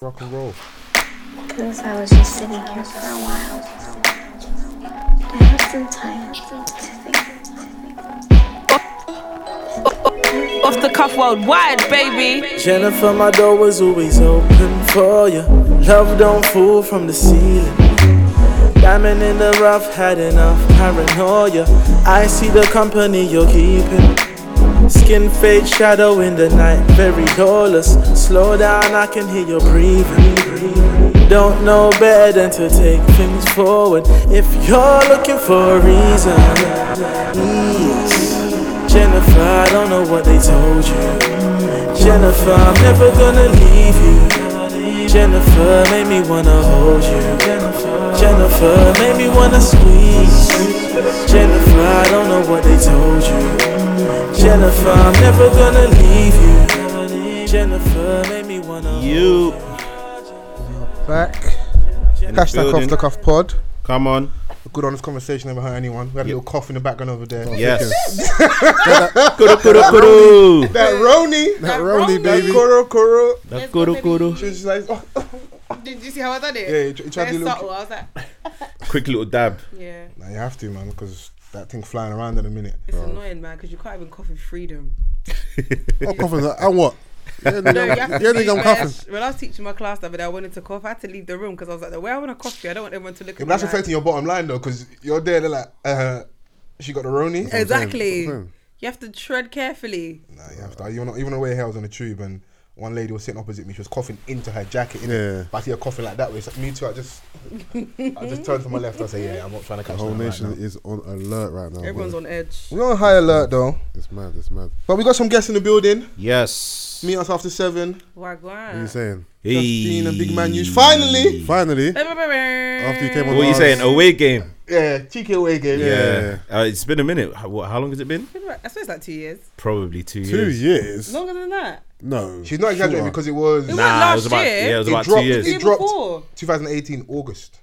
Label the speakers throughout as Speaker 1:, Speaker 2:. Speaker 1: fucking roll.
Speaker 2: Because I was just sitting here for a while. I have some time to think.
Speaker 3: Off the cuff worldwide, baby.
Speaker 4: Jennifer, my door was always open for you. Love don't fall from the ceiling. Diamond in the rough, had enough paranoia. I see the company you're keeping. Skin fade, shadow in the night, very dollars. Slow down, I can hear your breathing. Don't know better than to take things forward. If you're looking for a reason, yes. Jennifer, I don't know what they told you. Jennifer, I'm never gonna leave you. Jennifer, made me wanna hold you. Jennifer, made me wanna squeeze. Jennifer, I don't know what they told you. Jennifer, I'm never gonna leave you. Jennifer, made me wanna.
Speaker 5: You
Speaker 1: Back.
Speaker 5: the
Speaker 1: Hashtag off
Speaker 5: building.
Speaker 1: the cuff pod.
Speaker 5: come on.
Speaker 1: A good honest conversation never hurt anyone. We had a little cough in the background over there.
Speaker 5: Yes. Kuru kuru kuru.
Speaker 1: That Roni. That
Speaker 6: That
Speaker 1: Roni,
Speaker 6: Roni.
Speaker 1: baby.
Speaker 6: That
Speaker 1: Koro Koro.
Speaker 5: The kuru kuru.
Speaker 1: She was just like, oh,
Speaker 6: Did you see how I done it?
Speaker 1: Yeah, you tr- you tried to
Speaker 6: Very
Speaker 1: do a little-
Speaker 6: subtle. I was like,
Speaker 5: Quick little dab.
Speaker 6: yeah,
Speaker 1: nah, you have to, man, because that thing flying around in a minute.
Speaker 6: it's annoying, man, because you can't even cough with freedom.
Speaker 7: I'm Oh. coughing. Like, and what? Yeah,
Speaker 6: No, you
Speaker 7: nigga,
Speaker 6: have
Speaker 7: I'm-
Speaker 6: to
Speaker 7: yeah,
Speaker 6: see-
Speaker 7: nigga, I'm
Speaker 6: when I-
Speaker 7: coughing.
Speaker 6: When I was teaching my class the other day, I wanted to cough. I had to leave the room because I was like, the way I want to cough to you, I don't want everyone to look
Speaker 1: Yeah, but
Speaker 6: at me.
Speaker 1: that's
Speaker 6: like-
Speaker 1: affecting your bottom line, though, because you're there, they're like, uh, she got the Roni.
Speaker 6: Exactly.
Speaker 7: That's what I'm saying.
Speaker 6: You have to tread carefully.
Speaker 1: Nah, you have to. You know, even the way I was on the tube and one lady was sitting opposite me, she was coughing into her jacket. Innit?
Speaker 7: Yeah.
Speaker 1: But I see her coughing like that way. It's like, me too. I just, I just turned to my left. I say, yeah, I'm not trying to catch
Speaker 7: The whole
Speaker 1: that right
Speaker 7: nation
Speaker 1: now.
Speaker 7: is on alert right now.
Speaker 6: Everyone's
Speaker 7: bro.
Speaker 6: on edge.
Speaker 1: Oh. We're on high alert though,
Speaker 7: It's mad. It's mad.
Speaker 1: but we got some guests in the building.
Speaker 5: Yes.
Speaker 1: Meet us after seven.
Speaker 7: What are you
Speaker 6: Wagwan.
Speaker 7: saying?
Speaker 1: Justine and Big Man News. Finally,
Speaker 7: Finally,
Speaker 6: After
Speaker 7: after you came on,
Speaker 5: What are you
Speaker 7: ours-
Speaker 5: saying? Away game.
Speaker 1: yeah, cheeky away game.
Speaker 5: Yeah. Uh, it's been a minute. How, what, how long has it been?
Speaker 6: I suppose like two years.
Speaker 5: Probably two years.
Speaker 7: Two years?
Speaker 6: Longer than that.
Speaker 7: No.
Speaker 1: she's not exaggerating
Speaker 7: Sure.
Speaker 1: because it was
Speaker 6: It was
Speaker 5: Nah, it was
Speaker 6: last
Speaker 5: about
Speaker 6: year.
Speaker 5: yeah, it was
Speaker 1: It
Speaker 5: about
Speaker 1: dropped-
Speaker 5: two years.
Speaker 6: The
Speaker 1: it
Speaker 6: year
Speaker 1: dropped-
Speaker 6: before.
Speaker 1: 2018 August.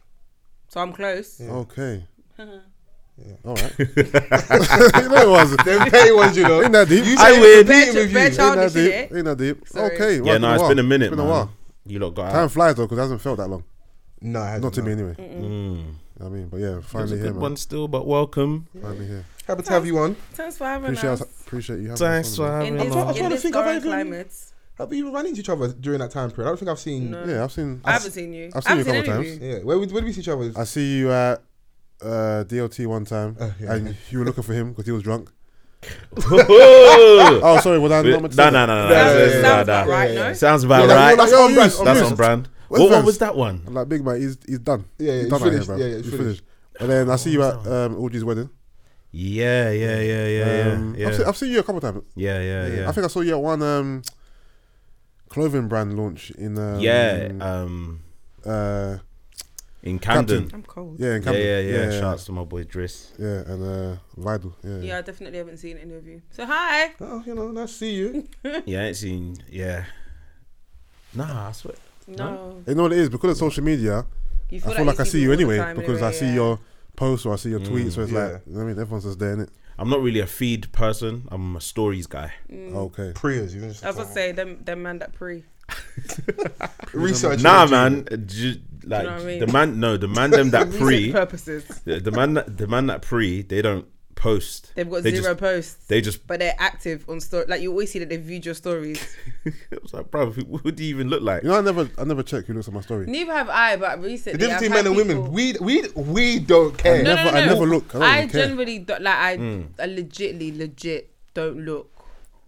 Speaker 6: So I'm close.
Speaker 7: Okay. All right. you know it was.
Speaker 1: Them petty ones, you know.
Speaker 7: Ain't that deep.
Speaker 1: You
Speaker 5: I
Speaker 1: say
Speaker 5: win.
Speaker 1: competing with
Speaker 6: Bare
Speaker 1: you.
Speaker 6: child- Childish,
Speaker 7: Ain't that deep.
Speaker 6: innit?
Speaker 7: Ain't that deep.
Speaker 6: Sorry.
Speaker 7: Okay.
Speaker 5: Yeah,
Speaker 7: well,
Speaker 5: no, it's
Speaker 7: while.
Speaker 5: been a minute,
Speaker 7: It's been
Speaker 5: man.
Speaker 7: a while.
Speaker 5: You lot got
Speaker 7: Time
Speaker 5: out.
Speaker 7: flies though, because it hasn't felt that long.
Speaker 1: No, it hasn't,
Speaker 7: Not to
Speaker 1: no. Mm.
Speaker 7: me anyway. I mean, but yeah,
Speaker 5: It was a
Speaker 7: finally here,
Speaker 5: good
Speaker 7: man.
Speaker 5: one still, but welcome.
Speaker 7: Finally here.
Speaker 1: Happy to have you on.
Speaker 6: Times for having
Speaker 7: Appreciate,
Speaker 6: us.
Speaker 7: us, appreciate you having
Speaker 5: Thanks
Speaker 7: us.
Speaker 5: for
Speaker 7: on, man.
Speaker 6: In
Speaker 5: having
Speaker 6: this,
Speaker 5: us.
Speaker 1: I'm trying
Speaker 6: in
Speaker 1: to
Speaker 6: this
Speaker 1: think, have I
Speaker 6: current
Speaker 1: even-
Speaker 6: climate.
Speaker 1: Have we even run into each other during that time period? I don't think I've seen.
Speaker 6: No.
Speaker 7: Yeah, I've seen.
Speaker 6: I haven't seen you.
Speaker 7: I've
Speaker 6: I
Speaker 7: seen you
Speaker 6: haven't
Speaker 7: a couple
Speaker 6: any of
Speaker 7: times.
Speaker 1: Yeah, where, we- where did we see each other?
Speaker 7: I see you at uh, DLT one time,
Speaker 1: Uh, yeah.
Speaker 7: and you were looking for him because he was drunk.
Speaker 5: Oh!
Speaker 7: Oh, sorry, was I
Speaker 5: No,
Speaker 7: not meant to
Speaker 5: no,
Speaker 7: say
Speaker 5: no,
Speaker 7: that?
Speaker 5: no.
Speaker 1: Yeah, yeah,
Speaker 5: that's-
Speaker 1: yeah.
Speaker 5: nah, nah.
Speaker 6: Sounds about right,
Speaker 1: Yeah,
Speaker 6: no?
Speaker 1: yeah.
Speaker 5: Sounds about
Speaker 1: Yeah,
Speaker 5: right.
Speaker 1: that's
Speaker 5: That's,
Speaker 7: That's
Speaker 1: on
Speaker 7: on
Speaker 1: brand, on
Speaker 7: brand.
Speaker 5: on
Speaker 1: brand.
Speaker 5: brand.
Speaker 7: Where's
Speaker 5: What, what
Speaker 7: Vance?
Speaker 5: was that one?
Speaker 7: I'm like, big man, he's he's done.
Speaker 1: Yeah, yeah,
Speaker 7: he's
Speaker 1: he's
Speaker 7: done out here,
Speaker 1: finished.
Speaker 7: bruv.
Speaker 1: Yeah, yeah, he's
Speaker 7: he's finished. And then I see you at um, Audrey's wedding.
Speaker 5: Yeah, yeah, yeah, yeah,
Speaker 7: Um,
Speaker 5: yeah,
Speaker 7: I've,
Speaker 5: yeah.
Speaker 7: seen, I've seen you a couple times.
Speaker 5: yeah, yeah, yeah.
Speaker 7: I think I saw you at one um, clothing brand launch in. Um,
Speaker 5: yeah, um,
Speaker 7: Uh,
Speaker 5: in Camden.
Speaker 7: Captain.
Speaker 6: I'm cold. Yeah.
Speaker 7: yeah, in
Speaker 5: Yeah,
Speaker 7: Camden.
Speaker 5: yeah, yeah,
Speaker 7: yeah.
Speaker 5: Shouts to my boy Driss.
Speaker 7: yeah, and uh, Vidal. Yeah.
Speaker 6: I definitely haven't seen any of you. So hi.
Speaker 1: Oh, you know, nice to see you.
Speaker 5: Yeah, I ain't seen. Yeah. Nah, I swear.
Speaker 6: No.
Speaker 7: You know what it is because of social media.
Speaker 6: You
Speaker 7: I feel like, I see you
Speaker 6: all the
Speaker 7: anyway
Speaker 6: time
Speaker 7: because I
Speaker 6: anyway,
Speaker 7: see
Speaker 6: yeah.
Speaker 7: your posts or I see your tweets. So it's
Speaker 5: Mm.
Speaker 1: Yeah.
Speaker 7: like, you know what I mean, everyone's just there in it.
Speaker 5: I'm not really a feed person. I'm a stories guy.
Speaker 6: Mm.
Speaker 7: Okay.
Speaker 1: Prayers, you know. just-
Speaker 6: I was gonna say them them man that pre.
Speaker 1: oh, research.
Speaker 5: Nah,
Speaker 1: energy.
Speaker 5: man. uh, ju- like
Speaker 6: what I mean?
Speaker 5: the man. No, the man them that
Speaker 6: Research
Speaker 5: pre.
Speaker 6: purposes.
Speaker 5: the, the man. That, the man that pre. They don't post.
Speaker 6: They've got
Speaker 5: They
Speaker 6: zero
Speaker 5: Just,
Speaker 6: posts.
Speaker 5: they just.
Speaker 6: but they're active on story. Like you always see that they viewed your stories.
Speaker 5: It was like, bro, what do you even look like?
Speaker 7: You know, I never, I never check who looks at my story.
Speaker 6: Neither have I, but recently
Speaker 1: The difference
Speaker 6: I've
Speaker 1: between men
Speaker 6: had
Speaker 1: and women,
Speaker 6: people-
Speaker 1: we we we don't care.
Speaker 6: No,
Speaker 7: I never- I never look. I don't really care. Hmm.
Speaker 6: generally don't, like. I, I legitly, legit don't look.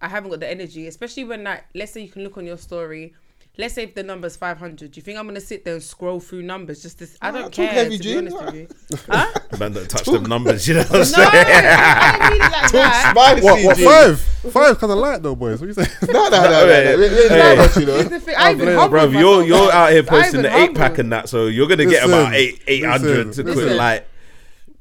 Speaker 6: I haven't got the energy, especially when like, let's say you can look on your story. Let's say if the number's five hundred. Do you think I'm gonna sit there and scroll through numbers? Just this, I don't
Speaker 1: talk
Speaker 6: care.
Speaker 1: heavy,
Speaker 6: to
Speaker 1: G.
Speaker 6: be honest with you, huh?
Speaker 5: Man, don't touch them numbers. You know what I'm
Speaker 6: No,
Speaker 5: saying?
Speaker 6: I didn't mean it like that.
Speaker 1: Spider
Speaker 7: What, what
Speaker 1: CG.
Speaker 7: five? Five's kind of light though, boys. What you saying?
Speaker 1: No, no, no, no, no. We- we-
Speaker 5: Hey.
Speaker 1: not much, you know.
Speaker 6: It's the thing, I even humbled
Speaker 5: Bro, you're
Speaker 6: myself.
Speaker 5: you're out here
Speaker 6: Oh I
Speaker 5: posting
Speaker 6: even
Speaker 5: the eight pack
Speaker 6: humbled.
Speaker 5: and that, so you're gonna get
Speaker 7: Listen,
Speaker 5: about eight eight hundred to
Speaker 7: listen,
Speaker 5: quit.
Speaker 6: listen.
Speaker 5: Like,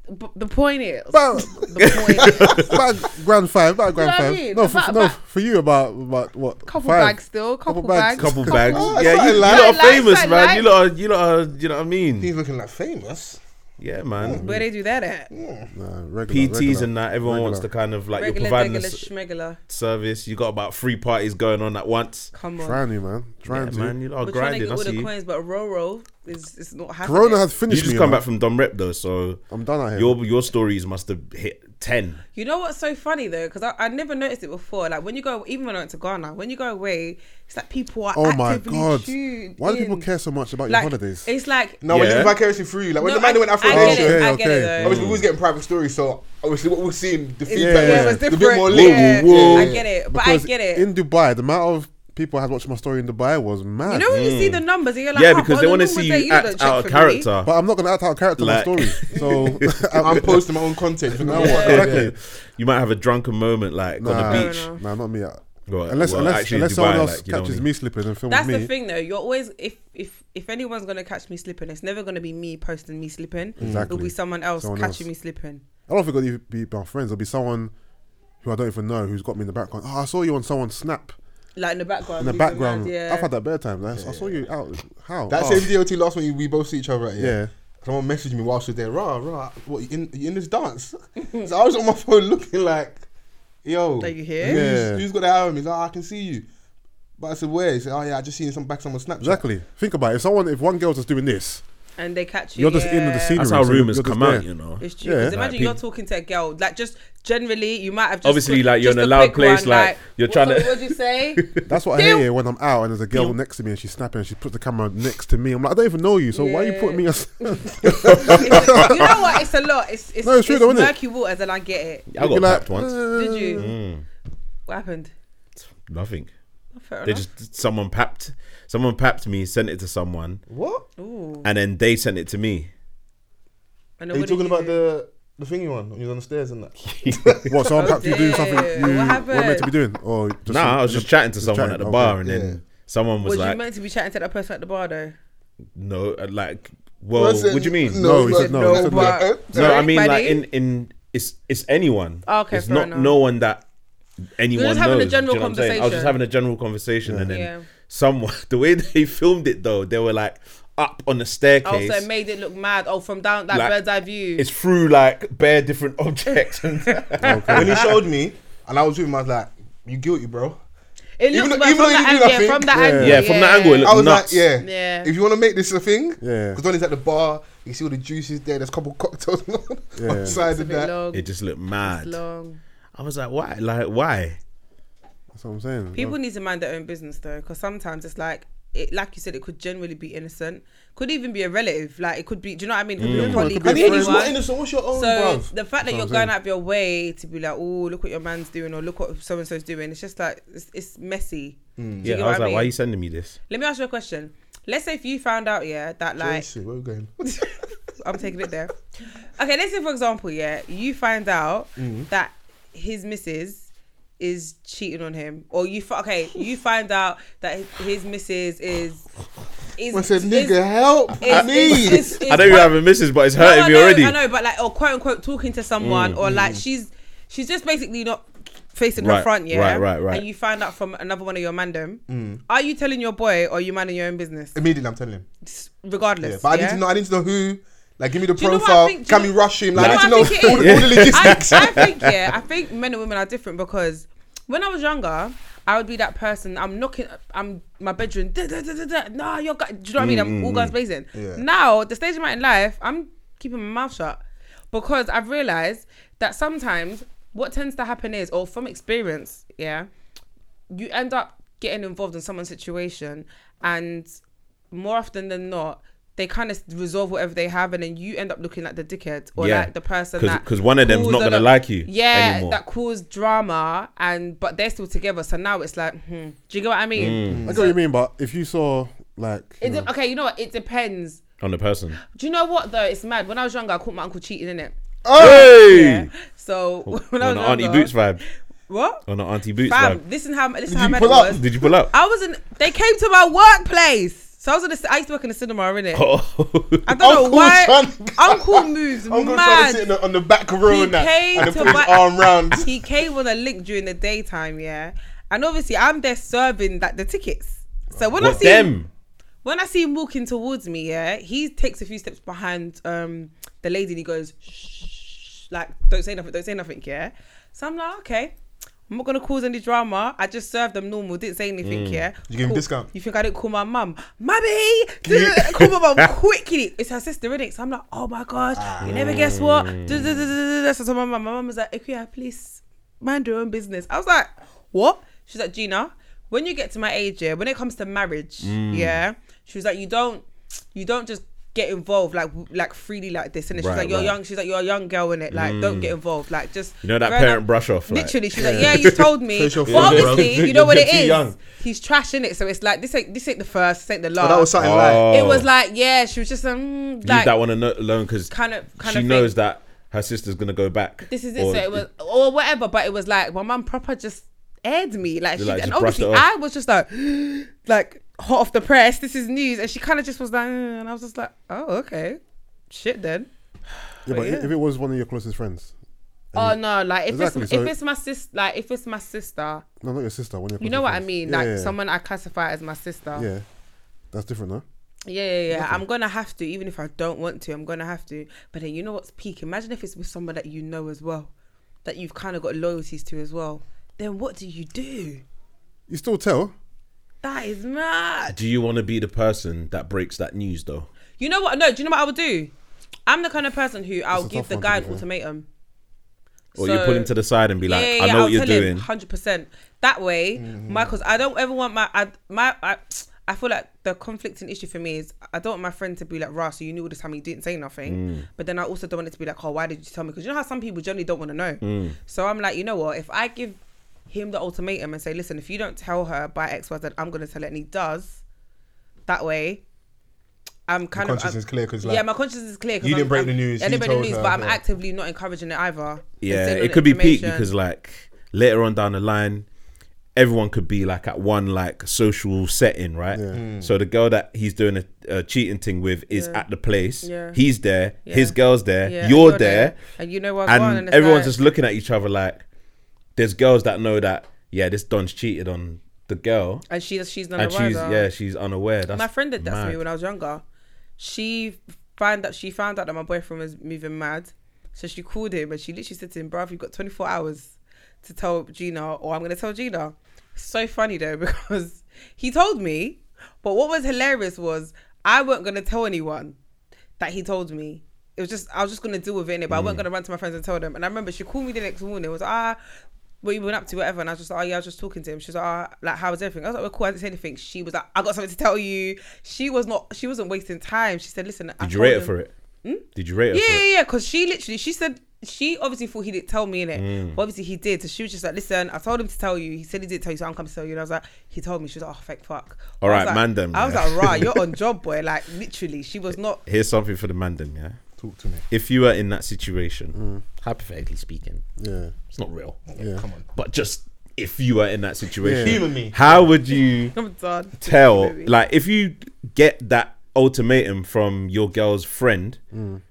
Speaker 6: But the point is,
Speaker 7: about,
Speaker 6: the point is,
Speaker 7: about grand five, about grand
Speaker 6: what I
Speaker 7: five.
Speaker 6: mean?
Speaker 7: No, for,
Speaker 6: About-
Speaker 7: no,
Speaker 6: about-
Speaker 7: for you about about what?
Speaker 6: couple
Speaker 7: five.
Speaker 6: bags still, couple,
Speaker 7: Couple bags.
Speaker 6: bags,
Speaker 5: couple bags.
Speaker 1: Oh, it's
Speaker 5: yeah,
Speaker 1: not
Speaker 5: you,
Speaker 1: a
Speaker 5: you
Speaker 1: lie.
Speaker 5: lot are
Speaker 6: It's not a lie,
Speaker 5: famous,
Speaker 6: it's not a
Speaker 5: man.
Speaker 6: lie.
Speaker 5: You lot are you lot are you know what I mean?
Speaker 1: He's looking like famous.
Speaker 5: Yeah, man.
Speaker 6: Where they do that at?
Speaker 7: Nah, regular,
Speaker 5: PTs
Speaker 7: regular,
Speaker 5: and that. Everyone wants to
Speaker 7: regular.
Speaker 5: kind of like
Speaker 6: regular,
Speaker 5: you're providing
Speaker 6: regular,
Speaker 5: a s-
Speaker 6: schmegular.
Speaker 5: service. You got about three parties going on at once.
Speaker 6: Come on.
Speaker 7: Trying to, man. Trying
Speaker 5: Yeah,
Speaker 7: to.
Speaker 5: man, you lot
Speaker 6: We're
Speaker 5: are
Speaker 6: trying to
Speaker 5: grinding.
Speaker 6: get
Speaker 5: I
Speaker 6: all
Speaker 5: see.
Speaker 6: the
Speaker 5: You
Speaker 6: coins, but Roro is it's not happening.
Speaker 7: Corona has finished
Speaker 5: just
Speaker 7: me.
Speaker 5: come
Speaker 7: you know.
Speaker 5: back from Dom Rep though, so
Speaker 7: I'm done out here.
Speaker 5: your your stories must have hit ten.
Speaker 6: You know what's so funny though, because I, I never noticed it before. Like when you go, even when I went to Ghana, when you go away, it's like people are
Speaker 7: oh my
Speaker 6: actively
Speaker 7: god!
Speaker 6: tuned
Speaker 7: Why do people
Speaker 6: in.
Speaker 7: care so much about
Speaker 6: Like
Speaker 7: your holidays?
Speaker 6: it's like
Speaker 1: No, we're
Speaker 5: Yeah.
Speaker 1: just vicariously through you. Like when
Speaker 6: No,
Speaker 1: the man
Speaker 6: I-
Speaker 1: who went
Speaker 6: I
Speaker 1: Afro
Speaker 6: get it,
Speaker 1: Nation,
Speaker 7: Okay,
Speaker 6: I get it,
Speaker 7: okay.
Speaker 6: though.
Speaker 1: obviously we was getting private stories, so obviously what we've seen, the feedback
Speaker 7: Yeah,
Speaker 1: was
Speaker 7: it was
Speaker 1: a bit
Speaker 6: different.
Speaker 1: more
Speaker 6: Yeah.
Speaker 1: layered.
Speaker 6: Whoa, I get it, but I
Speaker 7: Because
Speaker 6: get it.
Speaker 7: In Dubai, the amount of people I had watched my story in Dubai was
Speaker 6: you
Speaker 7: mad.
Speaker 6: know when you see the numbers, and you're like,
Speaker 5: yeah,
Speaker 6: oh,
Speaker 5: because
Speaker 6: but
Speaker 5: they
Speaker 6: on
Speaker 5: want
Speaker 6: the
Speaker 5: to
Speaker 6: normal
Speaker 5: see
Speaker 6: day,
Speaker 5: you
Speaker 6: you don't
Speaker 5: act
Speaker 6: check
Speaker 5: out
Speaker 6: for
Speaker 5: of
Speaker 6: me.
Speaker 5: character.
Speaker 7: but I'm not gonna act out character
Speaker 5: Like-
Speaker 7: in my story. So
Speaker 1: I'm posting my own content. so now what?
Speaker 7: exactly.
Speaker 5: You might have a drunken moment like on the
Speaker 7: Nah,
Speaker 5: beach.
Speaker 7: nah, not me.
Speaker 5: Well,
Speaker 7: unless
Speaker 5: well,
Speaker 7: unless
Speaker 5: actually in
Speaker 7: unless someone
Speaker 5: Dubai,
Speaker 7: else
Speaker 5: like, you know what I
Speaker 7: catches
Speaker 5: mean?
Speaker 7: me slipping and films
Speaker 6: That's
Speaker 7: me.
Speaker 6: the thing though. You're always if if if anyone's gonna catch me slipping, it's never gonna be me posting me slipping.
Speaker 7: Exactly.
Speaker 6: It'll be someone else
Speaker 7: Someone
Speaker 6: catching
Speaker 7: else.
Speaker 6: me slipping.
Speaker 7: I don't think it'll even be my friends. It'll be someone who I don't even know who's got me in the background. Oh, I saw you on someone's snap
Speaker 6: Like in the background.
Speaker 7: in the
Speaker 6: you've been
Speaker 7: background.
Speaker 6: mad, yeah.
Speaker 7: I've had that bare time. Like, I saw you out. How?
Speaker 1: That
Speaker 7: Oh.
Speaker 1: same DOT last week we both see each other at yeah.
Speaker 7: Yeah.
Speaker 1: Someone messaged me whilst we were there, rah, rah, what, you in, you in this dance? so I was on my phone looking like, yo.
Speaker 6: Are you here?
Speaker 7: Yeah.
Speaker 1: Who's, who's got the arrow? He's like, oh, I can see you. But I said, where? He said, oh yeah, I just seen some back someone Snapchat.
Speaker 7: Exactly. Think about it. If someone, if one girl's just doing this,
Speaker 6: and they catch you.
Speaker 7: you're just in the
Speaker 6: yeah.
Speaker 7: scene.
Speaker 5: That's
Speaker 7: You're
Speaker 5: how
Speaker 7: just-
Speaker 5: rumors
Speaker 7: you're just
Speaker 5: come out,
Speaker 7: there.
Speaker 5: you know.
Speaker 6: It's true.
Speaker 7: Yeah.
Speaker 6: 'cause
Speaker 7: Like,
Speaker 6: imagine
Speaker 5: people-
Speaker 6: you're talking to a girl, like just generally, you might have just
Speaker 5: Obviously, like, you're
Speaker 6: just
Speaker 5: in a loud
Speaker 6: quick
Speaker 5: place,
Speaker 6: one,
Speaker 5: like, you're
Speaker 6: what-
Speaker 5: trying to-
Speaker 6: What'd you say?
Speaker 7: That's what I
Speaker 6: Pew.
Speaker 7: hear when I'm out and there's a girl next to me and she's snapping and she puts the camera next to me. I'm like, I don't even know you, so why are you
Speaker 6: Yeah.
Speaker 7: putting me? On?
Speaker 6: you know what? It's a lot. It's it's,
Speaker 7: No, it's true though, innit?
Speaker 6: murky waters, and I get it.
Speaker 5: I
Speaker 7: You're
Speaker 5: got
Speaker 7: like,
Speaker 5: tapped once. Mm.
Speaker 7: uh,
Speaker 6: Did you? What happened?
Speaker 5: Nothing.
Speaker 6: Fair
Speaker 5: They
Speaker 6: enough.
Speaker 5: just someone papped someone papped me, sent it to someone,
Speaker 1: What?
Speaker 6: Ooh.
Speaker 5: and then they sent it to me.
Speaker 6: And
Speaker 1: Are you talking about the the thingy one? When you was on the stairs and that?
Speaker 7: What? So I'm
Speaker 6: Oh,
Speaker 7: perhaps you doing something
Speaker 6: dear.
Speaker 7: you
Speaker 6: What
Speaker 7: weren't meant to
Speaker 6: happened?
Speaker 7: be doing, or just
Speaker 5: nah, I was just chatting to
Speaker 7: just
Speaker 5: someone
Speaker 7: chatting,
Speaker 5: at the
Speaker 7: okay,
Speaker 5: bar, and
Speaker 1: yeah.
Speaker 5: then someone was
Speaker 6: Was
Speaker 5: like,
Speaker 6: you meant to be chatting to that person at the bar though?
Speaker 5: "No, uh, like, well,
Speaker 1: I said,
Speaker 5: what do you mean?
Speaker 7: No, he
Speaker 1: but-
Speaker 7: said no, he said no.
Speaker 1: but-
Speaker 5: No, I mean like
Speaker 6: Anybody?
Speaker 5: in in it's it's anyone.
Speaker 6: Oh, Okay,
Speaker 5: it's
Speaker 6: fair
Speaker 5: not
Speaker 6: enough.
Speaker 5: no one that anyone
Speaker 6: having
Speaker 5: knows,
Speaker 6: a
Speaker 5: do
Speaker 6: general
Speaker 5: you know what I'm saying? I was just
Speaker 6: conversation.
Speaker 5: having a general conversation, and then
Speaker 6: Yeah.
Speaker 5: someone the way they filmed it though, they were like up
Speaker 6: Oh,
Speaker 5: on the staircase.
Speaker 6: Also, it made it look mad. Oh, from down that
Speaker 5: Like,
Speaker 6: bird's eye view.
Speaker 5: it's through like bare different objects. And
Speaker 1: when he showed me, and I was with him, I was like, you guilty, bro.
Speaker 6: It
Speaker 1: even
Speaker 6: looks
Speaker 1: though-
Speaker 6: bad
Speaker 1: even
Speaker 6: from
Speaker 1: though you
Speaker 6: that
Speaker 1: do
Speaker 6: angle.
Speaker 1: nothing,
Speaker 6: Yeah, from that
Speaker 7: yeah.
Speaker 6: angle.
Speaker 5: Yeah, from that angle, it looked-
Speaker 1: I was
Speaker 5: Nuts.
Speaker 1: like, yeah.
Speaker 6: Yeah.
Speaker 1: If you want to make this a thing,
Speaker 7: Yeah.
Speaker 1: Because Donny's at the bar, you see all the juices there. There's a couple cocktails on the
Speaker 7: Yeah.
Speaker 1: side
Speaker 6: It's a
Speaker 1: of
Speaker 6: bit
Speaker 1: that.
Speaker 6: long.
Speaker 5: it just looked mad.
Speaker 6: long.
Speaker 5: I was like, why? Like, why?
Speaker 7: That's what I'm saying.
Speaker 6: People need to mind their own business though, because sometimes it's like, it, like you said, it could generally be innocent. Could even be a relative. Like it could be. Do you know what I mean? It could
Speaker 5: Mm.
Speaker 6: be a colleague.
Speaker 7: could
Speaker 1: And
Speaker 6: could be
Speaker 1: the end is
Speaker 6: anyone.
Speaker 1: not innocent. What's your own,
Speaker 6: So
Speaker 1: bruv?
Speaker 6: the fact that you're going out of your way to be like, oh, look what your man's doing, or look what so and so's doing, it's just like it's, it's messy. Do you
Speaker 5: Mm. Yeah,
Speaker 6: get
Speaker 5: I was
Speaker 6: what
Speaker 5: like,
Speaker 6: mean?
Speaker 5: why are you sending me this?
Speaker 6: Let me ask you a question. Let's say if you found out, yeah, that like
Speaker 1: Oh, Shit, where we going?
Speaker 6: I'm taking it there. Okay, let's say for example, yeah, you find out
Speaker 1: Mm-hmm.
Speaker 6: that his missus is cheating on him, or you fi- okay, you find out that his, his missus is is
Speaker 1: I said,
Speaker 6: is-
Speaker 1: nigga, help
Speaker 6: is-
Speaker 1: me.
Speaker 6: is- is- is
Speaker 5: I know you
Speaker 6: what-
Speaker 5: have a missus, but it's
Speaker 6: no,
Speaker 5: hurting
Speaker 6: I
Speaker 5: me
Speaker 6: know,
Speaker 5: already. Mm,
Speaker 6: I know, but like, or quote unquote, talking to someone, or like she's she's just basically not facing her
Speaker 5: Right,
Speaker 6: front, yeah.
Speaker 5: right, right, right.
Speaker 6: And you find out from another one of your mandem.
Speaker 1: Mm.
Speaker 6: Are you telling your boy, or are you minding your own business,
Speaker 1: Immediately, I'm telling him.
Speaker 6: regardless?
Speaker 1: Yeah, but I
Speaker 6: yeah?
Speaker 1: need to know. I need to know who. Like, give me the
Speaker 6: you know what I
Speaker 1: profile.
Speaker 6: think- do
Speaker 1: Can
Speaker 6: you
Speaker 1: we
Speaker 6: know-
Speaker 1: rush him?
Speaker 6: do you
Speaker 1: Like, I
Speaker 6: know
Speaker 1: need
Speaker 6: what
Speaker 1: to
Speaker 6: I
Speaker 1: know
Speaker 6: think
Speaker 1: all,
Speaker 6: it
Speaker 1: the- all the
Speaker 6: I,
Speaker 1: logistics.
Speaker 6: I think yeah, I think men and women are different because when I was younger, I would be that person. I'm knocking. I'm my bedroom. Da, da, da, da, da. Nah, you're. gu- Do you know what I mean? I'm all guns blazing.
Speaker 1: Mm. Yeah.
Speaker 6: Now the stage of my life, I'm keeping my mouth shut because I've realised that sometimes what tends to happen is, or from experience, yeah, you end up getting involved in someone's situation and more often than not they kind of resolve whatever they have and then you end up looking like the dickhead or
Speaker 5: Yeah.
Speaker 6: like the person
Speaker 5: 'Cause-
Speaker 6: that
Speaker 5: 'cause one of them's
Speaker 6: caused
Speaker 5: not
Speaker 6: a
Speaker 5: gonna
Speaker 6: lot-
Speaker 5: like you
Speaker 6: yeah
Speaker 5: anymore.
Speaker 6: that caused drama and but they're still together so now it's like hmm, do you get what i
Speaker 5: Mm.
Speaker 6: mean
Speaker 7: I get what you mean, but if you saw like, you
Speaker 6: It
Speaker 7: know,
Speaker 6: de- okay you know what it depends
Speaker 5: On the person.
Speaker 6: do you know what though it's mad when i was younger i caught my uncle cheating in it
Speaker 5: Hey!
Speaker 6: so when i
Speaker 5: On
Speaker 6: was
Speaker 5: the
Speaker 6: younger,
Speaker 5: Auntie Boots vibe.
Speaker 6: what
Speaker 5: On the Auntie Boots
Speaker 6: Fam,
Speaker 5: vibe.
Speaker 6: this is how this is how
Speaker 1: you
Speaker 6: mad it
Speaker 1: pull up?
Speaker 6: was
Speaker 5: Did you pull up?
Speaker 6: i was in they came to my workplace so i was in the i used to work in the cinema innit?
Speaker 5: Oh.
Speaker 6: I don't know
Speaker 1: Oh, Uncle
Speaker 6: why.
Speaker 1: trying to-
Speaker 6: Uncle moves
Speaker 1: I'm gonna try to sit
Speaker 6: mad.
Speaker 1: in the, on the back row
Speaker 6: He
Speaker 1: and that,
Speaker 6: came
Speaker 1: and then
Speaker 6: to
Speaker 1: put his
Speaker 6: my-
Speaker 1: arm round.
Speaker 6: He came on a link during the daytime, yeah. And obviously, I'm there serving like the tickets. So when I
Speaker 5: What
Speaker 6: see
Speaker 5: them?
Speaker 6: when I see him walking towards me, yeah, he takes a few steps behind um the lady and he goes, shh, like, don't say nothing, don't say nothing, yeah? So I'm like, okay. I'm not gonna cause any drama. I just served them normal, didn't say anything, yeah.
Speaker 1: Mm. You give him discount?
Speaker 6: You think I didn't call my mum? Mummy! call my mum quickly. It's her sister, innit? So I'm like, oh my gosh, you never guess what?
Speaker 5: Mm.
Speaker 6: So I told my mum, my mum was like, Ikuya, please mind your own business. I was like, what? She's like, Gina, when you get to my age, yeah, when it comes to marriage,
Speaker 5: Mm.
Speaker 6: yeah, she was like, you don't, you don't just get involved like like freely like this. And she's
Speaker 5: Right,
Speaker 6: like, you're
Speaker 5: right. Mm.
Speaker 6: young. She's like, you're a young girl in it. Like, don't get involved. Like, just
Speaker 5: You know that
Speaker 6: grow
Speaker 5: parent
Speaker 6: up.
Speaker 5: brush off, like-
Speaker 6: Literally, she's like, yeah, you told me.
Speaker 1: It's your
Speaker 6: but
Speaker 1: fault, bro.
Speaker 6: obviously,
Speaker 5: You're
Speaker 6: you know what
Speaker 5: too
Speaker 6: it is.
Speaker 5: young.
Speaker 6: He's trash in it. So it's like this ain't this ain't the first, this ain't the
Speaker 1: But
Speaker 6: last.
Speaker 1: that was something
Speaker 5: Oh.
Speaker 1: like
Speaker 6: it was like yeah, she was just um like
Speaker 5: Leave that one ano- alone because
Speaker 6: Kind of- kind
Speaker 5: she
Speaker 6: of
Speaker 5: knows
Speaker 6: thing.
Speaker 5: that her sister's gonna go back.
Speaker 6: this is it.
Speaker 5: Or
Speaker 6: so it was or whatever, but it was like my mum proper just aired me. Like she
Speaker 5: Like,
Speaker 6: and
Speaker 5: just brushed
Speaker 6: obviously
Speaker 5: it off.
Speaker 6: I was just like like hot off the press, this is news. And she kinda just was like "Mm," and I was just like, Oh, okay. Shit then.
Speaker 7: Yeah, but
Speaker 6: yeah.
Speaker 7: if it was one of your closest friends,
Speaker 6: Oh no, like if
Speaker 7: Exactly,
Speaker 6: it's
Speaker 7: so-
Speaker 6: if it's my sis like if it's my sister,
Speaker 7: no, not your sister. One of your
Speaker 6: you know
Speaker 7: closest
Speaker 6: what I
Speaker 7: friends.
Speaker 6: mean?
Speaker 7: Yeah,
Speaker 6: like
Speaker 7: yeah, yeah.
Speaker 6: someone I classify as my sister.
Speaker 7: Yeah, that's different, though.
Speaker 6: Yeah, yeah, yeah. I'm gonna have to, even if I don't want to, I'm gonna have to. But then you know what's peak? Imagine if it's with someone that you know as well, that you've kind of got loyalties to as well. Then what do you do?
Speaker 7: You still tell.
Speaker 6: That is mad.
Speaker 5: Do you want to be the person that breaks that news though?
Speaker 6: You know what? No, do you know what I would do? I'm the kind of person who I'll
Speaker 7: a
Speaker 6: give
Speaker 7: tough
Speaker 6: the
Speaker 7: one to
Speaker 6: guy
Speaker 7: be
Speaker 6: an
Speaker 7: fair.
Speaker 6: ultimatum.
Speaker 5: Or you put him to the side and be like, I know what you're doing.
Speaker 6: Hundred percent. That way,
Speaker 1: Mm-hmm.
Speaker 6: Michael's. I don't ever want my. I, my. I, I feel like the conflicting issue for me is I don't want my friend to be like, "Rah, so you knew all this time you didn't say
Speaker 5: Mm.
Speaker 6: nothing." But then I also don't want it to be like, "Oh, why did you tell me?" Because you know how some people generally don't want to know.
Speaker 5: Mm.
Speaker 6: So I'm like, you know what? If I give him the ultimatum and say, "Listen, if you don't tell her by X, Y, Z, I'm going to tell it," and he does, that way. I'm kind of
Speaker 1: conscience
Speaker 6: I'm-
Speaker 1: is clear 'cause,
Speaker 6: yeah,
Speaker 1: like,
Speaker 6: my conscience is clear. 'cause
Speaker 1: you didn't
Speaker 6: I'm-
Speaker 1: break
Speaker 6: I'm-
Speaker 1: the news,
Speaker 6: I
Speaker 1: he
Speaker 6: didn't break the
Speaker 1: told
Speaker 6: news,
Speaker 1: her,
Speaker 6: but I'm
Speaker 1: yeah.
Speaker 6: actively not encouraging it either.
Speaker 5: Yeah,
Speaker 6: Instead of
Speaker 5: it could be peak
Speaker 6: information.
Speaker 5: because like later on down the line, everyone could be like at one like social setting, right?
Speaker 6: Hmm.
Speaker 5: So the girl that he's doing a, a cheating thing with is at the place.
Speaker 6: Yeah.
Speaker 5: He's there.
Speaker 6: Yeah.
Speaker 5: His girl's there.
Speaker 6: Yeah,
Speaker 5: you're, there.
Speaker 6: and you know what?
Speaker 5: And,
Speaker 6: go on, and it's
Speaker 5: everyone's
Speaker 6: like-
Speaker 5: just looking at each other like, there's girls that know that yeah, this Don's cheated on the girl,
Speaker 6: and she she's not
Speaker 5: and
Speaker 6: a
Speaker 5: she's
Speaker 6: riser.
Speaker 5: yeah, she's unaware. That's
Speaker 6: my friend did that to
Speaker 5: mad.
Speaker 6: me when I was younger. She found out she found out that my boyfriend was moving mad, so she called him and she literally said to him, "Bruv, you've got 24 hours to tell Gina, or I'm gonna tell Gina." So funny though because he told me, but what was hilarious was I weren't gonna tell anyone that he told me. It was just I was just gonna deal with it, innit? but I
Speaker 5: Mm.
Speaker 6: wasn't gonna run to my friends and tell them. And I remember she called me the next morning. It was ah, what you been up to, whatever. And I was just like, oh yeah, I was just talking to him. She was like, ah, like how was everything? I was like, well, cool. I didn't say anything. She was like, I got something to tell you. She was not. She wasn't wasting time. She said, listen. I
Speaker 5: Did you rate
Speaker 6: told
Speaker 5: her
Speaker 6: him- Hmm?
Speaker 5: for it? Did you rate her?
Speaker 6: Yeah,
Speaker 5: for it?
Speaker 6: yeah, yeah. Because she literally, she said. She obviously thought he didn't tell me in it,
Speaker 5: Mm.
Speaker 6: but obviously he did. So she was just like, "Listen, I told him to tell you. He said he didn't tell you, so I'm coming to tell you." And I was like, "He told me." She was like, "Oh, fake fuck."
Speaker 5: All
Speaker 6: I was
Speaker 5: right,
Speaker 6: like-
Speaker 5: man them,
Speaker 6: I was
Speaker 5: yeah.
Speaker 6: like, "Right, you're on job, boy." Like literally, she was not.
Speaker 5: Here's something for the mandem, yeah.
Speaker 1: talk to me.
Speaker 5: if you were in that situation, hypothetically speaking,
Speaker 7: Yeah,
Speaker 5: it's not real,
Speaker 7: yeah.
Speaker 1: Come on.
Speaker 5: but just if you were in that situation,
Speaker 1: Yeah. Human me.
Speaker 5: how would you
Speaker 6: I'm done.
Speaker 5: tell?
Speaker 6: Maybe.
Speaker 5: Like, if you get that ultimatum from your girl's friend,
Speaker 1: Mm.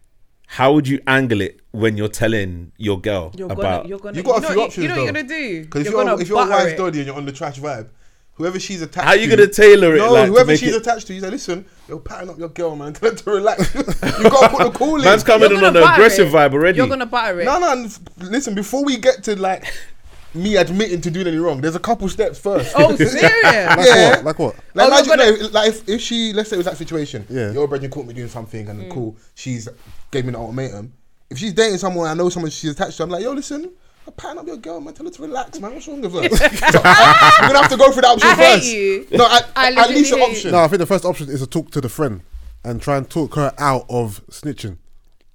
Speaker 5: how would you angle it when you're telling your girl
Speaker 6: You're
Speaker 5: about?
Speaker 6: gonna, you're gonna,
Speaker 1: You got a
Speaker 6: know
Speaker 1: few
Speaker 6: what-
Speaker 1: options
Speaker 6: You know what you're
Speaker 1: though.
Speaker 6: gonna do?
Speaker 1: Because if
Speaker 6: You're
Speaker 1: you're,
Speaker 6: gonna
Speaker 1: if you're a
Speaker 6: butter
Speaker 1: wife's
Speaker 6: it.
Speaker 1: dodgy and you're on the trash vibe, whoever she's attached
Speaker 5: How you
Speaker 1: to,
Speaker 5: gonna tailor it,
Speaker 1: No,
Speaker 5: like, to
Speaker 1: whoever
Speaker 5: make
Speaker 1: she's
Speaker 5: it-
Speaker 1: attached to, you say, listen, you're patting up your girl, man. Tell her to relax. you gotta put the call in.
Speaker 5: Man's coming
Speaker 6: You're
Speaker 5: in
Speaker 6: gonna
Speaker 5: on an
Speaker 6: butter
Speaker 5: aggressive
Speaker 6: it.
Speaker 5: vibe already.
Speaker 6: You're gonna butter it.
Speaker 1: No, no. n- Listen, before we get to like me admitting to doing anything wrong, there's a couple steps first.
Speaker 6: Oh, serious?
Speaker 7: Like
Speaker 1: Yeah.
Speaker 7: what? Like what?
Speaker 1: Like,
Speaker 6: Oh,
Speaker 1: imagine,
Speaker 6: we're gonna-
Speaker 1: no, if- like if, if she, let's say it was that situation,
Speaker 7: Yeah.
Speaker 1: your brother caught me doing something and
Speaker 6: Mm.
Speaker 1: cool, she's gave me an ultimatum. If she's dating someone, I know someone she's attached to, I'm like, yo, listen, I'm patting up your girl, man, tell her to relax, man, what's wrong with her? so, I, am gonna have to go through that option
Speaker 6: I hate
Speaker 1: first.
Speaker 6: you.
Speaker 1: No, I,
Speaker 6: I
Speaker 1: at least an
Speaker 6: literally hate
Speaker 1: option.
Speaker 7: No, I think the first option is to talk to the friend and try and talk her out of snitching.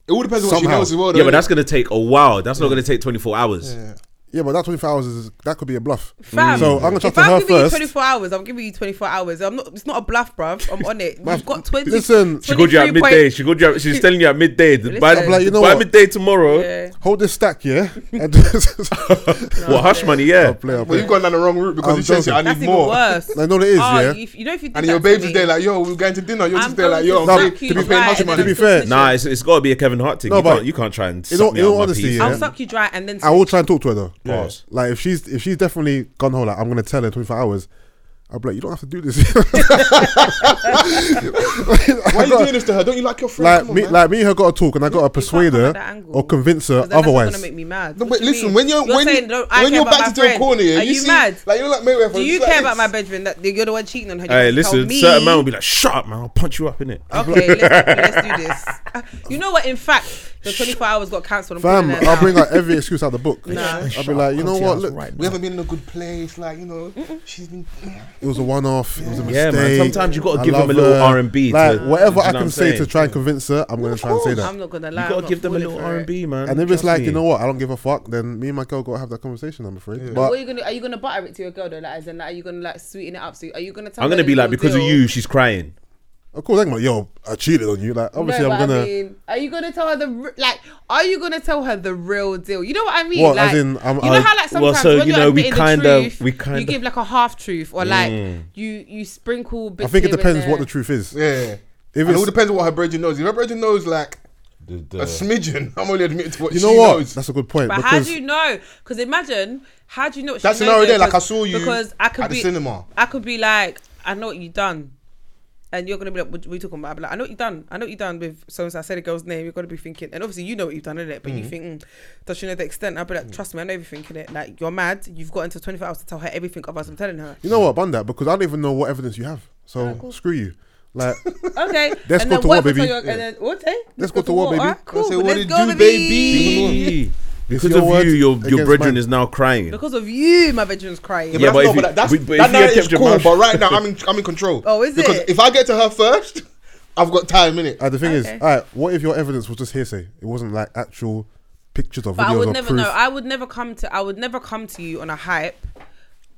Speaker 1: It all depends on what she
Speaker 7: Somehow.
Speaker 1: knows as well,
Speaker 5: yeah,
Speaker 1: though,
Speaker 5: but that's gonna take a while. That's not gonna take 24 hours.
Speaker 1: yeah.
Speaker 7: Yeah, but that 24 hours is that could be a bluff.
Speaker 6: Fam,
Speaker 7: So I'm gonna talk
Speaker 6: if
Speaker 7: to
Speaker 6: I'm
Speaker 7: her
Speaker 6: giving
Speaker 7: first.
Speaker 6: you 24 hours, I'm giving you 24 hours. I'm not. It's not a bluff, bruv. I'm on it.
Speaker 7: Bruv,
Speaker 6: You've got 20.
Speaker 7: listen.
Speaker 5: She called you at
Speaker 6: 23 point-
Speaker 5: midday. She called you. At, she's telling you at midday. by
Speaker 6: I'm like,
Speaker 7: you know
Speaker 5: by
Speaker 7: what?
Speaker 5: midday tomorrow.
Speaker 6: Yeah.
Speaker 7: Hold this stack, yeah. And just-
Speaker 5: Well, hush money, yeah.
Speaker 7: I'll play, I'll
Speaker 1: Well,
Speaker 7: play.
Speaker 1: you've gone down the wrong route because
Speaker 7: I'm
Speaker 1: you said, I
Speaker 7: joking.
Speaker 6: That's
Speaker 1: need
Speaker 6: even
Speaker 1: more.
Speaker 6: worse.
Speaker 7: I know it is,
Speaker 6: Oh,
Speaker 7: yeah.
Speaker 6: if- you know if you did
Speaker 1: And
Speaker 6: that
Speaker 1: your
Speaker 6: to
Speaker 1: babes is
Speaker 6: me,
Speaker 1: there like, yo, we're going to dinner. You're
Speaker 6: I'm
Speaker 1: just there like,
Speaker 6: going
Speaker 1: yo,
Speaker 6: to
Speaker 1: I'm
Speaker 6: suck
Speaker 1: to be
Speaker 6: you dry
Speaker 1: paying hush
Speaker 6: and then
Speaker 1: money.
Speaker 6: I'm
Speaker 7: To be
Speaker 6: still
Speaker 7: fair,
Speaker 6: snitching.
Speaker 5: Nah, it's, it's got to be a Kevin Hart thing.
Speaker 7: No,
Speaker 5: you,
Speaker 7: but
Speaker 5: can't, you can't try and
Speaker 7: in
Speaker 5: suck
Speaker 7: all-
Speaker 5: me
Speaker 7: in
Speaker 5: out
Speaker 7: all
Speaker 5: my
Speaker 7: honesty,
Speaker 5: piece.
Speaker 7: yeah.
Speaker 6: I'll suck you dry and then.
Speaker 7: I will try and talk to her though.
Speaker 5: Pause.
Speaker 7: Like if she's if she's definitely gone hole, like, I'm gonna tell her 24 hours. I'll be like, you don't have to do this. Why
Speaker 1: Why are you doing this to her? Don't you like your friend?
Speaker 7: Like
Speaker 1: Come on,
Speaker 7: me,
Speaker 1: man.
Speaker 7: like me, and her got to talk, and I got to persuade
Speaker 6: come
Speaker 7: her
Speaker 6: at that angle.
Speaker 7: or convince her
Speaker 6: 'Cause then that's not
Speaker 7: otherwise.
Speaker 6: gonna make me mad.
Speaker 1: No,
Speaker 6: What
Speaker 1: but
Speaker 6: do you
Speaker 1: listen,
Speaker 6: mean?
Speaker 1: when you're, when,
Speaker 6: saying, "Don't- I
Speaker 1: when
Speaker 6: care
Speaker 1: you're
Speaker 6: about
Speaker 1: back
Speaker 6: my
Speaker 1: to your
Speaker 6: friend."
Speaker 1: corner, yeah,
Speaker 6: Are
Speaker 1: you,
Speaker 6: you
Speaker 1: see,
Speaker 6: mad?
Speaker 1: Like you're like Mayweather.
Speaker 6: Do you
Speaker 1: it's like
Speaker 6: care about
Speaker 1: this.
Speaker 6: my bedroom? That you're the one cheating on her. You
Speaker 5: Hey,
Speaker 6: have to tell
Speaker 5: listen,
Speaker 6: me.
Speaker 5: certain man will be like, shut up, man, I'll punch you up in it.
Speaker 6: Okay, let's, let's do this. Uh, You know what? In fact, the 24 hours got cancelled. I'm
Speaker 7: Fam,
Speaker 6: calling her
Speaker 7: I'll
Speaker 6: now.
Speaker 7: bring out every excuse out the book. I'll be like, you know what? Look,
Speaker 5: right
Speaker 1: We haven't been in a good place. Like you know, she's been.
Speaker 7: it was a one-off. It was a mistake.
Speaker 5: Yeah, man, sometimes you gotta
Speaker 7: I
Speaker 5: give them
Speaker 7: love
Speaker 5: a little
Speaker 7: her.
Speaker 5: R&B to-
Speaker 7: Like
Speaker 5: you
Speaker 7: whatever
Speaker 5: know
Speaker 7: I
Speaker 5: what
Speaker 7: can
Speaker 5: I'm
Speaker 7: say to
Speaker 5: saying?
Speaker 7: try and convince her, I'm gonna try and say
Speaker 6: I'm
Speaker 7: that.
Speaker 6: not gonna lie.
Speaker 5: You
Speaker 6: I'm
Speaker 5: gotta
Speaker 6: not
Speaker 5: give them a
Speaker 6: falling
Speaker 5: little
Speaker 6: for
Speaker 5: R
Speaker 6: it.
Speaker 5: and B, man.
Speaker 7: And if it's
Speaker 5: Trust
Speaker 7: like,
Speaker 5: me.
Speaker 7: you know what, I don't give a fuck, then me and my girl gotta have that conversation. I'm afraid. But
Speaker 6: What are you gonna? Are you gonna butter it to your girl though? Like, as in, like, are you gonna like sweeten it up? So, are you gonna? Tell
Speaker 5: I'm
Speaker 6: her
Speaker 5: gonna
Speaker 6: the
Speaker 5: be like,
Speaker 6: real
Speaker 5: because of
Speaker 6: deal?
Speaker 5: you, she's crying.
Speaker 7: of course, I'm like, yo, I cheated on you. Like,
Speaker 6: No,
Speaker 7: obviously,
Speaker 6: but
Speaker 7: I'm gonna.
Speaker 6: I mean, are you gonna tell her the re- like? Are you gonna tell her the real deal? You know what I mean?
Speaker 7: What,
Speaker 6: like,
Speaker 7: as in, I'm-
Speaker 6: you
Speaker 7: I-
Speaker 6: know how like
Speaker 5: well,
Speaker 6: sometimes
Speaker 5: so,
Speaker 6: when
Speaker 5: you
Speaker 6: you're
Speaker 5: know, we
Speaker 6: admitting
Speaker 5: kinda-
Speaker 6: the truth,
Speaker 5: we
Speaker 6: you
Speaker 5: kinda- Mm.
Speaker 6: give like a half truth or like you you sprinkle.
Speaker 7: I
Speaker 6: Bits
Speaker 7: think it
Speaker 6: here and
Speaker 7: depends what
Speaker 6: there.
Speaker 7: the truth is.
Speaker 1: Yeah.
Speaker 7: If
Speaker 1: and it all
Speaker 7: it's-
Speaker 1: depends on what her virgin knows. If her virgin knows like
Speaker 5: The- the-
Speaker 1: a smidgen, I'm only admitting to what
Speaker 7: You
Speaker 1: she
Speaker 7: know what?
Speaker 1: knows.
Speaker 7: That's a good point.
Speaker 6: But how
Speaker 7: because
Speaker 6: do you know? Because imagine how do you know? What she
Speaker 1: That's
Speaker 6: knows
Speaker 1: scenario
Speaker 6: though?
Speaker 1: there, like,
Speaker 6: 'Cause-
Speaker 1: I saw you
Speaker 6: because I could
Speaker 1: at the
Speaker 6: be
Speaker 1: cinema.
Speaker 6: I could be like, I know what you done, and you're gonna be like, what, what you talking about? I'll be like, I know what you done. I know what you done with so and so. I said a girl's name. You're gonna be thinking, and obviously you know what you've done in it, but you think, mm, does she know the extent? I'll be like, trust me, I know everything in it. Like you're mad. You've got until 24 hours to tell her everything. Otherwise, I'm telling her.
Speaker 7: You know what, bun that because I don't even know what evidence you have. So screw you. Like,
Speaker 6: Okay.
Speaker 7: Let's
Speaker 6: and
Speaker 7: go
Speaker 6: then what
Speaker 7: to war,
Speaker 6: if I tell
Speaker 7: baby.
Speaker 6: you- and
Speaker 7: Yeah.
Speaker 6: then- what, eh?
Speaker 7: Let's go to war, baby.
Speaker 6: Alright,
Speaker 1: Don't
Speaker 6: cool.
Speaker 1: say, what
Speaker 6: Let's
Speaker 1: did
Speaker 6: go,
Speaker 1: you do,
Speaker 6: baby.
Speaker 1: baby?
Speaker 7: It's
Speaker 5: because
Speaker 7: your
Speaker 5: of
Speaker 7: words
Speaker 5: you, your your
Speaker 7: against
Speaker 5: brethren
Speaker 7: mine.
Speaker 5: is now crying.
Speaker 6: Because of you, my bedroom's crying.
Speaker 5: Yeah, but
Speaker 1: that's-
Speaker 5: if
Speaker 1: no,
Speaker 5: you-
Speaker 1: but that's,
Speaker 5: but- but
Speaker 1: that
Speaker 5: if you had
Speaker 1: narrative's
Speaker 5: kept your
Speaker 1: cool,
Speaker 5: mouth
Speaker 1: but right now I'm in, I'm in control.
Speaker 6: Oh, is
Speaker 1: because
Speaker 6: it?
Speaker 1: if I get to her first, I've got time in it.
Speaker 7: uh, the thing
Speaker 6: Okay.
Speaker 7: is, all right, what if your evidence was just hearsay? It wasn't like actual pictures or videos
Speaker 6: But I would
Speaker 7: or
Speaker 6: never
Speaker 7: proof.
Speaker 6: know. I would never come to. I would never come to you on a hype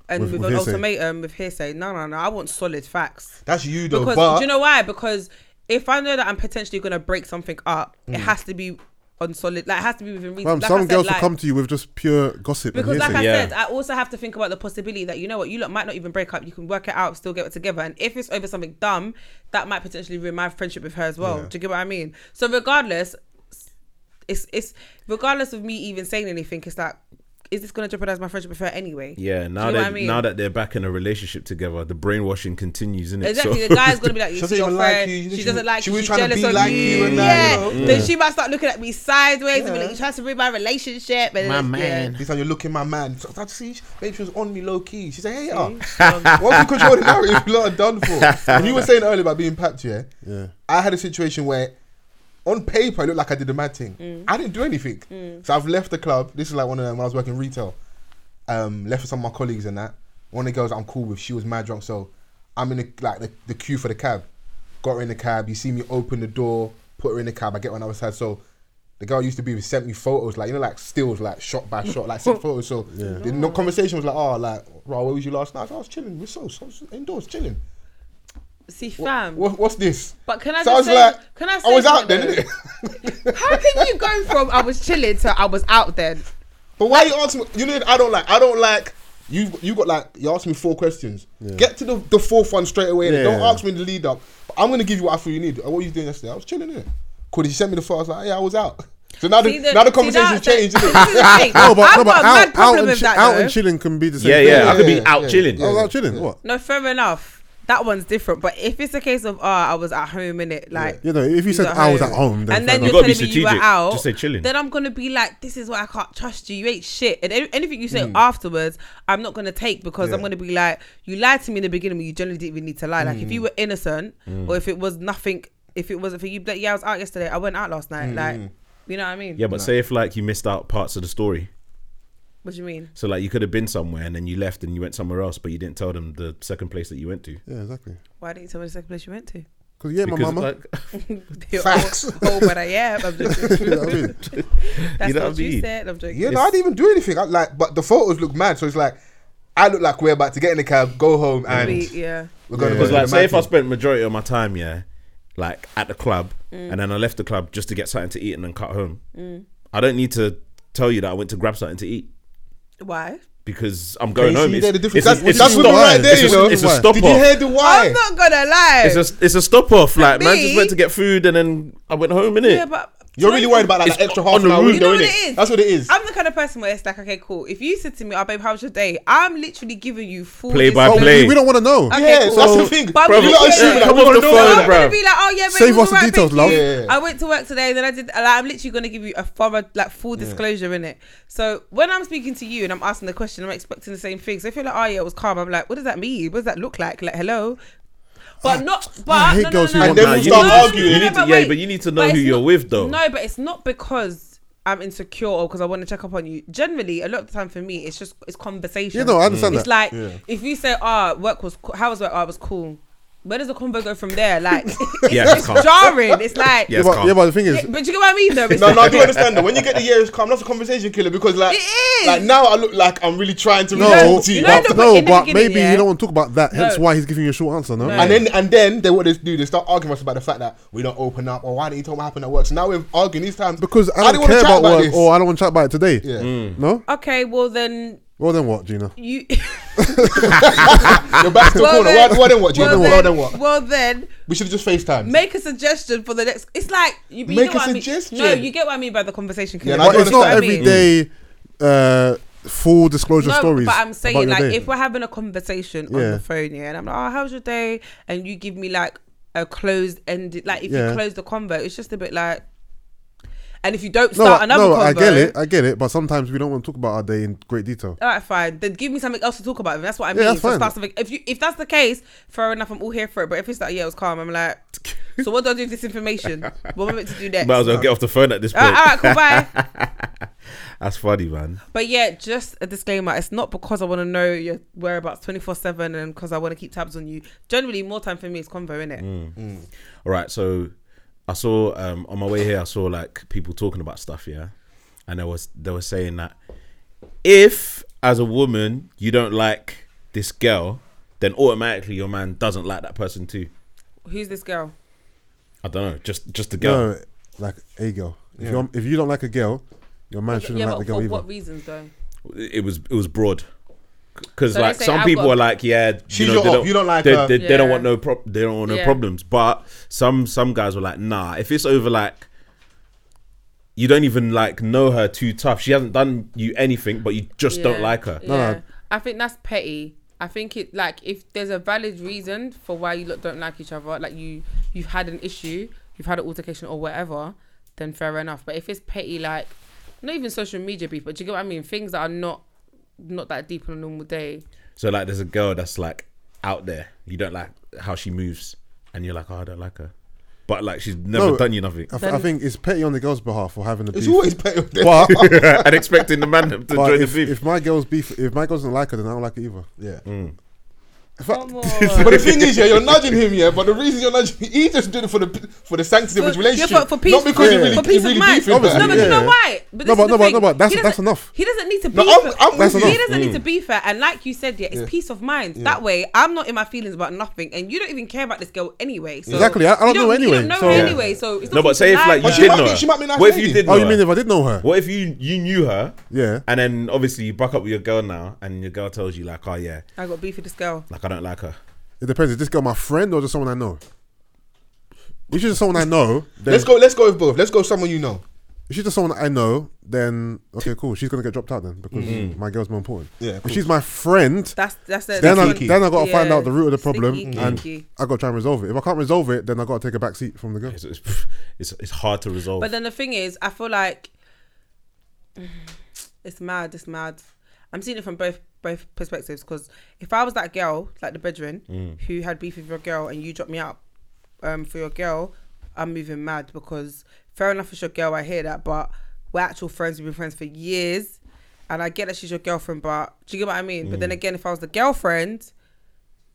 Speaker 6: and
Speaker 7: With-
Speaker 6: with,
Speaker 7: with
Speaker 6: an
Speaker 7: hearsay.
Speaker 6: ultimatum with hearsay. No, no, no. I want solid facts.
Speaker 1: That's you though.
Speaker 6: Because
Speaker 1: but
Speaker 6: do you know why? Because if I know that I'm potentially gonna break something up, it has to be on solid. Like it has to be within reason.
Speaker 7: Mm. Fam,
Speaker 6: like I
Speaker 7: some
Speaker 6: said,
Speaker 7: girls
Speaker 6: like-
Speaker 7: will come to you with just pure gossip and
Speaker 6: because,
Speaker 7: hearsay.
Speaker 6: like I
Speaker 5: Yeah.
Speaker 6: said, I also have to think about the possibility that you know what you lot might not even break up. You can work it out, still get it together. And if it's over something dumb, that might potentially ruin my friendship with her as well. Do you get what I mean? So regardless, it's it's regardless of me even saying anything, it's like, is this gonna jeopardize my friendship with her anyway?
Speaker 5: yeah, now
Speaker 6: Do you know
Speaker 5: that
Speaker 6: what I mean?
Speaker 5: now that they're back in a relationship together, the brainwashing continues, isn't it?
Speaker 6: Exactly, the guy's gonna be like,
Speaker 1: She
Speaker 6: "She's
Speaker 1: doesn't
Speaker 6: your
Speaker 1: even like
Speaker 6: friend.
Speaker 1: you. You
Speaker 6: She
Speaker 1: literally-
Speaker 6: doesn't like
Speaker 1: she
Speaker 6: you.
Speaker 1: was
Speaker 6: She's
Speaker 1: trying to
Speaker 6: jealous
Speaker 1: be
Speaker 6: of
Speaker 1: like
Speaker 6: you."
Speaker 1: you and that,
Speaker 6: yeah.
Speaker 1: you know?
Speaker 6: Then she might start looking at me sideways and be like, "You trying to ruin my relationship?" And
Speaker 5: My
Speaker 6: it's-
Speaker 5: man.
Speaker 1: this time you're looking my man. So I see, she- maybe she was on me low key. She said, "Hey, yeah."
Speaker 6: Yeah.
Speaker 1: Once you control the narrative, you lot are done for. When you were saying earlier about being papped, yeah,
Speaker 7: Yeah.
Speaker 1: I had a situation where on paper it looked like I did a mad thing.
Speaker 6: Mm.
Speaker 1: I didn't do anything. So I've left the club. This is like one of them. I was working retail. Um, left with some of my colleagues and that. One of the girls I'm cool with, she was mad drunk. So I'm in the, like the, the queue for the cab. Got her in the cab. You see me open the door, put her in the cab. I get on the other side. So the girl I used to be with sent me photos, like you know, like stills, like shot by shot, like sent photos. So the no conversation was like, oh, like, right, where was you last night? I, said, I was chilling. We're so, so indoors chilling.
Speaker 6: See, fam.
Speaker 1: What, what's this?
Speaker 6: But can I
Speaker 1: So
Speaker 6: just say- can I say
Speaker 1: was out
Speaker 6: something
Speaker 1: then,
Speaker 6: though?
Speaker 1: innit?
Speaker 6: How can you go from I was chilling to I was out then?
Speaker 1: But why you asking? You know, I don't like. I don't like. You you got like you asked me four questions. Get to the, the fourth one straight away. innit?
Speaker 7: Yeah.
Speaker 1: Don't ask me the lead up. But I'm gonna give you what I feel you need. Uh, What were you doing yesterday? I was chilling in. Cool. Did you send me the photo? I was like, yeah, I was out. So now the,
Speaker 6: See, the-
Speaker 1: now the
Speaker 6: see,
Speaker 1: conversation's
Speaker 6: that- that-
Speaker 1: changed.
Speaker 6: this
Speaker 1: Isn't
Speaker 6: is
Speaker 1: it?
Speaker 6: the thing.
Speaker 7: No, but, no,
Speaker 6: I've
Speaker 7: but
Speaker 6: got a
Speaker 7: out,
Speaker 6: mad
Speaker 7: out,
Speaker 6: problem
Speaker 7: and,
Speaker 6: with
Speaker 7: chi-
Speaker 6: that.
Speaker 7: out
Speaker 6: though.
Speaker 7: and chilling can be the same
Speaker 5: yeah,
Speaker 7: thing.
Speaker 5: yeah, I could be
Speaker 1: yeah,
Speaker 5: out
Speaker 1: yeah, Oh,
Speaker 5: chilling.
Speaker 7: I was out chilling. What?
Speaker 6: No, fair enough. That one's different. But if it's a case of oh, I was at home in it, like
Speaker 7: You know, if you
Speaker 6: was
Speaker 7: said I was at home, then
Speaker 6: and then
Speaker 7: fair
Speaker 6: you're
Speaker 5: enough.
Speaker 6: telling me
Speaker 5: You gotta be
Speaker 6: you were
Speaker 5: strategic.
Speaker 6: out,
Speaker 5: Just say chilling.
Speaker 6: Then I'm gonna be like, this is why I can't trust you. You ain't shit, and any- anything you say afterwards, I'm not gonna take because I'm gonna be like, you lied to me in the beginning when you generally didn't even need to lie. Like if you were innocent or if it was nothing, if it wasn't for you, like yeah, I was out yesterday. I went out last night. Like you know what I mean?
Speaker 5: Yeah, but say if like you missed out parts of the story.
Speaker 6: What do you mean?
Speaker 5: So like you could have been somewhere and then you left and you went somewhere else, but you didn't tell them the second place that you went to.
Speaker 7: Yeah, exactly.
Speaker 6: Why didn't you tell me the second place you went to?
Speaker 7: Because yeah, my
Speaker 5: Because,
Speaker 7: mama.
Speaker 5: like,
Speaker 1: Facts.
Speaker 6: Oh, oh, but I am. I'm just joking.
Speaker 7: you know what I mean?
Speaker 6: That's
Speaker 5: You know
Speaker 6: what,
Speaker 5: what I
Speaker 6: you
Speaker 5: mean?
Speaker 6: said. I'm joking.
Speaker 1: yeah, no, I didn't even do anything. I, like, but the photos look mad. So it's like, I look like we're about to get in the cab, go home, and
Speaker 6: We- yeah.
Speaker 1: we're gonna
Speaker 7: Yeah.
Speaker 1: go
Speaker 5: Because
Speaker 1: to
Speaker 5: like,
Speaker 1: the
Speaker 5: say if I
Speaker 1: mountain.
Speaker 5: spent majority of my time, yeah, like at the club,
Speaker 6: Mm.
Speaker 5: and then I left the club just to get something to eat and then cut home. I don't need to tell you that I went to grab something to eat
Speaker 6: Why?
Speaker 5: because I'm going
Speaker 1: you
Speaker 5: home.
Speaker 1: see
Speaker 5: It's,
Speaker 1: there the
Speaker 5: it's,
Speaker 1: difference?
Speaker 5: a-
Speaker 1: That's-
Speaker 5: it's
Speaker 1: that's
Speaker 5: a
Speaker 1: women
Speaker 5: stop-
Speaker 1: right there,
Speaker 5: it's a-
Speaker 1: you know?
Speaker 5: It's a
Speaker 7: Why?
Speaker 5: stop
Speaker 1: Did you hear the why?
Speaker 6: I'm not gonna lie.
Speaker 5: It's a it's a stop off. Like man,
Speaker 6: me-
Speaker 5: just went to get food and then I went home in it.
Speaker 6: yeah, but
Speaker 1: You're really worried about like, that
Speaker 5: It's
Speaker 1: extra
Speaker 5: on
Speaker 1: half an
Speaker 5: the
Speaker 1: hour
Speaker 5: roof.
Speaker 1: window,
Speaker 6: You know what
Speaker 1: innit?
Speaker 6: it is?
Speaker 1: That's what it is.
Speaker 6: I'm the kind of person where it's like, okay, cool. If you said to me, "Oh, babe, how's your day?" I'm literally giving you full
Speaker 5: Play by
Speaker 7: Oh,
Speaker 6: disclosure.
Speaker 5: play.
Speaker 7: we, we don't want to know.
Speaker 6: Okay,
Speaker 1: yeah, so that's the
Speaker 6: cool.
Speaker 1: thing.
Speaker 6: But I'm
Speaker 1: You're
Speaker 6: just
Speaker 1: not
Speaker 6: gonna-
Speaker 1: assuming that
Speaker 5: Come on
Speaker 1: people
Speaker 5: the
Speaker 1: don't
Speaker 5: phone,
Speaker 1: know
Speaker 6: I'm
Speaker 1: that.
Speaker 5: bro.
Speaker 6: gonna be like, oh yeah, babe,
Speaker 7: Save
Speaker 6: it was
Speaker 7: us the
Speaker 6: alright,
Speaker 7: details,
Speaker 6: thank
Speaker 7: love.
Speaker 6: you.
Speaker 1: Yeah.
Speaker 6: I went to work today, then I did. Like, I'm literally gonna give you a thorough, like, full disclosure in it. So when I'm speaking to you and I'm asking the question, I'm expecting the same thing. So if you're like, oh yeah, it was calm, I'm like, what does that mean? What does that look like? Like, hello. But not, but
Speaker 7: I hate
Speaker 6: no, no,
Speaker 7: girls who
Speaker 6: no, no,
Speaker 7: want
Speaker 1: And then
Speaker 5: Nah,
Speaker 1: we'll
Speaker 5: you
Speaker 1: start
Speaker 5: need to-
Speaker 1: arguing.
Speaker 5: You
Speaker 1: No,
Speaker 5: need to,
Speaker 6: but
Speaker 5: yeah,
Speaker 6: wait.
Speaker 5: but you need to know
Speaker 6: But
Speaker 5: who
Speaker 6: it's
Speaker 5: you're
Speaker 6: not-
Speaker 5: with, though.
Speaker 6: No, but it's not because I'm insecure or because I want to check up on you. Generally, a lot of the time for me, it's just it's conversation.
Speaker 7: Yeah, no, I understand
Speaker 6: Mm. It's like
Speaker 7: that. Yeah.
Speaker 6: if you say, "Ah, work was cool. how was work? Oh, it was cool." Where does the convo go from there? Like, it's,
Speaker 5: Yeah,
Speaker 6: it's
Speaker 5: can't.
Speaker 6: jarring. It's like,
Speaker 5: Yeah,
Speaker 7: Yeah,
Speaker 5: Yes,
Speaker 7: but,
Speaker 5: calm.
Speaker 7: yeah, but the thing
Speaker 6: Yeah,
Speaker 7: is,
Speaker 6: but you get what I mean, though. It's
Speaker 1: No, no, I
Speaker 6: like-
Speaker 1: do understand that. When you get the years calm, that's a conversation killer because like,
Speaker 6: It is.
Speaker 1: like now I look like I'm really trying to
Speaker 7: no,
Speaker 1: reach
Speaker 6: know-
Speaker 1: out to
Speaker 6: you
Speaker 1: you.
Speaker 6: know
Speaker 7: but,
Speaker 6: the
Speaker 7: no,
Speaker 6: beginning,
Speaker 7: but
Speaker 6: beginning,
Speaker 7: maybe
Speaker 6: yeah?
Speaker 7: you don't want to talk about that. Hence
Speaker 6: No.
Speaker 7: why he's giving you a short answer, no?
Speaker 6: No.
Speaker 1: and then and then they what they do they start arguing us about the fact that we don't open up or why didn't you tell me what happened at work. So now we're arguing these times
Speaker 7: because I
Speaker 1: didn't
Speaker 7: don't
Speaker 1: wanna
Speaker 7: care
Speaker 1: chat
Speaker 7: about work
Speaker 1: this.
Speaker 7: or I don't want to chat about it today.
Speaker 1: Yeah.
Speaker 5: Mm.
Speaker 7: No?
Speaker 6: okay, well then
Speaker 7: Well, then what, Gina?
Speaker 6: you.
Speaker 1: You're back to the
Speaker 6: well,
Speaker 1: corner. Well, well then what? Well, well,
Speaker 6: well, then,
Speaker 1: well then what?
Speaker 6: well then,
Speaker 1: We should have just FaceTime.
Speaker 6: make a suggestion for the next. It's like you, you
Speaker 1: Make
Speaker 6: know
Speaker 1: a
Speaker 6: what I mean?
Speaker 1: suggestion.
Speaker 6: No, you get what I mean by the conversation.
Speaker 1: Yeah,
Speaker 6: killer.
Speaker 1: and I
Speaker 7: But
Speaker 1: do
Speaker 7: it's not
Speaker 1: understand.
Speaker 7: every day uh, full disclosure stories.
Speaker 6: But I'm saying,
Speaker 7: about your
Speaker 6: like,
Speaker 7: day.
Speaker 6: if we're having a conversation on
Speaker 7: Yeah.
Speaker 6: the phone, yeah, and I'm like, oh, how's your day? And you give me like a closed ended, like, if
Speaker 7: Yeah.
Speaker 6: you close the convo, it's just a bit like. And if you don't
Speaker 7: no,
Speaker 6: start another
Speaker 7: no,
Speaker 6: convo,
Speaker 7: I get it, I get it, but sometimes we don't want to talk about our day in great detail.
Speaker 6: all right, fine. Then give me something else to talk about. And that's what I
Speaker 7: Yeah,
Speaker 6: mean.
Speaker 7: that's
Speaker 6: So
Speaker 7: fine.
Speaker 6: start something- if you if that's the case, fair enough. I'm all here for it. But if it's like, yeah, it was calm. I'm like, so what do I do with this information? What am I meant to do next?
Speaker 5: Might as well get off the phone at this
Speaker 6: all,
Speaker 5: point.
Speaker 6: right, all right, cool, bye.
Speaker 5: That's funny, man.
Speaker 6: But yeah, just a disclaimer. It's not because I want to know your whereabouts twenty four seven and because I want to keep tabs on you. Generally, more time for me is convo, innit?
Speaker 7: Mm.
Speaker 5: All right, so I saw um, on my way here, I saw like people talking about stuff, yeah, and there was they were saying that if as a woman you don't like this girl, then automatically your man doesn't like that person too.
Speaker 6: Who's this girl?
Speaker 5: I don't know, just just the girl.
Speaker 7: No, like a girl. If, you're, if you don't like a girl, your man shouldn't
Speaker 6: yeah,
Speaker 7: like
Speaker 6: but
Speaker 7: the
Speaker 6: for
Speaker 7: girl either.
Speaker 6: what reasons though?
Speaker 5: It was it was broad. Because
Speaker 6: So they
Speaker 5: like
Speaker 6: say,
Speaker 5: some
Speaker 6: "I've
Speaker 5: people
Speaker 6: got-
Speaker 5: are like, yeah,
Speaker 1: She's your op, you don't like
Speaker 5: they,
Speaker 1: her.
Speaker 5: They, they don't
Speaker 6: Yeah.
Speaker 5: want no prob- they don't want no
Speaker 6: Yeah.
Speaker 5: problems. But some some guys were like, nah, if it's over like you don't even like know her too tough. She hasn't done you anything, but you just don't
Speaker 6: Yeah,
Speaker 5: like her.
Speaker 6: Yeah.
Speaker 7: No, no.
Speaker 6: I think that's petty. I think it like if there's a valid reason for why you lot don't like each other, like you you've had an issue, you've had an altercation or whatever, then fair enough. But if it's petty, like not even social media beef, but do you get what I mean? Things that are not not that deep on a normal day.
Speaker 5: So like, there's a girl that's like out there. You don't like how she moves, and you're like, oh, I don't like her. But like, she's never
Speaker 7: No,
Speaker 5: done you nothing,
Speaker 7: I, th- I think it's petty on the girl's behalf for having the
Speaker 1: it's
Speaker 7: beef.
Speaker 1: always better.
Speaker 7: but
Speaker 5: and expecting the man to
Speaker 7: but
Speaker 5: join
Speaker 7: if,
Speaker 5: the beef.
Speaker 7: if my girl's beef, if my girl doesn't like her, then I don't like her either.
Speaker 1: yeah.
Speaker 7: Mm.
Speaker 6: Come on.
Speaker 1: But the thing is, yeah, you're nudging him, yeah. But the reason you're nudging, he just did it for the for the sanctity of his
Speaker 6: For-
Speaker 1: relationship,
Speaker 6: yeah, for- for peace-
Speaker 1: not because he
Speaker 7: yeah.
Speaker 1: really,
Speaker 6: for peace
Speaker 1: he really
Speaker 6: of mind.
Speaker 1: beefing with her.
Speaker 6: no, but you know
Speaker 7: Yeah.
Speaker 6: why? But
Speaker 7: No,
Speaker 6: this
Speaker 7: but-
Speaker 6: is the
Speaker 7: no, but-
Speaker 6: thing.
Speaker 7: no, but that's-
Speaker 6: He doesn't-
Speaker 7: that's enough. Mm.
Speaker 6: He doesn't need to
Speaker 1: No,
Speaker 6: be.
Speaker 1: I'm- I'm
Speaker 7: That's
Speaker 1: with
Speaker 7: enough.
Speaker 6: he
Speaker 1: you.
Speaker 6: doesn't need to be fair, and like you said, yeah, it's peace of mind. That way, I'm not in my feelings about nothing, and you don't even care about this girl anyway. So
Speaker 7: Exactly, I- I don't
Speaker 6: you
Speaker 7: know
Speaker 6: You
Speaker 7: anyway,
Speaker 6: don't know
Speaker 7: so-
Speaker 6: her anyway, so it's
Speaker 5: No,
Speaker 6: not
Speaker 5: but say if like you
Speaker 1: But she
Speaker 5: did
Speaker 1: might
Speaker 5: know
Speaker 1: be-
Speaker 5: her.
Speaker 1: she might be a nice
Speaker 5: what if you
Speaker 1: lady.
Speaker 5: did know
Speaker 7: Oh, you
Speaker 5: her?
Speaker 7: mean if I did know her?
Speaker 5: what if you you knew her?
Speaker 7: Yeah.
Speaker 5: And then obviously you back up with your girl now, and your girl tells you like, oh yeah,
Speaker 6: I got beef with this girl.
Speaker 5: like I don't like her.
Speaker 7: It depends. Is this girl my friend or just someone I know? If she's just someone I know, then
Speaker 1: Let's go. Let's go with both. Let's go. with Someone you know.
Speaker 7: If she's just someone I know, then okay, cool. She's gonna get dropped out then because my girl's more important.
Speaker 1: Mm. Yeah, of
Speaker 7: If she's my friend,
Speaker 6: That's that's it.
Speaker 7: then I,
Speaker 1: Sneaky.
Speaker 7: then I gotta find
Speaker 6: Yeah.
Speaker 7: out the root of the problem
Speaker 6: Sneaky,
Speaker 7: and
Speaker 6: sneaky.
Speaker 7: I gotta try and resolve it. If I can't resolve it, then I gotta take a back seat from the girl.
Speaker 5: It's it's, it's, it's hard to resolve.
Speaker 6: But then the thing is, I feel like it's mad. It's mad. I'm seeing it from both both perspectives because if I was that girl, like the bedroom,
Speaker 1: Mm.
Speaker 6: who had beef with your girl, and you dropped me out um, for your girl, I'm moving mad because fair enough, it's your girl. I hear that, but we're actual friends. We've been friends for years, and I get that she's your girlfriend. But do you get what I mean?
Speaker 1: Mm.
Speaker 6: But then again, if I was the girlfriend.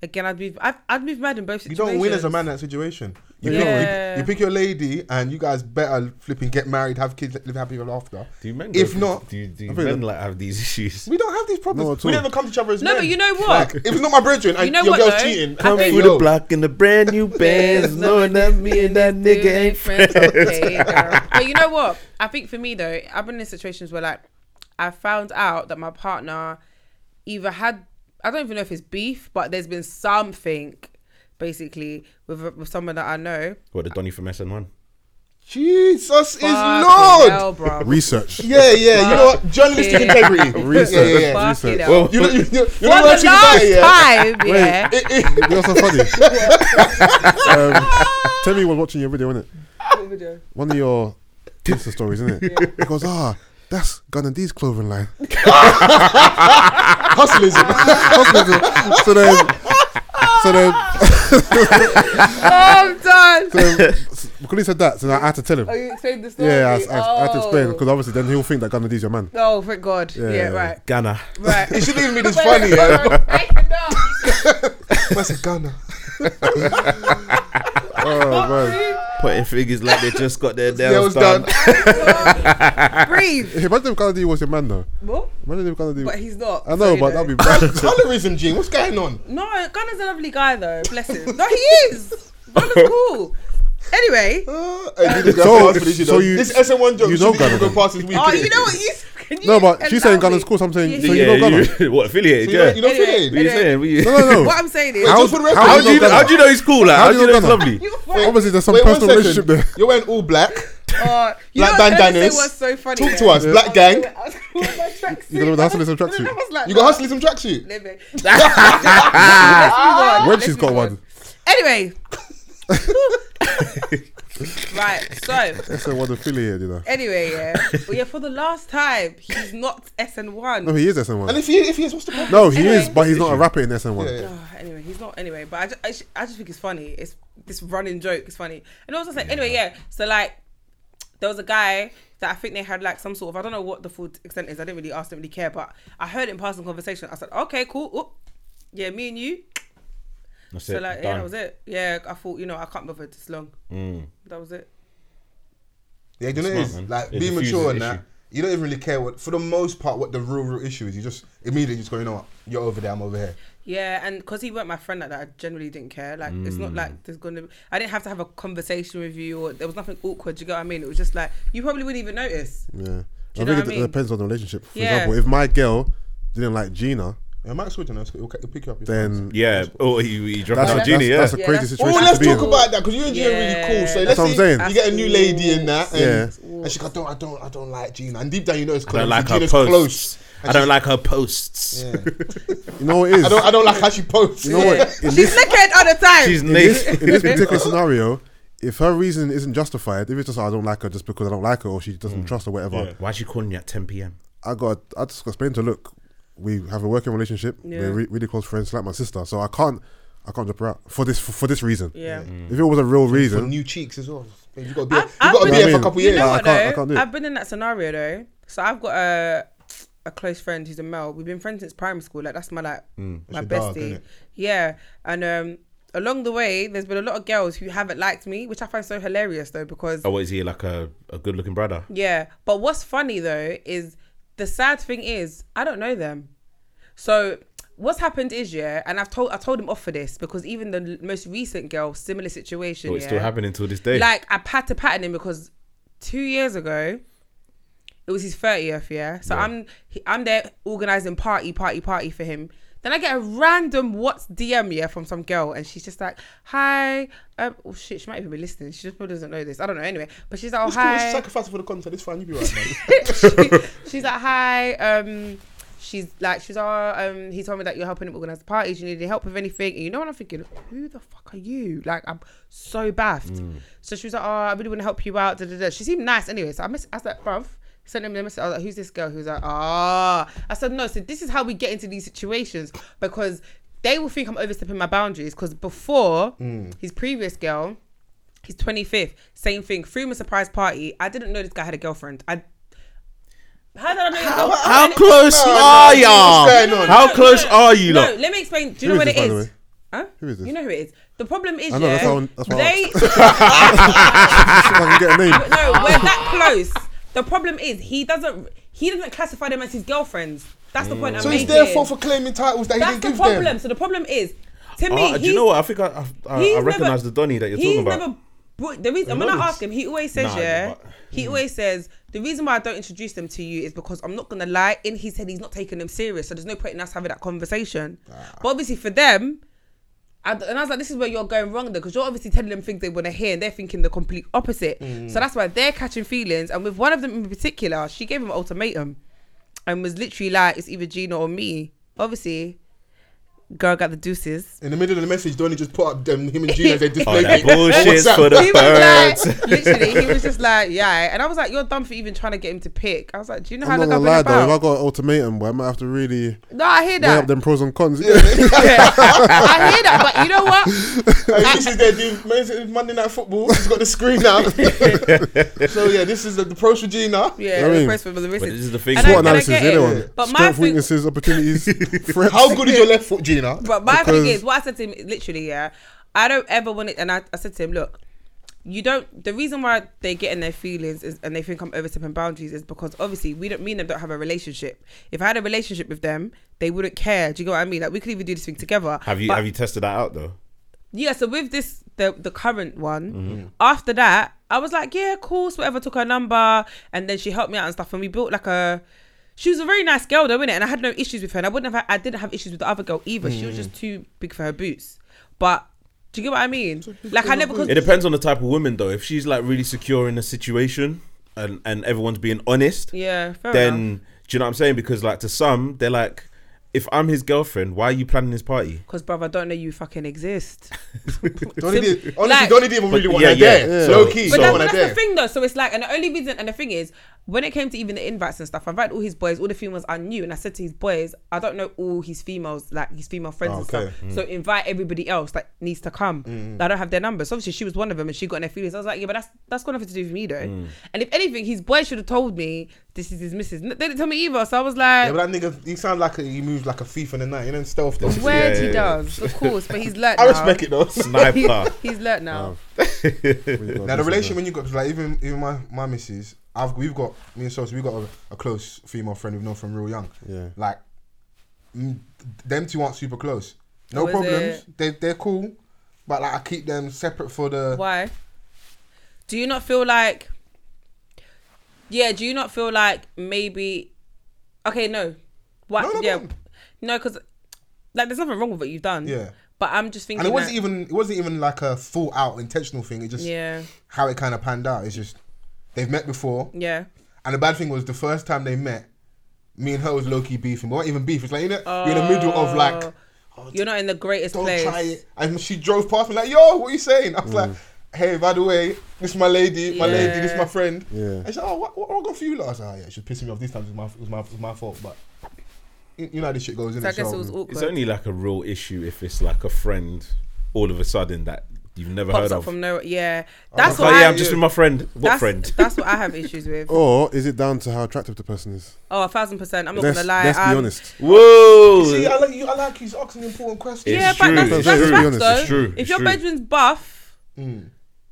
Speaker 6: Again, I'd move. I'd, I'd move mad in both
Speaker 1: You
Speaker 6: situations.
Speaker 1: don't win as a man in that situation. You,
Speaker 6: Yeah.
Speaker 1: pick, you, you pick your lady, and you guys better flipping get married, have kids, live happy ever after.
Speaker 5: do you men? go
Speaker 1: If
Speaker 5: through-
Speaker 1: not,
Speaker 5: do, you- do you
Speaker 7: think
Speaker 5: men like have these issues?
Speaker 1: we don't have these
Speaker 7: No,
Speaker 1: problems.
Speaker 7: at
Speaker 1: we
Speaker 7: all.
Speaker 1: never come to each other as
Speaker 6: No,
Speaker 1: men.
Speaker 6: but you know what?
Speaker 1: Like, if it's not my brethren, and
Speaker 6: You know
Speaker 1: your
Speaker 6: what,
Speaker 1: girl's
Speaker 6: though?
Speaker 1: cheating,
Speaker 6: I think-
Speaker 5: through
Speaker 1: Yo.
Speaker 5: the block in the brand new bands, knowing that me and that nigga ain't friends.
Speaker 6: Okay, girl. but you know what? I think for me though, I've been in situations where like I found out that my partner either had I don't even know if it's beef, but there's been something basically with with someone that I know.
Speaker 5: What the Donny from SN1?
Speaker 1: Jesus is
Speaker 6: Fucking
Speaker 1: Lord.
Speaker 6: hell, bruh.
Speaker 7: Research.
Speaker 1: Yeah, yeah. You know what? Journalistic
Speaker 6: Fucking
Speaker 1: integrity.
Speaker 7: Research.
Speaker 1: Yeah, yeah, yeah.
Speaker 6: Fuck it
Speaker 7: Research.
Speaker 6: up.
Speaker 5: Well,
Speaker 1: You know, you, you, you know
Speaker 6: For
Speaker 1: what
Speaker 6: the
Speaker 1: she's about,
Speaker 6: last
Speaker 1: yeah?
Speaker 6: time, yeah.
Speaker 7: You know what's so funny? um, Temi was watching your video, wasn't it? One of your Insta stories, isn't it? It goes, ah, that's Gunna D's clothing line.
Speaker 1: Hustlism.
Speaker 7: so then, so then,
Speaker 6: I'm done.
Speaker 7: so then, because he said that, so then I had to tell him.
Speaker 6: Oh, you explained the story.
Speaker 7: Yeah, I, I, I had to explain
Speaker 6: Oh.
Speaker 7: because obviously then he'll think that Gunna D's your man.
Speaker 6: Oh, thank God. Yeah,
Speaker 7: yeah.
Speaker 6: right.
Speaker 5: Ghana.
Speaker 6: Right.
Speaker 1: You should leave me this
Speaker 6: Wait,
Speaker 1: funny.
Speaker 6: wait,
Speaker 1: Yeah?
Speaker 6: wait, wait, no.
Speaker 1: That's a gunner.
Speaker 7: Oh man!
Speaker 5: Putting figures like they just got their
Speaker 1: Yeah, it
Speaker 5: nails
Speaker 1: was
Speaker 5: done.
Speaker 1: done.
Speaker 6: Breathe.
Speaker 7: Imagine if Gunna D was your man though.
Speaker 6: What?
Speaker 7: Imagine if Gunna D.
Speaker 6: But he's not.
Speaker 7: I know,
Speaker 6: so, you
Speaker 7: but that'd be
Speaker 1: Colorism, Gene. What's going on?
Speaker 6: No, Gunner's a lovely guy though. Bless him. No, he is. Gunner's cool. Anyway.
Speaker 1: Uh, hey, you just
Speaker 7: So-
Speaker 1: gotta pass for this, you
Speaker 7: so
Speaker 1: know.
Speaker 7: you-
Speaker 1: this SN1 joke
Speaker 7: you
Speaker 1: you
Speaker 7: know
Speaker 1: know should
Speaker 7: Gunner
Speaker 1: go
Speaker 7: then.
Speaker 1: past this week.
Speaker 6: Oh, you know what? You, can you
Speaker 7: No, but she's saying
Speaker 6: allow
Speaker 7: Gunner's
Speaker 6: me?
Speaker 7: cool. So I'm saying,
Speaker 6: Yeah,
Speaker 7: so
Speaker 6: yeah.
Speaker 7: you know Gunna.
Speaker 5: you, what affiliated?
Speaker 1: You
Speaker 5: yeah.
Speaker 1: know, you know
Speaker 6: Anyway.
Speaker 1: Finn?
Speaker 5: what are you saying? What you-
Speaker 7: No, no, no.
Speaker 6: What I'm saying is,
Speaker 1: Wait,
Speaker 7: How-
Speaker 1: just for the record,
Speaker 7: how
Speaker 5: How
Speaker 1: you
Speaker 5: do you know,
Speaker 1: know
Speaker 7: Gunner?
Speaker 5: how do you know he's cool? Like, how, do you know he's
Speaker 7: Gunner?
Speaker 5: lovely?
Speaker 6: you
Speaker 7: Obviously, there's some
Speaker 1: Wait, one
Speaker 7: personal
Speaker 1: second.
Speaker 7: relationship there.
Speaker 1: You're wearing all black.
Speaker 6: uh,
Speaker 1: Black
Speaker 6: you know what Gunner
Speaker 1: bandanas.
Speaker 6: said was so funny.
Speaker 1: Talk
Speaker 6: yeah?
Speaker 1: to us, black gang.
Speaker 6: I was wearing my tracksuit.
Speaker 7: You gonna hustle in some tracksuit?
Speaker 6: I was like,
Speaker 1: You got hustling some tracksuit.
Speaker 6: Let me- Let's move on.
Speaker 7: When
Speaker 6: Let's
Speaker 7: she's
Speaker 6: move
Speaker 7: got
Speaker 6: on.
Speaker 7: one,
Speaker 6: Anyway. right, so
Speaker 7: that's a one affiliated, you know.
Speaker 6: anyway, yeah. Well, yeah, for the last time, he's not SN1.
Speaker 7: No, he is SN1.
Speaker 1: And if he, if he is, what's the problem?
Speaker 7: No, he
Speaker 6: Anyway.
Speaker 7: is, but he's not a rapper in SN1.
Speaker 1: Yeah, yeah.
Speaker 6: Ah, anyway, he's not. Anyway, but I just, I, ju- I just think it's funny. It's this running joke is funny. And also, like, anyway, yeah. So like, there was a guy that I think they had like some sort of I don't know what the full extent is. I didn't really ask, didn't really care. But I heard it in passing conversation. I said, okay, cool. Oop. Yeah, me and you.
Speaker 5: That's
Speaker 6: so
Speaker 5: it,
Speaker 6: like, yeah,
Speaker 5: done.
Speaker 6: that was it. Yeah, I thought you know I can't bother this long. That was it.
Speaker 1: Yeah, do you know what it
Speaker 5: Smart,
Speaker 1: is?
Speaker 5: man.
Speaker 1: Like,
Speaker 5: It
Speaker 1: be
Speaker 5: diffuses
Speaker 1: mature
Speaker 5: the
Speaker 1: and that.
Speaker 5: issue.
Speaker 1: You don't even really care what, for the most part, what the real, real issue is. You just immediately just go, you know what? You're over there, I'm over here.
Speaker 6: Yeah, and because he weren't my friend like that, I generally didn't care. Like, it's not like there's gonna. Be, I didn't have to have a conversation with you, or there was nothing awkward. You get what I mean? It was just like you probably wouldn't even notice.
Speaker 7: Yeah.
Speaker 6: Do
Speaker 7: I
Speaker 6: you know
Speaker 7: think
Speaker 6: what
Speaker 7: it
Speaker 6: I
Speaker 7: d-
Speaker 6: mean?
Speaker 7: depends on the relationship. For
Speaker 6: Yeah.
Speaker 7: example, if my girl didn't like Gina,
Speaker 1: Yeah, Mike's switching us. He'll, he'll pick you up. your
Speaker 7: then
Speaker 5: Yeah. Oh, he, he dropped
Speaker 7: that's,
Speaker 5: out
Speaker 7: a,
Speaker 5: Genie.
Speaker 7: that's,
Speaker 5: yeah.
Speaker 7: that's a
Speaker 6: Yeah,
Speaker 7: crazy
Speaker 6: that's-
Speaker 1: Oh,
Speaker 7: situation
Speaker 1: let's
Speaker 7: to be
Speaker 1: talk
Speaker 7: in.
Speaker 1: about that because you and Gina are really cool. So
Speaker 6: Yeah.
Speaker 1: let's
Speaker 7: That's what
Speaker 1: see,
Speaker 7: I'm saying.
Speaker 1: you get a new lady in that, and,
Speaker 7: Yeah.
Speaker 1: and she's like, I don't, I don't, I don't like Gina. And deep down, you know it's
Speaker 5: I
Speaker 1: close.
Speaker 5: don't like her
Speaker 1: Gina's
Speaker 5: posts.
Speaker 1: close.
Speaker 5: I don't like her posts.
Speaker 7: You know what it is?
Speaker 1: I don't, I don't like how she posts.
Speaker 7: you know what? In
Speaker 6: She's
Speaker 7: this,
Speaker 6: naked all the time.
Speaker 5: She's
Speaker 7: in this,
Speaker 5: nice.
Speaker 7: in this particular scenario, if her reason isn't justified, if it's just "Oh, I don't like her just because I don't like her or she doesn't trust or whatever,
Speaker 5: Why is she calling you at 10 p.m.?
Speaker 7: I got I just explained to her, look, we have a working relationship.
Speaker 6: Yeah.
Speaker 7: We're re- really close friends, like my sister. So I can't I can't drop her out for this for, this reason.
Speaker 6: Yeah. Mm.
Speaker 7: If it was a real reason,
Speaker 1: new cheeks as well. You've got to be,
Speaker 6: I've-
Speaker 1: you've got
Speaker 6: I've
Speaker 1: to
Speaker 6: been-
Speaker 1: be here for a couple
Speaker 7: You
Speaker 1: years.
Speaker 6: You know
Speaker 7: I
Speaker 6: what
Speaker 7: can't- I
Speaker 6: though?
Speaker 7: can't do it.
Speaker 6: I've been in that scenario though. So I've got a a close friend who's a male. We've been friends since primary school. Like that's my like my
Speaker 1: It's your dog,
Speaker 6: bestie.
Speaker 1: innit?
Speaker 6: yeah. And um along the way there's been a lot of girls who haven't liked me, which I find so hilarious though because
Speaker 5: Oh, what is he like a, a good looking brother?
Speaker 6: yeah. But what's funny though is the sad thing is I don't know them. So what's happened is yeah, and I've told I told him off for this because even the l- most recent girl, similar situation.
Speaker 5: Oh, it's
Speaker 6: yeah,
Speaker 5: still happening till this day.
Speaker 6: like I had to pattern him because two years ago, it was his thirtieth. Yeah, so I'm he- I'm there organizing party, party, party for him. Then I get a random what's DM yeah from some girl, and she's just like, "Hi, um, oh shit, she might even be listening. She just probably doesn't know this. I don't know. Anyway, but she's like, "Oh
Speaker 1: It's cool.
Speaker 6: hi."
Speaker 1: It's sacrifice for the content. It's fine. You'll be right, man.
Speaker 6: She- she's like, hi. Um, she's like, she's all, um, he told me that you're helping him organize the parties. You need any help with anything? And you know what I'm thinking? Who the fuck are you? Like, I'm so baffed. So she was like, oh, I really want to help you out. Da, da, da. She seemed nice anyway. So I, mess- I was like, bruv. Sent him a message. I was like, "Who's this girl?" Who's like, "Ah." I said, "No." So this is how we get into these situations because they will think I'm overstepping my boundaries. Because before his previous girl, his 25th, same thing. Threw him a surprise party. I didn't know this guy had a girlfriend. I how did I know? How,
Speaker 5: How close are y'all?
Speaker 1: what's going on?
Speaker 5: How close are you,
Speaker 6: No,
Speaker 5: lot?
Speaker 6: let me explain. Do you
Speaker 7: Who
Speaker 6: know what
Speaker 7: is
Speaker 6: it
Speaker 7: this, by the
Speaker 6: is?
Speaker 7: way?
Speaker 6: Huh?
Speaker 7: Who is this?
Speaker 6: You know who it is. The problem is,
Speaker 7: I know,
Speaker 6: yeah,
Speaker 7: that's how- that's why I
Speaker 6: they
Speaker 7: if I can get a name.
Speaker 6: no, we're that close. The problem is he doesn't he doesn't classify them as his girlfriends. That's the point I'm
Speaker 1: So
Speaker 6: making.
Speaker 1: he's therefore for claiming titles that he
Speaker 6: That's
Speaker 1: didn't
Speaker 6: the
Speaker 1: give
Speaker 6: problem.
Speaker 1: them.
Speaker 6: So the problem is, to me,
Speaker 5: Ah, do you
Speaker 6: he's-
Speaker 5: know what? I think I, I, I,
Speaker 6: he's
Speaker 5: I recognize the
Speaker 6: never-
Speaker 5: Donny that you're
Speaker 6: he's
Speaker 5: talking about.
Speaker 6: Never, bro- the reason, when I
Speaker 5: Acknowledge.
Speaker 6: ask him, he always says,
Speaker 5: Nah,
Speaker 6: yeah,
Speaker 5: but- mm.
Speaker 6: he always says, the reason why I don't introduce them to you is because I'm not going to lie. In his head, he's not taking them serious. So there's no point in us having that conversation. But obviously, for them, And, and I was like, this is where you're going wrong, though, because you're obviously telling them things they want to hear, and they're thinking the complete opposite.
Speaker 5: Mm.
Speaker 6: So that's why they're catching feelings. And with one of them in particular, she gave him an ultimatum, and was literally like, "It's either Gina or me." Obviously, girl got the deuces.
Speaker 1: In the middle of the message, Donnie just put up them him and Gina as they
Speaker 7: Oh,
Speaker 1: display.
Speaker 5: that
Speaker 1: picture.
Speaker 5: bullshit's
Speaker 1: What's up?
Speaker 5: for the-
Speaker 6: He was
Speaker 5: Birds.
Speaker 6: like, literally, he was just like, "Yeah," and I was like, "You're dumb for even trying to get him to pick." I was like, "Do you know
Speaker 7: I'm
Speaker 6: how
Speaker 7: not
Speaker 6: to
Speaker 7: gonna
Speaker 6: go
Speaker 7: lie
Speaker 6: about?"
Speaker 7: though, if I got an ultimatum, where I might have to really
Speaker 6: no, I hear
Speaker 7: weigh
Speaker 6: that.
Speaker 7: up them pros and cons.
Speaker 6: I hear that, but you know what?
Speaker 1: Hey, this is their dude. Man, it's Monday Night Football. He's got the screen now. so yeah, this is the, the pros for Gina.
Speaker 6: Yeah,
Speaker 7: I mean,
Speaker 6: the press for the
Speaker 5: But this is the thing.
Speaker 6: And I-
Speaker 7: SWOT
Speaker 6: and I
Speaker 7: analysis,
Speaker 6: get it.
Speaker 7: anyone.
Speaker 6: But my
Speaker 7: Strength,
Speaker 6: thing-
Speaker 7: weaknesses, opportunities, threats.
Speaker 1: How good is your left foot, Gina?
Speaker 6: But my
Speaker 7: Because-
Speaker 6: thing is, what I said to him, literally, yeah, I don't ever want it. And I, I said to him, look, you don't. The reason why they get in their feelings is, and they think I'm overstepping boundaries is because obviously we don't mean them don't have a relationship. If I had a relationship with them, they wouldn't care. Do you know what I mean? Like we could even do this thing together.
Speaker 5: Have you
Speaker 6: But-
Speaker 5: have you tested that out though?
Speaker 6: yeah, so with this the the current one, after that, I was like, yeah, cool, so whatever, took her number and then she helped me out and stuff and we built like a she was a very nice girl though, innit? And I had no issues with her. And I wouldn't have I didn't have issues with the other girl either. She
Speaker 5: Mm.
Speaker 6: was just too big for her boots. But do you get what I mean? Like I never
Speaker 5: It
Speaker 6: because
Speaker 5: depends on the type of woman though. If she's like really secure in a situation and and everyone's being honest,
Speaker 6: Yeah, fair
Speaker 5: then
Speaker 6: enough.
Speaker 5: do you know what I'm saying? Because like to some, they're like, if I'm his girlfriend, why are you planning his party?
Speaker 6: Because brother, I don't know you fucking exist.
Speaker 1: Donnie did, honestly,
Speaker 6: Like-
Speaker 1: Donnie didn't really
Speaker 5: But
Speaker 1: want
Speaker 5: yeah,
Speaker 1: her there.
Speaker 5: yeah.
Speaker 1: Low
Speaker 5: So-
Speaker 1: key,
Speaker 5: so-
Speaker 6: But
Speaker 1: don't
Speaker 6: that's,
Speaker 1: want
Speaker 6: that's
Speaker 1: her there.
Speaker 6: the thing though. So it's like, and the only reason, and the thing is, when it came to even the invites and stuff, I invited all his boys, all the females I knew, and I said to his boys, I don't know all his females, like his female friends
Speaker 1: Okay. Mm.
Speaker 6: and stuff. So invite everybody else that needs to come. I don't have their numbers. So obviously, she was one of them, and she got in their feelings. I was like, yeah, but that's that's got nothing to do with me though.
Speaker 1: Mm.
Speaker 6: And if anything, his boys should have told me this is his missus. N- They didn't tell me either, so I was like.
Speaker 1: Yeah, but that nigga, he sounds like a, he moves like a thief in the night. You know, stealth. though.
Speaker 6: Where
Speaker 5: Yeah, yeah,
Speaker 6: he
Speaker 5: yeah.
Speaker 6: does, of course, but he's learnt.
Speaker 1: I
Speaker 6: now.
Speaker 1: respect Um, it though.
Speaker 5: Sniper.
Speaker 6: He's learnt now.
Speaker 1: Now the relation when you got 'cause, like even even my my missus, I've we've got me and Sosa, we've got a, a close female friend we've known from real young.
Speaker 7: Yeah.
Speaker 1: Like mm, them two aren't super close. No
Speaker 6: Oh, is
Speaker 1: problems. They they're cool. But like I keep them separate for the
Speaker 6: Why? Do you not feel like? Yeah. Do you not feel like maybe? Okay. No. Why?
Speaker 1: No, no, go
Speaker 6: yeah.
Speaker 1: on.
Speaker 6: No, because like there's nothing wrong with what you've done.
Speaker 1: Yeah.
Speaker 6: But I'm just thinking.
Speaker 1: and it wasn't
Speaker 6: like-
Speaker 1: even it wasn't even like a thought out intentional thing. It just
Speaker 6: Yeah.
Speaker 1: how it kind of panned out. It's just they've met before.
Speaker 6: Yeah.
Speaker 1: And the bad thing was the first time they met, me and her was low key beefing. But not even beef. It's like you know, you're in the middle of like
Speaker 6: You're not in the greatest
Speaker 1: Oh, don't
Speaker 6: Oh, place.
Speaker 1: try it. And she drove past me like, yo, what are you saying? I was
Speaker 7: Mm.
Speaker 1: like, hey, by the way, this is my lady, my lady, this is my
Speaker 6: Yeah.
Speaker 1: friend.
Speaker 7: Yeah.
Speaker 1: And she's like, oh, what, what wrong with you? lot? I was like, oh, yeah, she's pissing me off this time. It was my, it was my, it was my fault, but you, you know how this shit goes, innit?
Speaker 6: So I guess it was awkward.
Speaker 5: It's only like a real issue if it's like a friend all of a sudden that you've never
Speaker 6: Pops
Speaker 5: heard
Speaker 6: up
Speaker 5: of.
Speaker 6: from nowhere. Yeah.
Speaker 1: Oh,
Speaker 6: That's
Speaker 5: Like,
Speaker 6: what.
Speaker 5: yeah,
Speaker 6: I,
Speaker 5: I'm just with my friend. What
Speaker 6: that's,
Speaker 5: friend?
Speaker 6: That's what I have issues with. Oh,
Speaker 7: Or is it down to how attractive the person is?
Speaker 6: a thousand percent. I'm not
Speaker 7: Let's,
Speaker 6: gonna lie. um,
Speaker 7: let's be
Speaker 6: I'm-
Speaker 7: honest.
Speaker 5: Whoa!
Speaker 1: See, I like you. I like he's asking important questions.
Speaker 6: Yeah,
Speaker 5: It's
Speaker 6: but
Speaker 5: true,
Speaker 6: that's,
Speaker 7: it's
Speaker 6: that's facts
Speaker 7: true. Let's be
Speaker 6: though.
Speaker 7: honest,
Speaker 5: it's true,
Speaker 6: If
Speaker 5: it's
Speaker 6: your
Speaker 5: true.
Speaker 6: bedroom's buff,
Speaker 1: Mm.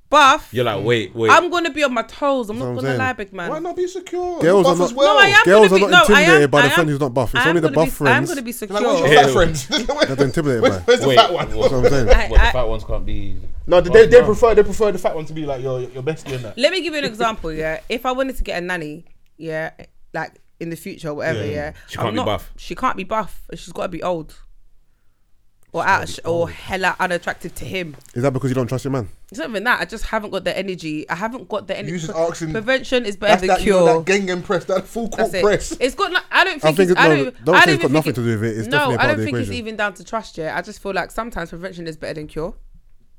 Speaker 6: buff,
Speaker 5: You're like, wait, wait.
Speaker 6: I'm gonna be on my toes. I'm
Speaker 7: what
Speaker 6: not
Speaker 7: I'm
Speaker 6: gonna
Speaker 7: saying.
Speaker 6: lie, big man.
Speaker 1: Why not be secure?
Speaker 7: Girls
Speaker 1: You're
Speaker 7: are
Speaker 1: buff
Speaker 7: not-
Speaker 1: as well.
Speaker 6: No, I am
Speaker 7: Girls
Speaker 6: gonna
Speaker 7: are
Speaker 6: be,
Speaker 7: not
Speaker 6: no, I am-
Speaker 7: intimidated by
Speaker 6: I
Speaker 7: the
Speaker 6: am-
Speaker 7: friend who's not buff. It's
Speaker 6: I am
Speaker 7: only the
Speaker 6: gonna
Speaker 7: buff
Speaker 6: be, I'm
Speaker 7: friends
Speaker 6: gonna be
Speaker 1: Like, where's
Speaker 6: secure.
Speaker 1: your
Speaker 5: Yeah.
Speaker 1: fat friends?
Speaker 7: that are intimidated by
Speaker 1: Where's,
Speaker 7: it.
Speaker 1: where's the
Speaker 5: wait,
Speaker 1: fat one?
Speaker 7: That's
Speaker 5: what-
Speaker 7: what I'm saying.
Speaker 6: I-
Speaker 5: what, the
Speaker 6: I-
Speaker 5: fat ones can't be. Oh,
Speaker 1: No, they, they, they
Speaker 5: no.
Speaker 1: prefer they prefer the fat one to be like your your bestie in that.
Speaker 6: Let me give you an example. Yeah, if I wanted to get a nanny, yeah, like in the future, or whatever.
Speaker 1: Yeah.
Speaker 6: Yeah,
Speaker 5: She can't be buff.
Speaker 6: She can't be buff. She's got to be old. Or out, or hella unattractive to him.
Speaker 7: Is that because you don't trust your man?
Speaker 6: It's not even that. I just haven't got the energy. I haven't got the energy.
Speaker 1: You just asking-
Speaker 6: Prevention is better
Speaker 1: That's
Speaker 6: than
Speaker 1: that, you
Speaker 6: cure.
Speaker 1: know, that Gengen press, that full court
Speaker 6: That's it.
Speaker 1: press.
Speaker 6: It's got. No, I don't
Speaker 7: Oh, I
Speaker 6: think. it's,
Speaker 7: think it-
Speaker 6: I
Speaker 7: no,
Speaker 6: don't,
Speaker 7: don't
Speaker 6: I
Speaker 7: say
Speaker 6: don't
Speaker 7: it's got
Speaker 6: even
Speaker 7: nothing
Speaker 6: think
Speaker 7: to do with it. It's
Speaker 6: no,
Speaker 7: definitely
Speaker 6: I
Speaker 7: part of
Speaker 6: don't
Speaker 7: the
Speaker 6: think it's
Speaker 7: equation.
Speaker 6: even down to trust yet. I just feel like sometimes prevention is better than cure.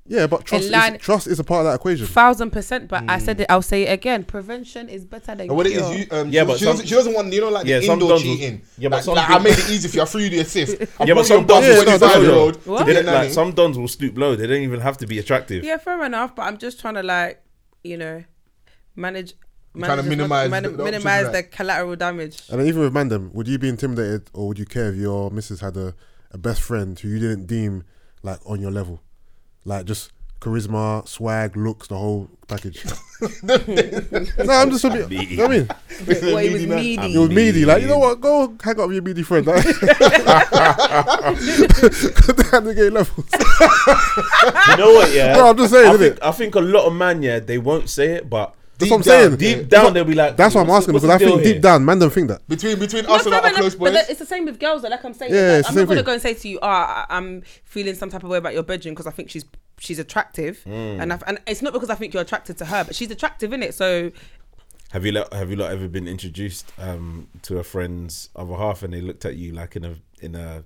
Speaker 7: Yeah, but trust
Speaker 6: line-
Speaker 7: is, trust is a part of that equation.
Speaker 6: Thousand percent. But I
Speaker 7: Hmm.
Speaker 6: said it. I'll say it again. Prevention is better than
Speaker 1: And what it
Speaker 6: cure.
Speaker 1: is, you, um,
Speaker 5: Yeah,
Speaker 1: she,
Speaker 5: but
Speaker 1: she
Speaker 5: some-
Speaker 1: doesn't, she doesn't want, you know, like
Speaker 5: Yeah,
Speaker 1: the
Speaker 5: some
Speaker 1: indoor
Speaker 5: dons was-
Speaker 1: cheating.
Speaker 5: Yeah, but
Speaker 1: like,
Speaker 5: some
Speaker 1: like, I
Speaker 5: people-
Speaker 1: made it easy for you. I threw you the assist. I
Speaker 5: Yeah, but
Speaker 1: brought you a
Speaker 5: some
Speaker 1: buff
Speaker 5: dons,
Speaker 7: Yeah, no, that's
Speaker 1: 25 year old.
Speaker 6: what-
Speaker 1: to
Speaker 5: They
Speaker 1: be a
Speaker 5: don't- like,
Speaker 1: nanny.
Speaker 5: some dons will stoop low. They don't even have to be attractive.
Speaker 6: Yeah, fair enough. But I'm just trying to like, you know, manage.
Speaker 1: trying to
Speaker 6: manage as much-
Speaker 1: minimise
Speaker 6: mani-
Speaker 1: the- the options,
Speaker 6: minimize
Speaker 1: right?
Speaker 6: the collateral damage.
Speaker 7: And then even with Mandem, would you be intimidated or would you care if your missus had a, a best friend who you didn't deem like on your level? Like just charisma, swag, looks, the whole package. no, I'm just a bit, you know what I mean?
Speaker 6: Well, it was
Speaker 1: Meaty man.
Speaker 6: needy.
Speaker 7: It was meaty. Like, you know what? Go hang out with your meaty friend. Like, down the gay levels.
Speaker 5: You know what? Yeah.
Speaker 7: No, I'm just saying,
Speaker 5: I
Speaker 7: innit?
Speaker 5: think, I think a lot of man, yeah, they won't say it, but
Speaker 7: That's
Speaker 1: Deep
Speaker 7: what I'm
Speaker 1: down,
Speaker 7: saying.
Speaker 5: Deep
Speaker 1: That's
Speaker 5: down,
Speaker 7: what-
Speaker 5: they'll be like,
Speaker 7: That's what I'm
Speaker 5: what's the-
Speaker 7: asking
Speaker 5: what's
Speaker 7: because
Speaker 5: the
Speaker 7: I
Speaker 5: deal
Speaker 7: think
Speaker 5: here?
Speaker 7: deep down, man, don't think that.
Speaker 1: between between
Speaker 6: No,
Speaker 1: us and
Speaker 6: fair
Speaker 1: our
Speaker 6: enough,
Speaker 1: close
Speaker 6: but
Speaker 1: boys.
Speaker 6: that- it's the same with girls. though, Like I'm saying,
Speaker 7: Yeah,
Speaker 6: like,
Speaker 7: it's the
Speaker 6: I'm
Speaker 7: same
Speaker 6: not gonna
Speaker 7: thing.
Speaker 6: go and say to you, "Ah, I- I'm feeling some type of way about your bedroom because I think she's she's attractive,"
Speaker 1: Hmm.
Speaker 6: and I, and it's not because I think you're attracted to her, but she's attractive in it. So
Speaker 5: Have you lot, have you lot ever been introduced um, to a friend's other half and they looked at you like in a in a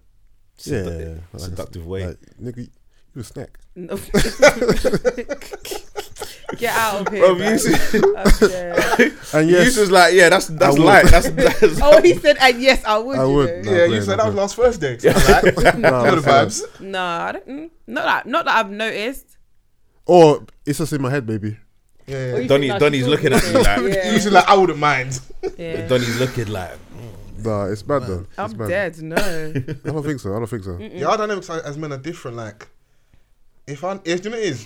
Speaker 7: Yeah,
Speaker 5: sedu-
Speaker 7: yeah, yeah. Like,
Speaker 5: seductive way?
Speaker 7: Like, nigga, you- you a snack.
Speaker 6: no. get out of here.
Speaker 5: Bro,
Speaker 6: man.
Speaker 5: you see-
Speaker 6: Okay.
Speaker 7: And
Speaker 5: Yus
Speaker 7: yes,
Speaker 5: was like, yeah, that's that's
Speaker 7: would.
Speaker 5: light. That's, that's
Speaker 6: oh, he said, and yes, I would.
Speaker 7: I
Speaker 6: you
Speaker 7: would.
Speaker 6: know.
Speaker 7: Nah,
Speaker 1: yeah,
Speaker 7: play,
Speaker 1: you said
Speaker 7: nah,
Speaker 1: that was
Speaker 7: play.
Speaker 1: last Thursday. So like,
Speaker 7: Nah,
Speaker 1: you know the
Speaker 7: fair enough.
Speaker 1: vibes.
Speaker 6: No, I don't. mm, Not that. Not that I've noticed.
Speaker 7: Or it's just in my head, baby.
Speaker 1: Yeah,
Speaker 6: Oh,
Speaker 1: yeah.
Speaker 5: Donny, Donny's looking at you like
Speaker 1: You said like I wouldn't mind.
Speaker 6: Yeah.
Speaker 5: Donny's looking like.
Speaker 7: Nah, it's bad though. It's
Speaker 6: I'm
Speaker 7: bad.
Speaker 6: dead. No.
Speaker 7: I don't think so. I don't think so.
Speaker 6: Mm.
Speaker 1: Yeah, our dynamics are- as men are different. Like, if I, if you know, it is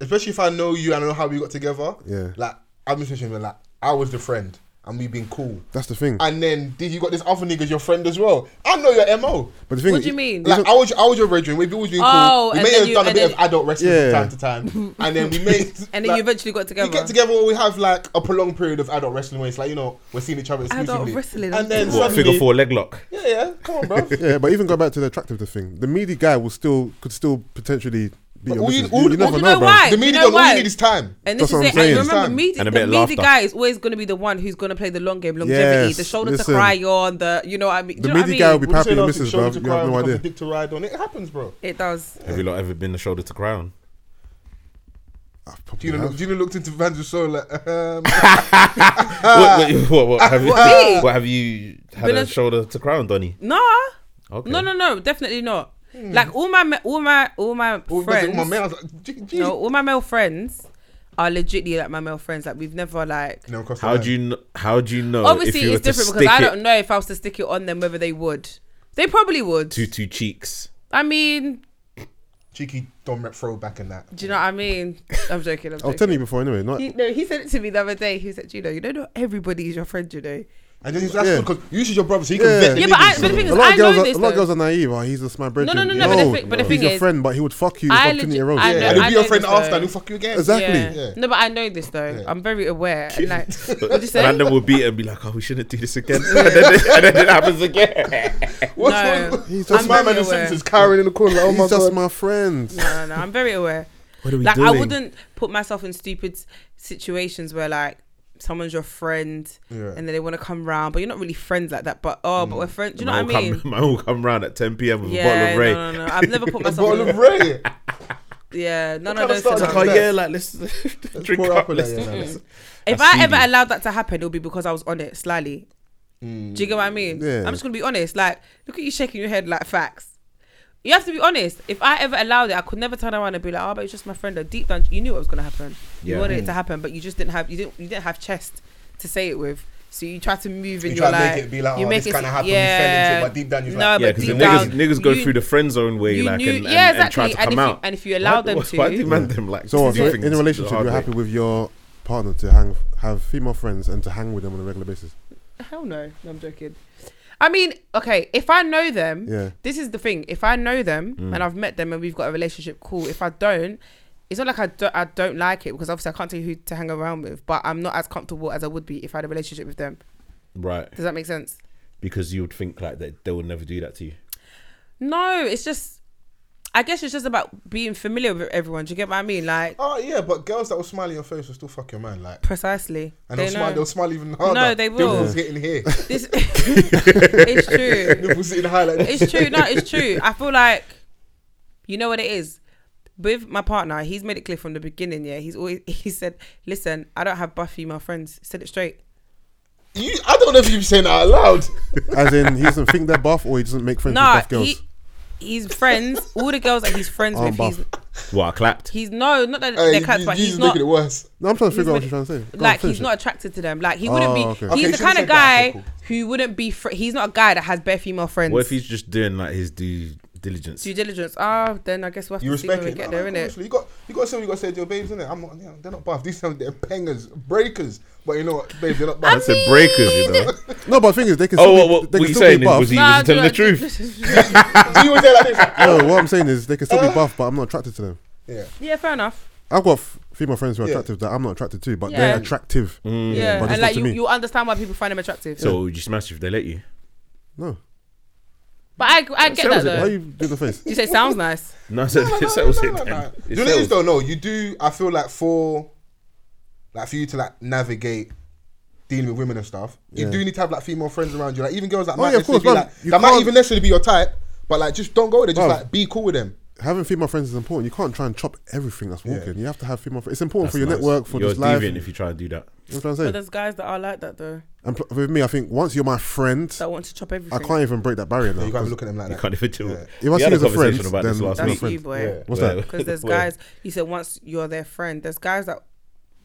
Speaker 1: especially if I know you and I know how we got together.
Speaker 7: Yeah.
Speaker 1: Like, I'm just thinking, like I was the friend and we've been cool.
Speaker 7: That's the thing.
Speaker 1: And then did you got this other nigga's your friend as well? I know your mo.
Speaker 7: But the thing
Speaker 6: What
Speaker 7: is-
Speaker 6: do you mean?
Speaker 1: Like I was, I was your brethren. We've always been cool.
Speaker 6: Oh,
Speaker 1: we
Speaker 6: and
Speaker 1: may
Speaker 6: then
Speaker 1: have
Speaker 6: you-
Speaker 1: done a
Speaker 6: and
Speaker 1: bit
Speaker 6: then-
Speaker 1: of adult wrestling
Speaker 7: Yeah.
Speaker 1: from time to time, and then we made.
Speaker 6: And then
Speaker 1: like,
Speaker 6: you eventually got together.
Speaker 1: we get together or we have like a prolonged period of adult wrestling where it's like you know we're seeing each other exclusively.
Speaker 6: wrestling.
Speaker 1: And then
Speaker 5: What,
Speaker 1: suddenly,
Speaker 5: figure four leg lock.
Speaker 1: Yeah, yeah. Come on, bro.
Speaker 7: Yeah, but even go back to the attractiveness thing. The meaty guy will still could still potentially be.
Speaker 1: all you-
Speaker 7: You,
Speaker 1: all-
Speaker 7: you never
Speaker 1: all
Speaker 6: you
Speaker 7: know,
Speaker 6: know
Speaker 7: bro.
Speaker 6: why?
Speaker 1: the
Speaker 6: You
Speaker 1: media
Speaker 6: know
Speaker 1: don't. All
Speaker 6: why?
Speaker 1: you need is time.
Speaker 6: And this
Speaker 7: That's
Speaker 6: is
Speaker 7: what I'm
Speaker 6: it. And
Speaker 7: saying.
Speaker 6: remember,
Speaker 1: Understand.
Speaker 6: media,
Speaker 5: And a
Speaker 6: the
Speaker 5: bit of
Speaker 6: media
Speaker 5: laughter.
Speaker 6: guy is always going to be the one who's going to play the long game, longevity,
Speaker 7: Yes,
Speaker 6: the shoulder
Speaker 7: listen.
Speaker 6: to cry on, the you know what I mean.
Speaker 7: The
Speaker 6: Do you know what
Speaker 7: media guy
Speaker 6: I
Speaker 7: will be
Speaker 6: mean?
Speaker 1: What
Speaker 7: happy
Speaker 1: you say
Speaker 7: with
Speaker 1: last
Speaker 7: missus,
Speaker 1: week, shoulder
Speaker 7: bro.
Speaker 1: to
Speaker 7: You
Speaker 1: cry
Speaker 7: have
Speaker 1: on,
Speaker 7: no
Speaker 1: becomes a
Speaker 7: idea.
Speaker 1: Dick to ride on. It happens, bro.
Speaker 6: It does.
Speaker 5: Have you lot ever been the shoulder to crown?
Speaker 7: I've probably
Speaker 1: Do you know?
Speaker 7: have.
Speaker 1: Do you know? Looked into Van's soul like. Um,
Speaker 7: Ah.
Speaker 5: what, what, what, what, have you,
Speaker 6: Me?
Speaker 5: what have you had
Speaker 6: Been
Speaker 5: a
Speaker 6: a-
Speaker 5: shoulder to crown, Donny?
Speaker 6: Nah,
Speaker 5: Okay.
Speaker 6: no, no, no, definitely not. Like all my, me- all my, all my
Speaker 1: Well, that's it,
Speaker 6: friends.
Speaker 1: my man, I was like, "Gee, gee."
Speaker 6: no, all my male friends are legitly like my male friends. Like we've never like.
Speaker 1: Never crossed the
Speaker 5: How
Speaker 1: line.
Speaker 5: do you kn- how do you know?
Speaker 6: Obviously,
Speaker 5: if you were
Speaker 6: it's
Speaker 5: to
Speaker 6: different
Speaker 5: stick
Speaker 6: because I
Speaker 5: it
Speaker 6: don't know if I was to stick it on them whether they would. They probably would.
Speaker 5: to two cheeks.
Speaker 6: I mean,
Speaker 1: cheeky Dom rep throwback and that?
Speaker 6: do you know what I mean? I'm joking. I'm
Speaker 7: I was
Speaker 6: joking.
Speaker 7: telling you before anyway. Not
Speaker 6: He, no, he said it to me the other day. He said, "You know, you don't know everybody is your friend, you know."
Speaker 1: And then he's that's
Speaker 7: Yeah.
Speaker 1: good because you should your brother, so he can
Speaker 7: Yeah.
Speaker 1: vet the
Speaker 6: Yeah, but I-
Speaker 1: niggas.
Speaker 6: but the thing
Speaker 7: a
Speaker 6: is,
Speaker 7: lot
Speaker 6: I
Speaker 7: of girls.
Speaker 6: know
Speaker 7: Are,
Speaker 6: this.
Speaker 7: a lot of
Speaker 6: though.
Speaker 7: girls are naive. Oh, he's just my brethren.
Speaker 6: no, no, but the thi- but the
Speaker 7: he's
Speaker 6: thing
Speaker 7: your
Speaker 6: is-
Speaker 7: friend, but he would fuck you. if
Speaker 6: I
Speaker 7: opportunity
Speaker 6: legit-
Speaker 7: arose.
Speaker 6: I
Speaker 1: yeah,
Speaker 6: know-
Speaker 1: and he'll be your
Speaker 6: know
Speaker 1: friend
Speaker 6: this,
Speaker 1: after,
Speaker 6: though.
Speaker 1: and he'll fuck you again.
Speaker 7: Exactly.
Speaker 1: Yeah.
Speaker 6: No, but I know this though.
Speaker 1: Yeah.
Speaker 6: I'm very aware. And like, what you say?
Speaker 5: Random will beat it and be like, oh, we shouldn't do this again. and, then it, and then it happens again.
Speaker 1: What's
Speaker 6: No.
Speaker 1: wrong?
Speaker 7: He's
Speaker 1: That's
Speaker 7: just
Speaker 6: I'm
Speaker 1: my
Speaker 6: very
Speaker 1: man in
Speaker 6: aware.
Speaker 1: Simpsons cowering in the corner. Like, oh my
Speaker 7: He's just
Speaker 1: god.
Speaker 7: my friend.
Speaker 6: no, no, I'm very aware.
Speaker 5: What are we
Speaker 6: Like,
Speaker 5: doing?
Speaker 6: I wouldn't put myself in stupid s- situations where like someone's your friend
Speaker 1: Yeah.
Speaker 6: and then they want to come round, but you're not really friends like that. But oh,
Speaker 7: Mm.
Speaker 6: but we're friends. Do you know
Speaker 5: my
Speaker 6: what I
Speaker 5: will
Speaker 6: mean?
Speaker 5: Come, my will come round at 10 p.m. with a bottle
Speaker 6: Yeah,
Speaker 5: of Ray.
Speaker 6: no, no, no. I've never put
Speaker 1: A
Speaker 6: myself.
Speaker 1: bottle of
Speaker 6: in,
Speaker 1: Ray.
Speaker 6: yeah, none
Speaker 1: kind
Speaker 6: of
Speaker 1: of
Speaker 6: those.
Speaker 1: style
Speaker 5: Like,
Speaker 1: is
Speaker 5: oh
Speaker 6: scenarios.
Speaker 1: that?
Speaker 5: yeah, like let's, drink
Speaker 1: pour
Speaker 5: up.
Speaker 1: up with
Speaker 5: let's-
Speaker 1: that, yeah,
Speaker 5: let's-
Speaker 6: If
Speaker 5: That's
Speaker 6: I ever
Speaker 5: seedy.
Speaker 6: allowed that to happen, it would be because I was on it slyly. Do you get what I mean?
Speaker 7: Yeah.
Speaker 6: I'm just gonna be honest. Like, look at you shaking your head like facts. You have to be honest. If I ever allowed it, I could never turn around and be like, "Oh, but it's just my friend." Or deep down, you knew what was gonna happen.
Speaker 5: Yeah.
Speaker 6: You wanted
Speaker 5: Mm.
Speaker 6: it to happen, but you just didn't have you didn't you didn't have chest to say it with. So you try to move
Speaker 1: You
Speaker 6: and you are
Speaker 1: try and
Speaker 6: like,
Speaker 1: make it be like,
Speaker 6: you
Speaker 1: "Oh,
Speaker 6: make
Speaker 1: this
Speaker 6: it
Speaker 1: kinda
Speaker 6: se-
Speaker 1: happened, we fell into it," but deep down you're
Speaker 6: no,
Speaker 1: like-
Speaker 5: Yeah,
Speaker 6: but
Speaker 5: because the
Speaker 6: deep
Speaker 5: niggas,
Speaker 6: down,
Speaker 5: niggas go
Speaker 6: you-
Speaker 5: through the friend zone way,
Speaker 6: you
Speaker 5: like,
Speaker 6: knew-
Speaker 5: and, and,
Speaker 6: yeah,
Speaker 5: and try
Speaker 6: exactly.
Speaker 5: to come
Speaker 6: And if you-
Speaker 5: out.
Speaker 6: and if you allow
Speaker 5: Why-
Speaker 6: them
Speaker 5: why, why
Speaker 6: to-
Speaker 5: do you man them like?
Speaker 7: So, what,
Speaker 5: do
Speaker 7: so
Speaker 5: things
Speaker 7: in a
Speaker 5: the
Speaker 7: relationship,
Speaker 5: hard
Speaker 7: you're
Speaker 5: way?
Speaker 7: happy with your partner to hang, have female friends, and to hang with them on a regular basis.
Speaker 6: Hell no. No, I'm joking. I mean, okay, if I know them,
Speaker 7: Yeah.
Speaker 6: this is the thing. If I know them and I've met them and we've got a relationship, cool. If I don't, it's not like I don't, I don't like it because obviously I can't tell you who to hang around with, but I'm not as comfortable as I would be if I had a relationship with them.
Speaker 5: right?
Speaker 6: Does that make sense?
Speaker 5: Because you would think like that they would never do that to you.
Speaker 6: No, it's just, I guess it's just about being familiar with everyone. Do you get what I mean? Like,
Speaker 1: Oh yeah, but girls that will smile in your face will still fuck your man, like.
Speaker 6: precisely.
Speaker 1: And
Speaker 6: they
Speaker 1: they'll smile.
Speaker 6: know.
Speaker 1: They'll smile even harder.
Speaker 6: No, they will.
Speaker 1: Nipples hitting here.
Speaker 6: This, it's true.
Speaker 1: Nipples hitting high like. this.
Speaker 6: it's true. No, it's true. I feel like you know what it is. With my partner, he's made it clear from the beginning. Yeah, he's always he said, "Listen, I don't have buff female friends." Said it straight.
Speaker 1: You, I don't know if you've saying that out loud.
Speaker 7: As in, he doesn't think they're buff, or he doesn't make friends
Speaker 6: Nah,
Speaker 7: with buff girls. Oh,
Speaker 6: he, he's friends. All the girls that he's friends
Speaker 7: Aren't
Speaker 6: with, he's
Speaker 5: Well, I clapped.
Speaker 6: he's no, not that
Speaker 1: Hey,
Speaker 6: they're cats,
Speaker 1: you-
Speaker 6: but
Speaker 1: you
Speaker 6: he's
Speaker 1: just
Speaker 6: not
Speaker 1: making it worse.
Speaker 7: no, I'm trying to figure out what
Speaker 6: he's
Speaker 7: you're trying to say. Go on,
Speaker 6: like
Speaker 7: finish
Speaker 6: he's
Speaker 7: it.
Speaker 6: not attracted to them. Like he wouldn't
Speaker 7: Oh,
Speaker 6: be.
Speaker 7: okay.
Speaker 1: Okay,
Speaker 6: He's
Speaker 1: you
Speaker 6: the
Speaker 1: shouldn't
Speaker 6: kind of
Speaker 1: say that.
Speaker 6: guy
Speaker 1: Okay,
Speaker 6: who wouldn't be. Fr- he's not a guy that has bare female friends.
Speaker 5: What if he's just doing like his due diligence?
Speaker 6: due diligence? Oh, then I guess we have
Speaker 1: You
Speaker 6: to see when
Speaker 1: respect
Speaker 6: we
Speaker 1: it.
Speaker 6: get
Speaker 1: No,
Speaker 6: there,
Speaker 1: no,
Speaker 6: innit?
Speaker 1: honestly, You got you got to say what you got to say to your babes, innit? I'm not. You know, they're not buff. These sound they're pengers, breakers. But you know what, babe, they're not buff.
Speaker 5: That's a breakers, you know.
Speaker 7: No, but the thing is, they can.
Speaker 5: Oh,
Speaker 7: Still
Speaker 5: what,
Speaker 7: be,
Speaker 5: what,
Speaker 7: they
Speaker 5: what
Speaker 7: can
Speaker 5: you
Speaker 7: still
Speaker 5: saying?
Speaker 7: be
Speaker 5: then?
Speaker 7: buff.
Speaker 5: Was he
Speaker 6: Nah,
Speaker 5: was he telling the
Speaker 6: do you know-
Speaker 5: truth?
Speaker 1: So you would say like this.
Speaker 7: No, what I'm saying is, they can still be buff, but I'm not attracted to them.
Speaker 1: Yeah.
Speaker 6: yeah, fair enough.
Speaker 7: I've got f- female friends who are
Speaker 1: Yeah.
Speaker 7: attractive that I'm not attracted to, but
Speaker 6: Yeah.
Speaker 7: they're attractive.
Speaker 5: Mm.
Speaker 6: Yeah,
Speaker 7: But it's
Speaker 6: and
Speaker 7: not
Speaker 6: like
Speaker 7: to
Speaker 6: you,
Speaker 7: me.
Speaker 6: you understand why people find them attractive.
Speaker 5: So would you smash if they let you?
Speaker 7: No.
Speaker 6: but I, I get that
Speaker 7: Seriously, why
Speaker 6: though.
Speaker 7: are
Speaker 6: You...
Speaker 7: you doing the face?
Speaker 6: say sounds nice.
Speaker 5: No, so
Speaker 1: No, no,
Speaker 5: it
Speaker 1: no,
Speaker 5: settles
Speaker 1: no,
Speaker 5: it
Speaker 1: no,
Speaker 5: then.
Speaker 1: no.
Speaker 5: It
Speaker 1: You know, it is
Speaker 5: settles.
Speaker 1: though. No, you do. I feel like for, like for you to like navigate dealing with women and stuff, you
Speaker 7: Yeah.
Speaker 1: do need to have like female friends around you. Like even girls that
Speaker 7: Oh,
Speaker 1: might
Speaker 7: yeah, of
Speaker 1: necessarily
Speaker 7: course,
Speaker 1: be,
Speaker 7: bruv.
Speaker 1: like,
Speaker 7: You
Speaker 1: that might
Speaker 7: can't-
Speaker 1: even necessarily be your type, but like just don't go with it. Just
Speaker 7: Bruv.
Speaker 1: like be cool with them.
Speaker 7: Having female friends is important. You can't try and chop everything that's walking. You have to have female friends. It's important
Speaker 5: That's
Speaker 7: for your
Speaker 5: nice.
Speaker 7: network, for
Speaker 5: You're
Speaker 7: this life.
Speaker 5: deviant if you try and do that.
Speaker 7: You know what I'm
Speaker 6: But
Speaker 7: saying?
Speaker 6: there's guys that are like that though,
Speaker 7: And pl- with me, I think once you're my friend,
Speaker 6: that want to chop everything.
Speaker 7: I can't even break that barrier now.
Speaker 1: You can't
Speaker 7: 'cause-
Speaker 1: look at them like
Speaker 5: You
Speaker 1: that.
Speaker 5: can't even do it. We
Speaker 7: If I see
Speaker 5: had
Speaker 7: you
Speaker 5: a
Speaker 7: as a
Speaker 5: conversation
Speaker 7: friend,
Speaker 5: about this
Speaker 7: then-
Speaker 5: last
Speaker 7: That's
Speaker 5: week.
Speaker 6: That's
Speaker 7: friend.
Speaker 6: you, boy.
Speaker 1: Yeah.
Speaker 7: What's
Speaker 5: Where-
Speaker 7: that?
Speaker 6: Because there's
Speaker 5: where-
Speaker 6: guys, you said once you're their friend, there's guys that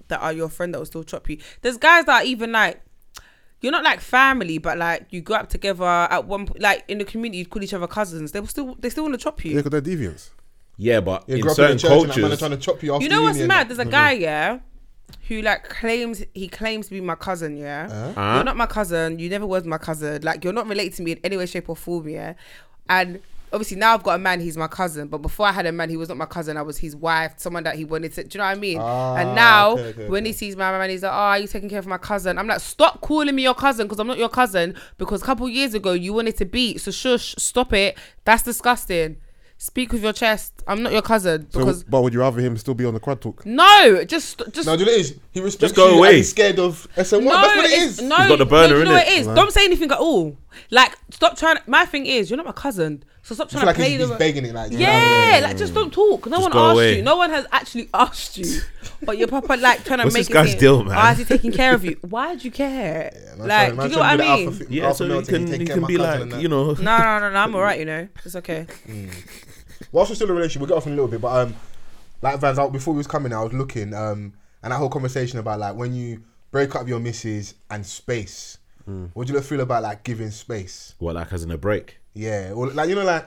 Speaker 6: that are your friend that will still chop you. There's guys that are even like, you're not like family, but like you grew up together at one point, like in the community, you call each other cousins. They will still, they still want to chop
Speaker 7: Yeah,
Speaker 6: you.
Speaker 7: because they're deviants.
Speaker 5: Yeah, but
Speaker 1: Yeah,
Speaker 5: in
Speaker 1: grow up in
Speaker 5: certain
Speaker 1: the church and that man are
Speaker 5: cultures,
Speaker 1: trying to chop you after
Speaker 6: You know what's
Speaker 1: uni and
Speaker 6: mad?
Speaker 1: that.
Speaker 6: There's a guy, yeah, who like claims he claims to be my cousin, yeah.
Speaker 1: Uh-huh.
Speaker 5: Huh?
Speaker 6: You're not my cousin. You never was my cousin. Like you're not related to me in any way, shape, or form, yeah. And obviously now I've got a man. He's my cousin. But before I had a man, he was not my cousin. I was his wife, someone that he wanted to. Do you know what I mean?
Speaker 1: Ah,
Speaker 6: and now
Speaker 1: okay, okay,
Speaker 6: when
Speaker 1: okay.
Speaker 6: he sees my man, he's like, "Oh, are you taking care of my cousin?" I'm like, "Stop calling me your cousin because I'm not your cousin. Because a couple years ago you wanted to be. So shush, stop it. That's disgusting." Speak with your chest. I'm not your cousin
Speaker 7: So,
Speaker 6: because
Speaker 7: but would you rather him still be on the quad talk?
Speaker 6: no, just just
Speaker 1: No, do you know what it is? He respects
Speaker 5: go
Speaker 1: you
Speaker 5: away.
Speaker 1: And he's scared of SM1. That's what it
Speaker 6: it's-
Speaker 1: is.
Speaker 6: No,
Speaker 5: He's got the
Speaker 6: no,
Speaker 5: burner,
Speaker 6: you know
Speaker 5: innit?
Speaker 6: what it is. Don't say anything at all. Like, stop trying. My thing is, you're not my cousin, so stop
Speaker 1: I
Speaker 6: trying
Speaker 1: feel like
Speaker 6: to play
Speaker 1: he's, he's
Speaker 6: the.
Speaker 1: begging it. Like, you know what I mean?
Speaker 6: yeah, like just don't talk. No one
Speaker 5: Mm. go
Speaker 6: asked
Speaker 5: away.
Speaker 6: you. No one has actually asked you. But your papa like trying to
Speaker 5: What's
Speaker 6: make
Speaker 5: this guy's
Speaker 6: it. seem,
Speaker 5: deal, man?
Speaker 6: Why is he taking care of you? Why do you care?
Speaker 1: Man
Speaker 6: like,
Speaker 1: trying- man
Speaker 6: do you know
Speaker 1: trying to
Speaker 6: what I
Speaker 1: be the
Speaker 6: mean?
Speaker 1: alpha fe-
Speaker 5: yeah,
Speaker 1: alpha
Speaker 5: so
Speaker 1: male
Speaker 5: he
Speaker 1: to take
Speaker 5: can
Speaker 1: care
Speaker 5: he
Speaker 1: of
Speaker 5: can
Speaker 1: my
Speaker 5: be
Speaker 1: cousin
Speaker 5: like
Speaker 1: and that.
Speaker 5: you know.
Speaker 6: No, no, no, no. I'm alright. You know, it's okay.
Speaker 1: whilst we're still in a relationship, we'll get off in a little bit, but um, like Vans, I, before we was coming, I was looking, um, and that whole conversation about like when you break up your misses and space, what do you feel about like giving space?
Speaker 5: What like as in a break?
Speaker 1: Yeah, or like you know, like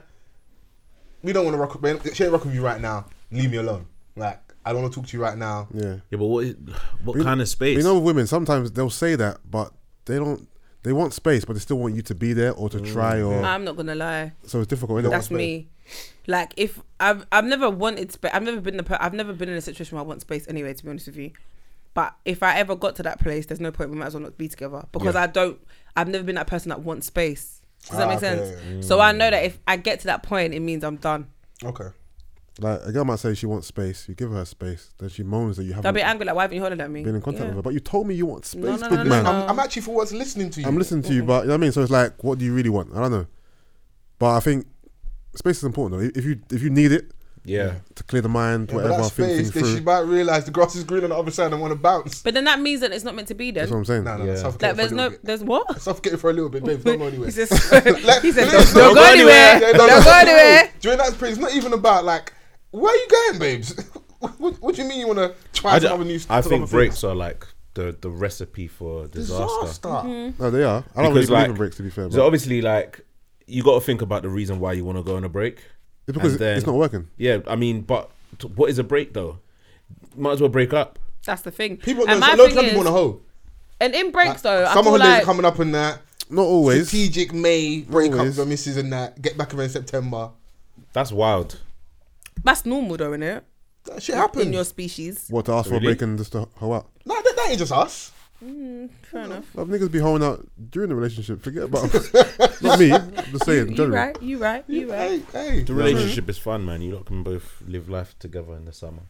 Speaker 1: we don't want to rock. man, She ain't rocking with you right now. Leave me alone. Like I don't want to talk to you right now.
Speaker 7: Yeah.
Speaker 5: Yeah, but what what
Speaker 7: We-
Speaker 5: kind of space?
Speaker 7: You know, with women, sometimes they'll say that, but they don't. They want space, but they still want you to be there or to try, or
Speaker 6: I'm not gonna lie.
Speaker 7: so it's difficult. Innit?
Speaker 6: Um, That's me. Like if I've I've never wanted space. I've never been the per- I've never been in a situation where I want space anyway. To be honest with you, but if I ever got to that place, there's no point. We might as well not be together because I don't. I've never been that person that wants space. Does that
Speaker 1: Ah,
Speaker 6: make
Speaker 1: okay.
Speaker 6: sense?
Speaker 7: Mm.
Speaker 6: So I know that if I get to that point, it means I'm done.
Speaker 1: Okay.
Speaker 7: Like a girl might say she wants space. You give her space, then she moans that you
Speaker 6: I'll
Speaker 7: haven't
Speaker 6: be angry. Like why haven't you hollered at me?
Speaker 7: been in contact
Speaker 6: Yeah.
Speaker 7: with her. But you told me you want space,
Speaker 6: no,
Speaker 7: good
Speaker 6: no, no,
Speaker 7: man.
Speaker 6: no.
Speaker 1: I'm, I'm actually for once listening to you.
Speaker 7: Um, I'm listening to you, but you know what I mean. So it's like, what do you really want? I don't know. But I think space is important though. If you if you need it
Speaker 5: yeah,
Speaker 7: to clear the mind,
Speaker 1: Yeah, but
Speaker 7: whatever,
Speaker 1: that
Speaker 7: think
Speaker 1: space,
Speaker 7: things
Speaker 1: then she
Speaker 7: through.
Speaker 1: might realise the grass is green on the other side and want to bounce.
Speaker 6: But then that means that it's not meant to be. Then
Speaker 7: That's what I'm saying.
Speaker 1: No, no,
Speaker 5: Yeah.
Speaker 1: that's
Speaker 6: like
Speaker 1: suffocating for a
Speaker 6: there's
Speaker 1: little
Speaker 6: no
Speaker 1: bit.
Speaker 6: there's what.
Speaker 1: Suffocating for a little bit, babe. Don't go anywhere.
Speaker 6: He says, he says, don't,
Speaker 1: Don't
Speaker 6: don't go
Speaker 1: go
Speaker 6: anywhere.
Speaker 1: Yeah,
Speaker 6: Don't go anywhere.
Speaker 1: During that period, it's not even about like where are you going, babes. what, what do you mean you want to try
Speaker 5: I,
Speaker 1: some
Speaker 5: ju-
Speaker 1: other new?
Speaker 5: I
Speaker 1: some
Speaker 5: think
Speaker 1: other
Speaker 5: breaks
Speaker 1: things?
Speaker 5: are like the the recipe for disaster.
Speaker 1: disaster.
Speaker 6: Mm-hmm.
Speaker 7: No, they are. I
Speaker 5: Because
Speaker 7: don't really believe
Speaker 5: like
Speaker 7: in breaks to be fair. But
Speaker 5: so obviously like you got to think about the reason why you want to go on a break.
Speaker 7: it's because
Speaker 5: and then-
Speaker 7: it's not working.
Speaker 5: Yeah, I mean, but t- what is a break though? Might as well break up.
Speaker 6: That's the thing.
Speaker 1: People, there's
Speaker 6: and my
Speaker 1: a lot of
Speaker 6: thing
Speaker 1: people want to
Speaker 6: is,
Speaker 1: hoe.
Speaker 6: and in breaks though, I
Speaker 1: Summer
Speaker 6: feel
Speaker 1: holidays
Speaker 6: like
Speaker 1: are coming up and that.
Speaker 7: Not always.
Speaker 1: Strategic May breakups
Speaker 7: Always.
Speaker 1: or misses and that. Get back around September.
Speaker 5: That's wild.
Speaker 6: that's normal though, innit?
Speaker 1: That shit happens.
Speaker 6: in your species.
Speaker 7: What to ask for a
Speaker 5: Really?
Speaker 7: break and just to hoe out.
Speaker 1: nah, that, that ain't just us.
Speaker 6: Fair enough.
Speaker 7: Love niggas be hoeing out during the relationship. Forget about not me. I'm just saying. in
Speaker 6: You
Speaker 7: general.
Speaker 6: right? You right? You right?
Speaker 1: Hey, hey.
Speaker 5: The relationship is fun, man. You lot can both live life together in the summer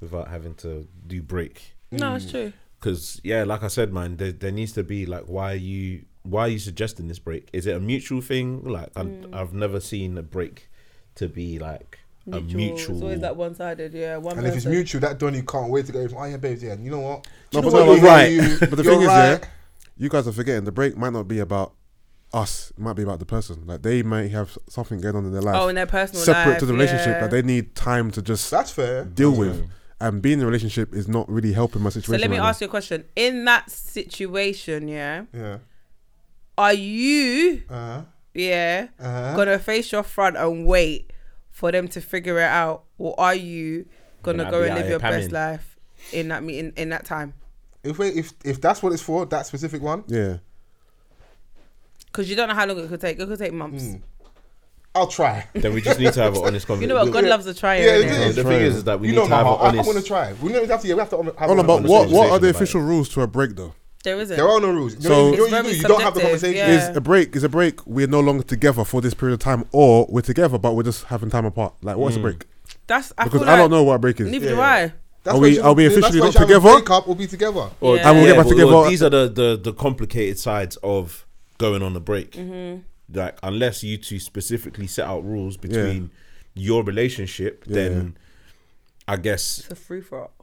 Speaker 5: without having to do break.
Speaker 6: No, it's true.
Speaker 5: Because yeah, like I said, man, there, there needs to be like why are you why are you suggesting this break? Is it a mutual thing? Like I,
Speaker 6: Mm.
Speaker 5: I've never seen a break to be like a mutual.
Speaker 6: It's always that one-sided. Yeah, one.
Speaker 1: And if it's
Speaker 6: person.
Speaker 1: mutual, that Donny can't wait to go. Oh yeah, babes, yeah. You know what?
Speaker 7: No,
Speaker 1: You know
Speaker 7: but
Speaker 1: what,
Speaker 7: no, but
Speaker 1: you're
Speaker 5: right.
Speaker 1: you-
Speaker 7: But the
Speaker 1: you're
Speaker 7: thing is,
Speaker 1: right.
Speaker 7: yeah, you guys are forgetting the break might not be about us. It might be about the person. Like they may have something going on in their life.
Speaker 6: Oh, in their personal
Speaker 7: separate
Speaker 6: life,
Speaker 7: to the relationship
Speaker 6: yeah.
Speaker 7: that they need time to just
Speaker 1: that's fair.
Speaker 7: deal with. And being in a relationship is not really helping my
Speaker 6: So
Speaker 7: situation.
Speaker 6: let me
Speaker 7: right
Speaker 6: ask you a question. In that situation, yeah,
Speaker 1: Yeah.
Speaker 6: are you,
Speaker 1: Uh,
Speaker 6: yeah,
Speaker 1: uh,
Speaker 6: gonna face your front and wait for them to figure it out, or are you gonna
Speaker 5: Gonna
Speaker 6: go
Speaker 5: be
Speaker 6: and
Speaker 5: out
Speaker 6: live
Speaker 5: here
Speaker 6: your best
Speaker 5: pamming.
Speaker 6: life in that meeting in that time?
Speaker 1: if we, if if that's what it's for, that specific one.
Speaker 7: now. Yeah.
Speaker 1: Hmm.
Speaker 6: Because you don't know how long it could take. It could take months.
Speaker 1: I'll try.
Speaker 5: Then we just need to have an honest
Speaker 6: You
Speaker 5: conversation.
Speaker 6: know what? God
Speaker 1: Yeah.
Speaker 6: loves a trier.
Speaker 1: Yeah,
Speaker 6: innit?
Speaker 1: it
Speaker 5: No,
Speaker 1: is.
Speaker 5: the
Speaker 7: Try
Speaker 5: thing
Speaker 7: it.
Speaker 5: is, is that we
Speaker 1: you
Speaker 5: need
Speaker 1: know
Speaker 5: to have
Speaker 1: my
Speaker 5: an
Speaker 1: heart. I, I want to
Speaker 5: honest.
Speaker 1: try. We don't have to. Yeah, we have to. Have
Speaker 7: Hold on, but
Speaker 5: honest
Speaker 7: what, what
Speaker 5: conversation
Speaker 7: are the
Speaker 5: about
Speaker 7: official rules to a break though?
Speaker 6: There isn't.
Speaker 1: There are no rules. You know, you,
Speaker 7: So-
Speaker 1: know
Speaker 6: It's
Speaker 1: what you,
Speaker 6: very
Speaker 1: do? you don't have the
Speaker 6: subjective,
Speaker 1: conversation.
Speaker 6: yeah.
Speaker 7: Is a break is a break. We're no longer together for this period of time, or we're together but we're just having time apart. Like what's a break?
Speaker 6: That's I
Speaker 7: Because
Speaker 6: feel
Speaker 7: I
Speaker 6: like
Speaker 7: don't know what a break is.
Speaker 6: Neither do I.
Speaker 1: That's
Speaker 7: Are
Speaker 1: why
Speaker 7: we-
Speaker 1: you
Speaker 7: are we
Speaker 1: should- that's
Speaker 7: officially
Speaker 1: why you
Speaker 7: not
Speaker 1: should have a
Speaker 7: together?
Speaker 1: Breakup will be together.
Speaker 5: Or,
Speaker 6: Yeah. And
Speaker 7: we'll get back
Speaker 5: but-
Speaker 7: together.
Speaker 5: well, these are the, the the complicated sides of going on a break.
Speaker 6: Mm-hmm.
Speaker 5: Like unless you two specifically set out rules between your relationship, then I guess
Speaker 6: It's a free for all.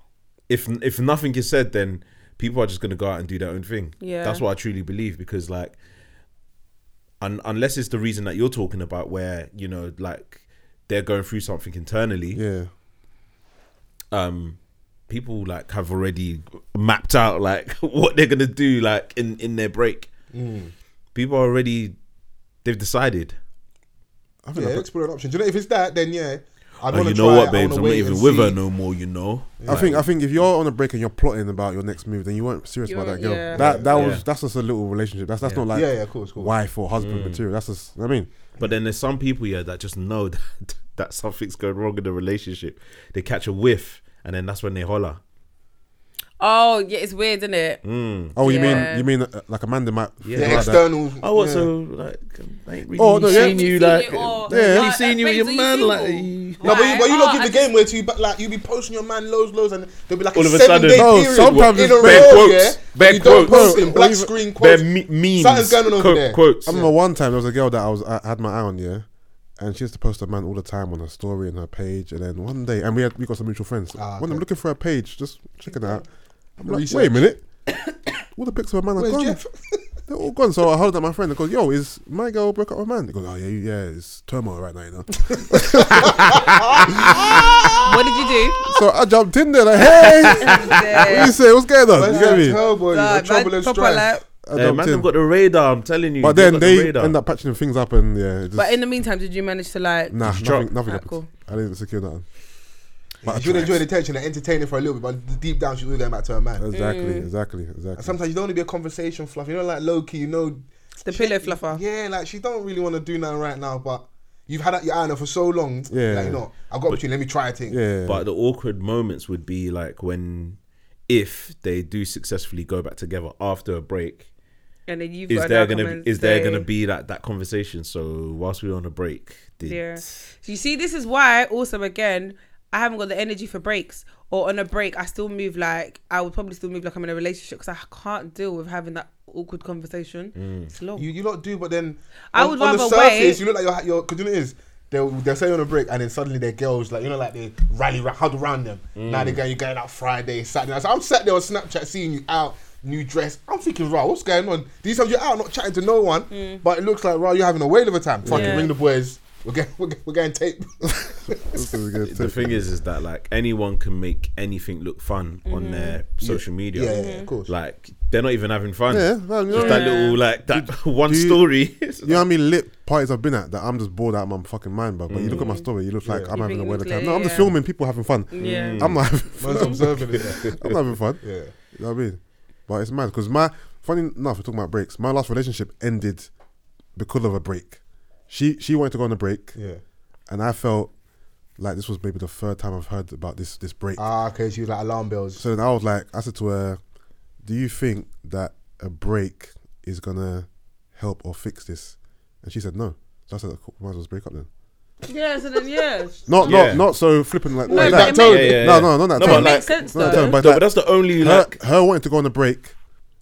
Speaker 5: if if nothing is said, then people are just gonna go out and do their own thing.
Speaker 6: Yeah.
Speaker 5: that's what I truly believe because like, un- unless it's the reason that you're talking about, where you know like they're going through something internally,
Speaker 7: Yeah.
Speaker 5: um people like have already mapped out like what they're gonna do like in in their break
Speaker 1: Mm.
Speaker 5: people are already they've decided
Speaker 7: I think
Speaker 1: Yeah,
Speaker 7: I,
Speaker 1: explore an option. Do you know if it's that, then yeah, I'd
Speaker 5: oh,
Speaker 1: want
Speaker 5: you
Speaker 1: to
Speaker 5: know
Speaker 1: try.
Speaker 5: what
Speaker 1: I
Speaker 5: babes
Speaker 1: wanna
Speaker 5: i'm not
Speaker 1: wait
Speaker 5: even
Speaker 1: and
Speaker 5: with
Speaker 1: see.
Speaker 5: her no more you know
Speaker 7: I think I think if you're on a break and you're plotting about your next move, then you weren't serious
Speaker 6: You
Speaker 7: about that
Speaker 6: weren't-
Speaker 7: girl.
Speaker 6: yeah.
Speaker 7: That that
Speaker 5: Yeah.
Speaker 7: was that's just a little relationship. That's that's not like
Speaker 1: Yeah, yeah, of course, of course. Mm.
Speaker 7: wife or husband material. That's just I mean.
Speaker 5: but then there's some people yeah that just know that, that something's going wrong in the relationship they catch a whiff and then that's when they holler
Speaker 6: Oh yeah, it's weird, isn't it?
Speaker 7: Oh, you
Speaker 6: Yeah.
Speaker 7: mean you mean uh, like a man that might
Speaker 5: Yeah.
Speaker 7: feel
Speaker 1: Yeah,
Speaker 7: like that.
Speaker 1: external.
Speaker 5: oh what
Speaker 1: yeah.
Speaker 5: so like I ain't really
Speaker 7: Oh, no, yeah.
Speaker 5: seen you like
Speaker 6: or-
Speaker 5: I ain't
Speaker 6: Like,
Speaker 5: seen you with your
Speaker 6: babes,
Speaker 5: man
Speaker 6: are
Speaker 5: like
Speaker 6: you single?
Speaker 1: No, but you, but you
Speaker 6: Why?
Speaker 1: not give
Speaker 6: Oh,
Speaker 1: the game away to you, but like you be posting your man loads, loads, and there'll be like
Speaker 5: All
Speaker 1: a
Speaker 5: of a
Speaker 1: seven
Speaker 5: sudden-
Speaker 1: day
Speaker 5: No,
Speaker 1: period
Speaker 7: sometimes
Speaker 1: in
Speaker 7: it's
Speaker 1: a
Speaker 7: bare
Speaker 1: row,
Speaker 5: quotes,
Speaker 1: yeah.
Speaker 5: bare
Speaker 1: you don't
Speaker 5: quotes.
Speaker 1: post in
Speaker 7: Or
Speaker 1: black
Speaker 7: even-
Speaker 1: screen quotes.
Speaker 5: they're me- memes
Speaker 1: Something's going on over
Speaker 5: Quote-
Speaker 1: there.
Speaker 5: quotes
Speaker 7: I remember one time there was a girl that I was I had my eye on, yeah, and she used to post her man all the time on her story and her page. And then one day, and we had we got some mutual friends.
Speaker 1: Ah,
Speaker 7: When
Speaker 1: okay.
Speaker 7: I'm looking for her page, just checking it out. I'm like,
Speaker 1: Research.
Speaker 7: wait a minute, all the pics of her man are
Speaker 1: Where's
Speaker 7: gone.
Speaker 1: Jeff?
Speaker 7: They're all gone. So I hollered at my friend and goes, "Yo, is my girl broke up with man?" He goes, "Oh yeah, you- yeah, it's turmoil right now, you know."
Speaker 6: What did you do?
Speaker 7: so I jumped in there like, "Hey,
Speaker 6: Yeah.
Speaker 7: what you say? What's going on?" You get
Speaker 1: Where's
Speaker 7: me?
Speaker 1: that cowboy?
Speaker 6: Nah,
Speaker 1: The
Speaker 6: man,
Speaker 1: trouble and
Speaker 6: proper
Speaker 1: strife.
Speaker 6: like-
Speaker 7: I
Speaker 5: Hey,
Speaker 7: jumped
Speaker 5: Eh, man,
Speaker 7: in.
Speaker 5: they've got the radar. I'm telling you.
Speaker 7: but
Speaker 5: they've
Speaker 7: then
Speaker 5: got
Speaker 7: they
Speaker 5: radar.
Speaker 7: end up patching things up, and yeah, it just,
Speaker 6: But in the meantime, did you manage to like?
Speaker 7: nah, nothing,
Speaker 5: drop.
Speaker 7: nothing
Speaker 6: Alright,
Speaker 7: happened.
Speaker 6: cool.
Speaker 7: I didn't secure nothing. But I
Speaker 1: She'll
Speaker 7: tried.
Speaker 1: enjoy the attention and entertain it for a little bit, but deep down she's always going back to her man.
Speaker 7: Exactly,
Speaker 6: Mm.
Speaker 7: exactly, exactly.
Speaker 1: And sometimes you don't want to be a conversation fluff. You know, like low key, you know.
Speaker 6: The
Speaker 1: she-
Speaker 6: pillow fluffer.
Speaker 1: Yeah, like she don't really want to do nothing right now, but you've had your eye on her for so long.
Speaker 7: Yeah.
Speaker 1: Like, you know, I've got opportunity, let me try a thing.
Speaker 7: yeah,
Speaker 5: But the awkward moments would be like when, if they do successfully go back together after a break,
Speaker 6: And then you've
Speaker 5: is
Speaker 6: got
Speaker 5: there
Speaker 6: now come
Speaker 5: gonna
Speaker 6: and
Speaker 5: be, is there
Speaker 6: say-
Speaker 5: gonna be that that conversation? So whilst we were on a break, did
Speaker 6: Yeah. You see, this is why also again, I haven't got the energy for breaks. Or on a break, I still move like I would probably still move like I'm in a relationship because I can't deal with having that awkward conversation.
Speaker 5: Mm.
Speaker 6: It's long.
Speaker 1: You you lot do, but then
Speaker 6: I
Speaker 1: on,
Speaker 6: would
Speaker 1: on the
Speaker 6: rather
Speaker 1: surface
Speaker 6: wait.
Speaker 1: you look like you're you're because you know what it is they'll they'll say you're on a break and then suddenly their girls like you know like they rally ra- huddle round them.
Speaker 7: Mm.
Speaker 1: Now they're going you're going out Friday, Saturday. night. So I'm sat there on Snapchat seeing you out, new dress. I'm thinking, right, what's going on? These times you're out, not chatting to no one, but it looks like right, you're having a whale of a time. Fucking
Speaker 6: Mm. Yeah.
Speaker 1: ring the boys. We're getting we're, get- we're getting tape.
Speaker 7: this is a good
Speaker 5: the
Speaker 7: tip.
Speaker 5: thing is, is that like anyone can make anything look fun
Speaker 6: Mm-hmm.
Speaker 5: on their social media.
Speaker 1: yeah, yeah, of course.
Speaker 5: Like they're not even having fun.
Speaker 7: Yeah, no, you know,
Speaker 5: Just
Speaker 7: what I
Speaker 5: that
Speaker 7: mean?
Speaker 5: little like that one
Speaker 7: do you-
Speaker 5: story.
Speaker 7: you know how many lit parties I've been at that I'm just bored out of my fucking mind, bro. But you look at my story, you look like I'm
Speaker 6: Mm. You
Speaker 7: having
Speaker 6: think
Speaker 7: a
Speaker 6: it
Speaker 7: whale of
Speaker 6: looks
Speaker 7: time.
Speaker 6: lit,
Speaker 7: No, I'm just
Speaker 6: yeah.
Speaker 7: filming people having fun.
Speaker 6: Yeah.
Speaker 7: I'm not having fun.
Speaker 1: Man's observing it.
Speaker 7: I'm not having fun.
Speaker 1: Yeah.
Speaker 7: You know what I mean? But it's mad because my funny enough, we're talking about breaks. My last relationship ended because of a break. She she wanted to go on a break,
Speaker 1: Yeah.
Speaker 7: and I felt like this was maybe the third time I've heard about this this break.
Speaker 1: Ah, okay, she was like alarm bells.
Speaker 7: So then I was like, I said to her, "Do you think that a break is gonna help or fix this?" And she said, "No." So I said, cool, "Might as well just break up then."
Speaker 6: Yeah, so then yeah.
Speaker 7: Not
Speaker 5: Yeah.
Speaker 7: not not so flippant like,
Speaker 6: but
Speaker 7: like that.
Speaker 6: it makes-
Speaker 5: Yeah, yeah,
Speaker 7: No,
Speaker 5: yeah.
Speaker 7: no, not that
Speaker 5: No, but
Speaker 7: tone.
Speaker 5: like-
Speaker 6: Makes sense
Speaker 7: not that
Speaker 6: though.
Speaker 7: tone, but
Speaker 5: no,
Speaker 7: that-
Speaker 5: but that's the only
Speaker 7: her,
Speaker 5: like
Speaker 7: her wanting to go on a break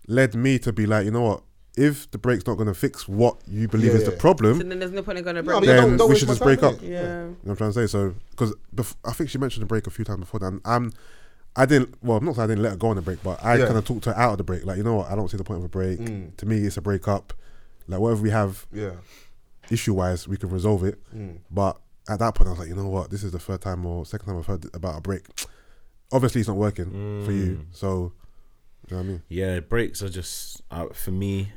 Speaker 7: led me to be like, you know what? If the break's not gonna fix what you believe
Speaker 1: Yeah,
Speaker 7: is the
Speaker 1: yeah.
Speaker 7: problem,
Speaker 6: So then there's no point in going to
Speaker 1: No,
Speaker 6: break.
Speaker 1: but
Speaker 6: up.
Speaker 1: you
Speaker 7: Then
Speaker 1: don't, don't
Speaker 7: we
Speaker 1: waste
Speaker 7: should
Speaker 1: my
Speaker 7: just
Speaker 1: time,
Speaker 7: break up.
Speaker 1: innit?
Speaker 6: yeah.
Speaker 7: You know what I'm trying to say? So, because bef- I think she mentioned the break a few times before that. And I'm, I didn't, well, I'm not saying I didn't let her go on the break, but I
Speaker 1: Yeah.
Speaker 7: kind of talked her out of the break. Like, you know what? I don't see the point of a break.
Speaker 1: Mm.
Speaker 7: To me, it's a breakup. Like, whatever we have
Speaker 1: Yeah.
Speaker 7: issue wise, we can resolve it.
Speaker 1: Mm.
Speaker 7: But at that point, I was like, you know what? This is the third time or second time I've heard about a break. Obviously, it's not working for
Speaker 1: Mm.
Speaker 7: you. So, you know what I mean?
Speaker 5: yeah breaks are just uh, for me.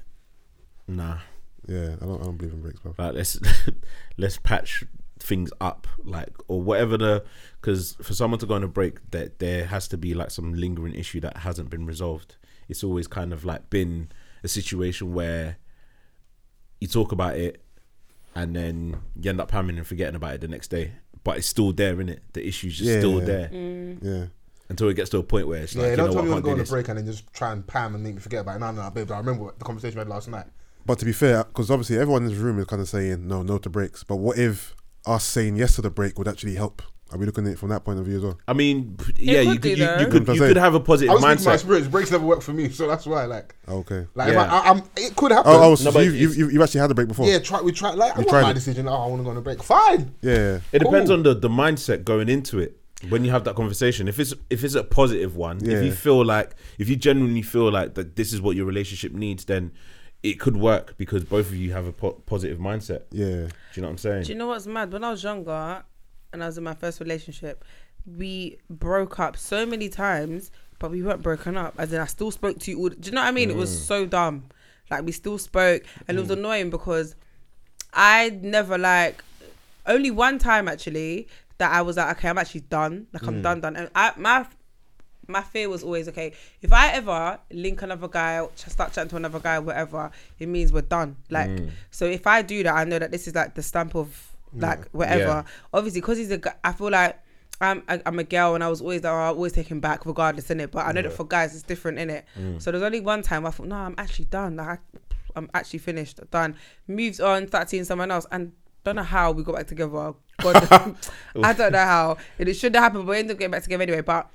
Speaker 5: Nah,
Speaker 7: Yeah, I don't, I don't believe in breaks, bro.
Speaker 5: like let's let's patch things up like or whatever the because for someone to go on a break that there has to be like some lingering issue that hasn't been resolved it's always kind of like been a situation where you talk about it and then you end up hammering and forgetting about it the next day. But it's still there, innit? The issue's just
Speaker 7: Yeah,
Speaker 5: still
Speaker 7: yeah.
Speaker 5: there
Speaker 7: yeah.
Speaker 5: until it gets to a point where it's
Speaker 1: Yeah,
Speaker 5: like, you know
Speaker 1: don't tell
Speaker 5: what, I
Speaker 1: me you
Speaker 5: can't
Speaker 1: want to go
Speaker 5: do
Speaker 1: on a
Speaker 5: this.
Speaker 1: break and then just try and pam and make me forget about it. No, no, no, babe, I remember the conversation we had last night.
Speaker 7: But to be fair, because obviously everyone in this room is kind of saying no, no to breaks. But what if us saying yes to the break would actually help? Are we looking at it from that point of view as well?
Speaker 5: I mean, p- yeah, you
Speaker 6: could do
Speaker 5: could, you,
Speaker 6: though.
Speaker 5: you could, you
Speaker 7: That's it.
Speaker 5: could have a
Speaker 1: I
Speaker 5: positive
Speaker 1: was speaking from my
Speaker 5: mindset.
Speaker 1: experience. Breaks never worked for me, so that's why. Like,
Speaker 7: Oh, Okay.
Speaker 1: like if
Speaker 5: Yeah.
Speaker 1: I, I, I'm, it could happen.
Speaker 7: Oh, oh so
Speaker 5: No, but
Speaker 7: you, you,
Speaker 5: it's-
Speaker 7: you, you actually had a break before?
Speaker 1: yeah, try, we tried. Like, I
Speaker 7: tried
Speaker 1: want my
Speaker 7: it.
Speaker 1: decision. Oh, I want to go on a break. Fine.
Speaker 7: Yeah, yeah.
Speaker 5: It depends
Speaker 1: Ooh.
Speaker 5: on the, the mindset going into it. When you have that conversation, if it's if it's a positive one,
Speaker 7: Yeah.
Speaker 5: if you feel like if you genuinely feel like that this is what your relationship needs, then it could work because both of you have a po- positive mindset. Do
Speaker 7: Yeah.
Speaker 5: you know what I'm saying?
Speaker 6: Do you know what's mad? When I was younger and I was in my first relationship, we broke up so many times, but we weren't broken up. As in, I still spoke to you all. Do you know what I mean? It was so dumb. Like, we still spoke, and it was annoying because I never, like, only one time actually that I was like, okay, I'm actually done. Like, I'm done, done. And I, my my fear was always okay. If I ever link another guy, or ch- start chatting to another guy, whatever, it means we're done. Like, so if I do that, I know that this is like the stamp of like whatever.
Speaker 5: Yeah.
Speaker 6: Obviously, because he's a, gu- I feel like I'm I, I'm a girl and I was always like, oh, I always take him back regardless in it. But I know that for guys it's different in it. So there's only one time I thought, no, I'm actually done. Like, I, I'm actually finished, done. Moves on, start seeing someone else, and don't know how we got back together. God, I don't know how. And it should have happened, but we ended up getting back together anyway. But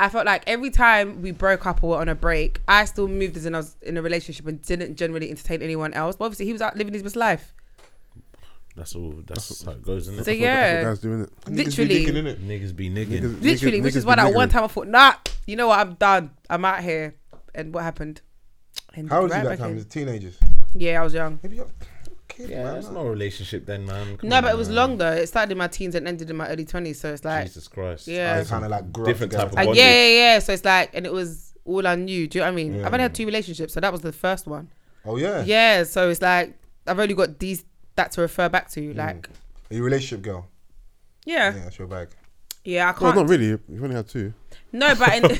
Speaker 6: I felt like every time we broke up or were on a break, I still moved as in I was in a relationship and didn't generally entertain anyone else. But obviously, he was out living his best life.
Speaker 5: That's all. That's how it goes, isn't
Speaker 6: So
Speaker 5: it?
Speaker 7: That's what
Speaker 6: yeah,
Speaker 7: guys doing it.
Speaker 6: literally, literally,
Speaker 1: it.
Speaker 5: Niggas be nigging.
Speaker 7: Niggas- niggas-
Speaker 6: which is
Speaker 7: niggas
Speaker 6: why
Speaker 7: be
Speaker 6: that one
Speaker 7: niggering.
Speaker 6: time I thought, nah, you know what, I'm done. I'm out here. And what happened? And
Speaker 1: How old
Speaker 6: right
Speaker 1: was you that
Speaker 6: back
Speaker 1: time?
Speaker 6: in.
Speaker 1: Was it Teenagers.
Speaker 6: Yeah, I was young.
Speaker 1: Maybe you're kidding,
Speaker 5: Yeah,
Speaker 1: man.
Speaker 5: it's not a relationship then, man. Come
Speaker 6: No,
Speaker 5: on,
Speaker 6: but it was
Speaker 5: man.
Speaker 6: long though. It started in my teens and ended in my early twenties. So it's like,
Speaker 5: Jesus Christ.
Speaker 6: yeah,
Speaker 1: I kind of like grew
Speaker 5: Different
Speaker 1: up
Speaker 5: type
Speaker 1: together.
Speaker 5: of
Speaker 6: Like,
Speaker 5: bonded.
Speaker 6: yeah, yeah, yeah. So it's like, and it was all I knew. Do you know what I mean? I've only had two relationships, so that was the first one.
Speaker 1: Oh yeah. yeah.
Speaker 6: Yeah, so it's like I've only got these that to refer back to. Like,
Speaker 1: Are you a relationship girl?
Speaker 6: yeah,
Speaker 1: Yeah,
Speaker 6: yeah,
Speaker 1: that's your bag.
Speaker 6: I
Speaker 7: Well,
Speaker 6: can't.
Speaker 7: not really. You've only had two.
Speaker 6: No, but in,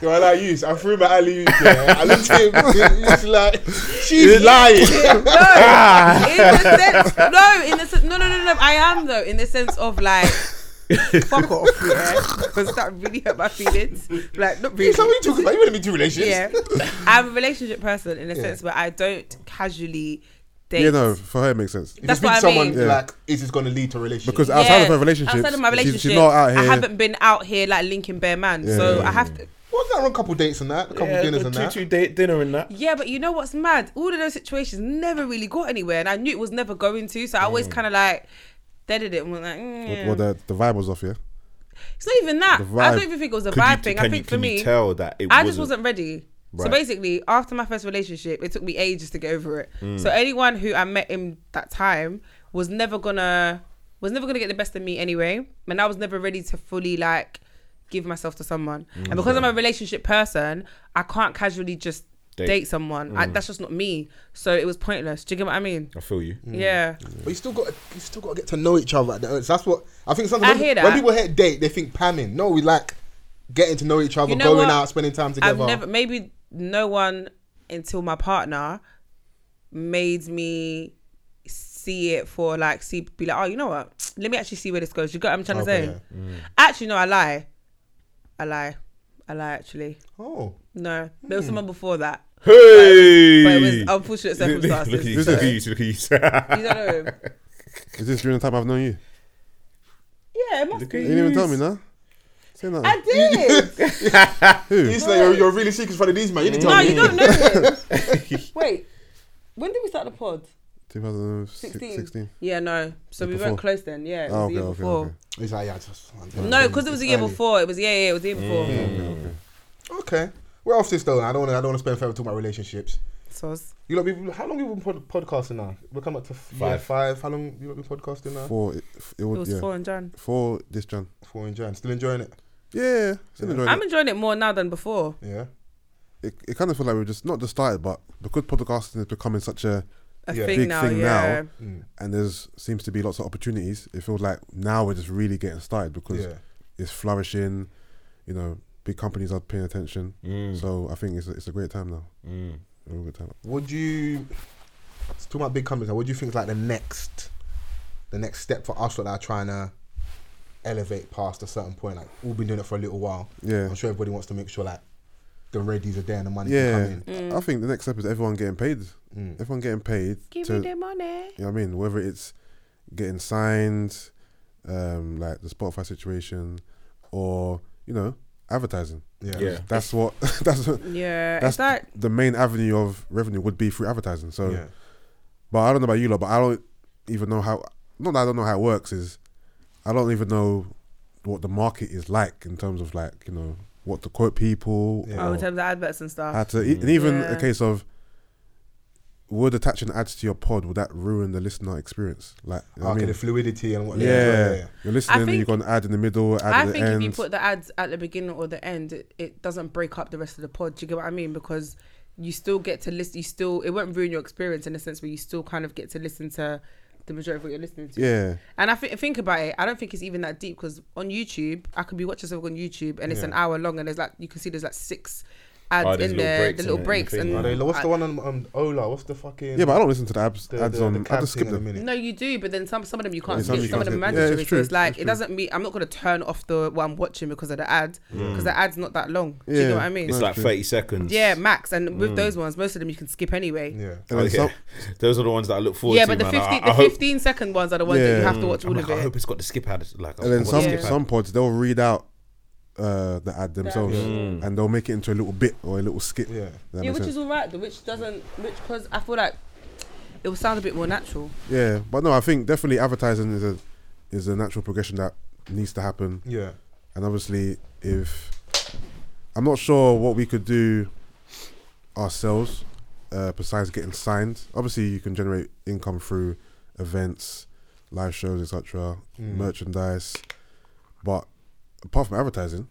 Speaker 1: Yo, I like you. I threw my alley. Yeah. I looked at him. He's like, she's lying.
Speaker 6: no,
Speaker 7: Ah.
Speaker 6: in the sense, no, in the sense, no, no, no, no. I am though, in the sense of like. fuck off, yeah, because that really hurt my feelings. Like, not really.
Speaker 1: so what are you talking about? You wouldn't be two relationships.
Speaker 6: Yeah, I'm a relationship person in a sense where I don't casually date.
Speaker 7: Yeah, no, for her it makes sense.
Speaker 1: If
Speaker 6: That's
Speaker 1: you speak
Speaker 6: what I
Speaker 1: to someone,
Speaker 6: mean.
Speaker 1: you're
Speaker 7: Yeah.
Speaker 1: like, is this going to lead to a relationship?
Speaker 7: Because outside of
Speaker 6: Yeah,
Speaker 7: her relationship,
Speaker 6: outside of my relationship,
Speaker 7: she's, not out here.
Speaker 6: I haven't been out here like linking bare man, so I have to.
Speaker 1: What's that wrong? Couple dates and that, a couple dinners and
Speaker 5: two
Speaker 1: that.
Speaker 5: two date dinner and that.
Speaker 6: Yeah, but you know what's mad? All of those situations never really got anywhere, and I knew it was never going to. So I
Speaker 7: Mm.
Speaker 6: always kind of like deaded it and was like, mm.
Speaker 7: Well, the, the vibe was off, yeah.
Speaker 6: it's not even that.
Speaker 7: the
Speaker 6: I don't
Speaker 7: vibe.
Speaker 6: even think it was a
Speaker 5: Could you-
Speaker 6: vibe thing. I
Speaker 5: can you-
Speaker 6: think for
Speaker 5: can you
Speaker 6: me,
Speaker 5: tell that it
Speaker 6: I just
Speaker 5: wasn't-
Speaker 6: wasn't ready. So
Speaker 5: Right.
Speaker 6: basically, after my first relationship, it took me ages to get over it.
Speaker 5: Hmm.
Speaker 6: So anyone who I met in that time was never gonna was never gonna get the best of me anyway, and I was never ready to fully like give myself to someone. And because I'm a relationship person, I can't casually just date,
Speaker 5: Date. Hmm.
Speaker 6: someone. I, that's just not me. So it was pointless. Do you get what I mean?
Speaker 5: I feel you.
Speaker 6: Yeah.
Speaker 1: But you still got, you still got to get to know each other. At the, so that's what I think. Sometimes
Speaker 6: I
Speaker 1: when,
Speaker 6: hear that.
Speaker 1: when people hear date, they think pamming. No, we like getting to know each other,
Speaker 6: You know
Speaker 1: going
Speaker 6: what?
Speaker 1: out, spending time
Speaker 6: I've
Speaker 1: together.
Speaker 6: never maybe no one until my partner made me see it for like see be like oh you know what let me actually see where this goes you got what I'm trying
Speaker 1: Okay,
Speaker 6: to say
Speaker 7: Mm.
Speaker 6: actually no I lie I lie I lie actually
Speaker 1: oh,
Speaker 6: no there
Speaker 7: Hmm.
Speaker 6: was someone before that
Speaker 5: Hey.
Speaker 6: but it was unfortunate
Speaker 5: Look at you, look
Speaker 6: circumstances so-
Speaker 5: at
Speaker 6: you
Speaker 5: you, look at you.
Speaker 6: don't know him.
Speaker 7: Is this during the time I've known you?
Speaker 6: yeah it must
Speaker 5: Look at
Speaker 7: You
Speaker 6: be
Speaker 7: didn't even tell me, no? Say nothing.
Speaker 6: I did
Speaker 1: you say you're, you're really secret front of these man. You didn't
Speaker 6: no
Speaker 1: tell me.
Speaker 6: you don't know it wait when did we start the pod
Speaker 7: 2016.
Speaker 6: 16 yeah no so
Speaker 7: Yeah,
Speaker 6: we
Speaker 7: before.
Speaker 6: weren't close then yeah it was
Speaker 7: Oh,
Speaker 6: the
Speaker 7: okay,
Speaker 6: year
Speaker 7: okay,
Speaker 6: before
Speaker 7: okay.
Speaker 1: He's like, yeah, just
Speaker 6: No, because it was the year before. It was yeah, yeah, it was the year before.
Speaker 7: Mm.
Speaker 1: Okay, we're off this though. and I don't, wanna, I don't want to spend forever talking about relationships.
Speaker 6: Soz.
Speaker 1: You lot, been, how long have you been pod- podcasting now? We're coming up to f- year
Speaker 5: Five.
Speaker 1: five. How long you lot been podcasting now?
Speaker 7: Four, it, it
Speaker 6: It
Speaker 7: would,
Speaker 6: was four
Speaker 7: yeah. Four.
Speaker 6: and Jan.
Speaker 7: this Jan.
Speaker 1: Four enjoying, still enjoying it.
Speaker 7: Yeah, yeah. Still enjoying
Speaker 6: I'm
Speaker 7: it.
Speaker 6: enjoying it more now than before.
Speaker 1: Yeah,
Speaker 7: it. It kind of feels like we've just not just started, but because podcasting is becoming such a
Speaker 6: A
Speaker 1: Yeah.
Speaker 6: thing
Speaker 7: big
Speaker 6: now,
Speaker 7: thing
Speaker 6: yeah.
Speaker 7: now,
Speaker 1: Mm.
Speaker 7: and there's seems to be lots of opportunities. It feels like now we're just really getting started because
Speaker 1: Yeah.
Speaker 7: it's flourishing.
Speaker 1: Mm.
Speaker 7: You know, big companies are paying attention, so I think it's a, it's a great time now. We've got time.
Speaker 1: Would you it's talking about big companies? now, What do you think is like the next, the next step for us that are trying to elevate past a certain point? Like we've been doing it for a little while.
Speaker 7: Yeah.
Speaker 1: I'm sure everybody wants to make sure like the readies are there and the money
Speaker 7: Yeah,
Speaker 1: can come in. Mm.
Speaker 7: I think the next step is everyone getting paid. Everyone getting paid.
Speaker 6: Give
Speaker 7: to,
Speaker 6: me the money.
Speaker 7: You know what I mean? Whether it's getting signed, um, like the Spotify situation, or you know, advertising.
Speaker 1: Yeah.
Speaker 5: Yeah.
Speaker 7: That's what. that's what,
Speaker 6: Yeah,
Speaker 7: that's
Speaker 6: it's like
Speaker 7: the main avenue of revenue would be through advertising. So,
Speaker 1: Yeah.
Speaker 7: but I don't know about you lot, but I don't even know how. Not that I don't know how it works. Is I don't even know what the market is like in terms of like you know what to quote people.
Speaker 1: Yeah.
Speaker 6: oh,
Speaker 7: or-
Speaker 6: in terms of adverts and stuff.
Speaker 7: how to, e- and even
Speaker 6: Yeah.
Speaker 7: a case of would attaching ads to your pod would that ruin the listener experience? Like, you know
Speaker 1: Oh, okay,
Speaker 7: what
Speaker 1: the
Speaker 7: I mean,
Speaker 1: fluidity and what.
Speaker 7: yeah. you're listening, and you
Speaker 6: think-
Speaker 7: got an ad in the middle, ad at
Speaker 6: I
Speaker 7: the
Speaker 6: think
Speaker 7: end.
Speaker 6: if you put the ads at the beginning or the end, it, it doesn't break up the rest of the pod. Do you get what I mean? Because you still get to listen. You still it won't ruin your experience in the sense where you still kind of get to listen to the majority of what you're listening to.
Speaker 7: yeah,
Speaker 6: And I thi- think about it. I don't think it's even that deep because on YouTube, I could be watching something on YouTube and it's an hour long, and there's like you can see there's like six ads
Speaker 5: Oh, there's
Speaker 6: in
Speaker 5: little
Speaker 6: there,
Speaker 5: breaks
Speaker 6: the
Speaker 5: in
Speaker 6: little
Speaker 5: it, in
Speaker 6: breaks,
Speaker 5: the
Speaker 6: and
Speaker 5: thing.
Speaker 1: Are they, what's
Speaker 6: I-
Speaker 1: the one on um, Ola? What's the fucking
Speaker 7: yeah, but I don't listen to the ads.
Speaker 1: the,
Speaker 7: ads
Speaker 1: the,
Speaker 7: on.
Speaker 1: the
Speaker 7: I
Speaker 1: cab
Speaker 7: just
Speaker 1: thing
Speaker 7: skip
Speaker 1: at the
Speaker 7: them.
Speaker 1: minute.
Speaker 6: No, you do, but then some some of them you can't
Speaker 7: Yeah, some
Speaker 6: skip.
Speaker 7: you
Speaker 6: Some of them
Speaker 7: can't skip.
Speaker 6: mandatory.
Speaker 7: Yeah, it's
Speaker 6: so
Speaker 7: true,
Speaker 6: it's like
Speaker 7: it's
Speaker 6: it
Speaker 7: true.
Speaker 6: doesn't mean I'm not gonna turn off the what I'm watching because of the ad because the ad's not that long. Do you
Speaker 7: Yeah.
Speaker 6: know what I mean?
Speaker 5: Mm. It's like Mm.
Speaker 7: true.
Speaker 5: 30 seconds.
Speaker 6: yeah, max. And with those ones, most of them you can skip anyway. Yeah,
Speaker 1: Yeah.
Speaker 7: And then
Speaker 5: Okay.
Speaker 7: some-
Speaker 5: Those are the ones that I look forward to.
Speaker 6: but the
Speaker 5: man.
Speaker 6: 15
Speaker 5: I, I
Speaker 6: the
Speaker 5: hope,
Speaker 6: 15 second ones are the ones that you
Speaker 7: Yeah.
Speaker 6: have to watch
Speaker 5: I'm
Speaker 6: all
Speaker 5: like,
Speaker 6: of
Speaker 5: I
Speaker 6: it.
Speaker 5: hope it's got the skip ad. Like, I
Speaker 7: and then
Speaker 5: want
Speaker 7: some
Speaker 5: to skip ad.
Speaker 7: some pods they'll read out uh, the ad themselves, and they'll make it into a little bit or a little skit.
Speaker 1: Yeah.
Speaker 7: That
Speaker 6: Yeah,
Speaker 7: makes
Speaker 6: which
Speaker 7: sense.
Speaker 6: is alright. though, Which doesn't which because I feel like it would sound a bit more natural.
Speaker 7: yeah, but no, I think definitely advertising is a is a natural progression that needs to happen.
Speaker 1: Yeah.
Speaker 7: And obviously, if I'm not sure what we could do ourselves, uh, besides getting signed. Obviously, you can generate income through events, live shows, etc., merchandise. But apart from advertising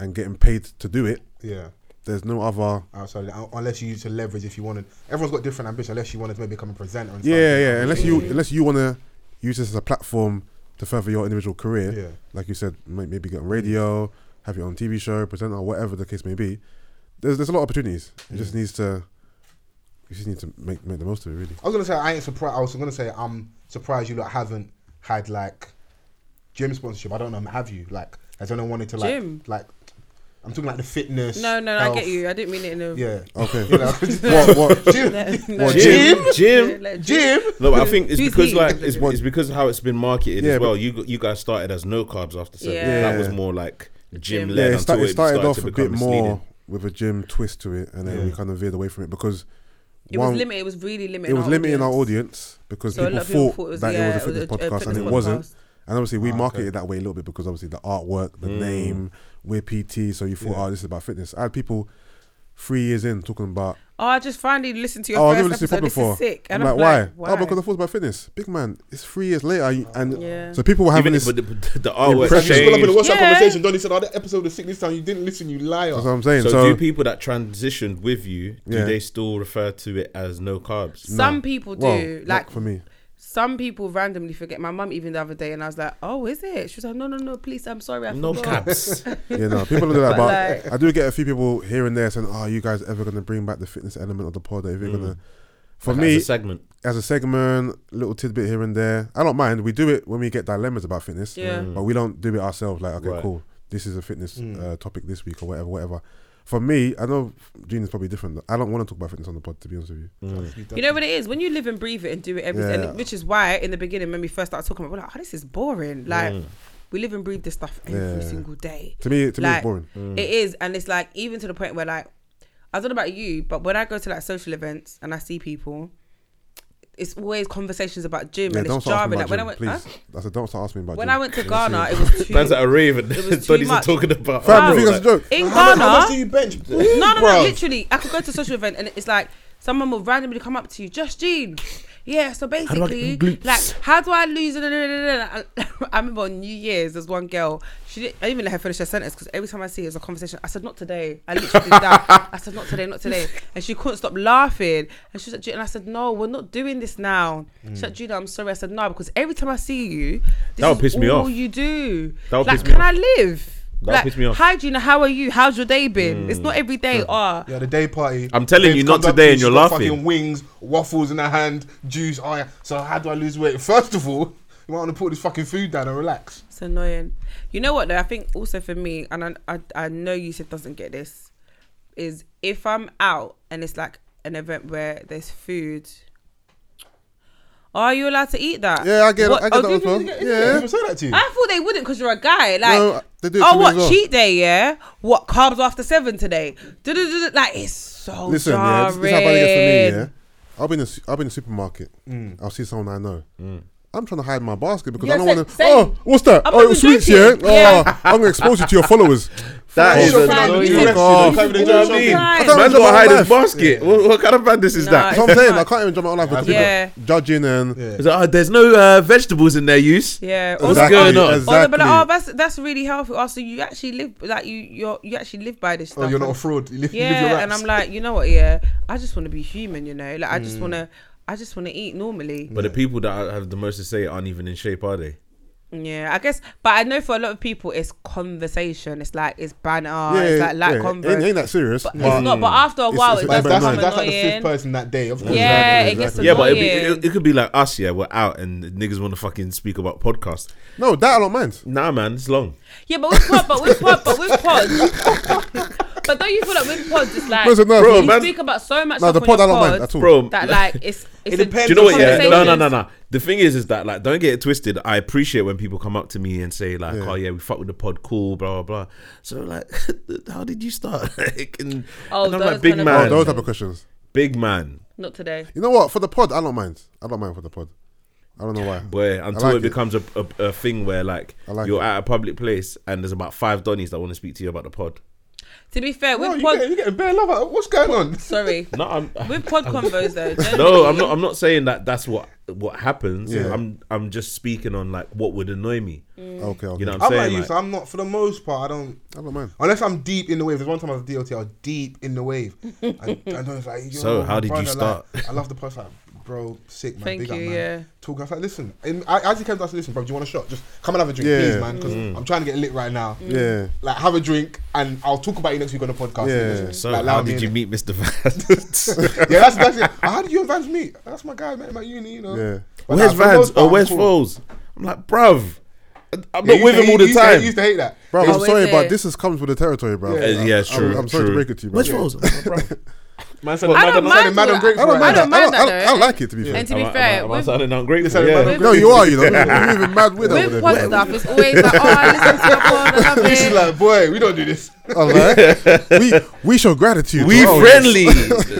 Speaker 7: and getting paid to do it,
Speaker 1: Yeah.
Speaker 7: there's no other.
Speaker 1: Outside, un- unless you use to leverage if you wanted. Everyone's got different ambition. Unless you wanted to maybe become a presenter. And
Speaker 7: Yeah,
Speaker 1: stuff.
Speaker 7: yeah. Unless you unless you want to use this as a platform to further your individual career,
Speaker 1: Yeah.
Speaker 7: like you said, may- maybe get on radio, have your own TV show, presenter, or whatever the case may be. There's there's a lot of opportunities. It just needs to. You just need to make make the most of it, really.
Speaker 1: I was gonna say I ain't surprised. I was gonna say I'm surprised you lot haven't had like gym sponsorship. I don't know, have you? Like, has anyone wanted to like
Speaker 6: Gym?
Speaker 1: like? I'm talking like the fitness.
Speaker 6: No, no, I get
Speaker 1: health-
Speaker 6: you. I didn't mean it in a
Speaker 1: Yeah.
Speaker 7: Okay.
Speaker 1: You know?
Speaker 7: what what?
Speaker 1: gym.
Speaker 6: No.
Speaker 7: What,
Speaker 5: Jim,
Speaker 6: Yeah,
Speaker 5: Jim.
Speaker 6: like,
Speaker 1: Gym.
Speaker 5: No, but I think it's
Speaker 6: Who's
Speaker 5: because
Speaker 6: he?
Speaker 5: like it's,
Speaker 7: What-
Speaker 5: it's because of how it's been marketed
Speaker 7: Yeah,
Speaker 5: as well.
Speaker 7: but-
Speaker 5: You you guys started as no carbs after seven.
Speaker 6: Yeah.
Speaker 5: That was
Speaker 7: Yeah.
Speaker 5: more like gym
Speaker 6: Yeah,
Speaker 5: led
Speaker 7: Yeah, it,
Speaker 5: until
Speaker 7: sta- it started
Speaker 5: to
Speaker 7: off a
Speaker 5: become
Speaker 7: bit more
Speaker 5: misleading.
Speaker 7: with a gym twist to it, and then we
Speaker 1: Yeah.
Speaker 7: kind of veered away from it because
Speaker 6: It was limited. It was really
Speaker 7: it
Speaker 6: limiting.
Speaker 7: was
Speaker 6: our
Speaker 7: limiting our
Speaker 6: audience.
Speaker 7: audience because
Speaker 6: So a
Speaker 7: people,
Speaker 6: lot of people
Speaker 7: thought
Speaker 6: thought it was-
Speaker 7: that
Speaker 6: yeah,
Speaker 7: it was a fitness podcast
Speaker 6: fitness
Speaker 7: and it
Speaker 6: podcast.
Speaker 7: wasn't. And obviously, we
Speaker 1: Ah, okay.
Speaker 7: marketed it that way a little bit because obviously the artwork,
Speaker 5: Hmm.
Speaker 7: the name, we're PT, so you thought,
Speaker 1: Yeah.
Speaker 7: oh, this is about fitness. I had people three years in talking about,
Speaker 6: Oh, I just finally listened to your
Speaker 7: oh, I've
Speaker 6: first
Speaker 7: never listened to
Speaker 6: episode.
Speaker 7: pop
Speaker 6: This
Speaker 7: before.
Speaker 6: is sick.
Speaker 7: I'm
Speaker 6: And
Speaker 7: like,
Speaker 6: I'm
Speaker 7: why?
Speaker 6: like, why?
Speaker 7: Oh, because I thought it's about fitness. Big man, it's three years later, and- and
Speaker 6: Yeah.
Speaker 7: so people were
Speaker 5: Even
Speaker 7: having this.
Speaker 5: if, but the, but the artwork
Speaker 7: Impression.
Speaker 1: Just pull up in a
Speaker 5: changed.
Speaker 1: WhatsApp
Speaker 6: Yeah.
Speaker 1: conversation. Donnie said, "Oh, that episode was sick this time. You didn't listen. You liar."
Speaker 7: That's what I'm saying.
Speaker 5: So,
Speaker 7: So,
Speaker 5: do people that transitioned with you do
Speaker 7: Yeah.
Speaker 5: they still refer to it as no carbs?
Speaker 6: Some people do.
Speaker 7: well, not
Speaker 6: like
Speaker 7: for me,
Speaker 6: some people randomly forget. My mum even the other day, and I was like, "Oh, is it?" She was like, "No, no, no, please, I'm sorry, I
Speaker 5: No
Speaker 6: forgot."
Speaker 5: carbs.
Speaker 7: yeah, no, people do that.
Speaker 6: But
Speaker 7: But I do get a few people here and there saying, "Oh, you guys ever gonna bring back the fitness element of the pod? Are you gonna?" For
Speaker 5: That's
Speaker 7: me,
Speaker 5: Hmm. a segment.
Speaker 7: as a segment, little tidbit here and there. I don't mind. We do it when we get dilemmas about fitness,
Speaker 6: Yeah. Mm.
Speaker 7: but we don't do it ourselves. Like, okay,
Speaker 5: Right.
Speaker 7: cool. This is a fitness uh, topic this week or whatever, whatever. For me, I know Gene is probably different. I don't want to talk about fitness on the pod, to be honest with you.
Speaker 6: You know what it is when you live and breathe it and do it every
Speaker 7: Yeah.
Speaker 6: and which is why in the beginning when we first started talking about, it, we're like, "Oh, this is boring." Like
Speaker 5: Mm.
Speaker 6: we live and breathe this stuff every
Speaker 7: Yeah.
Speaker 6: single day.
Speaker 7: To me, to me,
Speaker 6: Like,
Speaker 7: it's boring.
Speaker 6: It is, and it's like even to the point where like I don't know about you, but when I go to like social events and I see people, it's always conversations about gym
Speaker 7: Yeah,
Speaker 6: and
Speaker 7: don't
Speaker 6: it's
Speaker 7: start
Speaker 6: jarring.
Speaker 7: asking
Speaker 6: Like, when I went,
Speaker 7: about gym,
Speaker 6: huh?
Speaker 7: please. I said, don't start asking me about
Speaker 6: when
Speaker 7: gym.
Speaker 6: I went to
Speaker 7: You're serious.
Speaker 6: Ghana, it was too.
Speaker 5: Man's at a rave and
Speaker 6: It was too
Speaker 5: Donnie's
Speaker 6: much.
Speaker 5: talking about. bro,
Speaker 7: Fam, you think that's a
Speaker 5: like-
Speaker 7: joke?
Speaker 1: How,
Speaker 6: In
Speaker 1: mu-
Speaker 6: Ghana,
Speaker 1: how much do you bench?
Speaker 6: no, no, no,
Speaker 1: Bruv.
Speaker 6: literally. I could go to a social event and it's like someone will randomly come up to you, Just Gene. Yeah, so
Speaker 5: do I get
Speaker 6: basically,
Speaker 5: them glutes?
Speaker 6: like, how do I lose? I remember on New Year's, there's one girl. She didn't, I didn't even let her finish her sentence because every time I see it, it's a conversation. I said, not today. I literally did that. I said, not today, not today. And she couldn't stop laughing. And she was like, "Gina," and I said, no, we're not doing this now. She's like, Gina, I'm sorry. I said, no, because every time I see you, this
Speaker 5: Mm. That would
Speaker 6: is
Speaker 5: piss me
Speaker 6: all
Speaker 5: off.
Speaker 6: you do.
Speaker 5: That would
Speaker 6: like,
Speaker 5: piss me
Speaker 6: can
Speaker 5: off.
Speaker 6: I live?
Speaker 5: That
Speaker 6: like,
Speaker 5: pissed me off.
Speaker 6: hi Gina, how are you? How's your day been? It's
Speaker 7: Mm.
Speaker 6: not every day. Ah,
Speaker 1: Yeah, the day party.
Speaker 5: I'm telling
Speaker 1: Babes
Speaker 5: you, not
Speaker 1: comes up
Speaker 5: today
Speaker 1: to you,
Speaker 5: and you're
Speaker 1: she's got
Speaker 5: laughing.
Speaker 1: Fucking wings, waffles in her hand, juice. Oh yeah. So how do I lose weight? First of all, you might want to put this fucking food down and relax.
Speaker 6: it's annoying. You know what though? I think also for me, and I I, I know Yusuf doesn't get this, is if I'm out and it's like an event where there's food. Are you allowed to eat that?
Speaker 7: Yeah, I get,
Speaker 6: What-
Speaker 7: I get
Speaker 6: oh,
Speaker 7: that
Speaker 6: do
Speaker 7: one
Speaker 6: people
Speaker 7: as well.
Speaker 6: get-
Speaker 1: Did
Speaker 7: Yeah.
Speaker 1: people say that to you?
Speaker 6: I thought they wouldn't because you're a guy. Like,
Speaker 7: No, uh, they do it to
Speaker 6: oh,
Speaker 7: me
Speaker 6: what
Speaker 7: as well.
Speaker 6: cheat day? Yeah, what carbs after seven today? Du-du-du-du. Like, it's so
Speaker 7: Listen, yeah, this,
Speaker 6: jarring.
Speaker 7: this is how bad it gets for me. Yeah, I'll be in the su- I'll be in the supermarket.
Speaker 5: Mm.
Speaker 7: I'll see someone I know. I'm trying to hide in my basket because
Speaker 6: Yeah,
Speaker 7: I don't
Speaker 6: sa-
Speaker 7: want to.
Speaker 6: same.
Speaker 7: Oh, what's that?
Speaker 6: I'm
Speaker 7: oh,
Speaker 6: not
Speaker 7: it was
Speaker 6: even
Speaker 7: sweets, yeah.
Speaker 6: joking. Yeah.
Speaker 7: Oh, I'm gonna expose you to your followers.
Speaker 5: That
Speaker 1: What's
Speaker 5: is
Speaker 1: your
Speaker 5: annoying.
Speaker 1: plan? You
Speaker 5: Fuck
Speaker 1: rest, you
Speaker 5: off.
Speaker 1: know, can't even
Speaker 5: You know what I
Speaker 1: enjoy
Speaker 5: mean?
Speaker 1: your
Speaker 6: life.
Speaker 5: Man's
Speaker 7: Enjoy
Speaker 5: gotta
Speaker 7: my
Speaker 5: hide his
Speaker 7: life.
Speaker 5: basket. What, what kind of madness is
Speaker 6: Nah,
Speaker 5: that?
Speaker 6: it's
Speaker 7: That's what I'm saying. I
Speaker 6: not-
Speaker 7: can't enjoy my own life because
Speaker 6: Yeah.
Speaker 7: people judging and
Speaker 1: Yeah.
Speaker 5: It's like, oh, there's no uh, vegetables in their use.
Speaker 6: Yeah.
Speaker 5: What's
Speaker 6: Also-
Speaker 5: going on?
Speaker 6: also, but like, oh,
Speaker 7: Exactly.
Speaker 6: that's that's really healthy. Also, you actually live like you you're, you actually live by this stuff.
Speaker 1: Oh, you're not a
Speaker 6: And-
Speaker 1: fraud. You live, you live your
Speaker 6: yeah,
Speaker 1: raps.
Speaker 6: and I'm like, you know what? Yeah, I just want to be human. You know, like I just want to, I just want to eat normally.
Speaker 5: But the people that have the most to say aren't even in shape, are they?
Speaker 6: Yeah, I guess. But I know for a lot of people, it's conversation. It's like it's banter.
Speaker 7: Yeah,
Speaker 6: it's like light
Speaker 7: yeah.
Speaker 6: convo.
Speaker 7: Ain't, ain't that serious?
Speaker 6: But it's not. But after a
Speaker 7: it's-
Speaker 6: while,
Speaker 7: it's
Speaker 6: it
Speaker 7: like
Speaker 6: does
Speaker 1: But that's,
Speaker 6: become
Speaker 1: that's,
Speaker 7: Batman.
Speaker 1: like the fifth
Speaker 6: annoying.
Speaker 1: person that day. Of course.
Speaker 6: Yeah, it gets
Speaker 7: Exactly, exactly.
Speaker 5: Yeah, but it'd be,
Speaker 6: annoying.
Speaker 5: it, it could be like us. Yeah, we're out and niggas want to fucking speak about podcasts.
Speaker 7: no, that I don't mind.
Speaker 5: Nah, man, it's long.
Speaker 6: Yeah, but with pod, but with pod, but with pods. but don't you feel like with pods, it's like
Speaker 7: No, so no,
Speaker 5: Bro,
Speaker 6: you
Speaker 5: man-
Speaker 6: speak about so much.
Speaker 7: no,
Speaker 6: stuff
Speaker 7: the
Speaker 6: on
Speaker 7: pod I
Speaker 6: your
Speaker 7: don't mind
Speaker 6: pod
Speaker 7: at all.
Speaker 5: Bro,
Speaker 6: That like it's it's a
Speaker 1: depends
Speaker 5: do you know
Speaker 1: on
Speaker 5: what? Yeah, no, no,
Speaker 6: conversations.
Speaker 5: no, no. The thing is, is that like, don't get it twisted. I appreciate when people come up to me and say like,
Speaker 7: Yeah.
Speaker 5: "Oh yeah, we fuck with the pod, cool, blah blah." blah. So like, how did you start? Like, and,
Speaker 6: Oh,
Speaker 5: and I'm
Speaker 6: those
Speaker 5: like, big
Speaker 6: kind of
Speaker 5: man,
Speaker 7: Oh,
Speaker 6: questions.
Speaker 7: those type of questions.
Speaker 5: big man,
Speaker 6: Not today.
Speaker 7: You know what? For the pod, I don't mind. I don't mind for the pod. I don't know why.
Speaker 5: boy. Until
Speaker 7: like
Speaker 5: it,
Speaker 7: it.
Speaker 5: becomes a, a, a thing where like,
Speaker 7: I like
Speaker 5: you're
Speaker 7: it.
Speaker 5: at a public place and there's about five donnies that want to speak to you about the pod.
Speaker 6: To be fair,
Speaker 1: Bro,
Speaker 6: with
Speaker 1: you
Speaker 6: pod,
Speaker 1: get, you're getting bare love. Out. What's going on?
Speaker 6: sorry,
Speaker 5: No, I'm.
Speaker 6: with pod convos though.
Speaker 5: No, I'm
Speaker 6: generally-
Speaker 5: not. I'm not saying that. That's what what happens.
Speaker 7: Yeah. Mm.
Speaker 5: I'm. I'm just speaking on like what would annoy me. You
Speaker 7: Okay, okay.
Speaker 5: know what I'm,
Speaker 1: I'm like
Speaker 5: saying?
Speaker 1: you.
Speaker 5: Like,
Speaker 1: So I'm not for the most part. I don't.
Speaker 7: I don't mind.
Speaker 1: Unless I'm deep in the wave. There's one time I was DOT, I was deep in the wave. And, and I was like, Yo,
Speaker 5: So, how did you
Speaker 1: brother, like,
Speaker 5: start?
Speaker 1: I love the post. Like, bro, sick, man.
Speaker 6: Thank
Speaker 1: big up,
Speaker 6: you,
Speaker 1: man.
Speaker 6: yeah.
Speaker 1: Talking. I was like, listen. And I, I actually came to us, listen, bro, do you want a shot? Just come and have a drink,
Speaker 7: Yeah.
Speaker 1: please, man. Because
Speaker 5: Mm.
Speaker 1: I'm trying to get lit right now.
Speaker 6: Mm.
Speaker 7: Yeah.
Speaker 1: Like, have a drink, and I'll talk about you next week on the podcast.
Speaker 7: Yeah.
Speaker 1: Listen,
Speaker 5: so
Speaker 1: like, allow
Speaker 5: how
Speaker 1: me
Speaker 5: did
Speaker 1: in
Speaker 5: you meet
Speaker 1: it.
Speaker 5: Mr. Vans?
Speaker 1: Yeah, that's, that's it. How did you and Vans meet? That's my guy, man, at my uni, you know.
Speaker 7: Yeah.
Speaker 1: But
Speaker 5: where's
Speaker 1: like, for the
Speaker 5: Vans Oh,
Speaker 1: most part,
Speaker 5: or
Speaker 1: I'm
Speaker 5: where's
Speaker 1: cool.
Speaker 5: Foles? I'm like, bruv. I'm
Speaker 1: Yeah,
Speaker 5: not with
Speaker 1: you used
Speaker 5: him
Speaker 1: to-
Speaker 5: all the
Speaker 1: you used to-
Speaker 5: time.
Speaker 1: You used to hate that.
Speaker 7: Bro,
Speaker 6: Oh,
Speaker 7: I'm
Speaker 6: is
Speaker 7: sorry,
Speaker 6: it?
Speaker 7: but this is comes with the territory, bro.
Speaker 1: Yeah.
Speaker 5: Uh, yeah, true.
Speaker 7: I'm, I'm sorry
Speaker 5: true.
Speaker 7: to break it to you, bro.
Speaker 5: Where's
Speaker 7: Yeah.
Speaker 5: Foles? I'm like, bruv.
Speaker 1: Man said,
Speaker 6: I don't
Speaker 1: man said,
Speaker 6: mind.
Speaker 1: man, I'm
Speaker 6: that.
Speaker 1: grateful
Speaker 6: I don't
Speaker 1: right
Speaker 6: mind,
Speaker 1: now.
Speaker 7: I don't, I,
Speaker 6: that.
Speaker 7: don't, I
Speaker 6: though.
Speaker 7: don't like it to be fair.
Speaker 6: And to be
Speaker 5: Am I-
Speaker 6: fair,
Speaker 5: am I
Speaker 6: with,
Speaker 5: sounding ungrateful?
Speaker 1: Listen, man,
Speaker 5: Yeah.
Speaker 1: I'm-
Speaker 7: no, you are. You're, you're even mad with
Speaker 6: with
Speaker 7: that.
Speaker 6: pod stuff, it's always like, oh, I listen to your pod, I love
Speaker 1: She's
Speaker 6: it.
Speaker 1: like, boy, we don't do this.
Speaker 7: Alright? we we show gratitude.
Speaker 5: We
Speaker 7: to our
Speaker 5: friendly.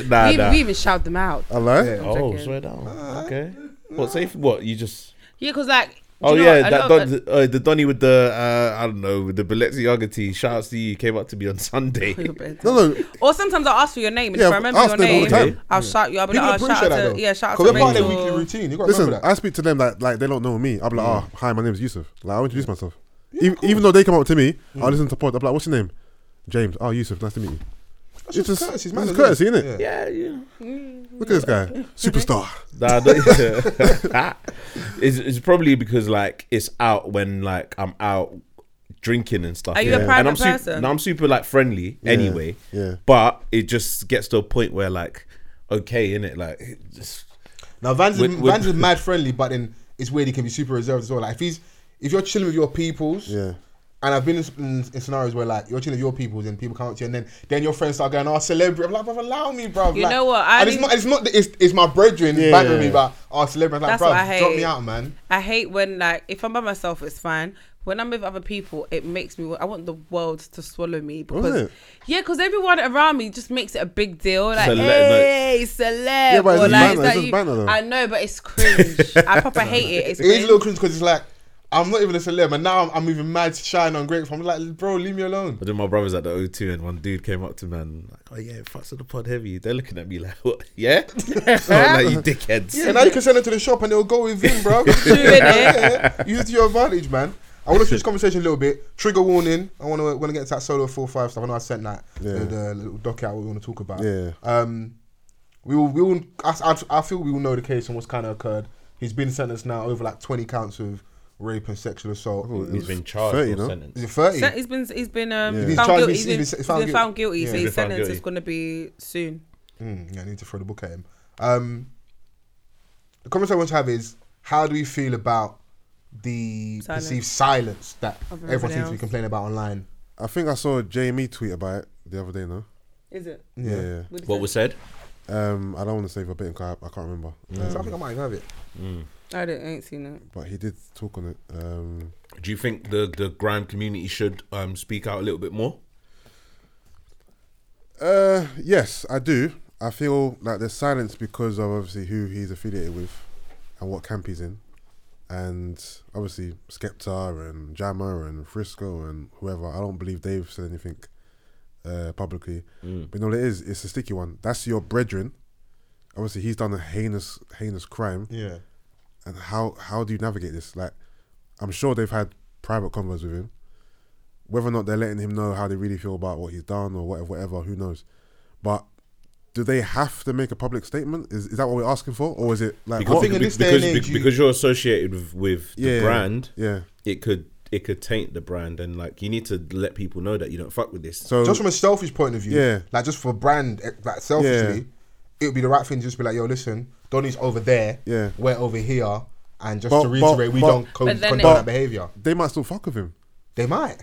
Speaker 5: nah,
Speaker 6: we,
Speaker 5: nah.
Speaker 6: we even shout them out.
Speaker 7: Alright?
Speaker 1: Yeah.
Speaker 5: oh,
Speaker 6: joking.
Speaker 5: swear down.
Speaker 6: Uh,
Speaker 5: Okay. What safe? What you just?
Speaker 6: Yeah, because like. do
Speaker 5: Oh
Speaker 6: you know
Speaker 5: yeah,
Speaker 6: what? A
Speaker 5: that
Speaker 6: lot of-
Speaker 5: don, the, uh, the Donny with the uh, I don't know with the Balenciaga tee. Shout outs to you, came up to me on Sunday.
Speaker 7: No, no.
Speaker 6: Or sometimes I'll ask for your name, and
Speaker 7: Yeah,
Speaker 6: if I remember
Speaker 7: ask
Speaker 6: your
Speaker 7: them all
Speaker 6: name,
Speaker 7: the time.
Speaker 6: I'll shout you. I'll be
Speaker 1: People
Speaker 6: like, oh,
Speaker 1: appreciate
Speaker 6: shout
Speaker 1: that
Speaker 6: out
Speaker 1: though.
Speaker 6: to yeah, shout out
Speaker 1: Because
Speaker 6: to
Speaker 1: we're part of their weekly
Speaker 6: Rachel.
Speaker 1: routine. You got to
Speaker 7: Listen,
Speaker 1: remember that. Mm.
Speaker 7: I speak to them like like they don't know me. I'm like, oh, hi, my name is Yusuf. Like, I'll introduce myself. even, even though they come up to me,
Speaker 1: Mm.
Speaker 7: I'll listen to pod. I'm like, what's your name? James. Oh, Yusuf. Nice to meet you.
Speaker 1: That's
Speaker 7: It's just
Speaker 1: courtesy,
Speaker 7: it's
Speaker 1: man,
Speaker 7: just
Speaker 1: isn't
Speaker 7: courtesy, isn't
Speaker 1: Yeah.
Speaker 7: it?
Speaker 5: Yeah, you.
Speaker 7: Look at this guy, superstar.
Speaker 5: Nah, I don't- it's, it's probably because like it's out when like I'm out drinking and stuff.
Speaker 6: Are you a private
Speaker 5: and I'm Super,
Speaker 6: person?
Speaker 5: no, I'm super like friendly anyway.
Speaker 7: yeah.
Speaker 5: But it just gets to a point where like, okay, in it like, just,
Speaker 1: Now Vans,
Speaker 5: With-
Speaker 1: is,
Speaker 5: with-
Speaker 1: Vans is mad friendly, but then it's weird. He can be super reserved as well. Like if he's if you're chilling with your peoples,
Speaker 7: Yeah.
Speaker 1: And I've been in, in, in scenarios where like you're chilling with your peoples and people come up to you, and then then your friends start going, "Oh, celebrity!" I'm like, "Bro, allow me, bro."
Speaker 6: You
Speaker 1: like,
Speaker 6: know what? I
Speaker 1: and it's
Speaker 6: didn't-
Speaker 1: not it's not that it's, it's my brethren
Speaker 7: Yeah.
Speaker 1: battering me, but oh, celebrity. I'm like,
Speaker 6: That's
Speaker 1: bro,
Speaker 6: what I
Speaker 1: drop
Speaker 6: hate.
Speaker 1: me out, man.
Speaker 6: I hate when like if I'm by myself, it's fine. When I'm with other people, it makes me. I want the world to swallow me because
Speaker 7: it?
Speaker 6: yeah, because everyone around me just makes it a big deal. Like
Speaker 5: Celeb, no.
Speaker 6: hey, celeb.
Speaker 7: Yeah, but it's
Speaker 6: or,
Speaker 7: just
Speaker 6: like,
Speaker 7: banter,
Speaker 6: that
Speaker 7: it's just
Speaker 6: you-
Speaker 7: banter, though.
Speaker 6: I know, but it's cringe. I proper hate it. It's
Speaker 1: It is a
Speaker 6: cringe.
Speaker 1: little cringe because it's like I'm not even a celeb, and now I'm, I'm even mad, shy, and ungrateful. I'm like, bro, leave me alone.
Speaker 5: I did my brothers at the O2 and one dude came up to me and like, oh yeah, fucks with the pod heavy. They're looking at me like, what? Yeah, I'm like you dickheads.
Speaker 1: Yeah, now you can send it to the shop and it'll go with him, bro.
Speaker 6: innit?
Speaker 1: Use it to your advantage, man. I want to switch conversation a little bit. Trigger warning. I want to want to get into that solo four five stuff. I know I sent that
Speaker 7: Yeah.
Speaker 1: the, the little doc out we want to talk about.
Speaker 7: Yeah.
Speaker 1: Um, we will we will. I, I, I feel we will know the case and what's kind of occurred. He's been sentenced now over like twenty counts of rape and sexual assault.
Speaker 5: Oh, He's been charged
Speaker 7: 30,
Speaker 5: or
Speaker 7: no?
Speaker 5: sentenced.
Speaker 1: Is it thirty?
Speaker 6: Se- he's been he's been um,
Speaker 7: Yeah.
Speaker 1: He's
Speaker 6: found,
Speaker 1: charged-
Speaker 6: guilty.
Speaker 1: he's-
Speaker 6: He's been,
Speaker 1: he's
Speaker 6: he's
Speaker 1: found
Speaker 6: been
Speaker 1: guilty.
Speaker 6: found guilty.
Speaker 1: Yeah.
Speaker 5: He's
Speaker 6: So
Speaker 5: been
Speaker 6: his
Speaker 5: found
Speaker 6: sentence is
Speaker 5: guilty.
Speaker 6: going to be soon.
Speaker 1: Mm, yeah, I need to throw the book at him. Um, the comments I want to have is how do we feel about the
Speaker 6: Silence.
Speaker 1: perceived silence that
Speaker 6: Of
Speaker 1: everyone
Speaker 6: everybody
Speaker 1: seems to be
Speaker 6: else.
Speaker 1: complaining about online?
Speaker 7: I think I saw Jamie tweet about it the other day. No,
Speaker 6: Is it?
Speaker 1: Yeah.
Speaker 7: yeah.
Speaker 6: What,
Speaker 5: What was said?
Speaker 7: Um, I don't want to save a bit because I, I can't remember.
Speaker 1: So I
Speaker 7: Um,
Speaker 1: think I might have it.
Speaker 6: I don't, I ain't seen it.
Speaker 7: but he did talk on it. Um,
Speaker 5: Do you think the the grime community should um, speak out a little bit more?
Speaker 7: uh, yes, I do. I feel like there's silence because of obviously who he's affiliated with and what camp he's in, and obviously Skepta and Jammer and Frisco and whoever. I don't believe they've said anything uh, publicly. But you know what it is? It's a sticky one. That's your brethren. Obviously, he's done a heinous, heinous crime.
Speaker 1: Yeah.
Speaker 7: and how how do you navigate this? Like, I'm sure they've had private convos with him. Whether or not they're letting him know how they really feel about what he's done or whatever, whatever, who knows? But do they have to make a public statement? Is is that what we're asking for, or is it like
Speaker 5: Because,
Speaker 7: what-
Speaker 1: think in
Speaker 5: be-
Speaker 1: this day
Speaker 5: because,
Speaker 1: and
Speaker 5: be-
Speaker 1: age, you-
Speaker 5: because you're associated with, with the
Speaker 7: Yeah,
Speaker 5: brand,
Speaker 7: Yeah.
Speaker 5: it could it could taint the brand, and like you need to let people know that you don't fuck with this.
Speaker 7: So
Speaker 1: Just from a selfish point of view,
Speaker 7: Yeah.
Speaker 1: like just for brand, eh, like selfishly,
Speaker 7: Yeah.
Speaker 1: it would be the right thing to just be like, yo, listen, Donny's over there,
Speaker 7: Yeah.
Speaker 1: we're over here, and just
Speaker 7: But-
Speaker 1: to
Speaker 7: but-
Speaker 1: reiterate, we
Speaker 7: but-
Speaker 1: don't co-
Speaker 6: But then
Speaker 1: condone
Speaker 6: it-
Speaker 1: that behaviour.
Speaker 7: they might still fuck with him.
Speaker 1: They might.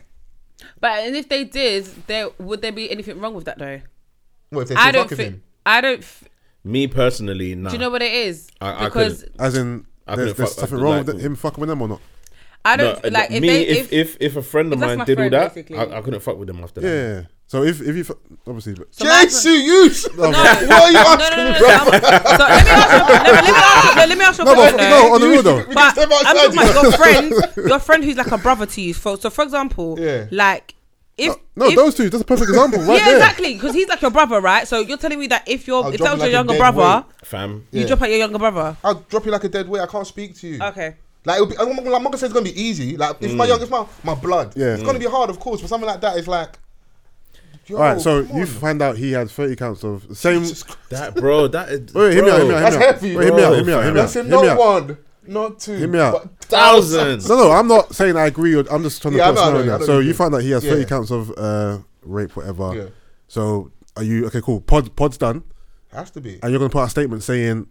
Speaker 6: But and if they did, there would there be anything wrong with that though?
Speaker 1: What if they
Speaker 6: I
Speaker 1: still
Speaker 6: don't
Speaker 1: fuck with
Speaker 6: think.
Speaker 1: him?
Speaker 6: I don't. F-
Speaker 5: Me personally, nah.
Speaker 6: do you know what it is?
Speaker 5: I- I
Speaker 6: because
Speaker 7: As in,
Speaker 5: I
Speaker 7: there's,
Speaker 5: couldn't
Speaker 7: there's
Speaker 5: fuck-
Speaker 7: something
Speaker 5: I'd
Speaker 7: wrong
Speaker 5: like-
Speaker 7: with him fucking with them or not.
Speaker 6: I
Speaker 5: No,
Speaker 6: don't like if
Speaker 5: me,
Speaker 6: they
Speaker 5: if, if if a friend of
Speaker 6: if that's
Speaker 5: mine
Speaker 6: my
Speaker 5: did
Speaker 6: friend,
Speaker 5: all that,
Speaker 6: basically.
Speaker 5: I, I couldn't fuck with them after
Speaker 7: Yeah.
Speaker 5: that.
Speaker 7: So if if you fu- obviously, but
Speaker 6: So my-
Speaker 1: Jesu, you!
Speaker 6: No,
Speaker 1: What are you
Speaker 6: no,
Speaker 1: asking
Speaker 6: no, no,
Speaker 1: me,
Speaker 6: no,
Speaker 1: bro?
Speaker 6: no, I'm- So let me ask you. Let me, let me ask you. Let me ask you. a
Speaker 7: no, but,
Speaker 6: question, though.
Speaker 7: no, on the real though.
Speaker 1: We can
Speaker 6: But
Speaker 1: step
Speaker 6: I'm
Speaker 1: outside.
Speaker 6: talking about your friend, your friend who's like a brother to you. So, so for example,
Speaker 1: Yeah.
Speaker 6: like if
Speaker 7: No,
Speaker 6: if,
Speaker 7: those two. That's a perfect example, right
Speaker 6: yeah,
Speaker 7: there.
Speaker 6: exactly, because he's like your brother, right? So you're telling me that if you're,
Speaker 1: I'll
Speaker 6: if
Speaker 1: drop
Speaker 6: that
Speaker 1: him
Speaker 6: was
Speaker 1: like
Speaker 6: your
Speaker 1: a
Speaker 6: younger
Speaker 1: dead
Speaker 6: brother,
Speaker 5: Fam,
Speaker 6: you
Speaker 1: Yeah.
Speaker 6: drop at your younger brother.
Speaker 1: I'll drop you like a dead weight. I can't speak to you.
Speaker 6: Okay.
Speaker 1: Like it'll be, I'm, not- I'm not gonna say it's gonna be easy. Like if my young, if my my blood,
Speaker 7: Mm. Yeah.
Speaker 1: it's gonna be hard, of course. But something like that is like, yo,
Speaker 7: All right. So
Speaker 1: Oh, come
Speaker 7: you
Speaker 1: on.
Speaker 7: find out he had 30 counts of same.
Speaker 1: Jesus Christ.
Speaker 5: that bro, that is
Speaker 7: Wait, hear me
Speaker 5: bro,
Speaker 7: out, hear me out,
Speaker 1: that's
Speaker 7: hear me out.
Speaker 1: heavy,
Speaker 7: Wait, hear me
Speaker 5: bro.
Speaker 7: out, hear me out, hear me
Speaker 1: I
Speaker 7: out.
Speaker 1: said
Speaker 7: Hear
Speaker 1: not
Speaker 7: me out.
Speaker 1: one, not two,
Speaker 7: Hear me out.
Speaker 1: but
Speaker 5: thousands.
Speaker 7: No, no, I'm not saying I agree. With, I'm just trying to
Speaker 1: Yeah, I
Speaker 7: put a
Speaker 1: know, I know,
Speaker 7: scenario
Speaker 1: I
Speaker 7: out.
Speaker 1: know
Speaker 7: So
Speaker 1: you
Speaker 7: you
Speaker 1: think.
Speaker 7: find out he has 30
Speaker 1: Yeah.
Speaker 7: counts of uh, rape, whatever.
Speaker 1: Yeah.
Speaker 7: So are you okay? Cool. Pod, pod's done,
Speaker 1: has to be.
Speaker 7: and you're gonna put out a statement saying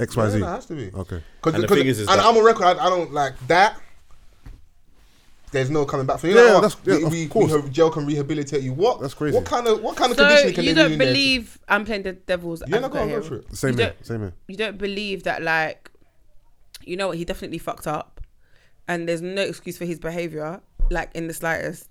Speaker 7: X, Y,
Speaker 1: Yeah,
Speaker 7: Z.
Speaker 1: no, it has to be.
Speaker 7: Okay.
Speaker 1: Cause,
Speaker 5: And the
Speaker 1: 'cause-
Speaker 5: thing is, is
Speaker 1: and
Speaker 5: that-
Speaker 1: I'm on record. I, I don't like that. There's no coming back for you.
Speaker 7: Yeah,
Speaker 1: know what?
Speaker 7: that's- yeah,
Speaker 1: we,
Speaker 7: of
Speaker 1: we,
Speaker 7: course.
Speaker 1: we- jail can rehabilitate you. What?
Speaker 7: That's crazy.
Speaker 1: What kind of what kind of
Speaker 6: So
Speaker 1: conditioning can
Speaker 6: you
Speaker 1: they do
Speaker 6: don't
Speaker 1: in there to-
Speaker 6: believe I'm playing the devil's
Speaker 1: Yeah, no,
Speaker 6: advocate
Speaker 1: go on,
Speaker 6: here.
Speaker 1: go for it.
Speaker 7: Same
Speaker 6: You
Speaker 7: here.
Speaker 6: don't-
Speaker 7: Same here.
Speaker 6: You don't believe that, like, you know what? He definitely fucked up, and there's no excuse for his behavior, like in the slightest.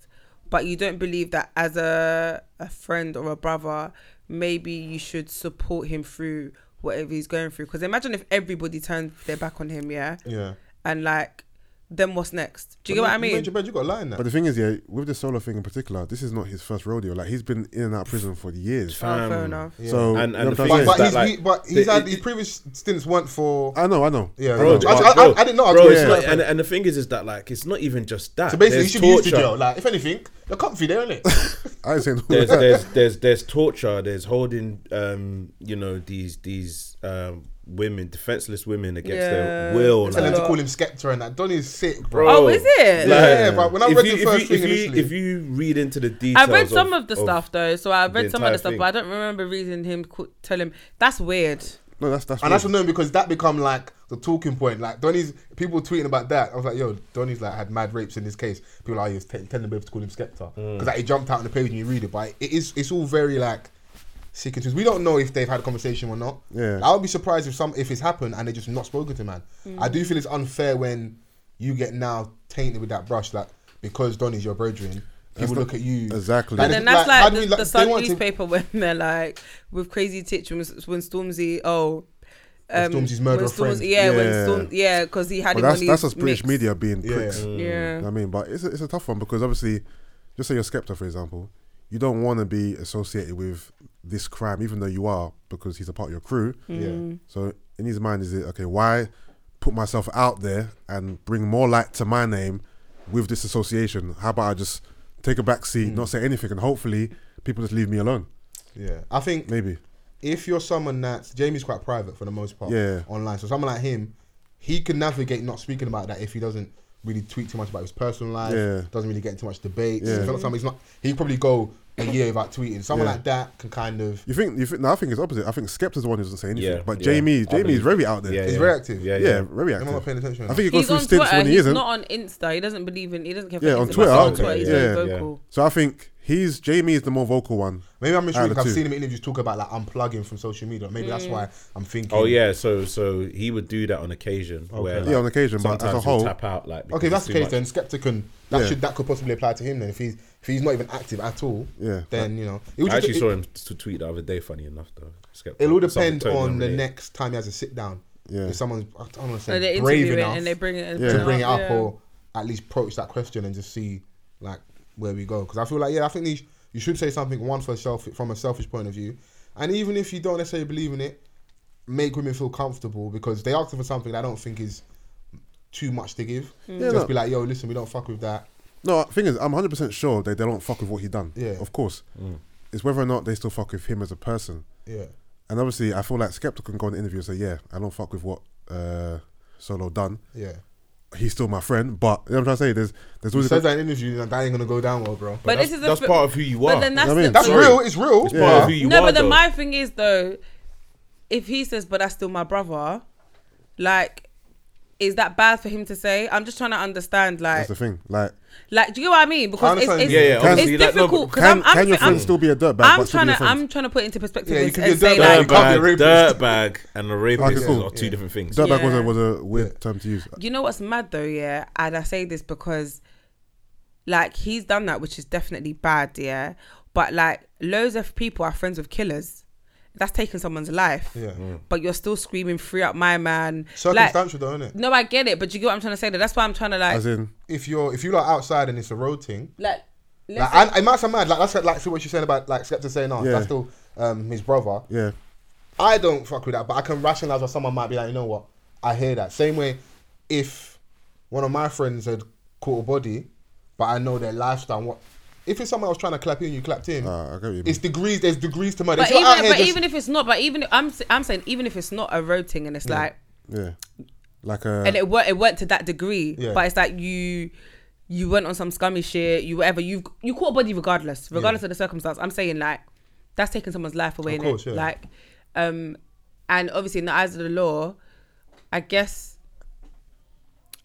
Speaker 6: But you don't believe that as a a friend or a brother, maybe you should support him through whatever he's going through. Because imagine if everybody turned their back on him, yeah,
Speaker 1: Yeah.
Speaker 6: and like, then what's next? Do you get what I
Speaker 1: You
Speaker 6: mean?
Speaker 1: made your bed, You got a lie in
Speaker 7: But
Speaker 1: that.
Speaker 7: the thing is, yeah, with the solo thing in particular, this is not his first rodeo. Like he's been in and out of prison for years.
Speaker 6: Oh, fair
Speaker 5: Um,
Speaker 6: enough.
Speaker 7: So
Speaker 5: And- and
Speaker 7: you know
Speaker 5: the
Speaker 7: what I'm
Speaker 5: thing
Speaker 7: trying
Speaker 5: is
Speaker 7: to
Speaker 1: But
Speaker 7: say?
Speaker 5: that,
Speaker 1: he's,
Speaker 5: like,
Speaker 1: he, but
Speaker 5: the-
Speaker 1: he's had
Speaker 5: it-
Speaker 1: his previous stints weren't for.
Speaker 7: I know, I know.
Speaker 1: Yeah,
Speaker 5: Bro,
Speaker 1: no. I, I,
Speaker 5: bro.
Speaker 1: I, I didn't know. I was
Speaker 5: Bro,
Speaker 1: going
Speaker 5: it's
Speaker 1: to
Speaker 5: like-
Speaker 1: that.
Speaker 5: and, and the thing is, is that like it's not even just that.
Speaker 1: So basically, you
Speaker 5: There's
Speaker 1: should be used to
Speaker 5: torture.
Speaker 1: jail. Like, if anything, you're comfy there, innit?
Speaker 7: I ain't saying
Speaker 5: there's there's there's there's torture. There's holding um you know these these um women defenseless women against
Speaker 6: Yeah.
Speaker 5: their will.
Speaker 1: Tell them to
Speaker 5: like,
Speaker 1: call him Skepta and that. Donny's sick, bro.
Speaker 5: bro.
Speaker 6: Oh, is it?
Speaker 1: Yeah, but when I
Speaker 5: if
Speaker 1: read
Speaker 5: you-
Speaker 1: the
Speaker 5: if
Speaker 1: first
Speaker 5: you,
Speaker 1: thing
Speaker 5: if you,
Speaker 1: initially-
Speaker 5: if you read into the
Speaker 6: I
Speaker 5: details,
Speaker 6: read some of the stuff though, so I read
Speaker 5: the
Speaker 6: some of
Speaker 5: entire
Speaker 6: the stuff,
Speaker 5: thing.
Speaker 6: but I don't remember reading him co- tell him that's weird.
Speaker 7: no, that's that's.
Speaker 1: And that's
Speaker 7: real.
Speaker 1: annoying because that become like the talking point. Like Donny's people tweeting about that. I was like, yo, Donny's like had mad rapes in this case. People are like, he was t- telling the babe to call him Skepta
Speaker 7: Mm.
Speaker 1: because like, it jumped out on the page and you read it. But it is it's all very like sick and twisted. We don't know if they've had a conversation or not.
Speaker 7: Yeah.
Speaker 1: I would be surprised if some if it's happened and they just not spoken to man.
Speaker 6: Mm.
Speaker 1: I do feel it's unfair when you get now tainted with that brush, like because Donny's your brethren. People
Speaker 7: not-
Speaker 1: look at you
Speaker 7: Exactly.
Speaker 1: Like,
Speaker 7: But
Speaker 6: And
Speaker 1: they-
Speaker 6: that's
Speaker 1: how
Speaker 6: like,
Speaker 1: do
Speaker 6: the,
Speaker 1: we,
Speaker 6: the
Speaker 1: they
Speaker 6: Sun
Speaker 1: want to-
Speaker 6: newspaper when they're like with crazy titch when, when Stormzy oh. Um,
Speaker 1: Stormzy's murder
Speaker 6: when
Speaker 1: of friends.
Speaker 6: Yeah, when
Speaker 7: Yeah.
Speaker 6: Storm, yeah, because he had
Speaker 7: But
Speaker 6: him
Speaker 7: that's
Speaker 6: on
Speaker 7: that's
Speaker 6: his
Speaker 7: us British
Speaker 6: mix.
Speaker 7: media being
Speaker 1: Yeah.
Speaker 7: pricks.
Speaker 6: Yeah,
Speaker 7: You know what I mean, but it's a, it's a tough one because obviously, just say you're Skepta, for example, you don't want to be associated with this crime, even though you are, because he's a part of your crew.
Speaker 1: Yeah.
Speaker 6: Mm.
Speaker 7: So in his mind, is it okay? Why put myself out there and bring more light to my name with this association? How about I just take a back seat, not say anything, and hopefully people just leave me alone?
Speaker 1: Yeah. I think
Speaker 7: Maybe.
Speaker 1: if you're someone that's Jamie's quite private for the most part,
Speaker 7: Yeah.
Speaker 1: online. So someone like him, he can navigate not speaking about that if he doesn't really tweet too much about his personal life.
Speaker 7: Yeah.
Speaker 1: Doesn't really get into much debate.
Speaker 7: Yeah.
Speaker 1: I feel like somebody's not. He probably go a year without tweeting. Someone
Speaker 7: Yeah.
Speaker 1: like that can kind of.
Speaker 7: You think? You think? No, I think it's opposite. I think Skepta's the one who doesn't say anything.
Speaker 5: Yeah,
Speaker 7: but
Speaker 5: yeah.
Speaker 7: Jamie,
Speaker 5: I
Speaker 7: Jamie is
Speaker 5: believe-
Speaker 7: very out there. Yeah,
Speaker 1: He's very active.
Speaker 5: Yeah,
Speaker 7: yeah,
Speaker 5: yeah.
Speaker 7: very
Speaker 1: Am
Speaker 7: active.
Speaker 1: I not paying attention?
Speaker 7: I think he goes
Speaker 6: He's
Speaker 7: through
Speaker 6: on
Speaker 7: stints
Speaker 6: Twitter.
Speaker 7: when he
Speaker 6: He's
Speaker 7: isn't.
Speaker 6: not on Insta. He doesn't believe in. He doesn't care.
Speaker 7: Yeah,
Speaker 6: for
Speaker 7: on
Speaker 6: Instagram.
Speaker 7: Twitter.
Speaker 6: He's on
Speaker 5: Okay,
Speaker 6: Twitter. He's
Speaker 5: yeah,
Speaker 6: very
Speaker 5: yeah.
Speaker 6: vocal.
Speaker 7: So I think he's Jamie is the more vocal one.
Speaker 1: Maybe I'm
Speaker 7: Out
Speaker 1: misreading.
Speaker 7: of
Speaker 1: 'cause I've
Speaker 7: two.
Speaker 1: seen him in interviews talk about like unplugging from social media. Maybe that's why I'm thinking.
Speaker 5: Oh yeah, so so he would do that on occasion. Where,
Speaker 7: Yeah, on occasion, but as a
Speaker 5: sometimes
Speaker 7: whole-
Speaker 5: he'll tap out like. because
Speaker 1: Okay, if that's
Speaker 5: it's
Speaker 1: the
Speaker 5: too
Speaker 1: case.
Speaker 5: much.
Speaker 1: Then Skeptic can that
Speaker 7: Yeah.
Speaker 1: should that could possibly apply to him. Then if he's if he's not even active at all,
Speaker 7: Yeah.
Speaker 1: Then you know, it would
Speaker 5: I actually
Speaker 1: just-
Speaker 5: saw
Speaker 1: it,
Speaker 5: him t- tweet the other day. Funny enough, though, Skepta.
Speaker 1: It will
Speaker 5: Something
Speaker 1: depend
Speaker 5: totally
Speaker 1: on the
Speaker 5: unrelated.
Speaker 1: next time he has a sit down.
Speaker 7: Yeah.
Speaker 1: If someone's I don't want to
Speaker 6: So
Speaker 1: say
Speaker 6: they
Speaker 1: brave
Speaker 6: interview it
Speaker 1: enough
Speaker 6: and they bring it and
Speaker 7: Yeah.
Speaker 1: to bring it up
Speaker 6: yeah.
Speaker 1: or at least approach that question and just see like where we go. Because I feel like yeah, I think these, you should say something one for self from a selfish point of view, and even if you don't necessarily believe in it, make women feel comfortable because they ask for something I don't think is too much to give. Just
Speaker 7: no.
Speaker 1: be like, yo, listen, we don't fuck with that.
Speaker 7: No, thing is, I'm 100 percent sure they, they don't fuck with what he done.
Speaker 1: Yeah.
Speaker 7: of course. It's whether or not they still fuck with him as a person.
Speaker 1: Yeah.
Speaker 7: And obviously, I feel like skeptical can go on the interview and say, "Yeah, I don't fuck with what uh, Solo done.
Speaker 1: Yeah.
Speaker 7: He's still my friend." But you know what I'm trying to say? There's there's
Speaker 1: He
Speaker 7: always
Speaker 1: says that in interviews and that ain't gonna go down well, bro.
Speaker 6: But
Speaker 5: That's,
Speaker 6: this is a
Speaker 5: that's
Speaker 6: fi-
Speaker 5: part of who you are.
Speaker 6: But then that's
Speaker 7: I mean,
Speaker 6: the
Speaker 1: That's
Speaker 6: thing.
Speaker 7: Sorry.
Speaker 1: real. It's real.
Speaker 7: Yeah.
Speaker 5: part of who you
Speaker 6: no,
Speaker 5: are.
Speaker 6: but then
Speaker 5: though.
Speaker 6: my thing is though, if he says, "But that's still my brother," like, is that bad for him to say? I'm just trying to understand, like,
Speaker 7: that's the thing. Like,
Speaker 6: like, do you know what I mean?
Speaker 1: I
Speaker 6: Because it's,
Speaker 1: understand.
Speaker 6: it's,
Speaker 5: Yeah, yeah,
Speaker 7: obviously,
Speaker 6: it's
Speaker 5: like, no,
Speaker 6: difficult.
Speaker 5: but
Speaker 6: Because
Speaker 7: can,
Speaker 6: I'm, I'm,
Speaker 7: can your
Speaker 6: I'm,
Speaker 7: friend still be a dirtbag?
Speaker 6: I'm
Speaker 7: but still
Speaker 6: trying
Speaker 7: be
Speaker 6: to,
Speaker 7: your friend?
Speaker 6: I'm trying to put into perspective
Speaker 1: Yeah, you
Speaker 6: and,
Speaker 1: can be a
Speaker 6: and say
Speaker 1: dirtbag.
Speaker 6: like,
Speaker 1: You can't be
Speaker 5: Dirtbag,
Speaker 1: rapist.
Speaker 5: dirtbag, and a rapist
Speaker 7: Okay, cool.
Speaker 5: are two different things.
Speaker 7: Dirtbag was
Speaker 6: Yeah.
Speaker 7: a was a weird term to use.
Speaker 6: You know what's mad though, yeah? And I say this because like he's done that, which is definitely bad, yeah. But like loads of people are friends with killers. That's taking someone's life.
Speaker 1: Yeah.
Speaker 6: But you're still screaming, free up my man. Like,
Speaker 1: Mm. Circumstantial though, innit?
Speaker 6: no, I get it, but you get what I'm trying to say. Though? That's why I'm trying to like
Speaker 7: As in,
Speaker 1: If you're if you are outside and it's a road thing,
Speaker 6: like
Speaker 1: like
Speaker 6: let's
Speaker 1: and it might sound mad, like that's like see what you're saying about like Skepta saying, oh,
Speaker 7: Yeah.
Speaker 1: that's still um his brother.
Speaker 7: yeah,
Speaker 1: I don't fuck with that, but I can rationalize why someone might be like, you know what, I hear that. Same way, if one of my friends had caught a body, but I know their lifestyle, and what if it's someone else trying to clap in, you clapped in.
Speaker 7: uh, I get what you mean.
Speaker 1: it's degrees. There's degrees to murder.
Speaker 6: but
Speaker 1: If you're
Speaker 6: even,
Speaker 1: out here
Speaker 6: but
Speaker 1: just-
Speaker 6: even if it's not, but even I'm s- I'm saying even if it's not a road thing and it's like
Speaker 7: yeah, like a
Speaker 6: and it were it went to that degree.
Speaker 1: Yeah.
Speaker 6: But it's like you you went on some scummy shit, you whatever, you you caught a body regardless, regardless of the circumstance. I'm saying like that's taking someone's life away.
Speaker 1: Of
Speaker 6: innit?
Speaker 1: course, yeah.
Speaker 6: Like, um, and obviously in the eyes of the law, I guess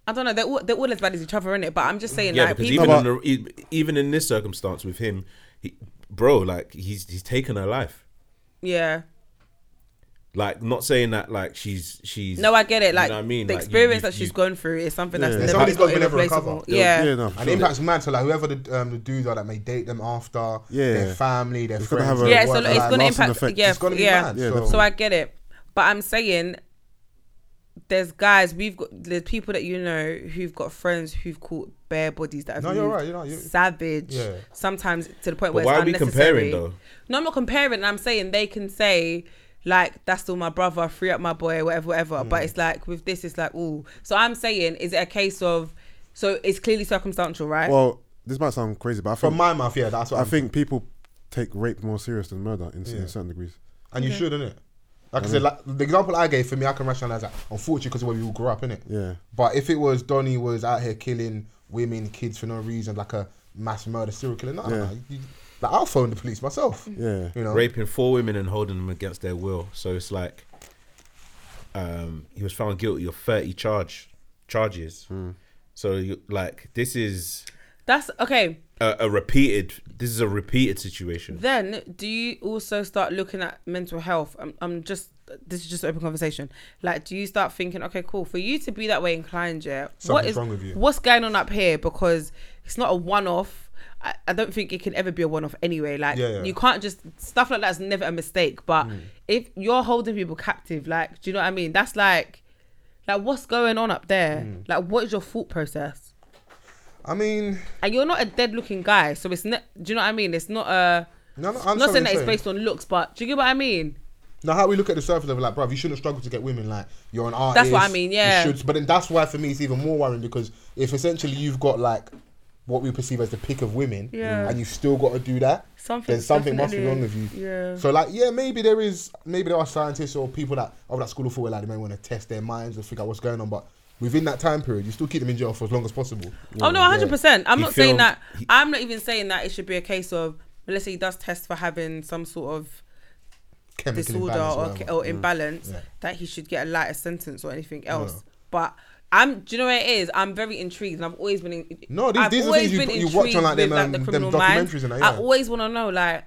Speaker 6: I don't know. They're all, they're all as bad as each other in it. But I'm just saying
Speaker 5: Yeah,
Speaker 6: like
Speaker 5: because
Speaker 6: people.
Speaker 5: even
Speaker 7: No,
Speaker 5: in the, e- even in this circumstance with him, he, bro, like he's he's taken her life.
Speaker 6: yeah.
Speaker 5: Like not saying that like she's she's.
Speaker 6: No, I get it.
Speaker 5: you know
Speaker 6: Like
Speaker 5: what I mean,
Speaker 6: the
Speaker 5: Like, you-
Speaker 6: experience
Speaker 5: you-
Speaker 6: that she's
Speaker 5: you-
Speaker 6: gone through is something that's
Speaker 7: Yeah.
Speaker 6: never,
Speaker 1: Somebody's
Speaker 6: it's not
Speaker 1: got to never recover.
Speaker 6: irreplaceable.
Speaker 1: They'll-
Speaker 6: Yeah.
Speaker 7: yeah, no, for
Speaker 1: And
Speaker 7: sure.
Speaker 1: it impacts mad. So like whoever the um, the dudes are that may date them after,
Speaker 7: Yeah.
Speaker 1: their family, their
Speaker 7: It's gonna
Speaker 1: friends,
Speaker 7: have a-
Speaker 6: yeah,
Speaker 1: their
Speaker 6: so
Speaker 1: work
Speaker 6: like, it's
Speaker 1: life.
Speaker 6: gonna
Speaker 7: lasting
Speaker 6: impact.
Speaker 7: effect.
Speaker 6: Yeah,
Speaker 1: It's gonna be
Speaker 6: yeah.
Speaker 1: mad,
Speaker 7: Yeah,
Speaker 1: so-
Speaker 7: definitely.
Speaker 6: so I get it, but I'm saying there's guys we've got there's people that you know who've got friends who've caught bare bodies that have
Speaker 1: No, you're
Speaker 6: moved
Speaker 1: right, you're right, you-
Speaker 6: savage.
Speaker 1: Yeah.
Speaker 6: Sometimes to the point
Speaker 5: But
Speaker 6: where
Speaker 5: why
Speaker 6: it's
Speaker 5: are we comparing,
Speaker 6: unnecessary.
Speaker 5: though?
Speaker 6: No, I'm not comparing. I'm saying they can say. Like that's still my brother, free up my boy, whatever, whatever. But it's like with this, it's like ooh. So I'm saying, is it a case of? So it's clearly circumstantial, right?
Speaker 7: well, this might sound crazy, but I
Speaker 1: From
Speaker 7: think
Speaker 1: my mouth, yeah, that's what
Speaker 7: I
Speaker 1: I'm
Speaker 7: think people take rape more serious than murder in, in
Speaker 1: Yeah.
Speaker 7: certain degrees.
Speaker 1: And you should, innit? Like I said, like, the example I gave for me, I can rationalize that. Unfortunately, because of where we all grew up, innit?
Speaker 7: Yeah.
Speaker 1: But if it was Donnie was out here killing women, kids for no reason, like a mass murder, serial killer, nah,
Speaker 7: Yeah.
Speaker 1: nah, you- like I'll phone the police myself.
Speaker 7: Yeah.
Speaker 1: You know,
Speaker 5: raping four women and holding them against their will. So it's like, um, he was found guilty of thirty charge charges. So you, like this is
Speaker 6: that's okay.
Speaker 5: a, a repeated. This is a repeated situation.
Speaker 6: Then do you also start looking at mental health? I'm, I'm just this is just open conversation. Like, do you start thinking, okay, cool, for you to be that way inclined, yeah? what
Speaker 1: Something's
Speaker 6: is
Speaker 1: wrong with you.
Speaker 6: What's going on up here? Because it's not a one-off. I, I don't think it can ever be a one-off anyway. Like,
Speaker 1: Yeah, Mm. yeah.
Speaker 6: you can't just stuff like that's never a mistake. But if you're holding people captive, like, do you know what I mean? That's like, like what's going on up there?
Speaker 1: Mm.
Speaker 6: Like, what is your thought process?
Speaker 1: I mean,
Speaker 6: And you're not a dead-looking guy, so it's not. Do you know what I mean? It's not a
Speaker 1: no, no,
Speaker 6: I'm
Speaker 1: I'm
Speaker 6: not saying that
Speaker 1: it's
Speaker 6: it's based on looks, but do you get what I mean?
Speaker 1: Now, how we look at the surface level, like, bruv, you shouldn't struggle to get women. Like, you're an artist.
Speaker 6: That's what I mean,
Speaker 1: you
Speaker 6: yeah.
Speaker 1: should- but then that's why, for me, it's even more worrying because if essentially you've got like what we perceive as the pick of women,
Speaker 6: Yeah.
Speaker 1: and you've still got to do that,
Speaker 6: Something-
Speaker 1: then something must be
Speaker 6: definitely.
Speaker 1: wrong with you.
Speaker 6: Yeah.
Speaker 1: So, like, yeah, maybe there is, maybe there are scientists or people that of that school of thought where like they may want to test their minds and figure out what's going on, but within that time period, you still keep them in jail for as long as possible.
Speaker 6: Oh no, hundred percent. I'm
Speaker 5: He
Speaker 6: not saying
Speaker 5: filmed-
Speaker 6: that.
Speaker 5: he-
Speaker 6: I'm not even saying that it should be a case of. But let's say he does test for having some sort of
Speaker 1: Chemical
Speaker 6: disorder
Speaker 1: imbalance,
Speaker 6: or,
Speaker 1: whatever. Mm,
Speaker 6: or imbalance,
Speaker 1: Yeah.
Speaker 6: that he should get a lighter sentence or anything else. But I'm, do you know what it is? I'm very intrigued, and I've always been. In,
Speaker 1: No, these-
Speaker 6: I've
Speaker 1: these are
Speaker 6: always
Speaker 1: things you-
Speaker 6: been
Speaker 1: you watch on, like,
Speaker 6: intrigued
Speaker 1: them,
Speaker 6: with,
Speaker 1: um,
Speaker 6: the
Speaker 1: them
Speaker 6: criminal mind.
Speaker 1: documentaries and that,
Speaker 6: I
Speaker 1: yeah.
Speaker 6: always want to know, like,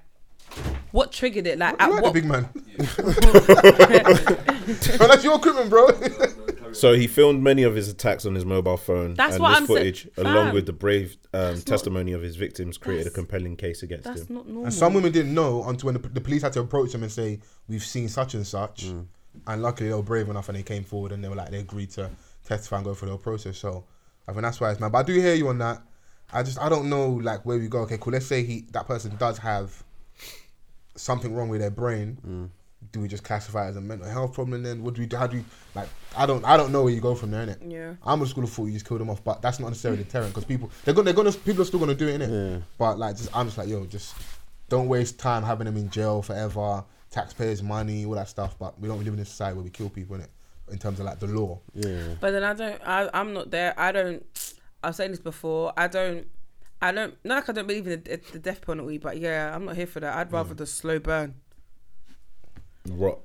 Speaker 6: what triggered it? Like,
Speaker 1: You
Speaker 6: at
Speaker 1: like
Speaker 6: what
Speaker 1: the big man. Well, that's your equipment, bro.
Speaker 5: So he filmed many of his attacks on his mobile phone.
Speaker 6: That's
Speaker 5: and
Speaker 6: what
Speaker 5: this
Speaker 6: I'm sa-
Speaker 5: footage,
Speaker 6: Fam.
Speaker 5: along with the brave um,
Speaker 6: not-
Speaker 5: testimony of his victims, created a
Speaker 6: That's-
Speaker 5: compelling case against him.
Speaker 6: That's not normal.
Speaker 1: and some women didn't know until when the, the police had to approach them and say, "We've seen such and such," and luckily they were brave enough and they came forward and they were like they agreed to testify and go through the whole process. So I think that's why it's man. But I do hear you on that. I just I don't know like where we go. Okay, cool. Let's say he that person does have something wrong with their brain. Do we just classify it as a mental health problem? Then what do we do? How do we like? I don't I don't know where you go from there. Innit?
Speaker 6: Yeah.
Speaker 1: I'm a school of thought you just kill them off, but that's not necessarily deterrent because people they're gonna they're gonna people are still gonna do it in it.
Speaker 7: Yeah.
Speaker 1: But like, just I'm just like yo, just don't waste time having them in jail forever, taxpayers' money, all that stuff. But we don't live in a society where we kill people in it in terms of like the law.
Speaker 7: Yeah.
Speaker 6: But then I don't. I, I'm not there. I don't. I've saying this before. I don't. I don't. Not like I don't believe in the, the death penalty, but yeah, I'm not here for that. I'd rather the slow burn.
Speaker 5: Rot.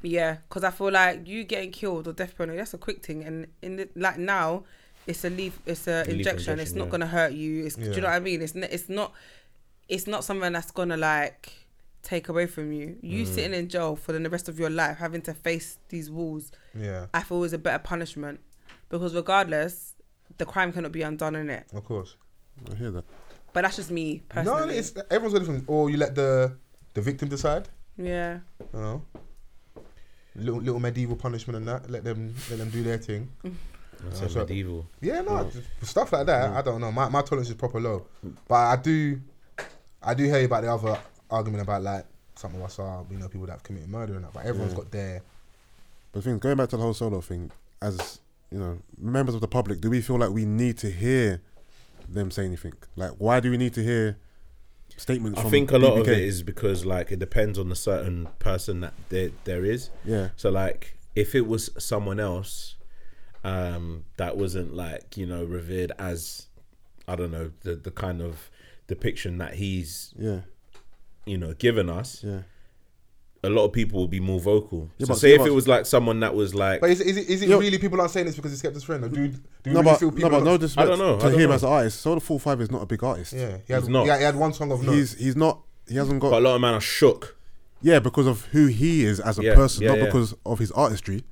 Speaker 6: Yeah, because I feel like you getting killed or death penalty. That's a quick thing, and in the, like now, it's a leaf. It's a injection. It's
Speaker 5: injection,
Speaker 6: not
Speaker 5: yeah.
Speaker 6: gonna hurt you. It's, Do
Speaker 1: Yeah.
Speaker 6: you know what I mean? It's n- it's not. It's not something that's gonna like take away from you. You sitting in jail for the rest of your life, having to face these walls.
Speaker 1: Yeah,
Speaker 6: I feel is a better punishment because regardless, the crime cannot be undone in it.
Speaker 1: of course.
Speaker 7: I hear that.
Speaker 6: But that's just me personally.
Speaker 1: No, it's everyone's got different. Or you let the the victim decide.
Speaker 6: yeah.
Speaker 1: You know, little little medieval punishment and that. Let them let them do their thing.
Speaker 5: That's
Speaker 1: That's
Speaker 5: a
Speaker 1: right.
Speaker 5: medieval.
Speaker 1: Yeah, no, just stuff like that. I don't know. My my tolerance is proper low, but I do, I do hear you about the other argument about like some of us are you know people that have committed murder and that, but everyone's
Speaker 7: Yeah.
Speaker 1: got their
Speaker 7: But things going back to the whole solo thing, as you know, members of the public, do we feel like we need to hear them say anything? Like, why do we need to hear statements?
Speaker 5: I
Speaker 7: from
Speaker 5: think a lot of
Speaker 7: BBK?
Speaker 5: it is because like it depends on the certain person that there there is.
Speaker 7: Yeah.
Speaker 5: So like if it was someone else, um, that wasn't like you know revered as, I don't know the the kind of depiction that he's
Speaker 7: Yeah,
Speaker 5: you know given us.
Speaker 7: yeah.
Speaker 5: A lot of people will be more vocal.
Speaker 7: Yeah,
Speaker 5: so
Speaker 7: but
Speaker 5: say
Speaker 7: see
Speaker 5: if
Speaker 7: what-
Speaker 5: it was like someone that was like.
Speaker 1: But is, is it, is it
Speaker 7: Yo-
Speaker 1: really people aren't saying this because he's kept his friend? Or do, do we
Speaker 7: No,
Speaker 1: really
Speaker 7: but
Speaker 1: feel
Speaker 7: no,
Speaker 1: people?
Speaker 7: but
Speaker 1: are
Speaker 7: no
Speaker 1: not-
Speaker 7: disrespect
Speaker 5: I don't know, I
Speaker 7: to
Speaker 5: don't
Speaker 7: him
Speaker 5: know.
Speaker 7: as an artist. Solo Four Five is not a big artist.
Speaker 1: yeah, he had,
Speaker 5: He's not.
Speaker 1: Yeah, he had one song of no.
Speaker 7: he's he's not. He hasn't
Speaker 5: but a
Speaker 7: got
Speaker 5: lot of men are shook.
Speaker 7: yeah because of who he is as a
Speaker 5: Yeah,
Speaker 7: person,
Speaker 5: yeah,
Speaker 7: not
Speaker 5: yeah.
Speaker 7: because of his artistry,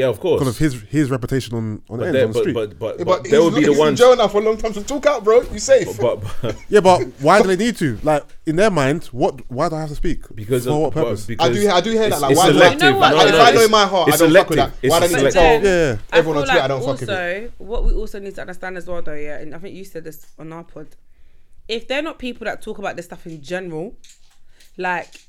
Speaker 5: Yeah, of course.
Speaker 7: because of his his reputation on on,
Speaker 5: but,
Speaker 7: ends,
Speaker 5: they-
Speaker 7: on the
Speaker 5: but,
Speaker 7: street.
Speaker 5: but but
Speaker 1: Yeah,
Speaker 5: but
Speaker 1: but
Speaker 5: they
Speaker 1: he's
Speaker 5: will be
Speaker 1: not-
Speaker 5: the
Speaker 1: he's in
Speaker 5: ones.
Speaker 1: jail now for a long time, so talk out, bro. You safe.
Speaker 5: But, but
Speaker 7: yeah, but why do they need to? Like in their mind, what? Why do I have to speak?
Speaker 5: because
Speaker 7: for
Speaker 5: of,
Speaker 7: what
Speaker 5: but
Speaker 7: purpose?
Speaker 5: Because
Speaker 1: I do- I do hear that,
Speaker 5: it's-
Speaker 1: like,
Speaker 5: it's
Speaker 1: why do I-
Speaker 5: selective.
Speaker 6: You know what?
Speaker 5: No, no,
Speaker 6: If I
Speaker 5: it's-
Speaker 6: know in
Speaker 1: my heart,
Speaker 5: it's
Speaker 1: I don't fuck with
Speaker 5: selective.
Speaker 1: that.
Speaker 5: It's
Speaker 1: Why don't you
Speaker 5: selective.
Speaker 1: tell-
Speaker 6: then
Speaker 7: Yeah.
Speaker 6: I
Speaker 1: Everyone on
Speaker 6: feel
Speaker 1: Twitter, I
Speaker 6: like
Speaker 1: don't fuck with
Speaker 6: also what we also need to understand as well, though. Yeah, and I think you said this on our pod. If they're not people that talk about this stuff in general, like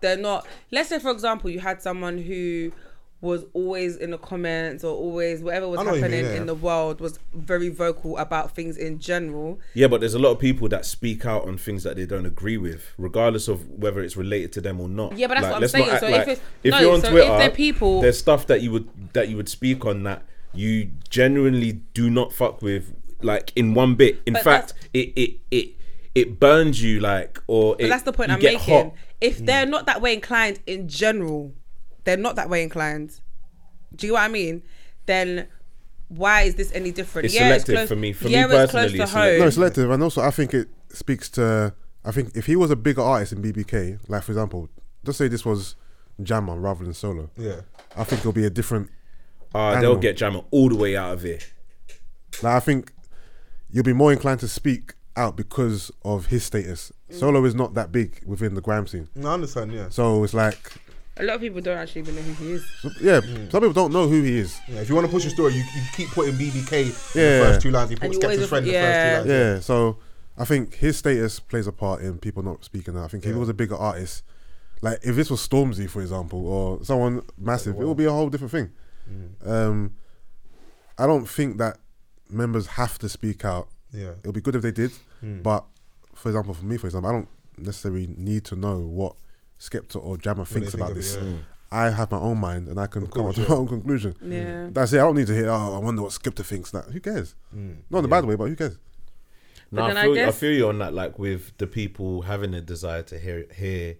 Speaker 6: they're not. Let's say, for example, you had someone who was always in the comments or always whatever was
Speaker 1: I know what you
Speaker 6: happening
Speaker 1: mean, yeah.
Speaker 6: in the world was very vocal about things in general.
Speaker 5: Yeah, but there's a lot of people that speak out on things that they don't agree with, regardless of whether it's related to them or not.
Speaker 6: Yeah, but that's what I'm
Speaker 5: let's not
Speaker 6: saying.
Speaker 5: act
Speaker 6: So if it's- no,
Speaker 5: you're on
Speaker 6: so if
Speaker 5: Twitter,
Speaker 6: they're people-
Speaker 5: there's stuff that you would that you would speak on that you genuinely do not fuck with, like in one bit. In
Speaker 6: But
Speaker 5: fact, it it it it burns you, like or it,
Speaker 6: But that's the point
Speaker 5: you
Speaker 6: I'm
Speaker 5: get
Speaker 6: making.
Speaker 5: hot. Mm.
Speaker 6: If they're not that way inclined in general, they're not that way inclined. Do you know what I mean? Then why is this any different?
Speaker 5: It's selective for me. For me personally, it's selective.
Speaker 7: No, it's selective, and also I think it speaks to. I think if he was a bigger artist in BBK, like for example, just say this was Jammer rather than solo.
Speaker 1: Yeah.
Speaker 7: I think it'll be a different.
Speaker 5: Uh,
Speaker 7: Animal.
Speaker 5: they'll get jamming all the way out of here.
Speaker 7: Like I think you'll be more inclined to speak out because of his status.
Speaker 5: Mm.
Speaker 7: Solo is not that big within the grime scene,
Speaker 1: No, I understand. Yeah.
Speaker 7: so it's like,
Speaker 6: a lot of people don't actually even know who he is.
Speaker 7: yeah, some people don't know who he is.
Speaker 1: yeah. If you want to push your story, you, you keep putting BBK in
Speaker 7: Yeah.
Speaker 1: the first two lines. You put
Speaker 6: And you
Speaker 1: Skepta's
Speaker 6: always-
Speaker 1: friend in
Speaker 6: yeah.
Speaker 1: the first two lines.
Speaker 7: Yeah, so I think his status plays a part in people not speaking out. I think if he was a bigger artist, like if this was Stormzy, for example, or someone massive, it would be a whole different thing. Um, I don't think that members have to speak out.
Speaker 1: Yeah. Yeah.
Speaker 7: It would be good if they did,
Speaker 1: Hmm.
Speaker 7: but for example, for me, for example, I don't necessarily need to know what Skepta or Jammer thinks
Speaker 1: think
Speaker 7: about
Speaker 1: of it,
Speaker 7: this.
Speaker 1: yeah.
Speaker 7: I have my own mind and I can come up
Speaker 1: course,
Speaker 7: to my own conclusion.
Speaker 6: Yeah.
Speaker 7: That's it. I don't need to hear. Oh, I wonder what Skipper thinks. That who cares?
Speaker 1: Hmm.
Speaker 7: Not in a bad way, but who cares?
Speaker 5: No,
Speaker 6: But
Speaker 5: I
Speaker 6: then I
Speaker 5: feel, I,
Speaker 6: guess-
Speaker 5: feel you on that. Like with the people having a desire to hear hear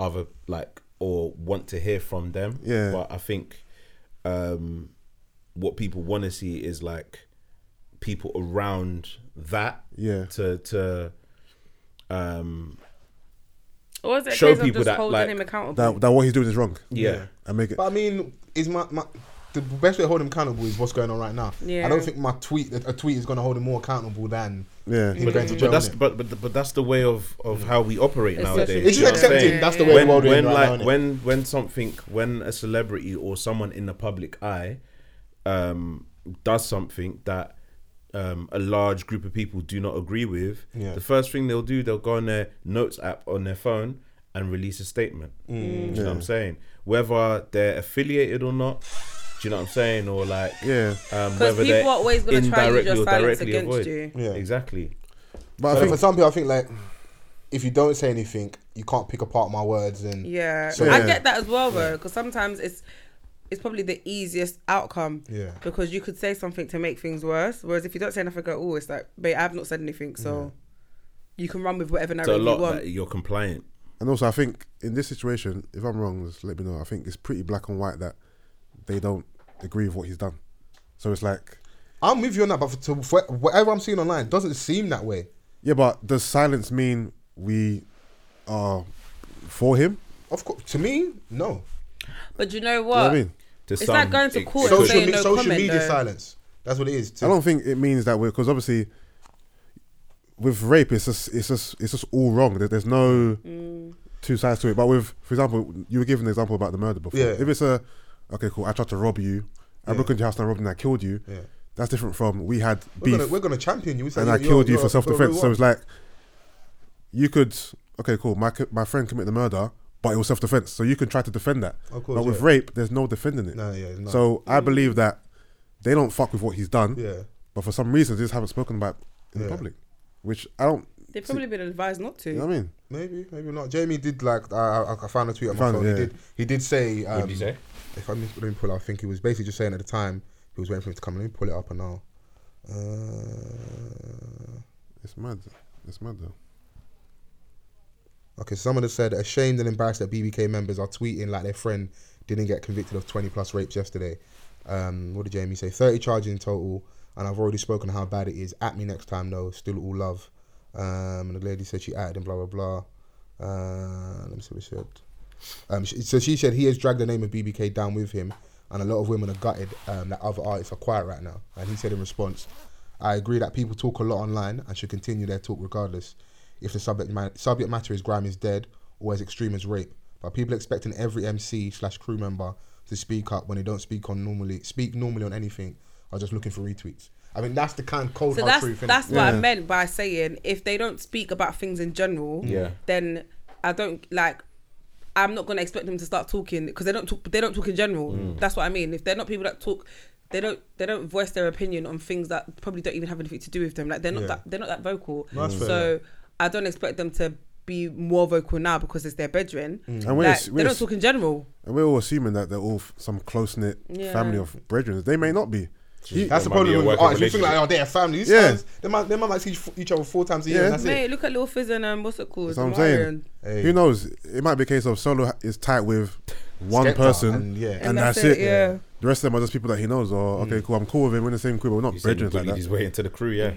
Speaker 5: other like or want to hear from them.
Speaker 7: Yeah.
Speaker 5: But I think um what people want to see is like people around that.
Speaker 7: Yeah.
Speaker 5: To to um
Speaker 6: Or is it a
Speaker 5: Show
Speaker 6: case of
Speaker 5: people
Speaker 6: just
Speaker 5: that,
Speaker 6: holding
Speaker 5: like,
Speaker 6: him accountable?
Speaker 7: That that what he's doing is wrong.
Speaker 5: yeah.
Speaker 7: I make it.
Speaker 1: But I mean, is my, my the best way to hold him accountable is what's going on right now.
Speaker 6: Yeah.
Speaker 1: I don't think my tweet a tweet is going to hold him more accountable than
Speaker 7: Yeah.
Speaker 1: him
Speaker 5: But,
Speaker 1: going to
Speaker 5: but
Speaker 1: jail.
Speaker 5: that's
Speaker 1: innit?
Speaker 5: but, but but that's the way of of how we operate
Speaker 6: It's
Speaker 5: nowadays.
Speaker 6: just-
Speaker 5: you
Speaker 1: it's
Speaker 5: know
Speaker 1: just
Speaker 5: what I'm saying?
Speaker 1: accepting. That's the way
Speaker 5: when
Speaker 1: the world
Speaker 5: when
Speaker 1: is right
Speaker 5: like
Speaker 1: now. innit?
Speaker 5: when when something when a celebrity or someone in the public eye um does something that um a large group of people do not agree with
Speaker 1: Yeah.
Speaker 5: the first thing they'll do they'll go on their notes app on their phone and release a statement
Speaker 1: Mm.
Speaker 5: do you know what i'm saying whether they're affiliated or not do you know what i'm saying or like
Speaker 7: Yeah.
Speaker 5: um,
Speaker 6: Because
Speaker 5: whether they're
Speaker 6: people are always going to try and use
Speaker 5: indirectly
Speaker 6: your
Speaker 5: or
Speaker 6: silence
Speaker 5: directly
Speaker 6: against
Speaker 5: avoid
Speaker 6: you.
Speaker 1: Yeah.
Speaker 5: exactly
Speaker 7: But I
Speaker 1: But
Speaker 7: think
Speaker 1: for some people, I think like if you don't say anything, you can't pick apart my words and
Speaker 6: Yeah.
Speaker 1: So-
Speaker 6: I
Speaker 7: Yeah.
Speaker 6: get that as well, though, because sometimes it's it's probably the easiest outcome.
Speaker 1: Yeah.
Speaker 6: Because you could say something to make things worse, whereas if you don't say nothing at all, it's like, babe, I've not said anything, so you can run with whatever
Speaker 5: so a
Speaker 6: narrative you
Speaker 5: lot
Speaker 6: want.
Speaker 5: that you're compliant
Speaker 7: And also, I think in this situation, if I'm wrong, just let me know. I think it's pretty black and white that they don't agree with what he's done. So it's like,
Speaker 1: I'm with you on that. But for, to, for whatever I'm seeing online, doesn't seem that way.
Speaker 7: yeah, but does silence mean we are for him?
Speaker 1: Of course, to me, no.
Speaker 6: But you know
Speaker 7: You know
Speaker 6: what?
Speaker 7: what I mean?
Speaker 5: to
Speaker 6: It's
Speaker 5: some,
Speaker 6: like going to
Speaker 5: it
Speaker 6: court and
Speaker 5: could-
Speaker 1: social
Speaker 6: saying
Speaker 1: me-
Speaker 6: no
Speaker 1: social
Speaker 6: comment,
Speaker 1: media
Speaker 6: though.
Speaker 1: silence. That's what it is. To,
Speaker 7: I don't think it means that way because obviously, with rape, it's just it's just it's just all wrong. There- There's no two sides to it. But with, for example, you were giving the example about the murder before.
Speaker 1: Yeah.
Speaker 7: If it's a okay, cool. I tried to rob you. I broke into your house and I robbed you and I killed you.
Speaker 1: Yeah.
Speaker 7: That's different from we had
Speaker 1: we're,
Speaker 7: beef.
Speaker 1: gonna, we're gonna champion you. We say,
Speaker 7: and I
Speaker 1: you're-
Speaker 7: killed you
Speaker 1: you're-
Speaker 7: for self defense. So
Speaker 1: you're-
Speaker 7: it's like you could okay, cool. My co- my friend committed the murder, but it was self defense. So you can try to defend that.
Speaker 1: Of course,
Speaker 7: but with
Speaker 1: yeah.
Speaker 7: rape, there's no defending it.
Speaker 1: No, yeah, no.
Speaker 7: So I believe that they don't fuck with what he's done.
Speaker 1: Yeah.
Speaker 7: But for some reason, they just haven't spoken about it in
Speaker 1: Yeah.
Speaker 7: the public, which I don't.
Speaker 6: They've probably been advised not to.
Speaker 7: You know what I mean?
Speaker 1: Maybe, maybe not. Jamie did like I, I- I found a tweet on my
Speaker 7: Found it,
Speaker 1: phone.
Speaker 7: yeah.
Speaker 1: He did. He did say. Um,
Speaker 5: what did you say
Speaker 1: If I mis- let me pull, it up, I think he was basically just saying at the time he was waiting for him to come. Let me pull it up and now. Uh,
Speaker 7: It's mad. It's mad though.
Speaker 1: okay, someone has said ashamed and embarrassed that BBK members are tweeting like their friend didn't get convicted of 20 plus rapes yesterday. Um, what did Jamie say? 30 charges in total, and I've already spoken how bad it is. At me next time, though. Still all love. Um, and the lady said she added and blah blah blah. Uh, let me see what she said. Um, sh so she said he has dragged the name of BBK down with him, and a lot of women are gutted um, that other artists are quiet right now. And he said in response, "I agree that people talk a lot online and should continue their talk regardless. If the subject ma- subject matter is grime is dead or as extreme as rape, but people expecting every MC slash crew member to speak up when they don't speak on normally speak normally on anything are just looking for retweets. I mean that's the kind of cold
Speaker 6: So
Speaker 1: hard
Speaker 6: that's
Speaker 1: truth. innit?
Speaker 6: that's what I
Speaker 7: Yeah.
Speaker 6: meant by saying if they don't speak about things in general,
Speaker 5: Yeah.
Speaker 6: then I don't like. I'm not gonna expect them to start talking because they don't talk. They don't talk in general. That's what I mean. If they're not people that talk, they don't. They don't voice their opinion on things that probably don't even have anything to do with them. Like they're not
Speaker 1: Yeah.
Speaker 6: that. They're not that vocal.
Speaker 1: No, that's fair,
Speaker 6: so I don't expect them to be more vocal now because it's their bedroom.
Speaker 7: And we're
Speaker 6: Like,
Speaker 7: s-
Speaker 6: they
Speaker 7: we're
Speaker 6: don't
Speaker 7: s-
Speaker 6: talk in general.
Speaker 7: and we're all assuming that they're all f- some close knit
Speaker 6: Yeah.
Speaker 7: family of brethren. They may not be. He-
Speaker 1: That's the
Speaker 5: might be
Speaker 1: problem
Speaker 5: a
Speaker 1: with
Speaker 5: working
Speaker 1: artists. You think like,
Speaker 5: relationship.
Speaker 1: oh, they're a family. These
Speaker 7: Yeah.
Speaker 1: guys, they might, they might like see f- each other four times a year.
Speaker 7: Yeah.
Speaker 1: And that's it.
Speaker 6: Mate, look at Lil Fizz and um, what's it called?
Speaker 7: That's what I'm
Speaker 6: Mariah
Speaker 7: saying.
Speaker 6: and-
Speaker 1: Hey.
Speaker 7: Who knows? It might be a case of Solo ha- is tight with one
Speaker 1: Skepta
Speaker 7: person,
Speaker 1: and-
Speaker 7: and,
Speaker 1: yeah.
Speaker 6: And
Speaker 7: that's,
Speaker 6: that's
Speaker 7: it.
Speaker 6: it, yeah.
Speaker 7: The rest of them are just people that he knows. Or okay, cool, I'm cool with him. We're in the same crew, but we're not
Speaker 5: You said you
Speaker 7: brethren like
Speaker 5: bullied
Speaker 7: that.
Speaker 5: his way into the crew, yeah.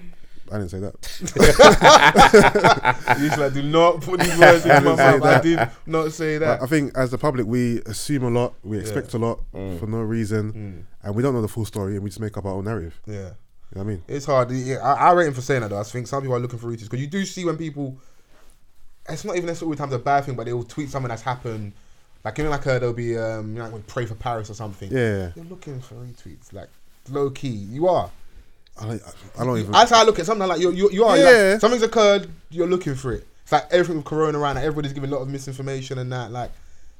Speaker 7: I didn't say that.
Speaker 1: He's like, do not put these words in my
Speaker 7: Say
Speaker 1: mouth. I
Speaker 7: that.
Speaker 1: did not say
Speaker 7: But I
Speaker 1: that.
Speaker 7: think as the public, we assume a lot, we expect a lot for no reason, and we don't know the full story, and we just make up our own narrative.
Speaker 1: Yeah,
Speaker 7: You know what I mean?
Speaker 1: it's hard. Yeah, I, I rate him for saying that. Though. I think some people are looking for reaches because you do see when people. It's not even necessarily times a bad thing, but they will tweet something that's happened. Like you know, like uh, there'll be um, you know, like when pray for Paris or something.
Speaker 7: Yeah.
Speaker 1: you're looking for retweets, like low key. You are.
Speaker 7: I don't, I don't even.
Speaker 1: That's how I look at something like you. You, you are. Yeah.
Speaker 7: Yeah.
Speaker 1: Like, something's occurred. You're looking for it. It's like everything with Corona around. Like, everybody's giving a lot of misinformation and that. Like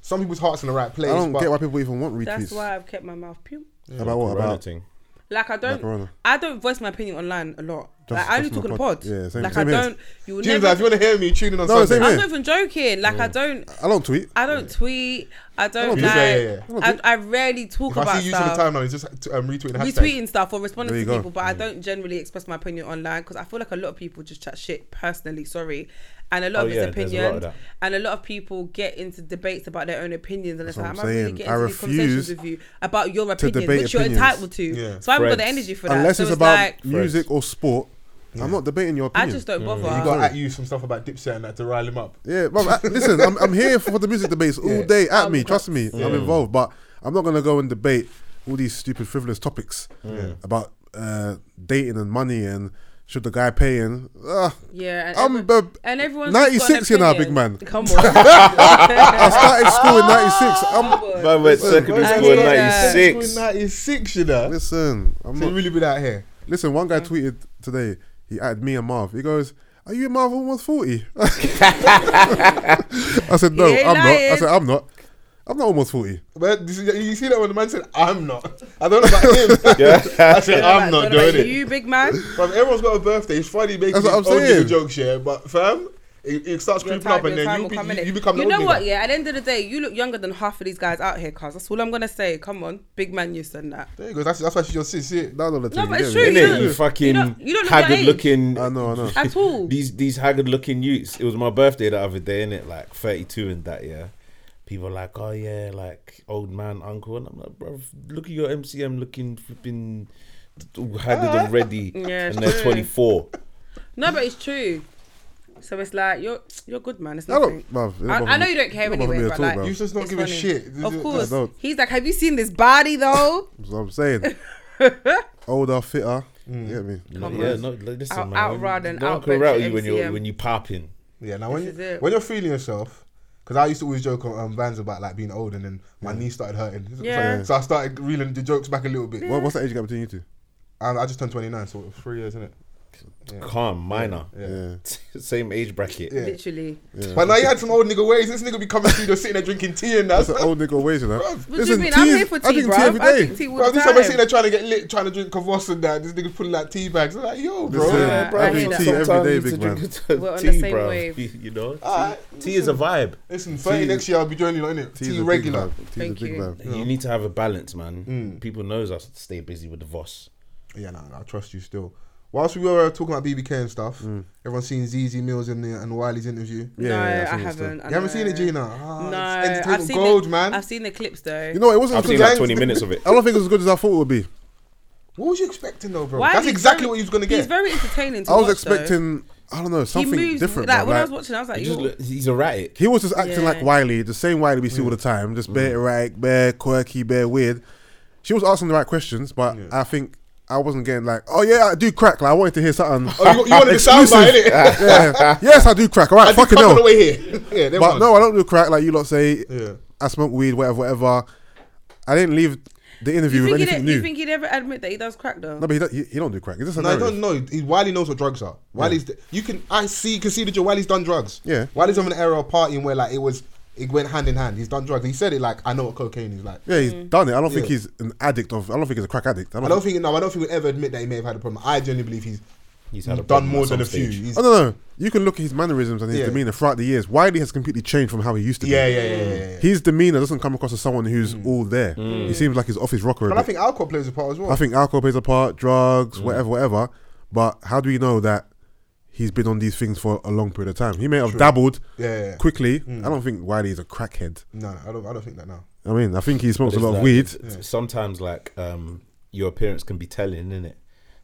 Speaker 1: some people's hearts in the right place.
Speaker 7: I don't
Speaker 1: but
Speaker 7: get why people even want retweets.
Speaker 6: That's why I've kept my mouth pure.
Speaker 7: About what?
Speaker 5: Corona
Speaker 7: About
Speaker 5: thing.
Speaker 6: Like I
Speaker 7: Like
Speaker 6: don't,
Speaker 7: Corona.
Speaker 6: I don't voice my opinion online a lot. Like, I only talk on the pod.
Speaker 7: Yeah, same,
Speaker 6: like
Speaker 7: same
Speaker 6: I
Speaker 7: here.
Speaker 6: don't. You will
Speaker 1: Jesus,
Speaker 6: never.
Speaker 1: if you want to hear me, tune in on
Speaker 7: No,
Speaker 1: Sunday.
Speaker 7: same
Speaker 6: I'm
Speaker 7: here.
Speaker 6: not even joking. Like I don't.
Speaker 7: I don't tweet.
Speaker 6: I don't tweet. I don't
Speaker 1: Yeah,
Speaker 6: like.
Speaker 1: yeah, yeah.
Speaker 6: I, I rarely talk
Speaker 1: If
Speaker 6: about
Speaker 1: I see you
Speaker 6: stuff.
Speaker 1: some time now, it's just um, retweeting hashtag.
Speaker 6: retweeting stuff or responding to
Speaker 7: There you go. Mm.
Speaker 6: people, but I don't generally express my opinion online because I feel like a lot of people just chat shit personally. Sorry, and a lot
Speaker 5: Oh,
Speaker 6: of
Speaker 5: yeah,
Speaker 6: it's
Speaker 5: there's a
Speaker 6: opinion,
Speaker 5: lot of that.
Speaker 6: and a lot of people get into debates about their own opinions, and it's
Speaker 7: That's
Speaker 6: like, am
Speaker 7: what
Speaker 6: I
Speaker 7: I'm
Speaker 6: really
Speaker 7: saying.
Speaker 6: getting
Speaker 7: I
Speaker 6: into these conversations
Speaker 7: refuse
Speaker 6: with you about your opinion,
Speaker 7: debate
Speaker 6: which
Speaker 7: opinions.
Speaker 6: you're entitled to?
Speaker 1: Yeah.
Speaker 6: So I haven't got the
Speaker 5: Friends.
Speaker 6: energy for that.
Speaker 7: Unless
Speaker 6: so
Speaker 7: it's about
Speaker 6: like,
Speaker 7: music or sport, I'm not debating
Speaker 6: I
Speaker 7: your opinion.
Speaker 6: just don't bother.
Speaker 1: You got to at you some stuff about Dipset and that to rile him up.
Speaker 7: Yeah, but I- listen, I'm, I'm here for the music debates all
Speaker 1: Yeah.
Speaker 7: day. At me, trust me, I'm involved. But I'm not gonna go and debate all these stupid frivolous topics about uh, dating and money and should the guy pay and ah,
Speaker 6: yeah, and,
Speaker 7: I'm
Speaker 6: every-
Speaker 7: the-
Speaker 6: and everyone's
Speaker 7: 96
Speaker 6: you
Speaker 7: here now, big man.
Speaker 6: Come on.
Speaker 7: I started school in '96. I'm
Speaker 5: I went secondary
Speaker 6: I
Speaker 5: school in
Speaker 6: did that.
Speaker 5: '96.
Speaker 1: 96, you know.
Speaker 7: listen. I'm
Speaker 1: So you
Speaker 7: not.
Speaker 1: really been out here.
Speaker 7: Listen, one guy tweeted today. He added me and Marv. He goes, "Are you and Marv almost 40? I said, "No,
Speaker 6: He ain't
Speaker 7: I'm not." I
Speaker 6: lying.
Speaker 7: said, "I'm not. I'm not almost 40.
Speaker 1: But you see- you see that when the man said, I'm not. I don't know about him. I said, I'm not doing it.
Speaker 6: You big man.
Speaker 1: Fam, everyone's got a birthday. It's funny making
Speaker 7: That's what
Speaker 1: these
Speaker 7: I'm
Speaker 1: old nigga
Speaker 7: saying.
Speaker 1: jokes, yeah. But fam, it, it starts
Speaker 6: Your
Speaker 1: creeping
Speaker 6: time,
Speaker 1: up,
Speaker 6: your
Speaker 1: and then
Speaker 6: time
Speaker 1: you,
Speaker 6: will
Speaker 1: be,
Speaker 6: come
Speaker 1: you,
Speaker 6: in
Speaker 1: you become the
Speaker 6: You
Speaker 1: old
Speaker 6: know what?
Speaker 1: nigga.
Speaker 6: Yeah, at the end of the day, you look younger than half of these guys out here, cuz. That's all I'm gonna say. Come on, big man, you said that.
Speaker 1: There you go. That's, that's why she's your sis. Yeah.
Speaker 7: None of the
Speaker 6: No,
Speaker 7: thing,
Speaker 6: but
Speaker 7: you
Speaker 6: it's
Speaker 7: get me?
Speaker 6: true.
Speaker 5: Innit?
Speaker 6: don't-
Speaker 5: You
Speaker 6: you
Speaker 5: fucking
Speaker 6: don't- you don't look your
Speaker 5: haggard
Speaker 6: age.
Speaker 5: looking.
Speaker 7: I know, I know.
Speaker 6: At all.
Speaker 5: These these haggard looking youths. It was my birthday the other day, innit? Like 32 and that, yeah. People are like, oh yeah, like old man, uncle. And I'm like, bruv, look at your MCM looking flipping all haggard already.
Speaker 6: Yeah,
Speaker 5: and they're
Speaker 6: it's true.
Speaker 5: 24.
Speaker 6: No, but it's true. So it's like you're you're good man. It's
Speaker 7: I
Speaker 6: nothing.
Speaker 7: don't, bruv, it don't
Speaker 6: I,
Speaker 7: bother
Speaker 6: I know
Speaker 7: me.
Speaker 6: you don't
Speaker 7: It
Speaker 6: care
Speaker 7: don't bother
Speaker 6: anyway,
Speaker 7: me
Speaker 6: but
Speaker 7: at all,
Speaker 6: like
Speaker 7: bruv.
Speaker 1: You just don't
Speaker 6: it's
Speaker 1: give a
Speaker 6: funny.
Speaker 1: shit. This
Speaker 6: Of
Speaker 1: is-
Speaker 6: course,
Speaker 7: don't.
Speaker 6: he's like, have you seen this body though?
Speaker 7: That's what I'm saying. Older, fitter.
Speaker 5: Mm.
Speaker 7: You get me?
Speaker 5: No,
Speaker 6: Come
Speaker 5: yeah,
Speaker 6: on.
Speaker 5: no, like, listen,
Speaker 6: Out-
Speaker 5: man.
Speaker 6: outrun and
Speaker 5: no one can
Speaker 6: outbench
Speaker 5: rattle
Speaker 6: your
Speaker 5: you when you're
Speaker 6: MCM.
Speaker 5: when you popping.
Speaker 1: Yeah, now when
Speaker 6: This is
Speaker 1: you,
Speaker 6: it.
Speaker 1: when you're feeling yourself, because I used to always joke on um, Vans about like being old, and then my knee started hurting. So-
Speaker 6: Yeah.
Speaker 1: So I started reeling the jokes back a little bit.
Speaker 7: What, what's the age gap between you two?
Speaker 1: I, I just turned 29, so it was three years, isn't it?
Speaker 5: Calm, minor.
Speaker 7: Yeah.
Speaker 5: Same age bracket.
Speaker 1: Yeah.
Speaker 6: Literally.
Speaker 1: But now you had some old nigga ways. This nigga be coming through the sitting there drinking tea and that.
Speaker 7: That's an old nigga ways, you know.
Speaker 6: What do you mean? I'm here for tea,
Speaker 7: I drink
Speaker 6: bruv.
Speaker 7: tea every
Speaker 6: I
Speaker 7: day.
Speaker 6: drink tea all
Speaker 1: Bro,
Speaker 6: the
Speaker 1: this time I'm sitting
Speaker 6: time.
Speaker 1: there trying to get lit, trying to drink kvass and that. This nigga pulling out tea bags. I'm like, yo, bro.
Speaker 7: Listen,
Speaker 6: Yeah,
Speaker 5: bro,
Speaker 6: I
Speaker 5: you
Speaker 6: hear
Speaker 5: sometimes
Speaker 6: that.
Speaker 7: Tea every day,
Speaker 5: you
Speaker 7: big
Speaker 5: need to drink a
Speaker 6: We're on
Speaker 5: tea,
Speaker 6: the same
Speaker 5: bro.
Speaker 6: wave.
Speaker 5: You, you know, tea,
Speaker 1: Alright,
Speaker 5: tea is a vibe.
Speaker 1: Listen, 30 next year I'll be joining you, innit?
Speaker 7: Tea's a
Speaker 1: Tea
Speaker 7: big
Speaker 1: regular.
Speaker 7: man. Tea's a
Speaker 6: Thank
Speaker 7: big
Speaker 6: you.
Speaker 7: man.
Speaker 5: You need to have a balance, man. People knows us to stay busy with the Voss.
Speaker 1: Yeah, no, no, I trust you still. Whilst we were uh, talking about BBK and stuff,
Speaker 7: Mm.
Speaker 1: everyone's seen ZZ Mills and, the, and Wiley's interview.
Speaker 6: no,
Speaker 7: Yeah, yeah, I've
Speaker 6: I
Speaker 7: seen it still.
Speaker 6: haven't. I
Speaker 1: You haven't seen it,
Speaker 6: know.
Speaker 1: Gina? Ah,
Speaker 6: No,
Speaker 1: it's entertainment
Speaker 6: I've seen
Speaker 1: gold,
Speaker 6: the,
Speaker 1: man.
Speaker 6: I've seen the clips though.
Speaker 7: You know, it wasn't
Speaker 5: I've
Speaker 7: as good
Speaker 5: seen
Speaker 7: as
Speaker 5: like
Speaker 1: Gangs-
Speaker 5: 20 minutes of it.
Speaker 7: I don't think it was as good as I thought it would be.
Speaker 1: what was you expecting, though, bro?
Speaker 6: Why
Speaker 1: That's
Speaker 6: he's
Speaker 1: exactly
Speaker 6: very-
Speaker 1: what he was going to
Speaker 6: He's
Speaker 1: get.
Speaker 6: very entertaining. To
Speaker 7: I was
Speaker 6: watch, though.
Speaker 7: expecting, I don't know, something
Speaker 6: he moves,
Speaker 7: different.
Speaker 6: Like
Speaker 7: man.
Speaker 6: when I
Speaker 7: Like,
Speaker 6: was watching, I was like,
Speaker 5: He just
Speaker 6: "Yo,
Speaker 5: look- he's erratic.
Speaker 7: he was just acting
Speaker 6: Yeah.
Speaker 7: like Wiley, the same Wiley we see all
Speaker 1: Mm.
Speaker 7: the time, just bare erratic, bare quirky, bare weird. She was asking the right questions, but I think I wasn't getting like, oh yeah, I do crack. Like I wanted to hear something.
Speaker 1: Oh, you, you wanted the soundbite,
Speaker 7: Exclusive.
Speaker 1: innit?
Speaker 7: yeah. Yes, I do crack. All right,
Speaker 1: I did
Speaker 7: fucking
Speaker 1: come all the
Speaker 7: hell.
Speaker 1: way here. Yeah, there
Speaker 7: But
Speaker 1: was.
Speaker 7: no, I don't do crack like you lot say.
Speaker 1: Yeah.
Speaker 7: I smoke weed, whatever, whatever. I didn't leave the interview
Speaker 6: you
Speaker 7: with
Speaker 6: think,
Speaker 7: anything
Speaker 6: he'd, you
Speaker 7: new.
Speaker 6: think he'd ever admit that he does crack though?"
Speaker 7: no, but he don't, he, he don't do crack. It's just a
Speaker 1: No, I don't
Speaker 7: narrative.
Speaker 1: know. He, Wiley knows what drugs are. Wiley's you can I see you can see that your Wiley's done drugs.
Speaker 7: Yeah.
Speaker 1: Wiley's on an era of partying where like it was it went hand in hand. He's done drugs. He said it like I know what cocaine is like.
Speaker 7: Yeah, he's
Speaker 6: Mm.
Speaker 7: done it. I don't think
Speaker 1: Yeah.
Speaker 7: he's an addict of. I don't think he's a crack addict.
Speaker 1: I don't think no, I don't think we'd ever admit that he may have had a problem. I genuinely believe he's
Speaker 5: He's had a
Speaker 1: done
Speaker 5: problem
Speaker 1: more
Speaker 5: at
Speaker 1: than
Speaker 5: some
Speaker 1: a few.
Speaker 5: stage.
Speaker 1: He's-
Speaker 7: Oh no, no. You can look at his mannerisms and his
Speaker 1: Yeah.
Speaker 7: demeanor throughout the years. Wiley has completely changed from how he used to
Speaker 1: yeah,
Speaker 7: be.
Speaker 1: yeah, yeah, yeah, yeah.
Speaker 7: His demeanor doesn't come across as someone who's all there. He seems like he's off his rocker. A
Speaker 1: But I
Speaker 7: bit.
Speaker 1: think Mm. alcohol plays a part as well.
Speaker 7: I think alcohol plays a part, drugs, whatever, whatever. But how do we know that he's been on these things for a long period of time? He may have dabbled
Speaker 1: Yeah, Mm. yeah.
Speaker 7: quickly. I don't think Wiley is a crackhead.
Speaker 1: no, no, I don't I don't think that now.
Speaker 7: I mean, I think he smokes a
Speaker 5: It's
Speaker 7: lot of
Speaker 5: like-
Speaker 7: weed.
Speaker 5: it's- Sometimes, like, um, your appearance can be telling, innit?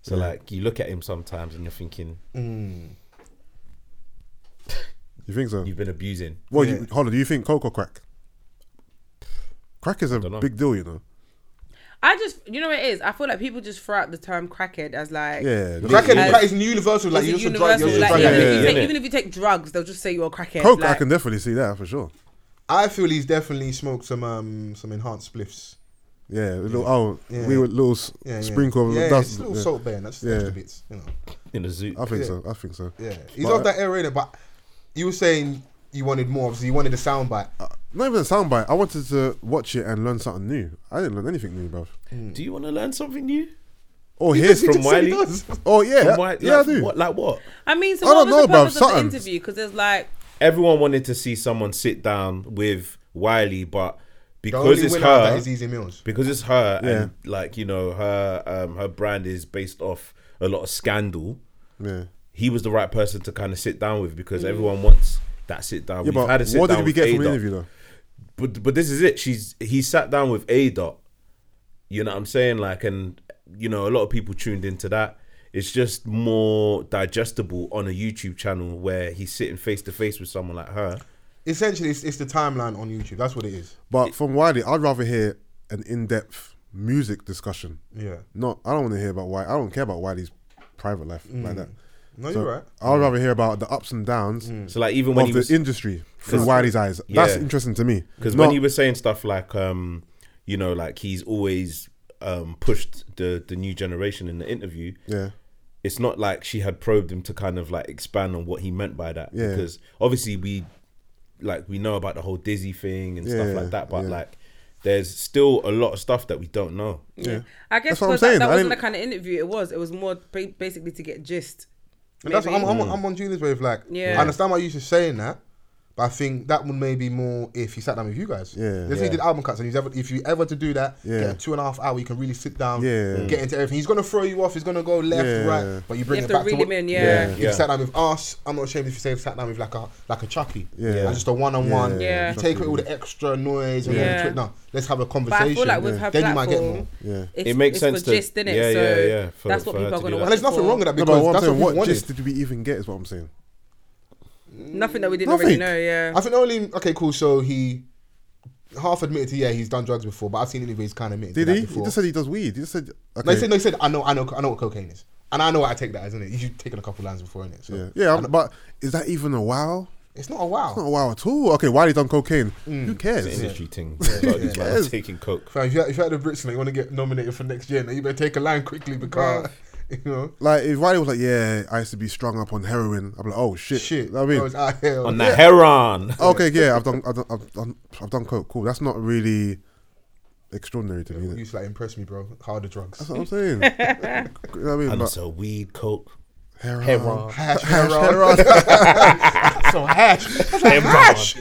Speaker 5: So, like, you look at him sometimes and you're thinking,
Speaker 7: You think so?
Speaker 5: you've been abusing.
Speaker 7: well,
Speaker 1: Yeah.
Speaker 7: you, hold on. Do you think coke or crack? Crack is a
Speaker 5: Dunno.
Speaker 7: big deal, you know.
Speaker 6: I just, you know, what it is. I feel like people just throw out the term crackhead as like,
Speaker 7: Yeah.
Speaker 1: Crack and
Speaker 6: Yeah.
Speaker 1: crack is universal. Like
Speaker 6: it's
Speaker 1: you
Speaker 6: a
Speaker 1: also drug, you
Speaker 6: universal.
Speaker 1: also
Speaker 6: Like,
Speaker 1: drug.
Speaker 6: even,
Speaker 1: addict.
Speaker 6: if you
Speaker 5: Yeah.
Speaker 6: take,
Speaker 5: Yeah.
Speaker 6: even if you take drugs, they'll just say you're a crackhead.
Speaker 7: Coke, I
Speaker 6: like,
Speaker 7: can definitely see that for sure.
Speaker 1: I feel he's definitely smoked some um some enhanced spliffs.
Speaker 7: Yeah, a little, oh,
Speaker 1: Yeah.
Speaker 7: we were little s-
Speaker 1: Yeah, yeah.
Speaker 7: sprinkle of
Speaker 1: yeah,
Speaker 7: dust.
Speaker 1: it's a little
Speaker 7: Yeah.
Speaker 1: salt burn. That's just
Speaker 7: Yeah.
Speaker 1: extra bits, you know.
Speaker 5: In a zoo.
Speaker 7: I think
Speaker 1: Yeah.
Speaker 7: so. I think so.
Speaker 1: Yeah, he's
Speaker 7: But-
Speaker 1: off that era, innit? But you were saying you wanted more. Obviously, you wanted a soundbite.
Speaker 7: Not even a soundbite. I wanted to watch it and learn something new. I didn't learn anything new, bruv.
Speaker 5: Do you want to learn something new?
Speaker 7: Oh,
Speaker 1: He just-
Speaker 7: here's
Speaker 1: he
Speaker 7: from
Speaker 1: just said he
Speaker 5: Wiley.
Speaker 1: does.
Speaker 7: Oh yeah,
Speaker 5: From why-
Speaker 7: yeah, I
Speaker 5: like,
Speaker 7: do.
Speaker 5: What, like what?
Speaker 6: I mean, so
Speaker 7: I
Speaker 6: what
Speaker 7: don't
Speaker 6: was the
Speaker 7: know, bruv,
Speaker 6: purpose of the
Speaker 7: something.
Speaker 6: interview? Because there's like
Speaker 5: Everyone wanted to see someone sit down with Wiley, but
Speaker 1: The
Speaker 5: because
Speaker 1: only
Speaker 5: it's
Speaker 1: winner of
Speaker 5: her,
Speaker 1: that is Easy Meals.
Speaker 5: because it's her, and like you know, her um, her brand is based off a lot of scandal.
Speaker 7: Yeah.
Speaker 5: He was the right person to kind of sit down with because
Speaker 1: Mm.
Speaker 5: everyone wants that sit down.
Speaker 7: Yeah,
Speaker 5: We've had a
Speaker 7: but
Speaker 5: sit
Speaker 7: what
Speaker 5: down
Speaker 7: did we
Speaker 5: with
Speaker 7: get from the
Speaker 5: Ada.
Speaker 7: interview though?
Speaker 5: but but this is it. She's he sat down with A dot. You know what I'm saying? Like, and you know, a lot of people tuned into that. It's just more digestible on a YouTube channel where he's sitting face to face with someone like her.
Speaker 1: Essentially, it's, it's the timeline on YouTube. That's what it is.
Speaker 7: But from Wiley, I'd rather hear an in-depth music discussion.
Speaker 1: Yeah.
Speaker 7: No, I don't want to hear about why. I don't care about Wiley's private life like that.
Speaker 1: No,
Speaker 7: So
Speaker 1: Mm. Oh, you're right. Mm.
Speaker 7: I'd rather hear about the ups and downs
Speaker 5: So like, even when
Speaker 7: of
Speaker 5: he
Speaker 7: the
Speaker 5: was
Speaker 7: industry through
Speaker 5: That's-
Speaker 7: Wiley's eyes. That's
Speaker 5: Yeah.
Speaker 7: interesting to me.
Speaker 5: because
Speaker 7: Not-
Speaker 5: when he was saying stuff like, um, you know, like he's always um pushed the the new generation in the interview.
Speaker 7: yeah,
Speaker 5: it's not like she had probed him to kind of like expand on what he meant by that
Speaker 7: Yeah.
Speaker 5: because obviously we like we know about the whole dizzy thing and stuff
Speaker 7: Yeah,
Speaker 5: like that but
Speaker 7: yeah.
Speaker 5: like there's still a lot of stuff that we don't know
Speaker 7: yeah,
Speaker 6: I guess
Speaker 7: That's what I'm
Speaker 6: because that,
Speaker 7: saying.
Speaker 6: that
Speaker 7: I
Speaker 6: wasn't the
Speaker 7: didn't-
Speaker 6: kind of interview it was. It was more ba- basically to get gist.
Speaker 1: And that's I'm,
Speaker 6: Maybe.
Speaker 1: I'm, I'm on Julian's wave. Like,
Speaker 6: Yeah.
Speaker 1: I understand why you should saying that, but I think that would maybe more if he sat down with you guys.
Speaker 7: Yeah.
Speaker 1: Let's say he
Speaker 7: Yeah.
Speaker 1: did album cuts, and he's ever if you ever to do that,
Speaker 7: Yeah.
Speaker 1: get a two and a half hour, you can really sit down,
Speaker 7: Yeah.
Speaker 1: get into everything. He's gonna throw you off. He's gonna go left,
Speaker 7: Yeah.
Speaker 1: right, but you bring
Speaker 6: You
Speaker 1: it
Speaker 6: have to
Speaker 1: back
Speaker 6: reel
Speaker 1: to what,
Speaker 6: him in, yeah.
Speaker 7: Yeah.
Speaker 1: If you sat down with us, I'm not ashamed if you say you sat down with like a like a Chucky,
Speaker 7: Yeah.
Speaker 1: Like just a one on one.
Speaker 7: Yeah,
Speaker 6: Yeah.
Speaker 1: You take away all the extra noise and all
Speaker 6: Yeah.
Speaker 1: the trick. No, let's have a
Speaker 6: But
Speaker 1: conversation.
Speaker 6: I feel like with her
Speaker 1: then you might
Speaker 6: platform,
Speaker 1: get more.
Speaker 7: yeah.
Speaker 6: It's,
Speaker 5: It makes
Speaker 6: it's
Speaker 5: sense
Speaker 6: For
Speaker 5: to-
Speaker 6: gist, innit?
Speaker 5: yeah,
Speaker 6: so
Speaker 5: yeah, yeah, for-
Speaker 6: that's what
Speaker 5: for her
Speaker 6: people are
Speaker 5: to
Speaker 6: going
Speaker 5: do
Speaker 6: to
Speaker 5: that.
Speaker 6: watch.
Speaker 1: And there's nothing wrong with that
Speaker 7: No,
Speaker 1: because
Speaker 7: but what I'm
Speaker 1: that's
Speaker 7: saying,
Speaker 1: what
Speaker 7: what
Speaker 1: we wanted.
Speaker 7: gist did we even get? Is what I'm saying.
Speaker 6: Nothing that we didn't already
Speaker 7: Nothing.
Speaker 6: know. Yeah.
Speaker 1: I think the only okay, cool. So he half admitted to yeah, he's done drugs before, but I've seen interviews kind of admitted
Speaker 7: Did
Speaker 1: to
Speaker 7: he?
Speaker 1: that
Speaker 7: He
Speaker 1: before.
Speaker 7: just said he does weed. He just said. Okay.
Speaker 1: no, he said, no, he said, I know, I know, I know what cocaine is, and I know what I take that as, isn't it? You've taken a couple lines before, innit? So
Speaker 7: yeah, yeah. But is that even a wow?
Speaker 1: it's not a
Speaker 7: It's not
Speaker 1: wow.
Speaker 7: a wow at all. Okay, Wiley done cocaine.
Speaker 1: Mm.
Speaker 7: Who cares?
Speaker 5: industry thing Like, these man
Speaker 7: Yes.
Speaker 5: taking coke
Speaker 1: Fam, if you if you're at the Brits and you want to get nominated for next year, now you better take a line quickly because you know
Speaker 7: Like if Wiley was like, yeah, I used to be strung up on heroin. I'm like, oh shit.
Speaker 1: shit.
Speaker 7: You know what I mean,
Speaker 1: Bro, it's out here.
Speaker 5: on that heron
Speaker 7: okay, yeah, I've done, I've done, I've done, I've done coke. Cool. That's not really extraordinary to me.
Speaker 1: You
Speaker 7: innit?
Speaker 1: used to like impress me, bro. Harder drugs.
Speaker 7: That's what I'm saying. you know what I mean?
Speaker 5: and
Speaker 7: But
Speaker 5: so weed coke
Speaker 7: heroin.
Speaker 5: heroin
Speaker 1: Hash,
Speaker 7: Hash,
Speaker 1: heroin.
Speaker 7: heroin.
Speaker 1: Some hash.
Speaker 5: Hash.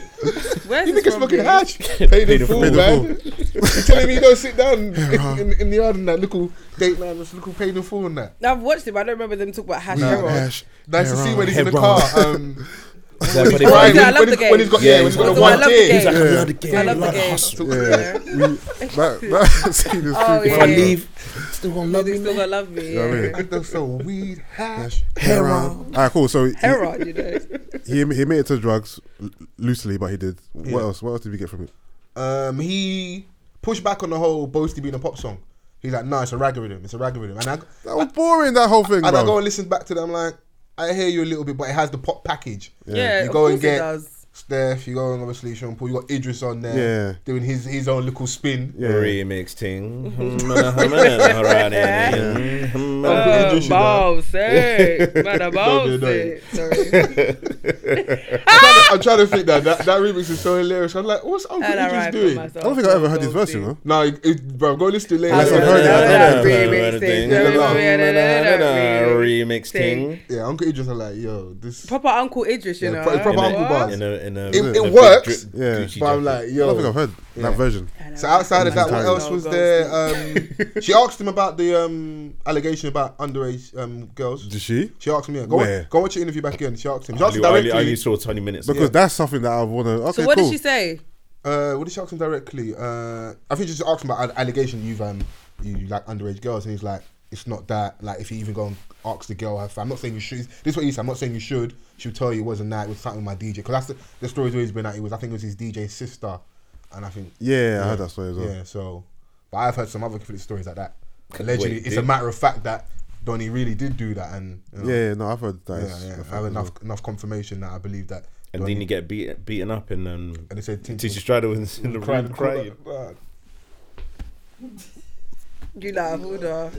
Speaker 6: Where's
Speaker 1: You
Speaker 6: this
Speaker 1: niggas
Speaker 6: from,
Speaker 1: smoking
Speaker 6: babe?
Speaker 1: hash. Pay
Speaker 5: Pay
Speaker 1: the
Speaker 5: the
Speaker 1: fool,
Speaker 5: fool.
Speaker 1: man. you telling me you don't sit down in, in, in the yard and that little date man, this little pay the fool and that.
Speaker 6: I've watched it, but I don't remember them talk about hash.
Speaker 1: No.
Speaker 6: ever.
Speaker 7: Hash,
Speaker 1: Nice to see
Speaker 7: heroin.
Speaker 1: when he's in the
Speaker 5: Heron.
Speaker 1: car. Um,
Speaker 5: Everybody
Speaker 1: Right,
Speaker 5: like-
Speaker 6: yeah, I
Speaker 1: when-
Speaker 6: love
Speaker 1: when
Speaker 6: the
Speaker 1: he-
Speaker 6: game.
Speaker 1: When he's got, yeah,
Speaker 5: Yeah,
Speaker 1: when he's got
Speaker 5: he's
Speaker 1: the one
Speaker 6: like, I love the
Speaker 5: He's
Speaker 1: tear.
Speaker 6: game.
Speaker 5: like,
Speaker 7: Yeah.
Speaker 5: I love the game. I
Speaker 6: I love
Speaker 5: love
Speaker 6: the
Speaker 5: the
Speaker 6: game.
Speaker 5: hustle.
Speaker 7: Yeah. We- that, that scene is
Speaker 6: Oh,
Speaker 7: super
Speaker 6: yeah.
Speaker 5: If I
Speaker 7: funny.
Speaker 5: leave, still gonna love
Speaker 6: They
Speaker 5: me.
Speaker 6: still gonna love me.
Speaker 7: know what I
Speaker 6: Yeah.
Speaker 7: mean?
Speaker 1: Good though, So weed, hash.
Speaker 7: Hash, heroin. All right, cool. So he,
Speaker 6: Heron, you know.
Speaker 7: he he made it to drugs l- loosely, but he did. What
Speaker 1: Yeah.
Speaker 7: else? What else did we get from it?
Speaker 1: Um, he pushed back on the whole Boasty being a pop song. He's like, no, it's a ragga rhythm. It's a ragga rhythm. And I
Speaker 7: That was boring. That whole thing,
Speaker 1: and I go
Speaker 7: bro.
Speaker 1: and listen back to them like, I hear you a little bit, but it has the pop package.
Speaker 6: Yeah,
Speaker 1: you
Speaker 6: of
Speaker 1: go
Speaker 6: course
Speaker 1: and get
Speaker 6: it does.
Speaker 1: Steph. You go and obviously Sean Paul. You got Idris on there.
Speaker 7: Yeah.
Speaker 1: doing his his own little spin.
Speaker 7: Yeah.
Speaker 5: Remix ting. Yeah.
Speaker 1: Don't
Speaker 6: Um,
Speaker 1: put Idris in there.
Speaker 6: eh? Man, a
Speaker 1: do that.
Speaker 6: eh? Sorry.
Speaker 1: I'm trying to think that that, that remix is so hilarious. I'm like, what's Uncle
Speaker 6: And I
Speaker 1: Idris
Speaker 6: ride for
Speaker 1: doing?
Speaker 6: myself.
Speaker 7: I don't think I ever heard his verse, you know.
Speaker 1: No, it, it, bro, go listen to it later.
Speaker 7: Unless I've heard it, I've heard
Speaker 5: Remix thing.
Speaker 1: Yeah, Uncle Idris are like, yo, this.
Speaker 6: Proper Uncle Idris, you
Speaker 1: Yeah,
Speaker 6: know.
Speaker 1: pro- proper
Speaker 5: In a-
Speaker 1: Uncle Bars.
Speaker 5: in a- in a-
Speaker 1: It-
Speaker 5: in a
Speaker 1: it
Speaker 5: big
Speaker 1: works,
Speaker 5: drip
Speaker 7: yeah,
Speaker 5: Gucci
Speaker 1: but
Speaker 5: jacket.
Speaker 1: I'm like,
Speaker 7: I don't think
Speaker 1: yo.
Speaker 7: I've heard
Speaker 1: Yeah.
Speaker 7: that version.
Speaker 1: So outside of that, what
Speaker 7: Nice.
Speaker 1: else was there? Um, she asked him about the um, allegation about underage um, girls.
Speaker 7: Did she?
Speaker 1: She asked him, yeah, go,
Speaker 7: Where?
Speaker 1: go watch your interview back again. She asked him. She
Speaker 5: I
Speaker 1: asked him
Speaker 5: only- I only,
Speaker 1: directly.
Speaker 5: I only saw 20 minutes.
Speaker 7: Because that's something that I want to. Okay,
Speaker 6: So what
Speaker 7: cool.
Speaker 6: did she say?
Speaker 1: Uh, what did she ask him directly? Uh, I think she just asked him about an allegation you've um, you like underage girls, and he's like, it's not that. Like, if you even go and ask the girl, her fam- I'm not saying you should. This is what he said. I'm not saying you should. She'll tell you it wasn't that. It was something with my DJ. Because that's the, the story's always been that it was. I think it was his DJ's sister, and I think
Speaker 7: Yeah, I heard that story as well.
Speaker 1: yeah. So, but I've heard some other conflicted stories like that. Allegedly,
Speaker 5: Wait,
Speaker 1: it's
Speaker 5: did-
Speaker 1: a matter of fact that Donnie really did do that, and you know,
Speaker 7: Yeah, yeah, no, I've heard that.
Speaker 1: yeah, yeah. I have enough enough confirmation that I believe that.
Speaker 5: and
Speaker 1: Donny-
Speaker 5: then you get beat, beaten up, and um,
Speaker 1: and they said
Speaker 5: Tisha Straddle in, in the room crying.
Speaker 6: You like, hold on.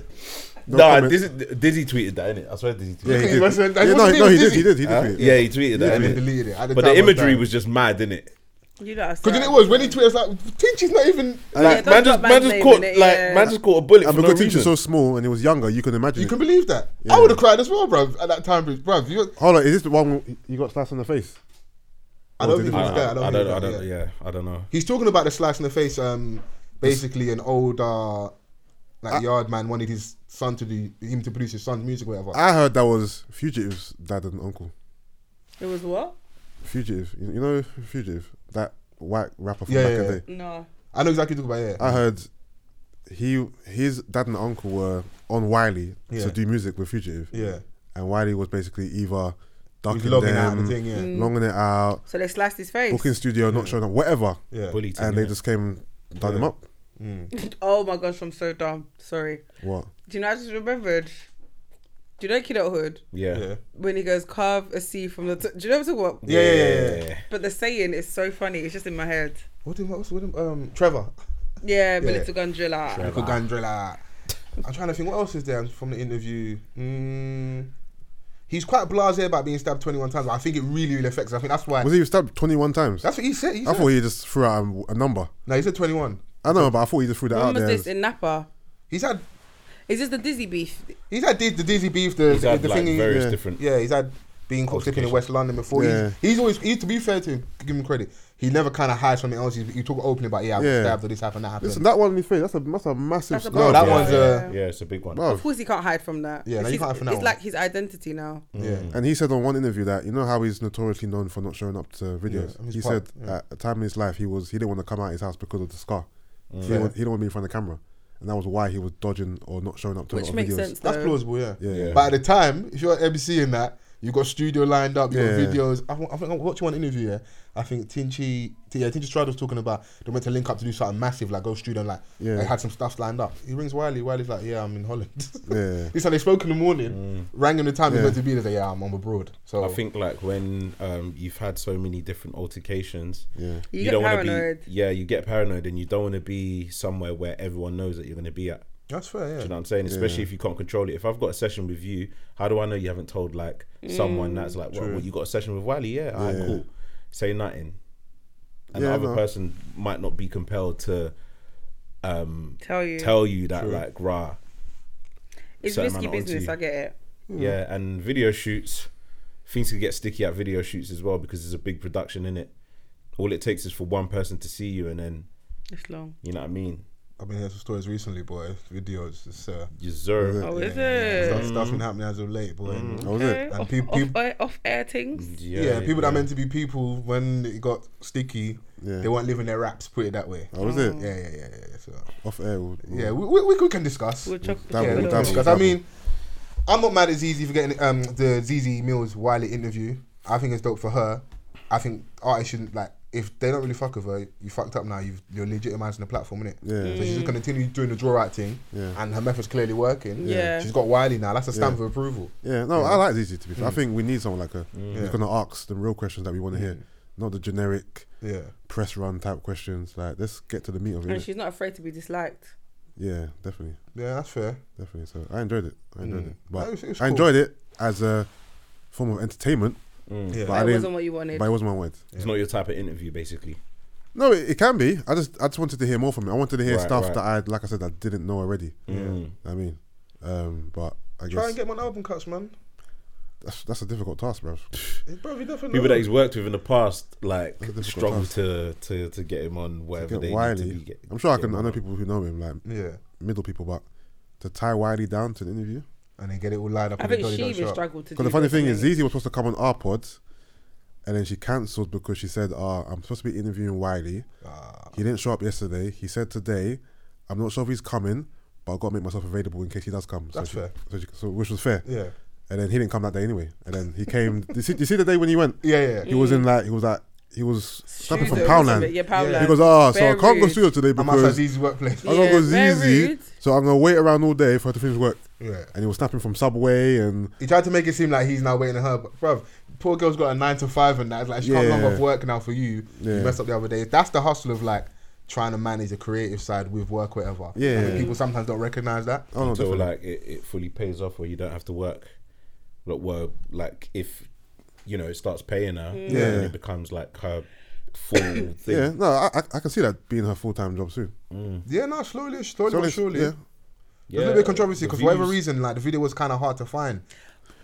Speaker 5: Nah,
Speaker 7: comment.
Speaker 5: Dizzy, Dizzy tweeted that, innit? I swear Dizzy tweeted
Speaker 7: Yeah, he
Speaker 5: that.
Speaker 7: did.
Speaker 1: That's-
Speaker 7: Yeah,
Speaker 1: that's
Speaker 7: no,
Speaker 1: what
Speaker 7: no,
Speaker 1: he
Speaker 7: he did.
Speaker 1: did.
Speaker 7: He did. He
Speaker 5: Huh?
Speaker 7: did. tweet it.
Speaker 5: Yeah, he tweeted
Speaker 1: Yeah,
Speaker 5: that.
Speaker 1: and then
Speaker 5: innit?
Speaker 1: deleted it. At
Speaker 5: But
Speaker 1: time,
Speaker 5: the
Speaker 1: I was
Speaker 5: imagery
Speaker 1: like,
Speaker 5: was just mad, innit?
Speaker 6: You know
Speaker 1: Because then it was when he tweeted, it's like, Tinchi's not even.
Speaker 6: Like,
Speaker 5: man just, man just caught like man just caught a bullet
Speaker 7: And
Speaker 5: for no
Speaker 7: because
Speaker 5: reason.
Speaker 7: Tinch is so small and he was younger, you can imagine.
Speaker 1: You
Speaker 7: it.
Speaker 1: can believe that. I would have cried as well, bro. At that time, bro. You,
Speaker 7: Hold on, is this the one where you got slashed on the face?
Speaker 1: I don't
Speaker 7: did
Speaker 1: think
Speaker 7: he-
Speaker 1: he
Speaker 5: I,
Speaker 1: was there. I don't.
Speaker 5: I
Speaker 1: think he
Speaker 5: don't.
Speaker 1: was
Speaker 5: I
Speaker 1: there,
Speaker 5: don't.
Speaker 1: yeah.
Speaker 5: Yeah, I don't know.
Speaker 1: He's talking about the slice in the face. Um, basically, an old uh, like yard man wanted his son to do him to produce his son's music, or whatever.
Speaker 7: I heard that was Fugitive's dad and uncle.
Speaker 6: It was what?
Speaker 7: Fugitive, you you know Fugitive, that white rapper from
Speaker 1: Yeah,
Speaker 7: back
Speaker 1: yeah,
Speaker 7: in the
Speaker 1: yeah.
Speaker 7: day.
Speaker 6: No.
Speaker 1: I know exactly what you're talking about. Yeah.
Speaker 7: I heard he his dad and uncle were on Wiley
Speaker 1: Yeah.
Speaker 7: to do music with Fugitive.
Speaker 1: yeah.
Speaker 7: And Wiley was basically either
Speaker 1: He's
Speaker 7: ducking
Speaker 1: logging
Speaker 7: them,
Speaker 1: out of the thing. Yeah.
Speaker 6: Mm.
Speaker 7: longing it out,
Speaker 6: So they sliced his face.
Speaker 7: booking studio, not showing up, whatever.
Speaker 1: Yeah.
Speaker 5: Bully team,
Speaker 7: And they
Speaker 5: yeah.
Speaker 7: just came and done him up.
Speaker 6: Oh my gosh, I'm so dumb. Sorry.
Speaker 7: What?
Speaker 6: Do you know I just remembered? Do you know Kiddohood?
Speaker 5: Yeah.
Speaker 1: Yeah.
Speaker 6: When he goes, carve a C from the t-. Do you know what I'm talking about?
Speaker 1: Yeah, yeah, yeah, yeah.
Speaker 6: But the saying is so funny. It's just in my head.
Speaker 1: What did what's with him? Um, Trevor.
Speaker 6: Yeah,
Speaker 1: Yeah.
Speaker 6: bullet to gun driller.
Speaker 1: Michael Gandrilla. I'm trying to think what else is there from the interview. Mm, he's quite blasé about being stabbed 21 times. But I think it really, really affects. Him. I think that's why.
Speaker 7: Was he stabbed 21 times?
Speaker 1: That's what he said. He
Speaker 7: I
Speaker 1: said.
Speaker 7: thought he just threw out a- a number.
Speaker 1: no, he said 21.
Speaker 7: I know, but I thought he just threw that
Speaker 6: When
Speaker 7: out
Speaker 6: was
Speaker 7: there.
Speaker 6: this in Napa?
Speaker 1: He's had
Speaker 6: Is this the Dizzy beef?
Speaker 1: he's had the, the dizzy beef. The
Speaker 5: He's had
Speaker 1: the
Speaker 5: like
Speaker 1: thing. he-
Speaker 5: various
Speaker 7: yeah.
Speaker 5: different.
Speaker 1: Yeah, he's had being caught slipping in
Speaker 5: Altercation.
Speaker 1: West London before.
Speaker 7: Yeah.
Speaker 1: He's, he's always, he, to be fair to him, give him credit, he never kind of hides something else. He's, he talk openly about, yeah, I was
Speaker 7: Yeah.
Speaker 1: stabbed or this happened, that happened.
Speaker 7: Listen, that one in his face, that's a, that's a massive
Speaker 6: That's a
Speaker 7: scar.
Speaker 1: no, that
Speaker 5: yeah,
Speaker 1: one's, uh,
Speaker 5: Yeah, it's a big one.
Speaker 7: Bruv.
Speaker 6: Of course, he can't hide from that.
Speaker 1: Yeah, no,
Speaker 6: It's
Speaker 1: you can't hide
Speaker 6: his-
Speaker 1: from that
Speaker 6: It's
Speaker 1: one.
Speaker 6: like his identity now.
Speaker 1: yeah.
Speaker 7: And he said on one interview that you know how he's notoriously known for not showing up to videos.
Speaker 1: Yeah, he's
Speaker 7: he
Speaker 1: quite-
Speaker 7: said at a time in his life he was he didn't want to come out of his house because of the scar. He, didn't want, he didn't want to be in front of the camera, and that was why he was dodging or not showing up to a lot
Speaker 6: Which
Speaker 7: of
Speaker 6: makes
Speaker 7: videos.
Speaker 6: sense, though.
Speaker 1: That's plausible, yeah.
Speaker 7: Yeah. Yeah.
Speaker 1: But at the time, if you're ABC in that, you got studio lined up, you
Speaker 7: Yeah.
Speaker 1: got videos. I, wa- I think I watched one interview. Yeah, I think Tinchi, yeah, Tinchi Stride was talking about they went to link up to do something massive, like go studio, and like
Speaker 7: Yeah.
Speaker 1: they had some stuff lined up. He rings Wiley. Wiley's like, yeah, I'm in Holland.
Speaker 7: Yeah. Mm.
Speaker 1: he said they spoke in the morning, rang in the time
Speaker 7: Yeah.
Speaker 1: they meant to be. They said, yeah, I'm on abroad. So
Speaker 5: I think like when um, you've had so many different altercations,
Speaker 7: Yeah.
Speaker 6: You get
Speaker 5: wanna
Speaker 6: paranoid.
Speaker 5: Be, yeah, you get paranoid, and you don't want to be somewhere where everyone knows that you're going to be at.
Speaker 1: that's fair. Yeah.
Speaker 5: Do you know what I'm saying? Especially if you can't control it. If I've got a session with you, how do I know you haven't told like someone that's like, well, you got a session with Wiley? Yeah, alright, cool. Say nothing. And
Speaker 7: Yeah,
Speaker 5: the other
Speaker 7: no.
Speaker 5: person might not be compelled to um,
Speaker 6: Tell you.
Speaker 5: tell you that like rah.
Speaker 6: it's
Speaker 5: certain
Speaker 6: risky
Speaker 5: amount onto
Speaker 6: business.
Speaker 5: you.
Speaker 6: I get it.
Speaker 1: Hmm.
Speaker 5: Yeah, and video shoots, things can get sticky at video shoots as well because there's a big production in it. All it takes is for one person to see you, and then
Speaker 6: It's long.
Speaker 5: you know what I mean.
Speaker 1: I've been hearing some stories recently, boy. Videos, it's, uh,
Speaker 5: You deserve.
Speaker 6: Oh, is
Speaker 1: stuff,
Speaker 6: it?
Speaker 1: stuff been happening as of late, boy.
Speaker 7: That was it.
Speaker 1: And
Speaker 6: Off,
Speaker 1: peop-
Speaker 6: off,
Speaker 1: peop-
Speaker 6: air, off air things.
Speaker 1: Yeah, people that are meant to be people when it got sticky,
Speaker 7: Yeah.
Speaker 1: they weren't living their raps. Put it that way.
Speaker 7: That was it.
Speaker 1: Yeah, yeah, yeah, yeah. yeah. So
Speaker 7: Off air. We'll,
Speaker 1: Mm. yeah, we, we, we can discuss.
Speaker 7: Mm.
Speaker 6: We'll chuck
Speaker 7: That
Speaker 1: yeah,
Speaker 7: will-
Speaker 1: we
Speaker 7: that
Speaker 1: can
Speaker 7: will-
Speaker 1: discuss. I
Speaker 7: that will.
Speaker 1: mean, I'm not mad at ZZ for getting um the ZZ Mills Wiley interview. I think it's dope for her. I think artists shouldn't like if they don't really fuck with her. You fucked up now. You've, you're legitimizing the platform, innit?
Speaker 7: Yeah.
Speaker 1: So
Speaker 6: Mm.
Speaker 1: she's just gonna continue doing the draw out thing,
Speaker 7: Yeah.
Speaker 1: and her method's clearly working.
Speaker 6: Yeah.
Speaker 1: She's got Wiley now. That's a stamp of approval.
Speaker 7: Yeah, no, I like Zizi to be fair.
Speaker 1: Mm.
Speaker 7: I think we need someone like her
Speaker 5: Mm,
Speaker 7: who's gonna ask the real questions that we want to
Speaker 1: Mm.
Speaker 7: hear, not the generic
Speaker 1: Yeah.
Speaker 7: press run type questions. Like, let's get to the meat of
Speaker 6: And
Speaker 7: it. innit?
Speaker 6: she's not afraid to be disliked.
Speaker 7: Yeah, definitely,
Speaker 1: Yeah, that's fair.
Speaker 7: definitely. So I enjoyed it. I enjoyed
Speaker 1: Mm.
Speaker 7: it, but
Speaker 1: No, it was- it was
Speaker 7: I
Speaker 1: cool.
Speaker 7: enjoyed it as a form of entertainment.
Speaker 1: Yeah.
Speaker 7: But I
Speaker 6: That
Speaker 7: didn't-
Speaker 6: wasn't what you wanted.
Speaker 7: But it wasn't my word.
Speaker 5: mm. It's not your type of interview, basically.
Speaker 7: No, it, it can be. I just I just wanted to hear more from it. I wanted to hear
Speaker 5: Right,
Speaker 7: stuff
Speaker 5: right. Mm.
Speaker 7: that I like I said I didn't know already. I mean, um, but
Speaker 1: Try
Speaker 7: I guess
Speaker 1: and get my album cuts, man.
Speaker 7: that's, that's a difficult task, bro.
Speaker 1: Bro, you never
Speaker 5: People
Speaker 1: know.
Speaker 5: that he's worked with in the past, like
Speaker 7: difficult
Speaker 5: struggle
Speaker 7: task.
Speaker 5: to, to to get him on wherever
Speaker 7: Get
Speaker 5: they need
Speaker 7: Wiley.
Speaker 5: to be. Get,
Speaker 7: I'm sure I
Speaker 5: get
Speaker 7: can.
Speaker 5: him
Speaker 7: I know
Speaker 5: on.
Speaker 7: people who know him, like
Speaker 1: Yeah,
Speaker 7: middle people, but to tie Wiley down to an interview.
Speaker 1: and then get it all lined up.
Speaker 6: I
Speaker 1: and then
Speaker 6: think
Speaker 1: Dolly
Speaker 6: she
Speaker 1: don't
Speaker 6: even
Speaker 1: show up.
Speaker 6: struggled to. do
Speaker 7: Because the funny
Speaker 6: this,
Speaker 7: thing
Speaker 6: I
Speaker 7: is,
Speaker 6: think.
Speaker 7: Zizi was supposed to come on our pod, and then she cancelled because she said, "Ah, I'm supposed to be interviewing Wiley.
Speaker 1: Ah,
Speaker 7: He didn't show up yesterday. He said today, I'm not sure if he's coming, but I've got to make myself available in case he does come."
Speaker 1: That's
Speaker 7: so she-
Speaker 1: fair.
Speaker 7: so, she, so which was fair.
Speaker 1: Yeah.
Speaker 7: And then he didn't come that day anyway. And then he came. you, see, you see the day when he went?
Speaker 1: Yeah, yeah, yeah.
Speaker 7: He was in like he was like he was snapping from
Speaker 6: Shoes or something.
Speaker 7: Poundland.
Speaker 6: Yeah, Poundland.
Speaker 7: He goes, "Ah, so I
Speaker 6: Very
Speaker 7: can't go
Speaker 6: rude.
Speaker 7: studio today
Speaker 1: I'm outside
Speaker 7: because."
Speaker 1: ZZ's workplace.
Speaker 7: I'm gonna go
Speaker 6: Yeah, very
Speaker 7: ZZ,
Speaker 6: rude.
Speaker 7: so I'm gonna wait around all day for her to finish work.
Speaker 1: Yeah.
Speaker 7: And he was snapping from Subway and
Speaker 1: He tried to make it seem like he's now waiting on her, but bruv, poor girl's got a nine to five and that. It's like she can't
Speaker 7: Yeah.
Speaker 1: long off work now for you.
Speaker 7: Yeah.
Speaker 1: You messed up the other day. That's the hustle of like trying to manage the creative side with work, whatever.
Speaker 7: Yeah.
Speaker 1: I think people sometimes don't recognize that.
Speaker 7: oh no,
Speaker 5: until
Speaker 7: definitely.
Speaker 5: like it, it fully pays off where you don't have to work like well like if you know it starts paying her yeah
Speaker 7: Yeah.
Speaker 5: it becomes like her full thing.
Speaker 7: Yeah, no, I, I, I can see that being her full time job soon.
Speaker 1: Yeah, no, slowly, slowly,
Speaker 7: So
Speaker 1: but
Speaker 7: it's-
Speaker 1: surely.
Speaker 7: yeah,
Speaker 1: There's a little bit of controversy
Speaker 5: the
Speaker 1: because for whatever
Speaker 5: views.
Speaker 1: reason, like the video was kind of hard to find.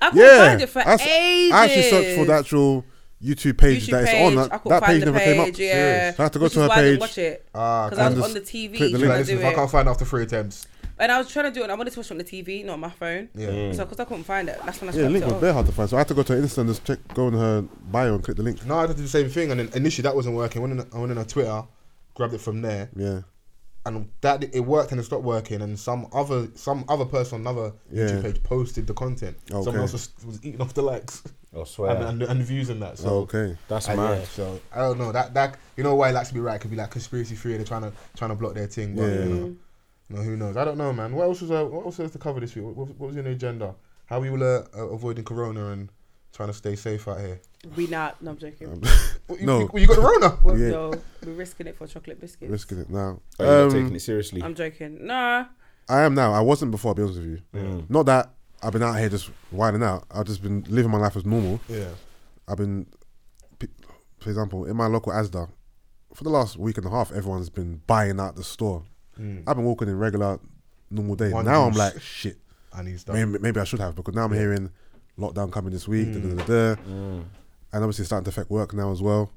Speaker 6: I couldn't
Speaker 7: yeah.
Speaker 6: find it for
Speaker 7: I, s-
Speaker 6: ages.
Speaker 7: I actually searched for the actual YouTube page
Speaker 6: YouTube
Speaker 7: that it's
Speaker 6: page.
Speaker 7: on.
Speaker 6: I
Speaker 7: That,
Speaker 6: couldn't
Speaker 7: that
Speaker 6: find
Speaker 7: page
Speaker 6: the
Speaker 7: never
Speaker 6: page,
Speaker 7: came up.
Speaker 6: Yeah.
Speaker 7: So I had to go
Speaker 6: Which
Speaker 7: to
Speaker 6: is
Speaker 7: her
Speaker 6: why I didn't
Speaker 7: page.
Speaker 6: watch it.
Speaker 1: Ah,
Speaker 6: Because I
Speaker 7: and
Speaker 6: was on the
Speaker 7: just
Speaker 6: TV
Speaker 7: click the
Speaker 1: Like,
Speaker 7: link.
Speaker 6: trying to
Speaker 1: listen,
Speaker 6: do
Speaker 1: if I can't
Speaker 6: it.
Speaker 1: find it after three attempts,
Speaker 6: And I was trying to do it and I wanted to watch it on the TV, not on my phone.
Speaker 1: yeah.
Speaker 6: So because I couldn't find it, that's when I
Speaker 7: Yeah, the
Speaker 6: started
Speaker 7: link
Speaker 6: it
Speaker 7: was
Speaker 6: off.
Speaker 7: very hard to find. So I had to go to her Insta and just check, go on her bio and click the link.
Speaker 1: No, I had to do the same thing, and then initially that wasn't working. Went in, I went in on Twitter, grabbed it from there,
Speaker 7: Yeah.
Speaker 1: and that it worked and it stopped working. And some other some other person, on another
Speaker 7: Yeah.
Speaker 1: YouTube page, posted the content.
Speaker 7: Okay.
Speaker 1: Someone else was, was eating off the likes
Speaker 5: I swear.
Speaker 1: and, and, and the views and that. So
Speaker 5: Oh.
Speaker 7: okay.
Speaker 5: That's
Speaker 1: and
Speaker 5: mad.
Speaker 1: yeah, so I don't know that that you know why it likes to be right could be like conspiracy theory. They're trying to trying to block their thing. But
Speaker 7: Yeah.
Speaker 1: you, know, you know, who knows? I don't know, man. What else was uh, what else was to cover this week? What, what was in the agenda? How we all uh, uh, avoiding corona and trying to stay safe out here.
Speaker 6: We not. No, I'm joking.
Speaker 1: What, you,
Speaker 7: No.
Speaker 1: you, you got the Rona.
Speaker 6: Well,
Speaker 7: yeah.
Speaker 6: no, we're risking it for chocolate biscuits.
Speaker 7: Risking it now.
Speaker 5: Are you Oh, not
Speaker 7: Um,
Speaker 5: taking it seriously?
Speaker 6: I'm joking. Nah.
Speaker 7: I am now. I wasn't before. I'll be honest with you. Mm. Not that I've been out here just winding out. I've just been living my life as normal.
Speaker 1: Yeah.
Speaker 7: I've been, p- for example, in my local ASDA, for the last week and a half, everyone's been buying out the store.
Speaker 1: Mm.
Speaker 7: I've been walking in regular, normal day.
Speaker 1: One
Speaker 7: now I'm
Speaker 1: juice.
Speaker 7: like, shit.
Speaker 1: And he's done.
Speaker 7: Maybe, maybe I should have because now I'm hearing lockdown coming this week.
Speaker 1: Mm.
Speaker 7: Da, da, da, da. And obviously, it's starting to affect work now as well.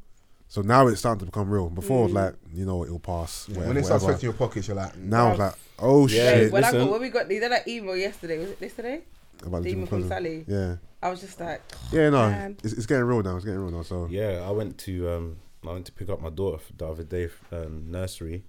Speaker 7: So now it's starting to become real. Before,
Speaker 6: Mm.
Speaker 7: it was like, you know, it'll pass. Whatever,
Speaker 1: when it starts
Speaker 7: whatever.
Speaker 1: affecting your pockets, you're like, "Mm,
Speaker 7: Now it's like, oh
Speaker 5: Yeah,
Speaker 7: shit.
Speaker 6: when, I
Speaker 5: listen.
Speaker 6: got, when we got, they did that email yesterday. Was it yesterday?
Speaker 7: About
Speaker 6: The Um,
Speaker 7: Jimmy
Speaker 6: email from
Speaker 7: Fallon.
Speaker 6: Sally.
Speaker 7: Yeah.
Speaker 6: I was just like,
Speaker 7: Yeah, no,
Speaker 6: Man.
Speaker 7: it's, it's getting real now. It's getting real now. So
Speaker 5: Yeah, I went to um, I went to pick up my daughter f- the other day, f- um, nursery,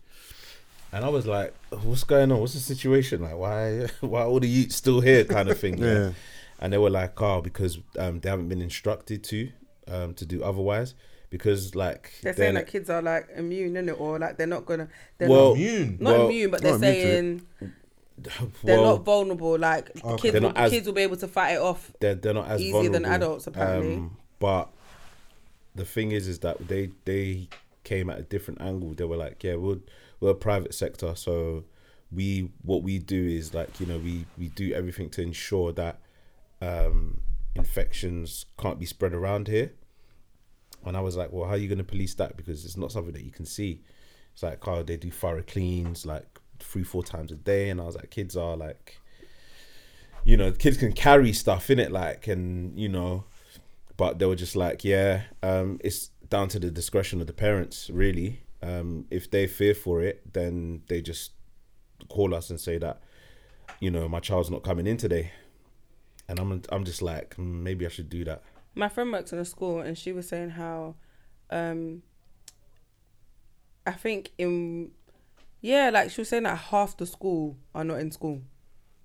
Speaker 5: and I was like, "What's going on? What's the situation? Like, why, why are all the youths still here?" Kind of thing.
Speaker 7: Yeah.
Speaker 5: And they were like, "Oh, because um, they haven't been instructed to, um, to do otherwise, because like
Speaker 6: they're saying
Speaker 5: then-
Speaker 6: that kids are like immune, innit? Or like they're not gonna, they're
Speaker 5: well,
Speaker 6: not,
Speaker 1: immune.
Speaker 6: not
Speaker 5: well,
Speaker 6: immune, but they're
Speaker 7: not immune to it.
Speaker 6: saying they're
Speaker 5: well,
Speaker 6: not vulnerable. Like kids,
Speaker 5: They're
Speaker 6: will,
Speaker 5: not as-
Speaker 6: kids will be able to fight it off.
Speaker 5: they're, they're not as
Speaker 6: Easier than
Speaker 5: vulnerable. um,
Speaker 6: adults, apparently.
Speaker 5: but the thing is, is that they they came at a different angle. They were like, yeah, we're we're a private sector, so we what we do is like you know we we do everything to ensure that um, infections can't be spread around here. And I was like, well, how are you going to police that? Because it's not something that you can see. It's like, oh, they do thorough cleans like three, four times a day. And I was like, kids are like, you know, kids can carry stuff in it, like, and, you know, but they were just like, yeah, um, it's down to the discretion of the parents, really. Um, if they fear for it, then they just call us and say that, you know, my child's not coming in today. And I'm, I'm just like, mm, maybe I should do that.
Speaker 6: My friend works in a school, and she was saying how, um, I think in, yeah, like she was saying that half the school are not in school,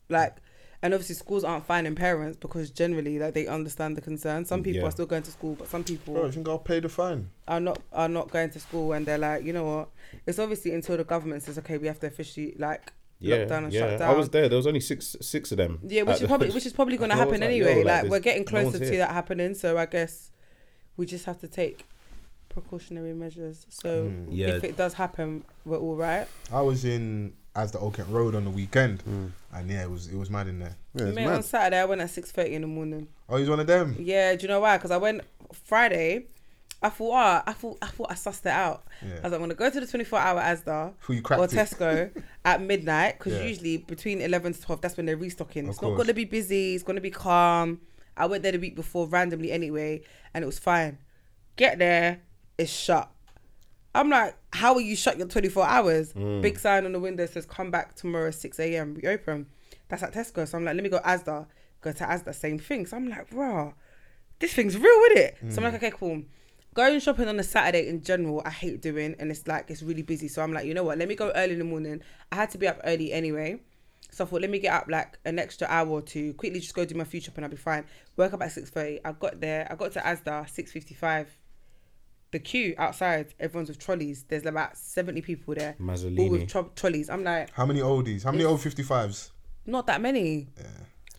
Speaker 6: like, and obviously schools aren't finding parents because generally like they understand the concern. Some people
Speaker 5: Yeah.
Speaker 6: are still going to school, but some people
Speaker 1: Bro, you think I'll pay the fine?
Speaker 6: are not are not going to school and they're like, you know what? It's obviously until the government says, okay, we have to officially like
Speaker 5: Yeah,
Speaker 6: lock down and
Speaker 5: yeah.
Speaker 6: shut down.
Speaker 5: I was there. There was only six, six of them.
Speaker 6: yeah,
Speaker 5: at
Speaker 6: which
Speaker 5: the-
Speaker 6: is probably which is probably going to
Speaker 5: I was
Speaker 6: happen
Speaker 5: like, yo,
Speaker 6: anyway.
Speaker 5: like,
Speaker 6: like
Speaker 5: there's-
Speaker 6: we're getting
Speaker 5: no one's
Speaker 6: closer to
Speaker 5: here.
Speaker 6: that happening, so I guess we just have to take precautionary measures. So
Speaker 5: Mm, Yeah.
Speaker 6: if it does happen, we're all right.
Speaker 1: I was in as the Old Kent Road on the weekend, and yeah, it was it was mad in there.
Speaker 7: yeah, it's
Speaker 6: Mate, on
Speaker 7: mad.
Speaker 6: Saturday I went at six thirty in the morning.
Speaker 1: Oh, he's one of them.
Speaker 6: Yeah, do you know why? Because I went Friday. I thought, ah, I thought, I thought I sussed it out.
Speaker 1: Yeah.
Speaker 6: I was like, I'm gonna go to the 24 hour ASDA
Speaker 1: Before you cracked
Speaker 6: or
Speaker 1: it.
Speaker 6: Tesco at midnight because
Speaker 1: Yeah.
Speaker 6: usually between 11 to 12, that's when they're restocking.
Speaker 1: Of
Speaker 6: it's not
Speaker 1: course.
Speaker 6: gonna be busy. It's gonna be calm. I went there the week before randomly anyway, and it was fine. Get there, it's shut. I'm like, how are you shut your 24 hours?
Speaker 1: Mm.
Speaker 6: Big sign on the window says, come back tomorrow 6 a.m. We open. That's at Tesco. So I'm like, let me go Asda. Go to Asda, same thing. So I'm like, rah, this thing's real with it. So I'm like, okay, cool. Going shopping on a Saturday in general, I hate doing, and it's like, it's really busy. So I'm like, you know what? Let me go early in the morning. I had to be up early anyway. So I thought, let me get up like an extra hour or two, quickly just go do my food shopping, I'll be fine. Work up at 6.30. I got there, I got to Asda, 6.55 the queue outside, everyone's with trolleys. There's about 70 people there. All
Speaker 5: Mazzolini.
Speaker 6: with tro- trolleys. I'm like,
Speaker 1: How many oldies? How many old 55s?
Speaker 6: not that many.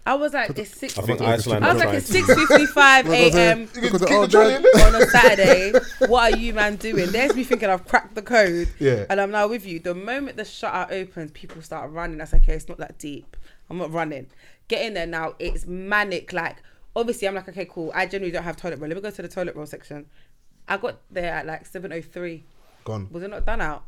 Speaker 6: I was like, it's six.
Speaker 5: I think
Speaker 7: I
Speaker 5: Iceland.
Speaker 6: I
Speaker 5: are
Speaker 6: was like,
Speaker 5: trying
Speaker 6: it's
Speaker 5: to-
Speaker 6: 6.55 a.m.
Speaker 1: uh, You can
Speaker 7: Because
Speaker 1: keep
Speaker 7: they're
Speaker 1: the
Speaker 7: all
Speaker 1: trolley
Speaker 7: dead.
Speaker 1: in there.
Speaker 6: on a Saturday. what are you, man, doing? There's me thinking I've cracked the code.
Speaker 1: Yeah.
Speaker 6: And I'm now with you. The moment the shutout opens, people start running. That's okay. It's not that deep. I'm not running. Get in there now. It's manic. Like, obviously, I'm like, okay, cool. I generally don't have toilet roll. Let me go to the toilet roll section. I got there at like seven oh three.
Speaker 1: Gone.
Speaker 6: Was it not done out?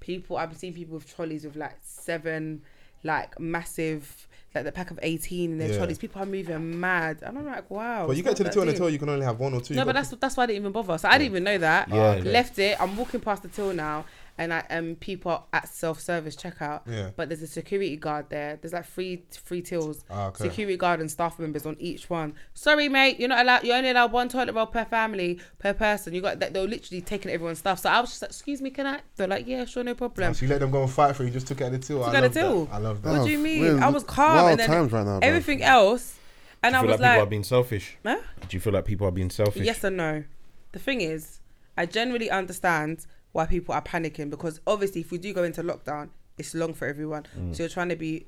Speaker 6: People, I've been seeing people with trolleys with like seven, like massive, like the pack of eighteen in their
Speaker 1: Yeah.
Speaker 6: trolleys. People are moving mad, and I'm like, wow.
Speaker 1: But you get to the
Speaker 6: what
Speaker 1: two on
Speaker 6: that
Speaker 1: the
Speaker 6: do?
Speaker 1: till, you can only have one or two.
Speaker 6: No,
Speaker 1: You
Speaker 6: but
Speaker 1: got-
Speaker 6: that's that's why I didn't even bother. So I didn't even know that.
Speaker 5: Yeah. okay.
Speaker 6: Left it. I'm walking past the till now, and I um people are at self service checkout.
Speaker 1: Yeah.
Speaker 6: But there's a security guard there. There's like three three tills.
Speaker 1: Ah, okay.
Speaker 6: Security guard and staff members on each one. Sorry, mate. You're not allowed. You're only allowed one toilet roll per family per person. You got that. They're literally taking everyone's stuff. So I was just like, excuse me, can I? They're like, yeah, sure, no problem.
Speaker 1: So you let them go and fight for you. Just took it at the till.
Speaker 6: Took
Speaker 1: I
Speaker 6: it at
Speaker 1: love
Speaker 6: the till.
Speaker 1: that. I love that.
Speaker 6: What do you
Speaker 7: Bruv,
Speaker 6: mean?
Speaker 7: we're
Speaker 6: I
Speaker 7: in
Speaker 6: was calm.
Speaker 7: wild
Speaker 6: and then
Speaker 7: times right now, bruv.
Speaker 6: Everything else, and I
Speaker 5: feel
Speaker 6: was
Speaker 5: like people are
Speaker 6: like,
Speaker 5: being selfish?
Speaker 6: huh?
Speaker 5: Do you feel like people are being selfish?
Speaker 6: Yes and no. The thing is, I generally understand why people are panicking because obviously, if we do go into lockdown, it's long for everyone. So you're trying to be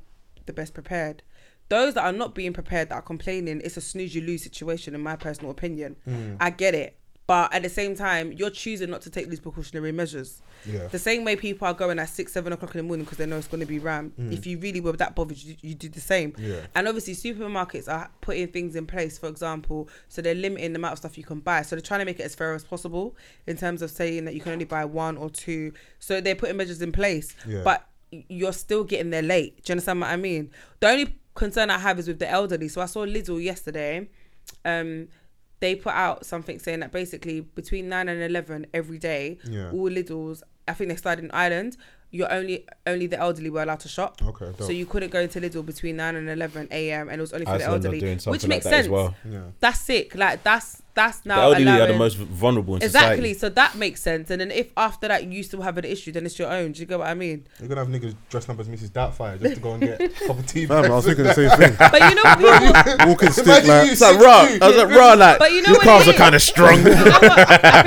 Speaker 6: the best prepared. Those that are not being prepared, that are complaining, it's a snooze you lose situation, in my personal opinion. I get it. But at the same time, you're choosing not to take these precautionary measures.
Speaker 1: Yeah.
Speaker 6: The same way people are going at six, seven o'clock in the morning because they know it's going to be rammed. If you really were that bothered, you, you do the same.
Speaker 1: Mm. Yeah.
Speaker 6: And obviously, supermarkets are putting things in place, for example, so they're limiting the amount of stuff you can buy. So they're trying to make it as fair as possible in terms of saying that you can only buy one or two. So they're putting measures in place,
Speaker 1: Yeah.
Speaker 6: but you're still getting there late. Do you understand what I mean? The only concern I have is with the elderly. So I saw Lidl yesterday. Um, they put out something saying that basically between nine and eleven every day,
Speaker 1: Yeah.
Speaker 6: all Lidl's. I think they started in Ireland. You're only only the elderly were allowed to shop.
Speaker 1: Okay, dope.
Speaker 6: So you couldn't go into Lidl between nine and eleven a.m. and it was only for
Speaker 5: Iceland are
Speaker 6: the elderly,
Speaker 5: doing
Speaker 6: which
Speaker 5: something
Speaker 6: makes
Speaker 5: like that as
Speaker 6: sense.
Speaker 5: well.
Speaker 1: Yeah.
Speaker 6: That's sick. Like that's that's now
Speaker 5: The elderly
Speaker 6: allowing...
Speaker 5: are the most vulnerable in
Speaker 6: exactly.
Speaker 5: society.
Speaker 6: So that makes sense. And then if after that you still have an issue, then it's your own. Do you get what I mean?
Speaker 1: You're gonna have niggas dressed up as Mrs. Doubtfire just to go and get a cup of tea.
Speaker 7: Fam, I was
Speaker 1: breakfast.
Speaker 7: thinking the same thing.
Speaker 6: But you know, people,
Speaker 7: Walking stick,
Speaker 1: Imagine
Speaker 7: like,
Speaker 1: you
Speaker 5: It's like raw. I was like raw. Like
Speaker 6: But you know
Speaker 5: your
Speaker 6: what
Speaker 5: calves
Speaker 6: it
Speaker 5: are
Speaker 6: is?
Speaker 5: kind of strong.
Speaker 6: You know what? I think, you know what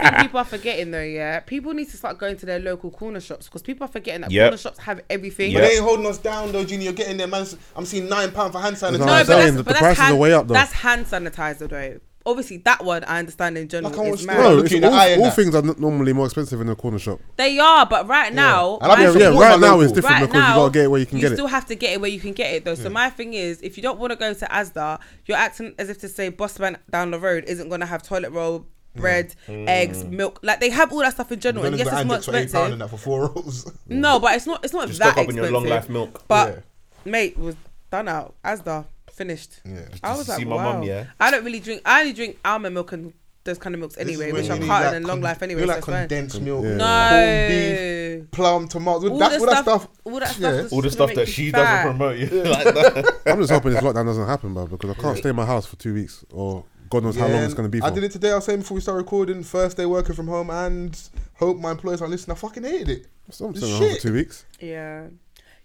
Speaker 6: I think people are forgetting though, yeah. People need to start going to their local corner shops because people are forgetting that
Speaker 5: Yep.
Speaker 6: corner shops have everything.
Speaker 1: But
Speaker 5: Yeah.
Speaker 1: they ain't holding us down though, Junior. You're getting there, man. I'm seeing nine pound for hand sanitizer.
Speaker 7: No,
Speaker 6: No, but
Speaker 7: I'm
Speaker 6: that's,
Speaker 7: saying that
Speaker 6: but
Speaker 7: the
Speaker 6: that's
Speaker 7: prices are
Speaker 6: hand,
Speaker 7: way up, though.
Speaker 6: That's hand sanitizer though. Obviously, that one I understand in general.
Speaker 1: Like, I want
Speaker 6: is
Speaker 1: to
Speaker 6: mad.
Speaker 1: know.
Speaker 7: Bro,
Speaker 1: Look
Speaker 7: it's
Speaker 1: you in the
Speaker 7: all,
Speaker 1: eye and
Speaker 7: all
Speaker 1: that.
Speaker 7: things are n- normally more expensive in a corner shop.
Speaker 6: They are, but right now,
Speaker 1: And I'll be
Speaker 6: my-
Speaker 1: Yeah,
Speaker 7: Yeah,
Speaker 1: so
Speaker 7: yeah
Speaker 1: what
Speaker 7: right
Speaker 1: about
Speaker 7: now
Speaker 1: local?
Speaker 7: it's different
Speaker 6: Right
Speaker 7: because
Speaker 6: now,
Speaker 7: you gotta get it where you can get
Speaker 6: still
Speaker 7: it.
Speaker 6: have to get it where you can get it though. So my thing is, if you don't want to go to ASDA, you're acting as if to say Bossman down the road isn't going to have toilet roll, bread,
Speaker 7: Mm.
Speaker 6: eggs, milk. Like they have all that stuff in general. And
Speaker 1: Gonna
Speaker 6: yes,
Speaker 1: go
Speaker 6: it's more
Speaker 1: Andex for eight pound and that
Speaker 6: expensive.
Speaker 1: for four rolls.
Speaker 6: No, but it's not. It's not
Speaker 5: Just
Speaker 6: that
Speaker 5: stock up on
Speaker 6: expensive.
Speaker 5: your long life milk.
Speaker 6: But mate was done out. ASDA finished.
Speaker 1: Yeah.
Speaker 6: I was
Speaker 5: See
Speaker 6: like,
Speaker 5: my
Speaker 6: wow.
Speaker 5: mum, yeah?
Speaker 6: I don't really drink. I only drink almond milk and those kind of milks anyway, which are
Speaker 1: I'm
Speaker 6: carton and long life anyway.
Speaker 1: You
Speaker 6: so
Speaker 1: like
Speaker 6: it's fine.
Speaker 1: condensed milk,
Speaker 7: Mm. Yeah.
Speaker 1: corned beef,
Speaker 6: No.
Speaker 1: plum, tomatoes, all
Speaker 6: All
Speaker 1: that,
Speaker 6: the
Speaker 1: all that stuff.
Speaker 6: all that
Speaker 1: Yeah.
Speaker 6: stuff. that's
Speaker 5: All the
Speaker 6: gonna
Speaker 5: stuff
Speaker 6: make
Speaker 5: that
Speaker 6: you
Speaker 5: she
Speaker 6: fat.
Speaker 5: doesn't promote you. like that.
Speaker 7: I'm just hoping this lockdown doesn't happen, bro, because I can't stay in my house for two weeks or God knows how long it's
Speaker 1: and
Speaker 7: gonna be for.
Speaker 1: I did it today. I was saying before we start recording, first day working from home, and hope my employers aren't listening. I fucking hated it.
Speaker 7: So I'm
Speaker 1: This
Speaker 7: staying at home for
Speaker 1: shit.
Speaker 7: two weeks.
Speaker 6: Yeah.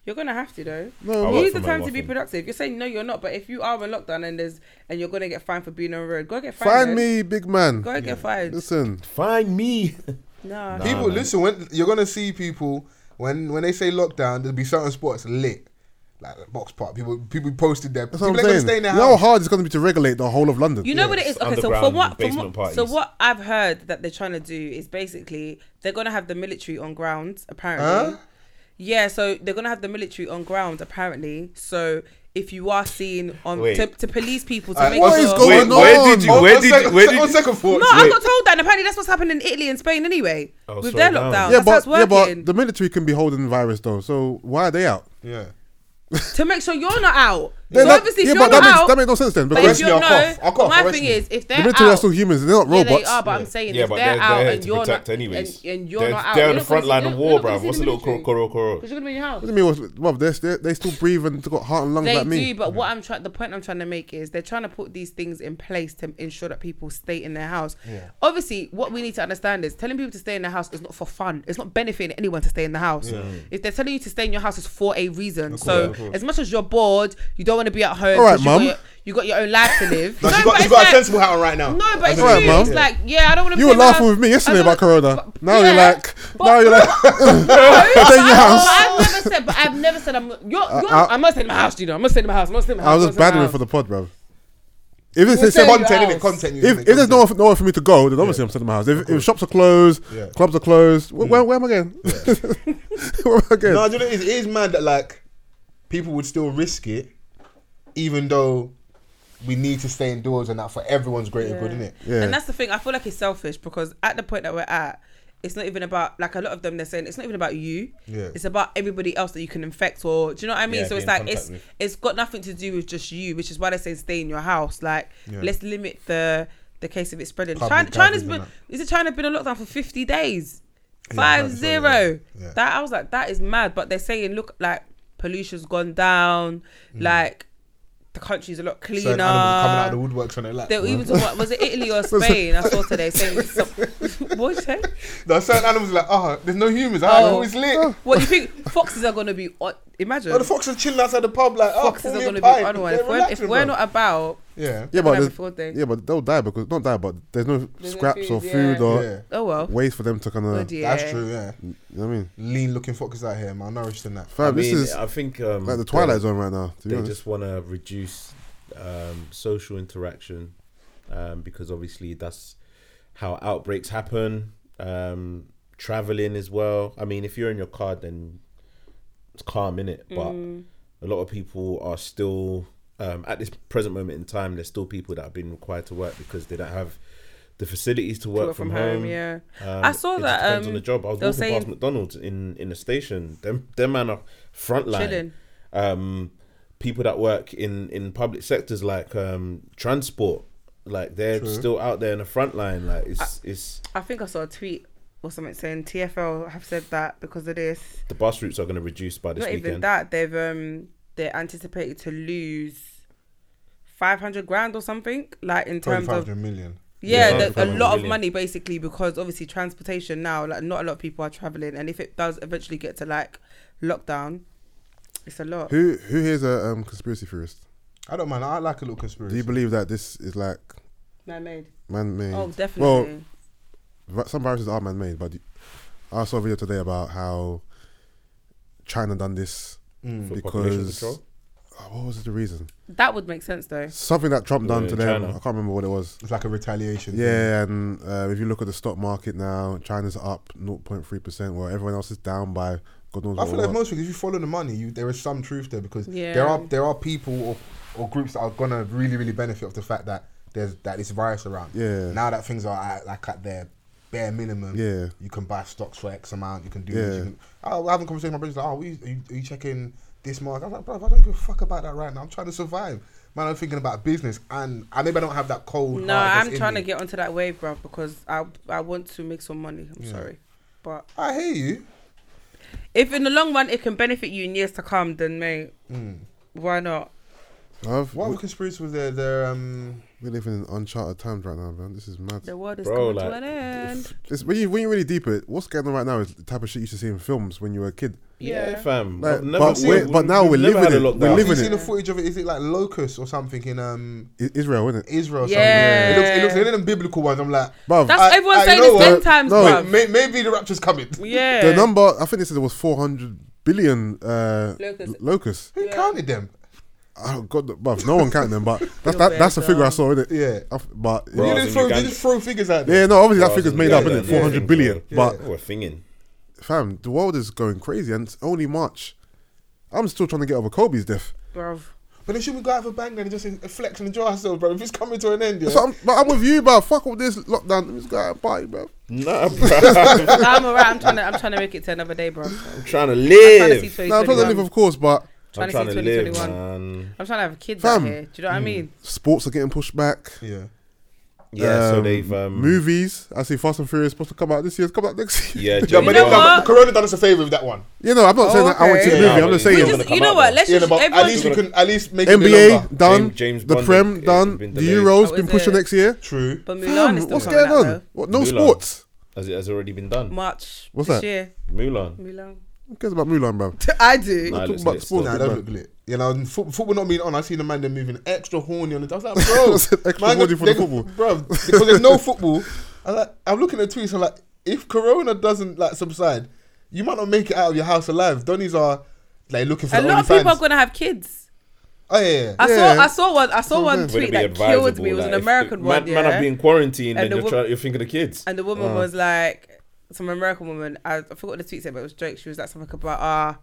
Speaker 6: You're gonna have to though.
Speaker 5: I
Speaker 7: No,
Speaker 5: work
Speaker 6: Use the
Speaker 5: from
Speaker 6: time
Speaker 5: home
Speaker 6: to be
Speaker 5: often.
Speaker 6: productive. You're saying no, you're not. But if you are in lockdown and there's and you're gonna get fined for being on the road, go get fined.
Speaker 7: find
Speaker 6: then.
Speaker 7: me, big man.
Speaker 6: Go and get fired.
Speaker 7: Listen,
Speaker 5: Find me.
Speaker 6: No.
Speaker 5: Nah.
Speaker 1: People,
Speaker 5: man.
Speaker 1: listen. When you're gonna see people when when they say lockdown, there'll be certain spots lit, like the box park. People people posted there.
Speaker 7: that's
Speaker 1: people
Speaker 7: what
Speaker 1: ain't
Speaker 7: I'm
Speaker 1: gonna stay
Speaker 7: saying.
Speaker 1: in
Speaker 7: You
Speaker 1: their
Speaker 7: know how
Speaker 1: house.
Speaker 7: hard it's gonna be to regulate the whole of London.
Speaker 6: You know what it is?
Speaker 5: Yes,
Speaker 6: Okay, so for
Speaker 5: underground
Speaker 6: what, from
Speaker 5: basement
Speaker 6: what so
Speaker 5: parties.
Speaker 6: what I've heard that they're trying to do is basically they're gonna have the military on ground apparently.
Speaker 1: Huh?
Speaker 6: Yeah, so they're gonna have the military on ground apparently. So if you are seen on
Speaker 5: Wait.
Speaker 6: to, to police people to
Speaker 1: Uh,
Speaker 6: make
Speaker 1: what
Speaker 6: sure.
Speaker 1: is
Speaker 5: Wait,
Speaker 1: going
Speaker 5: where
Speaker 1: on?
Speaker 5: did you-
Speaker 1: On-
Speaker 5: where
Speaker 1: on
Speaker 5: did-
Speaker 1: second-
Speaker 5: where
Speaker 1: se-
Speaker 5: did-
Speaker 1: on second thought?
Speaker 6: No, I
Speaker 5: Wait.
Speaker 6: got told that. And apparently, that's what's happened in Italy and Spain anyway
Speaker 5: Oh,
Speaker 6: with
Speaker 5: slow
Speaker 6: their
Speaker 5: down.
Speaker 6: lockdown.
Speaker 7: yeah,
Speaker 6: that's how
Speaker 7: but
Speaker 6: it's
Speaker 7: yeah, but
Speaker 6: working
Speaker 7: the military can be holding virus though. So why are they out?
Speaker 1: Yeah.
Speaker 6: to make sure you're not out.
Speaker 7: They're
Speaker 6: so
Speaker 7: not-
Speaker 6: obviously,
Speaker 7: yeah,
Speaker 6: if
Speaker 7: but
Speaker 6: you're
Speaker 7: that
Speaker 6: not
Speaker 7: makes,
Speaker 6: out,
Speaker 7: that makes no sense then
Speaker 6: but if
Speaker 1: Arrest
Speaker 7: because
Speaker 6: you're
Speaker 1: me, I'll
Speaker 6: no,
Speaker 1: cough. I'll cough,
Speaker 6: but my
Speaker 1: arrest
Speaker 6: thing
Speaker 1: me.
Speaker 6: is, if
Speaker 7: the
Speaker 6: they're
Speaker 7: military
Speaker 6: out,
Speaker 7: are still humans. They're not
Speaker 6: yeah,
Speaker 7: robots.
Speaker 6: they are. But I'm saying,
Speaker 5: Yeah,
Speaker 6: if
Speaker 5: but
Speaker 6: they're,
Speaker 5: they're, they're
Speaker 6: out
Speaker 5: there
Speaker 6: and
Speaker 5: to
Speaker 6: you're
Speaker 5: protect
Speaker 6: not,
Speaker 5: anyways.
Speaker 6: and, and you're
Speaker 5: they're,
Speaker 6: not out,
Speaker 5: They're
Speaker 6: you're
Speaker 5: on the
Speaker 6: not
Speaker 5: front
Speaker 6: gonna
Speaker 5: line
Speaker 6: see-
Speaker 5: of
Speaker 6: you're
Speaker 5: war,
Speaker 6: not gonna
Speaker 5: bruv.
Speaker 6: see
Speaker 5: What's a
Speaker 6: the
Speaker 5: little
Speaker 6: military.
Speaker 5: coro coro? coro?
Speaker 6: Because you're gonna be in your house.
Speaker 7: What do you mean? what's- Well, they're, they're, they still breathe and they got heart and lungs
Speaker 6: They
Speaker 7: like me.
Speaker 6: do, but what I'm trying, the point I'm trying to make is they're trying to put these things in place to ensure that people stay in their house. Obviously, what we need to understand is telling people to stay in their house is not for fun. It's not benefiting anyone to stay in the house. If they're telling you to stay in your house, it's for a reason. so as much as you're bored, you don't want to be at home.
Speaker 7: All right,
Speaker 6: 'cause you got
Speaker 7: mum.
Speaker 6: your- You got your own life to live.
Speaker 1: No,
Speaker 6: No,
Speaker 1: she
Speaker 6: but
Speaker 1: got, she
Speaker 6: it's
Speaker 1: got
Speaker 6: like-
Speaker 1: a sensible hat on right now.
Speaker 6: No, but it's
Speaker 7: All right,
Speaker 6: true. It's
Speaker 7: mum.
Speaker 6: like, yeah, I don't want to.
Speaker 7: You were laughing with me yesterday about Corona. Now you're like, now you're like,
Speaker 6: stay
Speaker 7: in your house.
Speaker 6: I've never said, but I've never said I'm. You're, you're,
Speaker 7: I-
Speaker 6: I'm not staying in my house, you know. I'm not staying in my house. I'm not staying in my house.
Speaker 7: I was
Speaker 6: I'm
Speaker 7: just
Speaker 6: not staying in my
Speaker 7: badgering
Speaker 6: house.
Speaker 7: for the pod, bro. If it's,
Speaker 1: It's
Speaker 7: if,
Speaker 1: content, innit?
Speaker 6: else.
Speaker 1: Content. you
Speaker 7: if,
Speaker 1: make
Speaker 7: there's
Speaker 1: content.
Speaker 7: no no nowhere for me to go, then obviously I'm sitting in my house. If, if shops are closed,
Speaker 1: Yeah.
Speaker 7: clubs are closed,
Speaker 5: Mm.
Speaker 7: wh- where, where am I going? where am I going?
Speaker 1: No, do you know what it is? It is mad that like people would still risk it, even though we need to stay indoors and that for everyone's greater good, isn't it?
Speaker 7: Yeah.
Speaker 6: And that's the thing. I feel like it's selfish because at the point that we're at, it's not even about like a lot of them. They're saying it's not even about you.
Speaker 1: Yeah.
Speaker 6: It's about everybody else that you can infect or do you know what I mean?
Speaker 1: Yeah,
Speaker 6: so it's
Speaker 1: be in
Speaker 6: like it's
Speaker 1: contact with.
Speaker 6: it's got nothing to do with just you, which is why they say stay in your house. Like
Speaker 1: Yeah.
Speaker 6: let's limit the the case of it spreading.
Speaker 1: Public
Speaker 6: China,
Speaker 1: gatherings
Speaker 6: China's been
Speaker 1: and
Speaker 6: is it China been on lockdown for fifty days?
Speaker 1: Yeah,
Speaker 6: Five
Speaker 1: that's
Speaker 6: zero.
Speaker 1: what it is. Yeah.
Speaker 6: That I was like that is mad. But they're saying look like pollution's gone down.
Speaker 1: Mm.
Speaker 6: Like the country's a lot cleaner.
Speaker 1: Certain animals coming
Speaker 6: uh,
Speaker 1: out of the woodworks on it like
Speaker 6: They were even talking about, was it Italy or Spain? I saw today saying, so, what did you say?
Speaker 1: No, certain animals are like, oh, there's no humans. Oh,
Speaker 6: Oh.
Speaker 1: it's lit. Oh.
Speaker 6: What do you think? Foxes are going to be on. Imagine.
Speaker 1: the foxes chilling outside the pub like, oh,
Speaker 6: foxes
Speaker 1: foxes
Speaker 6: are
Speaker 1: going to
Speaker 6: be on one. If we're, if we're not about,
Speaker 1: Yeah.
Speaker 7: Yeah,
Speaker 6: Gonna
Speaker 7: but
Speaker 6: have a
Speaker 7: there's-
Speaker 6: field day.
Speaker 7: yeah, but they'll die because not die, but there's no
Speaker 6: no
Speaker 7: scraps or
Speaker 6: food,
Speaker 7: food
Speaker 6: yeah.
Speaker 7: or
Speaker 1: Yeah.
Speaker 6: oh well. Oh,
Speaker 7: ways for them to kind
Speaker 6: Good
Speaker 7: of. You
Speaker 6: year.
Speaker 1: That's true, yeah.
Speaker 7: know what I mean?
Speaker 1: Lean looking foxes out here, malnourished and that.
Speaker 5: I
Speaker 7: Fam, this
Speaker 5: mean,
Speaker 7: is
Speaker 5: I think um,
Speaker 7: like the twilight
Speaker 5: they,
Speaker 7: zone right now. To be
Speaker 5: They
Speaker 7: honest,
Speaker 5: just want to reduce um, social interaction um, because obviously that's how outbreaks happen. Um, traveling as well. I mean, if you're in your car, then it's calm in it. But
Speaker 6: Mm.
Speaker 5: a lot of people are still um, at this present moment in time. There's still people that have been required to work because they don't have the facilities to work,
Speaker 6: work
Speaker 5: from,
Speaker 6: from
Speaker 5: home.
Speaker 6: home, yeah.
Speaker 5: Um,
Speaker 6: I saw
Speaker 5: it just
Speaker 6: that,
Speaker 5: depends
Speaker 6: um,
Speaker 5: on the job. I was
Speaker 6: they were
Speaker 5: walking past
Speaker 6: saying-
Speaker 5: McDonald's in in the station. Them them man are front line.
Speaker 6: Chilling.
Speaker 5: Um, people that work in in public sectors like um transport, like they're still out there in the front line. Like it's it's
Speaker 6: I think I saw a tweet or something saying TFL have said that because of this.
Speaker 5: the bus routes are going to reduce by this
Speaker 6: Not
Speaker 5: weekend.
Speaker 6: even that. They've um they're anticipated to lose five hundred grand or something. Like in
Speaker 1: Probably
Speaker 6: terms of
Speaker 1: 500 million.
Speaker 6: Yeah,
Speaker 5: Yeah,
Speaker 6: the- a
Speaker 5: probably.
Speaker 6: lot of
Speaker 5: Really.
Speaker 6: money basically because obviously transportation now, like not a lot of people are traveling, and if it does eventually get to like lockdown, it's a lot.
Speaker 7: who who here's a um, conspiracy theorist?
Speaker 1: I don't mind. I like a little
Speaker 7: Do
Speaker 1: conspiracy.
Speaker 7: you believe that this is like
Speaker 6: Man-made.
Speaker 7: man-made?
Speaker 6: Oh,
Speaker 7: Well,
Speaker 6: definitely.
Speaker 7: vi- some viruses are man-made, but I saw a video today about how China done this
Speaker 1: Mm.
Speaker 5: for population
Speaker 7: because
Speaker 5: control.
Speaker 7: Oh, what was the reason?
Speaker 6: that would make sense though.
Speaker 7: Something that Trump done
Speaker 5: Yeah,
Speaker 7: to them.
Speaker 5: China.
Speaker 7: I can't remember what it was.
Speaker 1: It's like a retaliation. thing.
Speaker 7: Yeah, and uh, if you look at the stock market now, China's up 0.3 percent, while everyone else is down by God knows
Speaker 1: I
Speaker 7: what.
Speaker 1: feel like
Speaker 7: what.
Speaker 1: most things, if you follow the money, you, there is some truth there because
Speaker 6: Yeah.
Speaker 1: there are there are people or, or groups that are gonna really really benefit of the fact that there's that this virus around.
Speaker 7: Yeah.
Speaker 1: Now that things are at, like at their bare minimum.
Speaker 7: Yeah.
Speaker 1: You can buy stocks for X amount. You can do.
Speaker 7: Yeah.
Speaker 1: This, you can, I was having a conversation with my brother's like, oh, what you- are you, are you checking this mark? I was like, bro, I don't give a fuck about that right now. I'm trying to survive. Man, I'm thinking about business, and I maybe I don't have that cold.
Speaker 6: No,
Speaker 1: heart that's
Speaker 6: I'm
Speaker 1: in
Speaker 6: trying to
Speaker 1: me.
Speaker 6: get onto that wave, bro, because I I want to make some money. I'm sorry, but
Speaker 1: I hear you.
Speaker 6: if in the long run it can benefit you in years to come, then mate, why not?
Speaker 7: I've-
Speaker 1: What
Speaker 7: we-
Speaker 1: other conspiracy was there? There. Um,
Speaker 7: we're living in uncharted times right now, man. This is mad.
Speaker 6: The world is
Speaker 5: Bro,
Speaker 6: coming to
Speaker 5: like
Speaker 6: an end.
Speaker 5: if-
Speaker 7: It's, when you when you really deep it, what's going on right now is the type of shit you used to see in films when you were a kid.
Speaker 5: yeah,
Speaker 6: Yeah.
Speaker 5: fam.
Speaker 7: Like,
Speaker 5: I've never
Speaker 7: but
Speaker 5: seen-
Speaker 7: we're- but now
Speaker 5: we've
Speaker 7: we're
Speaker 5: never
Speaker 7: living
Speaker 5: had a
Speaker 7: it. We're
Speaker 5: lockdown.
Speaker 1: you
Speaker 7: living
Speaker 1: seen
Speaker 7: it.
Speaker 1: the footage of it? Is it like locusts or something in um
Speaker 7: I- Israel, isn't it?
Speaker 1: Israel. or
Speaker 6: Yeah.
Speaker 1: something. It looks, it looks like the biblical ones. I'm like,
Speaker 7: Bruv,
Speaker 6: That's
Speaker 1: I-
Speaker 6: everyone's
Speaker 1: I
Speaker 6: saying
Speaker 1: know
Speaker 6: it's
Speaker 1: what-
Speaker 6: end times,
Speaker 7: No,
Speaker 6: bro.
Speaker 1: may, maybe the rapture's coming.
Speaker 6: yeah.
Speaker 7: the number I think they said it was four hundred billion uh,
Speaker 6: Locusts.
Speaker 7: l- locusts.
Speaker 1: Who counted them?
Speaker 7: Oh God, bruv, no one counted them, but that's
Speaker 6: You're
Speaker 7: that, that's the
Speaker 6: better.
Speaker 7: figure I saw, isn't it?
Speaker 1: Yeah.
Speaker 7: I f- but
Speaker 1: You
Speaker 5: Bro,
Speaker 1: didn't
Speaker 5: in
Speaker 1: throw, they
Speaker 5: Uganda.
Speaker 1: just throw figures out there.
Speaker 7: yeah, no, obviously
Speaker 5: Bro,
Speaker 7: that figure's
Speaker 5: it's
Speaker 7: made up,
Speaker 5: Uganda,
Speaker 7: isn't it?
Speaker 5: yeah.
Speaker 7: Four hundred billion, but
Speaker 5: we're thinking.
Speaker 7: fam, the world is going crazy, and it's only March. I'm still trying to get over Kobe's death.
Speaker 6: Bruv.
Speaker 1: But then should we go out of a bang then and just in- flex and enjoy ourselves, bro? If it's coming to an end, yeah.
Speaker 7: So I'm, but I'm with you, bro. Fuck all this lockdown. Let me just go out and party, bro.
Speaker 5: Nah, bro.
Speaker 6: No, I'm alright. I'm trying to. I'm trying to make it to another day, bro. I'm
Speaker 5: I'm trying to
Speaker 6: trying to
Speaker 5: live.
Speaker 6: see 2021.
Speaker 7: No, I'm trying to live, of course, but
Speaker 5: I'm
Speaker 6: Trying to
Speaker 5: trying
Speaker 6: see
Speaker 5: to live,
Speaker 6: 2021.
Speaker 5: man.
Speaker 6: I'm trying to have kids
Speaker 7: Fam.
Speaker 6: out here. Do you know what I mean?
Speaker 7: sports are getting pushed back.
Speaker 1: Yeah.
Speaker 5: Yeah, so
Speaker 7: Um,
Speaker 5: they've um,
Speaker 7: movies. I see Fast and Furious supposed to come out this year. It's coming out next year.
Speaker 5: Yeah,
Speaker 1: No,
Speaker 5: James
Speaker 1: but
Speaker 6: know
Speaker 1: then-
Speaker 5: Bond.
Speaker 1: no,
Speaker 6: what?
Speaker 1: Corona done us a favour with that one.
Speaker 7: You know, I'm not saying that I went to
Speaker 6: Okay.
Speaker 7: the movie.
Speaker 5: Oh, Yeah,
Speaker 7: I'm
Speaker 5: but
Speaker 7: just
Speaker 5: it's
Speaker 7: saying
Speaker 6: We
Speaker 5: gonna
Speaker 6: just,
Speaker 5: come
Speaker 6: you know
Speaker 5: out,
Speaker 6: what?
Speaker 5: though.
Speaker 6: Let's
Speaker 1: Yeah, no,
Speaker 6: just
Speaker 1: but at
Speaker 6: everyone.
Speaker 1: least
Speaker 6: just-
Speaker 1: you can at least make it a bit longer.
Speaker 7: NBA done,
Speaker 5: James- James
Speaker 7: the
Speaker 5: Bond
Speaker 7: Prem
Speaker 5: is-
Speaker 7: done,
Speaker 5: been
Speaker 7: the
Speaker 5: delayed.
Speaker 7: Euros
Speaker 6: Oh,
Speaker 7: been
Speaker 6: is
Speaker 7: pushed to
Speaker 6: it?
Speaker 7: next year.
Speaker 1: True.
Speaker 6: but Mulan
Speaker 7: Fam,
Speaker 6: is still
Speaker 7: what's
Speaker 6: coming
Speaker 7: going
Speaker 6: out
Speaker 7: on?
Speaker 6: though.
Speaker 7: What, no
Speaker 5: Mulan.
Speaker 7: sports.
Speaker 5: Has it has it already been done?
Speaker 6: March.
Speaker 7: What's
Speaker 6: this
Speaker 7: that?
Speaker 6: Year.
Speaker 5: Mulan.
Speaker 6: Mulan.
Speaker 7: Who cares about Mulan, bro?
Speaker 6: I do.
Speaker 5: Nah, it
Speaker 7: Talk
Speaker 5: looks
Speaker 7: about
Speaker 5: lit
Speaker 7: sports.
Speaker 5: still.
Speaker 1: Nah,
Speaker 7: Good
Speaker 1: that
Speaker 7: man.
Speaker 1: look lit. You know, and foot, football not being on. I seen the man there moving extra horny on it. I was like, bro,
Speaker 7: said extra
Speaker 1: man,
Speaker 7: horny for
Speaker 1: they-
Speaker 7: the football.
Speaker 1: bro, because there's no football. I like, I'm looking at tweets. I'm like, if Corona doesn't like subside, you might not make it out of your house alive. Donnies are like looking for
Speaker 6: A
Speaker 1: the
Speaker 6: lot of
Speaker 1: OnlyFans.
Speaker 6: people are gonna have kids.
Speaker 1: Oh yeah, yeah.
Speaker 6: I
Speaker 7: Yeah.
Speaker 6: saw. I saw one. I saw one
Speaker 7: Would
Speaker 5: Would it be
Speaker 6: tweet that killed
Speaker 5: advisable,
Speaker 6: me. It was
Speaker 5: like,
Speaker 6: an
Speaker 5: if
Speaker 6: American
Speaker 5: the
Speaker 6: one.
Speaker 5: Man, man,
Speaker 6: yeah.
Speaker 5: have been quarantined,
Speaker 6: And
Speaker 5: and
Speaker 6: the
Speaker 5: you're,
Speaker 6: wo-
Speaker 5: trying, you're thinking of kids.
Speaker 6: And the
Speaker 7: Oh.
Speaker 6: woman was like, some American woman, I I forgot what the tweet said, but it was Drake. She was like something about, ah, uh,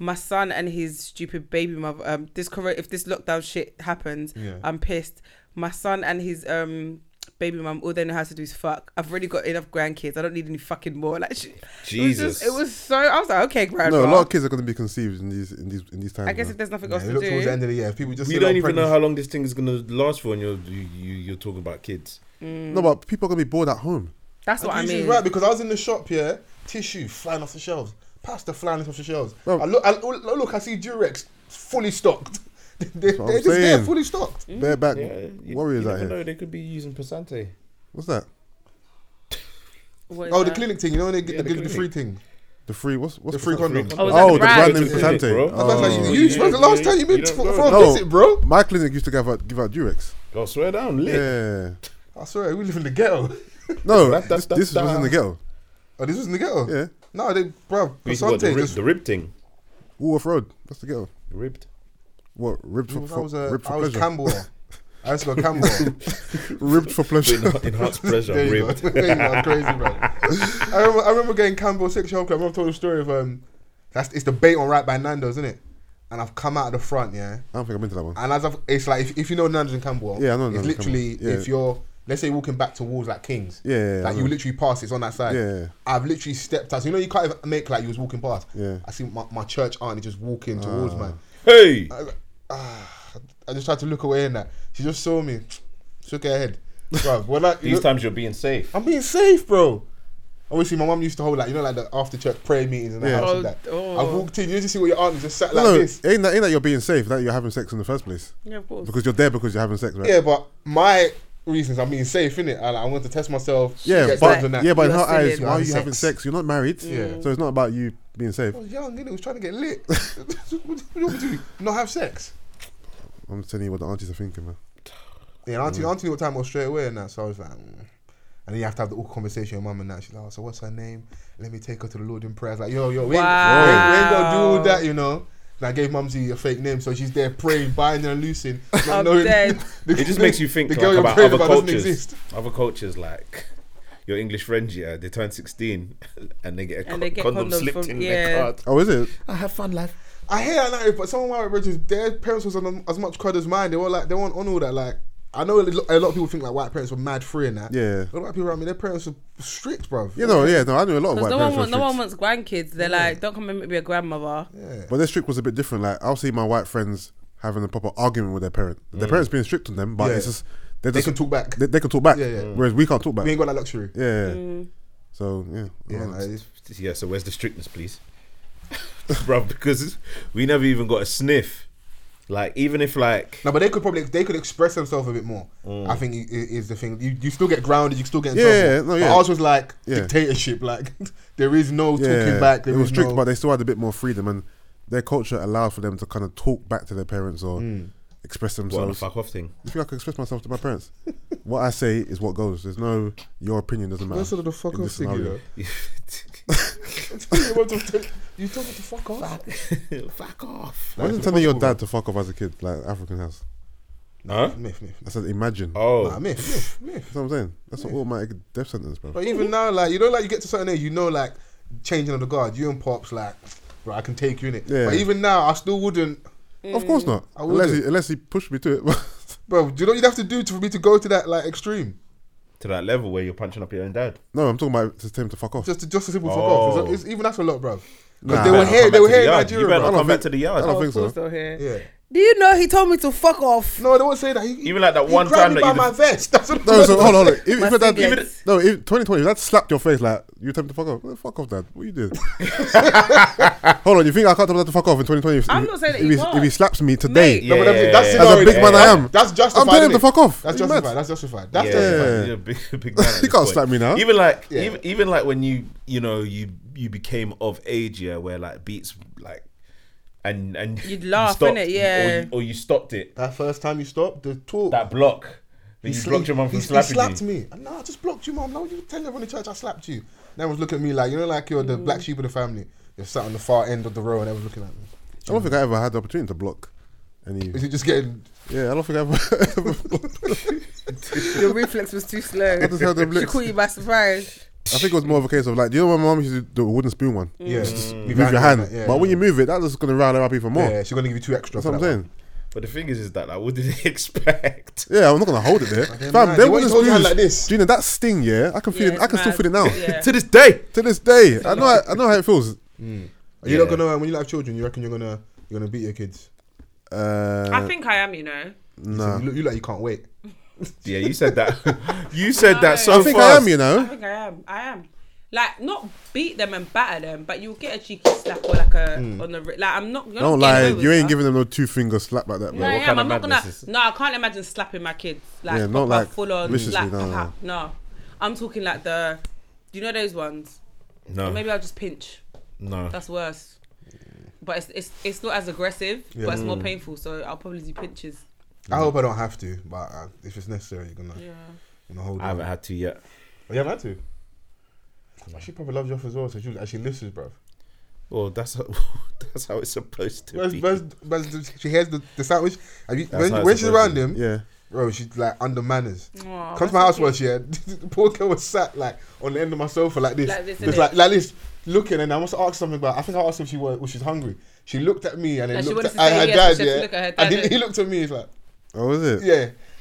Speaker 6: my son and his stupid baby mother. Um, this corona, if this lockdown shit happens,
Speaker 1: Yeah.
Speaker 6: I'm pissed. My son and his um baby mum, all they know how to do is fuck. I've already got enough grandkids. I don't need any fucking more. Like, she,
Speaker 5: Jesus.
Speaker 6: it was, just, it was so. I was like, okay, grandma.
Speaker 7: No, a lot of kids are going to be conceived in these in these in these times.
Speaker 6: I guess
Speaker 7: man.
Speaker 6: if there's nothing
Speaker 1: Yeah,
Speaker 6: else
Speaker 1: we
Speaker 6: to
Speaker 1: look towards the
Speaker 6: do,
Speaker 1: end of the year. If people just
Speaker 5: We
Speaker 1: sit on
Speaker 5: don't even know
Speaker 1: pregnancy-
Speaker 5: how long this thing is gonna last for, and you're you, you you're talking about kids.
Speaker 7: no, but people are going to be bored at home.
Speaker 6: that's what I
Speaker 1: She's
Speaker 6: mean.
Speaker 1: right because I was in the shop here, tissue flying off the shelves, pasta flying off the shelves.
Speaker 7: Well-
Speaker 1: I look, I, oh, look, I see Durex fully stocked. they,
Speaker 7: what
Speaker 1: are
Speaker 7: I'm
Speaker 1: just there,
Speaker 7: saying.
Speaker 1: fully stocked.
Speaker 6: Mm.
Speaker 7: Bareback
Speaker 5: you,
Speaker 7: warriors out here.
Speaker 5: know they could be using Pasante.
Speaker 7: What's that?
Speaker 6: What is
Speaker 1: Oh, the
Speaker 6: that?
Speaker 1: clinic thing, you know, when they
Speaker 5: Yeah,
Speaker 1: get they
Speaker 5: the
Speaker 1: give you the free
Speaker 5: clinic.
Speaker 1: thing,
Speaker 7: The free what's what's
Speaker 1: the free
Speaker 7: what's that?
Speaker 1: condom.
Speaker 5: free
Speaker 6: Oh, is that
Speaker 7: Oh,
Speaker 6: the
Speaker 7: the
Speaker 6: brand?
Speaker 7: brand name
Speaker 5: Clinic,
Speaker 7: Pasante.
Speaker 5: bro.
Speaker 1: I was like,
Speaker 5: Oh,
Speaker 1: you,
Speaker 5: you-
Speaker 1: spoke the last
Speaker 5: you-
Speaker 1: time you
Speaker 5: you
Speaker 1: been
Speaker 5: don't
Speaker 1: for,
Speaker 5: know.
Speaker 1: for a
Speaker 7: No.
Speaker 1: visit, bro.
Speaker 7: My clinic used to give out give out Durex.
Speaker 5: Go swear down, lit.
Speaker 7: Yeah.
Speaker 1: I swear, we live in the ghetto.
Speaker 7: No,
Speaker 5: That- that-
Speaker 7: this,
Speaker 5: that-
Speaker 7: this was in the
Speaker 5: that-
Speaker 7: ghetto.
Speaker 1: Oh, this was in the ghetto.
Speaker 7: Yeah,
Speaker 1: No, they, bro,
Speaker 5: We- what, the,
Speaker 1: Passante
Speaker 5: rib,
Speaker 1: just.
Speaker 5: the rib thing,
Speaker 7: Woolworth Road. That's the ghetto.
Speaker 5: The ribbed.
Speaker 7: What ribbed for,
Speaker 1: I was,
Speaker 7: for-
Speaker 1: uh,
Speaker 7: ribbed
Speaker 1: I
Speaker 7: for
Speaker 1: was
Speaker 7: pleasure?
Speaker 1: Campbell. I just got Campbell.
Speaker 7: ribbed for pleasure.
Speaker 5: Enha- Enhanced pressure,
Speaker 1: There you
Speaker 5: ribbed.
Speaker 1: go. There you go. I'm crazy, bro. I remember, I remember getting Campbell Six Health Club. I've told the story of um, that's it's the bait on right by Nando's, isn't it? And I've come out of the front, yeah.
Speaker 7: I don't think I'm into that one.
Speaker 1: And as I've, it's like if, if you know Nando's and Campbell,
Speaker 7: Yeah, I know
Speaker 1: It's
Speaker 7: Nando's and
Speaker 1: literally
Speaker 7: Campbell. Yeah.
Speaker 1: if you're let's say you're walking back towards like Kings,
Speaker 7: Yeah, yeah, yeah, I
Speaker 1: like you
Speaker 7: know.
Speaker 1: literally pass. It's on that side.
Speaker 7: Yeah, yeah.
Speaker 1: I've literally stepped out. So you know you can't even make like you was walking past.
Speaker 7: Yeah. Ah.
Speaker 1: I see my, my church auntie just walking towards man.
Speaker 5: Hey,
Speaker 1: I just tried to look away and that she just saw me, shook her head. Bro, when I,
Speaker 5: these
Speaker 1: look-
Speaker 5: times you're being safe.
Speaker 1: I'm being safe, bro. Obviously, my mum used to hold like you know like the after church prayer meetings and that.
Speaker 7: Yeah.
Speaker 1: house
Speaker 6: Oh,
Speaker 1: and that.
Speaker 6: oh.
Speaker 1: I walked in, you just see what your aunt just sat like
Speaker 7: no, no,
Speaker 1: this.
Speaker 7: ain't that ain't that you're being safe? That you're having sex in the first place
Speaker 6: Yeah, of course.
Speaker 7: because you're there because you're having sex, right?
Speaker 1: Yeah, but my reasons I'm being safe, innit? I, like, I want to test myself.
Speaker 7: Yeah,
Speaker 1: get jobs and
Speaker 7: but
Speaker 1: that.
Speaker 7: yeah, but in
Speaker 6: You
Speaker 7: her
Speaker 6: are still
Speaker 7: eyes,
Speaker 6: in
Speaker 7: why are you
Speaker 1: having
Speaker 7: having
Speaker 1: sex.
Speaker 7: sex? You're not married,
Speaker 1: Yeah.
Speaker 7: so it's not about you being safe.
Speaker 1: I was young, innit? I was trying to get lit. what do you want me to do? Not have sex?
Speaker 7: I'm telling you what the aunties are thinking, man.
Speaker 1: Yeah, and
Speaker 5: Mm.
Speaker 1: auntie, auntie knew what time it was straight away and that, so I was like. mm. And then you have to have the awkward conversation with mum and that. She's like, oh, so what's her name? Let me take her to the Lord in prayer. I was like, yo, yo, we ain't, we ain't, we ain't gonna do all
Speaker 6: Wow.
Speaker 1: that, you know. And I gave Mumsy a fake name, so she's there praying, binding and loosing. Not
Speaker 6: I'm
Speaker 1: knowing,
Speaker 6: dead.
Speaker 1: the-
Speaker 5: It just makes you think
Speaker 1: the
Speaker 5: like,
Speaker 1: girl you're
Speaker 5: about
Speaker 1: praying
Speaker 5: other
Speaker 1: doesn't
Speaker 5: cultures.
Speaker 1: exist.
Speaker 5: Other cultures, like your English friends, yeah, they turn 16 and they get a
Speaker 6: And
Speaker 5: con-
Speaker 6: they get
Speaker 5: condom
Speaker 6: condoms
Speaker 5: slipped
Speaker 6: from-
Speaker 5: in
Speaker 6: yeah.
Speaker 5: their card.
Speaker 7: Oh, is it?
Speaker 5: I have fun, life.
Speaker 1: I hear that, like, but some of my relatives, their parents was on as much crud as mine. They were like, they weren't on all that. Like, I know a lo- a lot of people think like white parents were mad free and that.
Speaker 7: Yeah.
Speaker 1: a lot of people around me, their parents were strict, bruv.
Speaker 7: You know, yeah. No, I knew a lot of
Speaker 6: Because
Speaker 7: white
Speaker 6: no one
Speaker 7: parents. who are
Speaker 6: wants no one
Speaker 7: strict.
Speaker 6: wants grandkids. They're like, don't come and make me a grandmother.
Speaker 1: Yeah.
Speaker 7: But their strict was a bit different. Like I'll see my white friends having a proper argument with their parent. Their parents being strict on them, but
Speaker 1: Mm. Yeah.
Speaker 7: it's just they're
Speaker 1: They
Speaker 7: just,
Speaker 1: can talk back.
Speaker 7: They, they can talk back.
Speaker 1: Yeah, yeah.
Speaker 7: Whereas we can't talk back.
Speaker 1: We ain't got that luxury.
Speaker 7: yeah. yeah.
Speaker 6: Mm.
Speaker 7: So yeah.
Speaker 1: Yeah,
Speaker 7: Alright.
Speaker 1: like,
Speaker 5: Yeah, so where's the strictness, please? Bro, because we never even got a sniff. Like, even if, like,
Speaker 1: no, but they could probably they could express themselves a bit more. I think i- i- is the thing. You, you still get grounded. You still get in
Speaker 7: Yeah, yeah,
Speaker 1: trouble.
Speaker 7: no,
Speaker 1: But
Speaker 7: yeah.
Speaker 1: ours was like
Speaker 7: Yeah.
Speaker 1: dictatorship. Like there is no
Speaker 7: yeah.
Speaker 1: talking back.
Speaker 7: It
Speaker 1: There
Speaker 7: was
Speaker 1: is
Speaker 7: strict,
Speaker 1: no-
Speaker 7: but they still had a bit more freedom, and their culture allowed for them to kind of talk back to their parents or
Speaker 1: Mm.
Speaker 7: express
Speaker 5: what on the
Speaker 7: themselves.
Speaker 5: fuck off thing?
Speaker 7: I think I could express myself to my parents. what I say is what goes. There's no your opinion doesn't matter.
Speaker 1: That's sort of the fuck
Speaker 7: in
Speaker 1: off
Speaker 7: this
Speaker 1: thing, you
Speaker 7: scenario.
Speaker 1: know. you want to take- you told me to fuck off.
Speaker 5: fuck off.
Speaker 7: Imagine
Speaker 1: That's
Speaker 7: telling your
Speaker 1: impossible.
Speaker 7: dad to fuck off as a kid, like African house.
Speaker 5: Huh?
Speaker 1: Myth, myth.
Speaker 7: I said, imagine.
Speaker 5: Oh.
Speaker 1: Nah, myth, myth, myth.
Speaker 7: That's what I'm saying. That's an automatic death sentence, bro.
Speaker 1: But even now, like you know, like you get to a certain age, you know, like changing of the guard. You and pops, like, bro, I can take you in it.
Speaker 7: Yeah.
Speaker 1: But even now, I still wouldn't,
Speaker 7: Of course not.
Speaker 1: Mm. I
Speaker 7: Unless he,
Speaker 1: wouldn't.
Speaker 7: unless he pushed me to it.
Speaker 1: bro. Do you know what you'd have to do to, for me to go to that like extreme?
Speaker 5: To that level where you're punching up your own dad.
Speaker 7: no, I'm talking about just him to fuck off.
Speaker 1: Just to just a simple fuck
Speaker 5: Oh.
Speaker 1: off. It's, it's, even that's a lot, bro. Because
Speaker 7: Nah.
Speaker 1: they
Speaker 7: You
Speaker 1: were
Speaker 7: better
Speaker 1: here,
Speaker 5: come
Speaker 1: they
Speaker 5: back to
Speaker 1: were
Speaker 5: the
Speaker 1: here in
Speaker 5: yard.
Speaker 1: Nigeria.
Speaker 5: You better
Speaker 1: bro.
Speaker 5: not come
Speaker 7: think-
Speaker 5: back to the
Speaker 7: I
Speaker 5: yard.
Speaker 7: don't think so.
Speaker 1: Yeah.
Speaker 6: Do you know he told me to fuck off?
Speaker 1: No, they won't say that. He,
Speaker 5: Even like that
Speaker 1: he
Speaker 5: one
Speaker 1: grabbed
Speaker 5: time that
Speaker 1: me by
Speaker 5: you
Speaker 1: my
Speaker 5: did-
Speaker 1: vest. That's what
Speaker 7: No, so hold on. hold on. If, if your dad,
Speaker 6: Even-
Speaker 7: no, if 2020, if that slapped your face, like you tell him to fuck off. Well, Fuck off, dad. What you doing? hold on. You think I can't tell him to fuck off in 2020? If,
Speaker 6: I'm
Speaker 7: if-
Speaker 6: not saying that
Speaker 7: if,
Speaker 6: he
Speaker 7: he-
Speaker 6: can't.
Speaker 7: if he slaps me today,
Speaker 1: No, but that's, that's
Speaker 5: Yeah.
Speaker 7: as a
Speaker 1: scenario-
Speaker 7: big man I am,
Speaker 1: That's justified.
Speaker 7: I'm telling him
Speaker 1: innit?
Speaker 7: to fuck off.
Speaker 1: That's
Speaker 7: Are you mad?
Speaker 1: justified. That's justified. That's
Speaker 5: yeah,
Speaker 1: the-
Speaker 5: man, you're a big, big man. at
Speaker 7: You
Speaker 5: this
Speaker 7: can't
Speaker 5: point.
Speaker 7: slap me now.
Speaker 5: Even like,
Speaker 1: Yeah.
Speaker 5: even, even like when you, you know, you you became of age, yeah, where like beats like, and and
Speaker 6: You'd laugh,
Speaker 5: stopped,
Speaker 6: innit? Yeah.
Speaker 5: or you, or you stopped it.
Speaker 1: That first time you stopped the talk.
Speaker 5: That block. Then you
Speaker 1: sl-
Speaker 5: blocked your mum
Speaker 1: he-
Speaker 5: from
Speaker 1: he
Speaker 5: slapping
Speaker 1: slapped
Speaker 5: you.
Speaker 1: me. And, No, I just blocked you, mum. No, you tell everyone in church I slapped you. And everyone's looking at me like, you know, like you're the black sheep of the family. You're sat on the far end of the row and everyone's looking at me.
Speaker 7: I don't think I ever had the opportunity to block any.
Speaker 1: Is it just getting.
Speaker 7: Yeah, I don't think I ever. ever blocked.
Speaker 6: Your reflex was too slow.
Speaker 7: I just had them
Speaker 6: She
Speaker 7: looks.
Speaker 6: caught you by surprise.
Speaker 7: I think it was more of a case of like, do you know my mom used to do the wooden spoon one?
Speaker 1: Yeah,
Speaker 7: Move your hand. But when you move it, that's just gonna rile her up even more.
Speaker 1: yeah, she's gonna give you two extra.
Speaker 7: That's what I'm saying.
Speaker 5: But the thing is, is that like, what did they expect?
Speaker 7: Yeah, I'm not gonna hold it
Speaker 1: mad.
Speaker 7: there.
Speaker 1: They
Speaker 7: Fam, them
Speaker 1: want
Speaker 7: wooden
Speaker 1: you to hold your hand like
Speaker 7: spoons.
Speaker 1: this.
Speaker 7: Gina, that sting, yeah, I can feel
Speaker 6: Yeah,
Speaker 7: it. I can
Speaker 6: it's
Speaker 7: still
Speaker 6: mad.
Speaker 7: feel it now.
Speaker 6: Yeah.
Speaker 5: to this day,
Speaker 7: To this day, I know. I, I know how it feels.
Speaker 1: You're not
Speaker 5: Yeah.
Speaker 1: gonna when you have children. You reckon you're gonna you're gonna beat your kids?
Speaker 7: Uh,
Speaker 3: I think I am, you know.
Speaker 1: So you, look, you like you can't wait.
Speaker 5: yeah, you said that. you said that so
Speaker 7: I think I
Speaker 5: fast.
Speaker 7: am, you know.
Speaker 6: I think I am. I am. Like not beat them and batter them, but you'll get a cheeky slap or like a on the ri- like. I'm not. You're
Speaker 7: Hmm. Don't
Speaker 6: not
Speaker 7: lie,
Speaker 6: getting away
Speaker 7: you
Speaker 6: with
Speaker 7: ain't
Speaker 6: that.
Speaker 7: giving them no two finger slap like that, bro.
Speaker 6: No, I
Speaker 5: what
Speaker 6: am.
Speaker 5: kind of
Speaker 6: I'm not gonna.
Speaker 5: madness is-
Speaker 6: No, I can't imagine slapping my kids. Like
Speaker 7: Yeah, not
Speaker 6: proper
Speaker 7: like
Speaker 6: full on.
Speaker 7: viciously,
Speaker 6: Like,
Speaker 7: no, no,
Speaker 6: no. no, I'm talking like the. Do you know those ones?
Speaker 7: Uh.
Speaker 5: No,
Speaker 6: Maybe I'll just pinch.
Speaker 5: no.
Speaker 6: That's worse. But it's it's, it's not as aggressive, but it's more painful. So I'll probably do pinches.
Speaker 1: I hope I don't have to, but uh, if it's necessary, you're gonna
Speaker 6: Yeah.
Speaker 1: you're gonna hold.
Speaker 5: I haven't
Speaker 1: it.
Speaker 5: had to yet.
Speaker 1: Oh, you haven't had to. Well, She probably loves you off as well, so she actually lives with bruv.
Speaker 5: Well, that's how, that's how it's supposed to
Speaker 1: Where's,
Speaker 5: be.
Speaker 1: where's, where's, she hears the, the sandwich. And you,
Speaker 5: That's
Speaker 1: when
Speaker 5: how it's
Speaker 1: when she's
Speaker 5: supposed
Speaker 1: around
Speaker 5: to
Speaker 1: him,
Speaker 7: Yeah.
Speaker 1: bro, she's like under manners.
Speaker 6: Aw,
Speaker 1: Come
Speaker 6: Oh, that's
Speaker 1: to my house
Speaker 6: okay.
Speaker 1: once, yeah. the poor girl was sat like on the end of my sofa like this.
Speaker 6: Like this,
Speaker 1: Just
Speaker 6: innit?
Speaker 1: like, like this, looking and I must ask something about I think I asked if she was if she's hungry. She looked at me and then
Speaker 6: And she
Speaker 1: looked at,
Speaker 6: wanted to say
Speaker 1: her
Speaker 6: yes,
Speaker 1: dad,
Speaker 6: but she had to look at her
Speaker 1: yeah.
Speaker 6: dad,
Speaker 1: And then
Speaker 6: innit?
Speaker 1: he looked at me, he's like,
Speaker 7: Oh, is it?
Speaker 1: Yeah.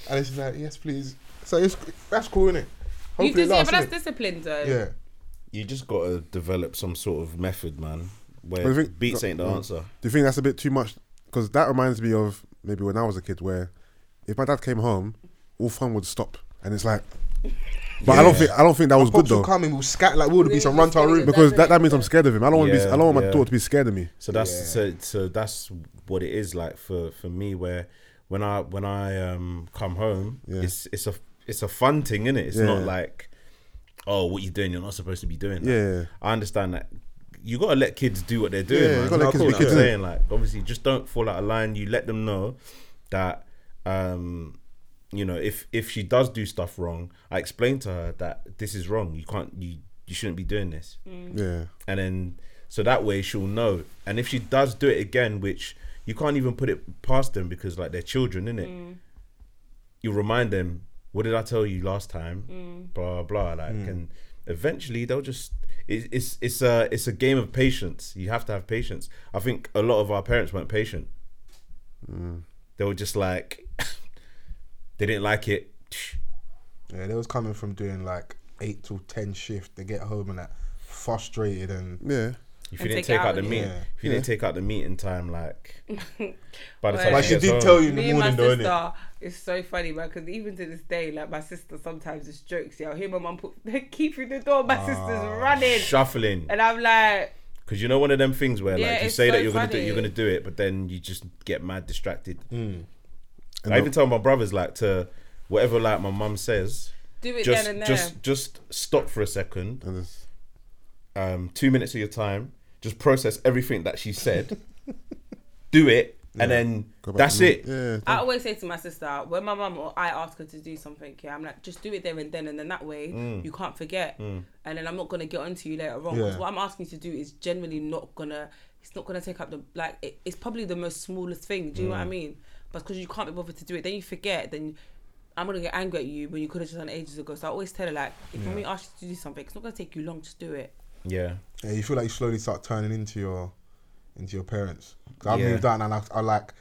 Speaker 1: And then she's like, Yes, please. So it's that's cool, innit?
Speaker 6: You
Speaker 1: Hopefully
Speaker 6: did,
Speaker 1: it
Speaker 6: yeah,
Speaker 1: lasts,
Speaker 6: but that's
Speaker 1: innit?
Speaker 6: discipline though.
Speaker 1: Yeah.
Speaker 5: You just gotta develop some sort of method, man.
Speaker 7: But
Speaker 5: Where
Speaker 7: I think-
Speaker 5: beats ain't the
Speaker 7: Mm.
Speaker 5: answer.
Speaker 7: Do you think that's a bit too much? Because that reminds me of maybe when I was a kid, where if my dad came home, all fun would stop, and it's like. But I don't think I don't think that was good
Speaker 1: Pops will
Speaker 7: though,
Speaker 1: come in, we'll scat like we would be
Speaker 6: Yeah,
Speaker 1: some
Speaker 6: just
Speaker 1: run to our
Speaker 6: leave
Speaker 1: room.
Speaker 6: it
Speaker 7: because that, that means I'm scared of him. I don't want to be.
Speaker 5: Yeah,
Speaker 7: I don't want my
Speaker 5: yeah.
Speaker 7: daughter to be scared of me.
Speaker 5: So that's so so that's what it is like for for me. Where when I when I um come home,
Speaker 7: Yeah.
Speaker 5: it's it's a it's a fun thing, innit? It's not
Speaker 7: Yeah.
Speaker 5: like oh, what you doing? You're not supposed to be doing. that.
Speaker 7: Yeah.
Speaker 5: I understand that. You gotta let kids do what they're doing.
Speaker 7: Yeah, you
Speaker 5: man.
Speaker 7: gotta let
Speaker 5: That's
Speaker 7: kids
Speaker 5: what
Speaker 7: be
Speaker 5: I'm
Speaker 7: kids, innit?
Speaker 5: saying. Like obviously, just don't fall out of line. You let them know that. um you know, if if she does do stuff wrong, I explain to her that this is wrong. You can't, you you shouldn't be doing this
Speaker 7: Yeah.
Speaker 5: and then so that way she'll know. And if she does do it again, which you can't even put it past them because like they're children, innit? You remind them, what did I tell you last time? Blah blah. Like,
Speaker 1: Mm.
Speaker 5: and eventually they'll just. It's, it's it's a it's a game of patience. You have to have patience. I think a lot of our parents weren't patient.
Speaker 1: Mm.
Speaker 5: They were just like, they didn't like it.
Speaker 1: Yeah, they was coming from doing like eight to ten shift. They get home and that frustrated and
Speaker 7: Yeah.
Speaker 5: If you
Speaker 6: And
Speaker 5: didn't
Speaker 6: take it
Speaker 5: take out
Speaker 6: out
Speaker 5: the
Speaker 6: on
Speaker 5: meat,
Speaker 1: you.
Speaker 5: if you didn't take out the meat in time, like by the
Speaker 6: But-
Speaker 5: time
Speaker 1: But
Speaker 6: Like,
Speaker 5: she
Speaker 1: she
Speaker 5: gets
Speaker 1: did
Speaker 5: home-
Speaker 1: tell you in
Speaker 6: Me
Speaker 1: the
Speaker 6: and my
Speaker 1: morning, though, innit?
Speaker 6: sister, it's so funny, man, because even to this day, like my sister sometimes just jokes, yeah, I'll hear my mum put the key through the door, my
Speaker 1: Ah.
Speaker 6: sister's running.
Speaker 5: shuffling.
Speaker 6: and I'm like,
Speaker 5: Because you know one of them things where
Speaker 6: Yeah,
Speaker 5: like you
Speaker 6: it's
Speaker 5: say
Speaker 6: so
Speaker 5: that you're gonna do it,
Speaker 6: funny.
Speaker 5: you're gonna do it, but then you just get mad distracted.
Speaker 7: Hmm. And
Speaker 5: I even tell my brothers like to whatever like my mum says,
Speaker 6: do it
Speaker 5: just
Speaker 6: then and there.
Speaker 5: just just stop for a second,
Speaker 7: And it's-
Speaker 5: um, two minutes of your time, just process everything that she said, do it, and then
Speaker 7: go back
Speaker 5: that's
Speaker 7: to me.
Speaker 5: it.
Speaker 7: Yeah.
Speaker 6: I always say to my sister, when my mum or I ask her to do something, yeah, I'm like, just do it there and then, and then that way you can't forget. And then I'm not gonna get onto you later on because
Speaker 1: Mm. Yeah.
Speaker 6: what I'm asking you to do is generally not gonna, it's not gonna take up the like. It, it's probably the most smallest thing. Do you know
Speaker 1: Mm.
Speaker 6: what I mean? But because you can't be bothered to do it, then you forget. Then I'm gonna get angry at you when you could have just done it ages ago. So I always tell her like, if when we ask you to do something, it's not gonna take you long. Just do it.
Speaker 5: Yeah,
Speaker 1: Yeah, you feel like you slowly start turning into your into your parents. 'Cause I've
Speaker 5: Yeah.
Speaker 1: moved out and I, I like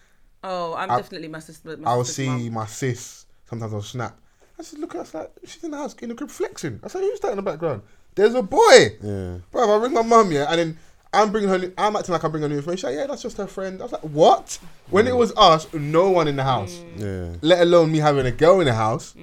Speaker 6: Oh, I'm
Speaker 1: I-
Speaker 6: definitely my sister. My
Speaker 1: I'll
Speaker 6: sister's
Speaker 1: see
Speaker 6: mum.
Speaker 1: my sis sometimes I'll snap. I said, look at us like she's in the house in the crib flexing. I said, who's that in the background? There's a boy.
Speaker 7: Yeah.
Speaker 1: Bro, I ring my mum, yeah, and then I'm bringing her. New, I'm acting like I'm bringing her new information. She's like, yeah, that's just her friend. I was like, what? When it
Speaker 5: Mm.
Speaker 1: was us, no one in the house,
Speaker 6: Mm.
Speaker 7: Yeah.
Speaker 1: let alone me having a girl in the house,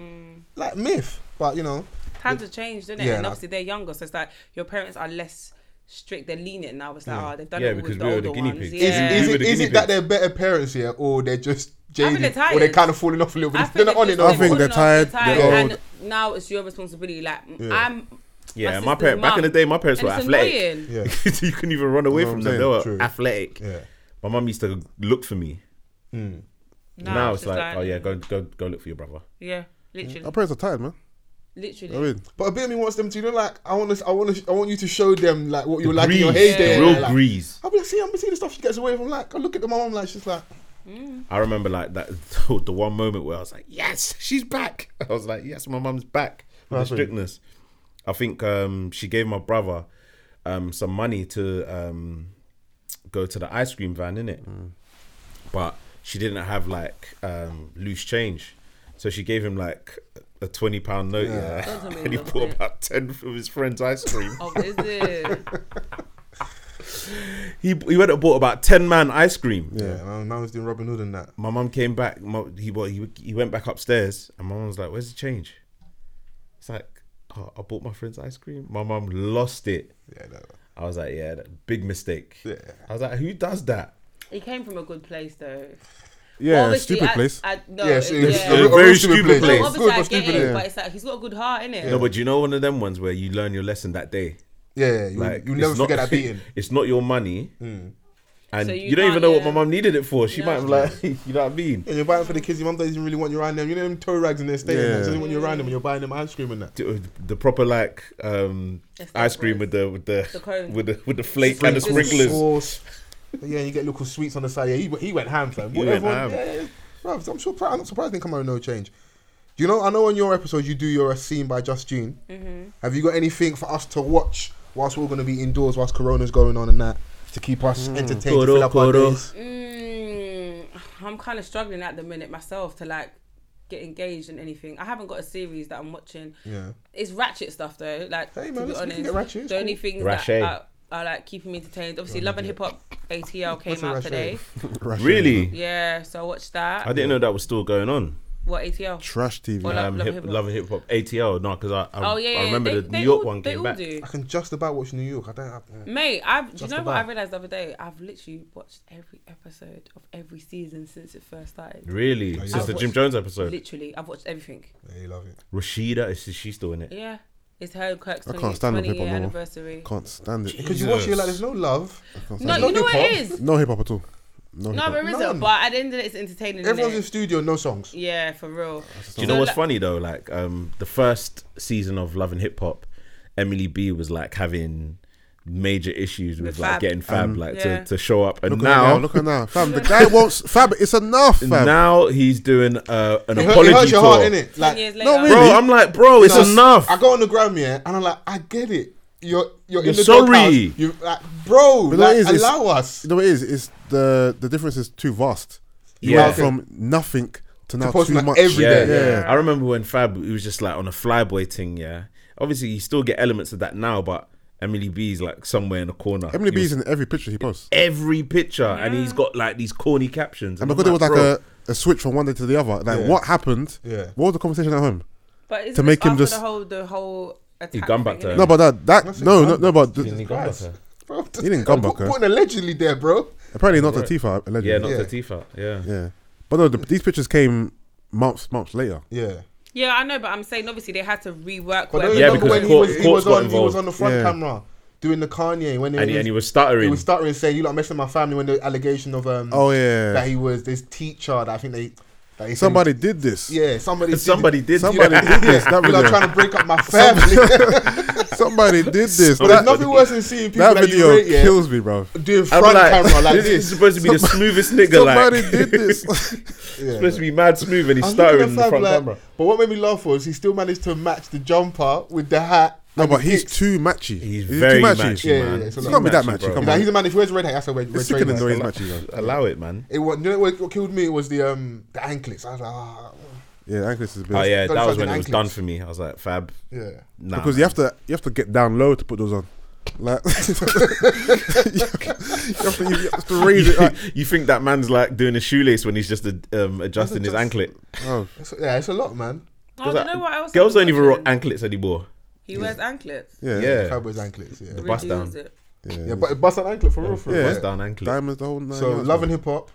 Speaker 1: like myth. But you know,
Speaker 6: times have changed, didn't it?
Speaker 1: Yeah,
Speaker 6: and
Speaker 1: no.
Speaker 6: obviously they're younger, so it's like your parents are less strict. They're lenient now. It's like, oh, they've done
Speaker 5: Yeah,
Speaker 6: it all
Speaker 5: because
Speaker 6: with the
Speaker 5: we were
Speaker 6: older
Speaker 5: the guinea
Speaker 6: ones.
Speaker 5: pigs.
Speaker 6: Yeah.
Speaker 1: Is,
Speaker 5: We
Speaker 1: is,
Speaker 5: were
Speaker 1: it,
Speaker 5: the
Speaker 1: is
Speaker 5: guinea
Speaker 1: it that
Speaker 5: pigs.
Speaker 1: they're better parents here, or they're just
Speaker 6: think
Speaker 1: jaded,
Speaker 6: they're
Speaker 1: or they're
Speaker 6: tired.
Speaker 1: kind of falling off a little bit?
Speaker 6: I
Speaker 1: They're
Speaker 6: think
Speaker 1: not on it no
Speaker 7: I
Speaker 1: more.
Speaker 7: think they're tired, they're old.
Speaker 6: And now it's your responsibility. Like
Speaker 7: Yeah.
Speaker 6: I'm.
Speaker 5: yeah.
Speaker 6: my
Speaker 5: My
Speaker 6: sister's
Speaker 5: parents back in the
Speaker 6: mum.
Speaker 5: day, my parents
Speaker 6: And
Speaker 5: were
Speaker 6: it's
Speaker 5: athletic.
Speaker 6: annoying.
Speaker 1: Yeah.
Speaker 5: you couldn't even run away
Speaker 7: That's what
Speaker 5: from
Speaker 7: I'm
Speaker 5: them. They
Speaker 7: saying.
Speaker 5: were
Speaker 1: True.
Speaker 5: athletic.
Speaker 1: Yeah.
Speaker 5: My mum used to look for me.
Speaker 6: Now,
Speaker 5: now it's like,
Speaker 6: just
Speaker 5: oh yeah, go go go look for your brother.
Speaker 6: yeah, literally,
Speaker 7: Our parents are tired, man.
Speaker 6: literally.
Speaker 7: I mean,
Speaker 1: But a bit of me wants them to, you know, like I want to, I want to, I want you to show them like what you're like in your
Speaker 5: Grease,
Speaker 1: heyday.
Speaker 5: the real
Speaker 1: like,
Speaker 5: grease.
Speaker 1: I'll be like, see, I'm seeing the stuff she gets away from. Like, I look at the mom, like she's like,
Speaker 5: I remember like that the one moment where I was like, "Yes, she's back." I was like, "Yes, my mum's back with the strictness." I think um, she gave my brother um, some money to um, go to the ice cream van, innit?
Speaker 1: Hmm.
Speaker 5: But she didn't have like um, loose change. So she gave him like a twenty pound note, yeah.
Speaker 6: Doesn't mean
Speaker 5: and he
Speaker 6: nothing.
Speaker 5: bought about ten of his friends' ice cream.
Speaker 6: Oh, is it?
Speaker 5: he he went and bought about ten man ice cream.
Speaker 1: Yeah, man, man was doing Robin Hood and that.
Speaker 5: my mum came back. My, he well, he he went back upstairs, and my mum was like, "Where's the change?" It's like oh, I bought my friend's ice cream. My mum lost it.
Speaker 1: Yeah, that,
Speaker 5: I was like, "Yeah, that, big mistake."
Speaker 1: Yeah.
Speaker 5: I was like, "Who does that?"
Speaker 6: He came from a good place though.
Speaker 7: Yeah,
Speaker 6: Obviously,
Speaker 7: stupid
Speaker 6: I-
Speaker 7: place.
Speaker 6: I, no,
Speaker 1: yeah, it's,
Speaker 6: it-
Speaker 1: it's
Speaker 6: yeah.
Speaker 1: a,
Speaker 5: Very
Speaker 1: a very
Speaker 5: stupid
Speaker 1: stupid place.
Speaker 5: place.
Speaker 6: No,
Speaker 1: It's Good,
Speaker 6: Oh, obviously
Speaker 1: but
Speaker 6: I get
Speaker 1: stupid.
Speaker 6: it,
Speaker 1: Yeah,
Speaker 6: but it's like he's got a good heart, innit?
Speaker 5: No, but you know, one of them ones where you learn your lesson that day.
Speaker 1: yeah, yeah, you,
Speaker 5: Like
Speaker 1: you
Speaker 5: it's not-
Speaker 1: never forget that beating. Hmm.
Speaker 5: It's not your money, and
Speaker 6: So you
Speaker 5: you, don't even
Speaker 6: can't,
Speaker 5: know what
Speaker 6: yeah.
Speaker 5: my mum needed it for. She
Speaker 6: No.
Speaker 5: might have like, you know what I mean?
Speaker 1: And you're buying for the kids. Your mum doesn't really want you around them. You know them toe rags in their stadium.
Speaker 7: Yeah.
Speaker 1: Yeah. Doesn't want you around them. when You're buying them ice cream and that.
Speaker 5: The, the proper like um,
Speaker 6: It's not
Speaker 5: ice cream with
Speaker 6: gross.
Speaker 5: the with the,
Speaker 6: The cone.
Speaker 5: with the with the flake and the
Speaker 6: Sprinkles.
Speaker 5: sprinklers.
Speaker 1: Sauce. Yeah, and you get little sweets on the side. Yeah, he, he went ham, fam.
Speaker 5: He went ham.
Speaker 1: Everyone- yeah, yeah. Bruv, I'm sure. I'm not surprised they come out with no change. Do you know? I know on your episodes you do your uh, scene by Just June.
Speaker 6: Mm-hmm.
Speaker 1: Have you got anything for us to watch whilst we're going to be indoors, whilst Corona's going on and that, to keep us
Speaker 5: Mm.
Speaker 1: entertained, to
Speaker 5: Coro,
Speaker 1: fill up our
Speaker 5: coro.
Speaker 1: days?
Speaker 6: Mm, I'm kind of struggling at the minute myself to like get engaged in anything. I haven't got a series that I'm watching.
Speaker 1: Yeah.
Speaker 6: It's ratchet stuff though. Like
Speaker 1: Hey, man,
Speaker 6: to be
Speaker 1: listen, we
Speaker 6: honest,
Speaker 1: can get ratchet,
Speaker 6: the
Speaker 1: it's
Speaker 6: only
Speaker 1: cool.
Speaker 6: things
Speaker 5: Ratchet.
Speaker 6: that are, are like keeping me entertained. Obviously, Love and Hip Hop ATL came
Speaker 1: What's a
Speaker 6: out
Speaker 1: ratchet?
Speaker 6: today.
Speaker 7: Rational.
Speaker 5: Really?
Speaker 6: Yeah, so I watched that.
Speaker 5: I didn't know that was still going on.
Speaker 6: what ATL?
Speaker 7: Trash TV.
Speaker 6: Well, Love-
Speaker 5: um,
Speaker 6: Love
Speaker 5: hip,
Speaker 6: and Hip Hop.
Speaker 5: love and hip hop ATL. No, because I, I,
Speaker 6: Oh yeah, yeah.
Speaker 5: I remember
Speaker 6: they-
Speaker 5: the
Speaker 6: they
Speaker 5: New York
Speaker 6: all-
Speaker 5: one
Speaker 6: they
Speaker 5: came
Speaker 6: all
Speaker 5: back.
Speaker 6: do.
Speaker 1: I can just about watch New York. I don't. have
Speaker 6: Mate, I've do you
Speaker 1: Just
Speaker 6: know what
Speaker 1: about.
Speaker 6: I realized the other day? I've literally watched every episode of every season since it first started.
Speaker 5: Really,
Speaker 1: Oh, yeah.
Speaker 5: since
Speaker 1: I've
Speaker 5: the Jim
Speaker 6: watched-
Speaker 5: Jones episode.
Speaker 6: Literally, I've watched everything.
Speaker 1: Yeah, you love it.
Speaker 5: Rashida is she still in it?
Speaker 6: Yeah, it's her Kirk's
Speaker 7: I can't
Speaker 6: 20,
Speaker 7: stand
Speaker 6: 20
Speaker 7: with
Speaker 6: year
Speaker 7: people no more.
Speaker 6: anniversary.
Speaker 7: Can't stand it.
Speaker 1: Because you watch it, you're
Speaker 5: Jesus.
Speaker 1: like, there's no love.
Speaker 7: Can't
Speaker 6: No,
Speaker 7: stand
Speaker 6: you
Speaker 1: not
Speaker 6: know what it
Speaker 1: hip-hop.
Speaker 6: is.
Speaker 7: it. No hip hop at all. No hip
Speaker 6: No,
Speaker 7: hop.
Speaker 6: there
Speaker 1: None.
Speaker 6: isn't. But at the end of it, it's entertaining. isn't
Speaker 1: Everyone's
Speaker 6: it?
Speaker 1: in studio, no songs.
Speaker 6: yeah, for real.
Speaker 5: Do you know what's funny though? Like um, the first season of Love and Hip Hop, Emily B was like having major issues with,
Speaker 6: With
Speaker 5: like
Speaker 6: Fab.
Speaker 5: getting Fab
Speaker 1: Um,
Speaker 5: like
Speaker 6: yeah.
Speaker 5: to, to show up, and
Speaker 7: Look at her now,
Speaker 5: now
Speaker 7: look at her now, fam. The guy wants fab. It's enough, fam.
Speaker 5: now he's doing uh, an
Speaker 1: It, hurt,
Speaker 5: apology
Speaker 1: it hurts your
Speaker 5: tour.
Speaker 1: heart, innit?
Speaker 6: Ten
Speaker 1: Like,
Speaker 6: years
Speaker 1: no,
Speaker 6: later.
Speaker 7: really.
Speaker 5: Bro, I'm like,
Speaker 7: Oh,
Speaker 5: bro, it's
Speaker 1: it's-
Speaker 5: enough.
Speaker 1: I go on the gram, yeah, and I'm like, I get it. You're you're,
Speaker 5: You're
Speaker 1: in the
Speaker 5: sorry.
Speaker 1: doghouse. You like, bro, like,
Speaker 7: But that is- it's-
Speaker 1: allow us.
Speaker 7: You know what it is? It's the the difference is too vast. You
Speaker 5: Yeah.
Speaker 7: went from nothing to now
Speaker 1: posting
Speaker 7: too
Speaker 1: that
Speaker 7: much.
Speaker 1: every
Speaker 5: yeah,
Speaker 1: day.
Speaker 7: Yeah.
Speaker 5: yeah. I remember when Fab he was just like on a flyboy thing. Yeah, obviously you still get elements of that now, but Emily B's like somewhere in the corner.
Speaker 7: Emily
Speaker 5: He
Speaker 7: B's
Speaker 5: was
Speaker 7: in every picture he posts.
Speaker 5: every picture, and he's got like these corny captions.
Speaker 7: And because
Speaker 5: I'm
Speaker 7: there was like
Speaker 5: bro,
Speaker 7: a, a switch from one day to the other, like
Speaker 1: Yeah.
Speaker 7: what happened?
Speaker 1: Yeah.
Speaker 7: What was the conversation at home?
Speaker 6: But is
Speaker 7: to make him
Speaker 6: after
Speaker 7: just-
Speaker 6: the whole the whole attack
Speaker 5: gone back
Speaker 6: thing,
Speaker 5: to
Speaker 6: innit?
Speaker 5: her.
Speaker 7: No, but that that
Speaker 1: Nothing
Speaker 7: no, no
Speaker 1: happened.
Speaker 7: no, but th-
Speaker 5: Didn't he go
Speaker 1: Christ.
Speaker 5: back there?
Speaker 1: Bro,
Speaker 7: You didn't come
Speaker 1: put-
Speaker 7: back, eh?
Speaker 1: Putting allegedly there, bro.
Speaker 7: apparently not the Tifa allegedly.
Speaker 5: Yeah, not
Speaker 1: Yeah.
Speaker 5: the Tifa. Yeah.
Speaker 7: Yeah. But no, the, these pictures came months months later.
Speaker 1: Yeah.
Speaker 6: Yeah, I know, but I'm saying obviously they had to
Speaker 1: But
Speaker 6: rework.
Speaker 1: don't
Speaker 6: whatever
Speaker 1: you
Speaker 5: Yeah,
Speaker 1: remember
Speaker 5: because
Speaker 1: when he
Speaker 5: court-
Speaker 1: was, he
Speaker 5: courts
Speaker 1: was
Speaker 5: got
Speaker 1: on he was
Speaker 5: involved.
Speaker 1: on the front
Speaker 7: Yeah.
Speaker 1: camera doing the Kanye when
Speaker 5: And,
Speaker 1: he was,
Speaker 5: he, and he was
Speaker 1: he
Speaker 5: stuttering.
Speaker 1: was starting saying you lot messing my family when the allegation of um
Speaker 7: Oh yeah.
Speaker 1: that he was this teacher that I think they that he said-
Speaker 7: Somebody did this.
Speaker 1: yeah somebody
Speaker 5: Somebody did.
Speaker 7: Somebody
Speaker 1: did
Speaker 7: did this. That
Speaker 1: you
Speaker 7: video.
Speaker 1: lot trying to break up my family
Speaker 7: Somebody did this.
Speaker 1: but
Speaker 7: that
Speaker 1: there's nothing worse than seeing people
Speaker 7: that
Speaker 1: that, you
Speaker 7: video
Speaker 1: rate yeah,
Speaker 7: kills me, bro.
Speaker 1: doing
Speaker 5: I'm
Speaker 1: front camera like
Speaker 5: this, is
Speaker 1: this
Speaker 5: supposed to be the smoothest nigga.
Speaker 7: Somebody
Speaker 5: Like,
Speaker 7: did this.
Speaker 1: Yeah.
Speaker 5: supposed to be mad smooth, and he's
Speaker 1: I was looking
Speaker 5: stuttering in
Speaker 1: at
Speaker 5: the
Speaker 1: Fab
Speaker 5: front
Speaker 1: like-
Speaker 5: camera.
Speaker 1: But what made me laugh was he still managed to match the jumper with the hat.
Speaker 7: no,
Speaker 1: and
Speaker 7: but
Speaker 1: the
Speaker 7: he's
Speaker 1: kicks.
Speaker 7: too matchy.
Speaker 5: He's
Speaker 7: too
Speaker 5: very matchy,
Speaker 1: Yeah, yeah,
Speaker 5: man.
Speaker 1: yeah, it's a
Speaker 5: He's not
Speaker 1: lot. He's
Speaker 7: that matchy, come
Speaker 5: bro.
Speaker 7: on.
Speaker 1: He's like, he's a man. If he wears red hat, that's a red. red
Speaker 7: It's sick of the
Speaker 1: trainer.
Speaker 7: noise matchy, bro.
Speaker 5: Allow it, man.
Speaker 1: It was, you know what, what killed me was the um the anklets. I was like, ah,
Speaker 7: Yeah, Angus is a bit.
Speaker 5: Oh yeah,
Speaker 1: Don't
Speaker 5: that was
Speaker 1: fucking
Speaker 5: when it was
Speaker 1: anklets.
Speaker 5: done for me. I was like, Fab,
Speaker 1: yeah.
Speaker 5: nah.
Speaker 7: because you have to you have to get down low to put those on. Like you have to, you have to raise it.
Speaker 5: you,
Speaker 7: Like,
Speaker 5: you think that man's like doing a shoelace when he's just um, adjusting his anklet?
Speaker 7: oh,
Speaker 1: It's, yeah, it's a lot, man.
Speaker 6: Oh, do you know what else? I
Speaker 5: Girls
Speaker 6: was
Speaker 5: don't even rock
Speaker 6: watching?
Speaker 5: anklets anymore.
Speaker 6: He wears anklets.
Speaker 7: yeah,
Speaker 5: Yeah.
Speaker 1: Cowboys anklets. Yeah,
Speaker 5: bust
Speaker 6: Reduce
Speaker 5: down.
Speaker 6: it.
Speaker 1: yeah, but bust an anklet for real, for real.
Speaker 5: Bust down anklet.
Speaker 7: diamonds the whole nine.
Speaker 1: So
Speaker 7: yards,
Speaker 1: love
Speaker 7: man.
Speaker 1: and hip hop.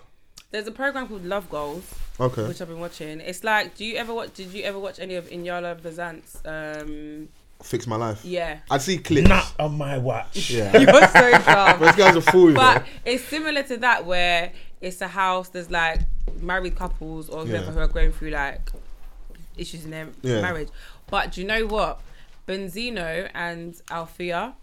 Speaker 6: There's a program called Love Goals.
Speaker 1: Okay.
Speaker 6: which I've been watching. It's like, do you ever watch? Did you ever watch any of Inyala Bazant's? Um,
Speaker 1: Fix my life.
Speaker 6: yeah,
Speaker 1: I see clips.
Speaker 5: on my watch.
Speaker 1: Yeah.
Speaker 6: you're so dumb.
Speaker 1: This guy's a fool. you know.
Speaker 6: But it's similar to that where it's a house. There's like married couples or whoever
Speaker 1: Yeah.
Speaker 6: who are going through like issues in their
Speaker 1: Yeah.
Speaker 6: marriage. But do you know what? Benzino and Althea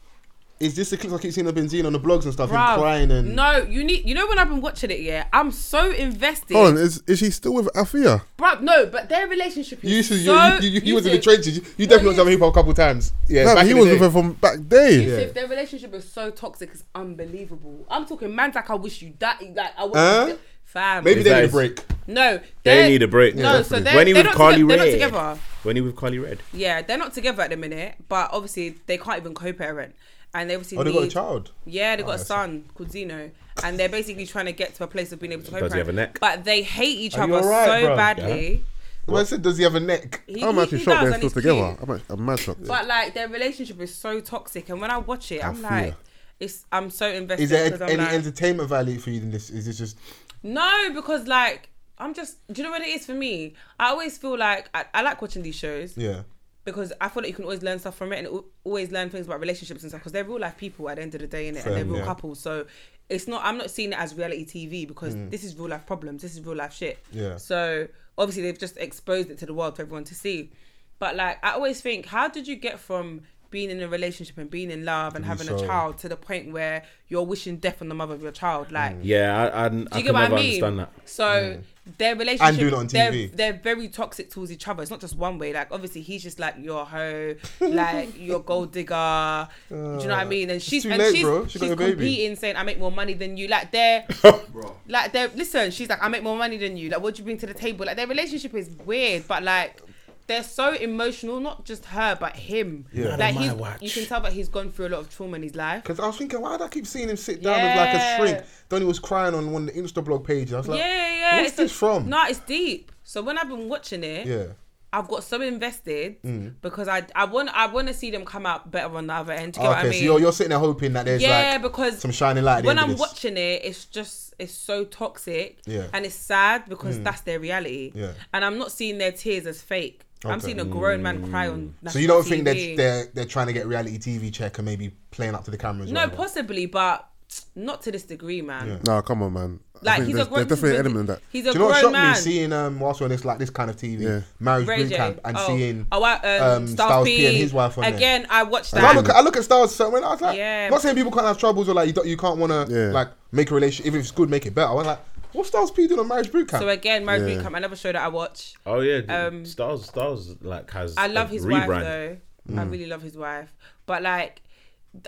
Speaker 1: Is this the clips I keep seeing of Benzino on the blogs and stuff,
Speaker 6: Bruv,
Speaker 1: and crying and
Speaker 6: no, you need. You know when I've been watching it, yeah, I'm so invested.
Speaker 7: Hold on, is, is she still with Afia?
Speaker 6: Bruv, no, but their relationship is
Speaker 1: You used to, you,
Speaker 6: so.
Speaker 1: you, you, you, was in the
Speaker 6: Yusuf-
Speaker 1: trenches. You, you definitely watched
Speaker 6: Well,
Speaker 1: Jamie hip hop a couple times. Yeah,
Speaker 7: No,
Speaker 1: back
Speaker 7: he
Speaker 1: in
Speaker 7: was
Speaker 1: the
Speaker 7: with
Speaker 1: day.
Speaker 7: her from back day.
Speaker 1: Yeah.
Speaker 6: Yusuf, Their relationship is so toxic, it's unbelievable. I'm talking man's like I wish you died. Like I wish.
Speaker 1: Huh?
Speaker 6: You, fam.
Speaker 1: Maybe they
Speaker 5: That
Speaker 1: need a
Speaker 5: is-
Speaker 1: break.
Speaker 6: No,
Speaker 5: They
Speaker 6: they're-
Speaker 5: need a break.
Speaker 6: No, so they're,
Speaker 5: when he
Speaker 6: they're,
Speaker 5: with
Speaker 6: not
Speaker 5: Carly
Speaker 6: toge- they're not
Speaker 5: Red,
Speaker 6: together.
Speaker 5: when he with Carly Red,
Speaker 6: Yeah, they're not together at the minute, but obviously they can't even co-parent, and they obviously
Speaker 1: Oh, they
Speaker 6: need,
Speaker 1: got a child.
Speaker 6: Yeah, they got a
Speaker 1: that's-
Speaker 6: son called Zeno, and they're basically trying to get to a place of being able to co-parent.
Speaker 5: he have a neck?
Speaker 6: But they hate each
Speaker 1: Are
Speaker 6: other
Speaker 1: you alright,
Speaker 6: so
Speaker 1: bro?
Speaker 6: badly.
Speaker 1: Well, I said, does he have a neck?
Speaker 6: He,
Speaker 7: I'm
Speaker 6: he-
Speaker 7: actually
Speaker 6: he does,
Speaker 7: shocked they're
Speaker 6: and
Speaker 7: still
Speaker 6: it's
Speaker 7: together.
Speaker 6: cute.
Speaker 7: I'm, act- I'm mad shocked.
Speaker 6: But like their relationship is so toxic, and when I watch it, I'm
Speaker 7: I
Speaker 6: like,
Speaker 7: feel.
Speaker 6: it's I'm so invested.
Speaker 1: Is there
Speaker 6: 'cause I'm
Speaker 1: any
Speaker 6: like,
Speaker 1: entertainment value for you in this? Is this just
Speaker 6: No, because like I'm just. Do you know what it is for me? I always feel like I, I like watching these shows.
Speaker 1: yeah?
Speaker 6: because I feel like you can always learn stuff from it and al- always learn things about relationships and stuff because they're real life people at the end of the day innit? and they're real
Speaker 1: yeah.
Speaker 6: couples. So it's not I'm not seeing it as reality TV because this is real life problems. This is real life shit.
Speaker 1: Mm. Yeah.
Speaker 6: So obviously they've just exposed it to the world for everyone to see. But like I always think, how did you get from being in a relationship and being in love and having a
Speaker 1: so-
Speaker 6: child to the point where you're wishing death on the mother of your child? Like
Speaker 5: yeah, I, I, I can
Speaker 6: do you
Speaker 5: never
Speaker 6: get what I mean?
Speaker 5: understand that.
Speaker 6: So their relationship,
Speaker 1: And do it on TV.
Speaker 6: They're, they're very toxic towards each other. It's not just one way. Like obviously, he's just like your hoe, like your gold digger. do you know what I mean? And she's
Speaker 1: Uh, too
Speaker 6: and
Speaker 1: late,
Speaker 6: she's,
Speaker 1: bro. She
Speaker 6: she's
Speaker 1: got your baby.
Speaker 6: competing, saying, "I make more money than you." Like they're, like they're. Listen, she's like, "I make more money than you." Like, what do you bring to the table? Like their relationship is weird, but like. They're so emotional, not just her, but him.
Speaker 1: Yeah. Not
Speaker 6: Like
Speaker 5: on
Speaker 6: he's,
Speaker 5: my watch.
Speaker 6: you can tell that he's gone through a lot of trauma in his life.
Speaker 1: Because I was thinking, why did I keep seeing him sit down
Speaker 6: Yeah.
Speaker 1: with like a shrink? Donnie was crying on one of the Insta blog pages. I was like,
Speaker 6: yeah, yeah, yeah.
Speaker 1: what's
Speaker 6: it's
Speaker 1: this from?
Speaker 6: No, it's deep. So when I've been watching it,
Speaker 1: yeah,
Speaker 6: I've got so invested
Speaker 1: Mm.
Speaker 6: because I I want I want to see them come out better on the other end. Do you get
Speaker 1: Oh, okay.
Speaker 6: what I mean?
Speaker 1: So you're, you're sitting there hoping that there's
Speaker 6: yeah,
Speaker 1: like
Speaker 6: because
Speaker 1: some shining light. At the
Speaker 6: when
Speaker 1: end
Speaker 6: I'm
Speaker 1: of this.
Speaker 6: watching it, it's just it's so toxic.
Speaker 1: Yeah. Mm.
Speaker 6: and it's sad because that's their reality.
Speaker 1: Yeah.
Speaker 6: and I'm not seeing their tears as fake. I'm
Speaker 1: Okay. Mm.
Speaker 6: seeing a grown man cry on.
Speaker 1: so you don't
Speaker 6: national
Speaker 1: think
Speaker 6: TV.
Speaker 1: that they're they're trying to get reality TV check and maybe playing up to the cameras?
Speaker 6: no, possibly, but not to this degree, man.
Speaker 7: Nah, come on, man. I
Speaker 6: Like
Speaker 7: think
Speaker 6: he's a
Speaker 7: there's,
Speaker 6: grown.
Speaker 7: there's definitely an element in that.
Speaker 6: He's a
Speaker 1: Do you know what shocked
Speaker 6: grown man.
Speaker 1: me seeing um whilst we're on this like this kind of TV
Speaker 7: Yeah.
Speaker 1: marriage
Speaker 6: Ray
Speaker 1: boot
Speaker 6: J.
Speaker 1: camp and
Speaker 6: oh.
Speaker 1: seeing
Speaker 6: oh, I, um, Styles, P.
Speaker 1: and his wife on there.
Speaker 6: again. I watched
Speaker 1: And I
Speaker 6: that.
Speaker 1: look, I look at Styles so when I was like,
Speaker 6: Yeah.
Speaker 1: not saying people can't have troubles or like you, don't, you can't want to
Speaker 7: Yeah.
Speaker 1: like make a relationship if it's good, make it better. I was like, what's Styles P doing on marriage boot camp?
Speaker 6: So again, Married
Speaker 7: Yeah.
Speaker 6: Bootcamp, another show that I watch.
Speaker 5: Oh yeah,
Speaker 6: Um,
Speaker 5: Stars, Stars like has.
Speaker 6: I
Speaker 5: a
Speaker 6: love his
Speaker 5: rebrand. Mm.
Speaker 6: wife though. I really love his wife, but like,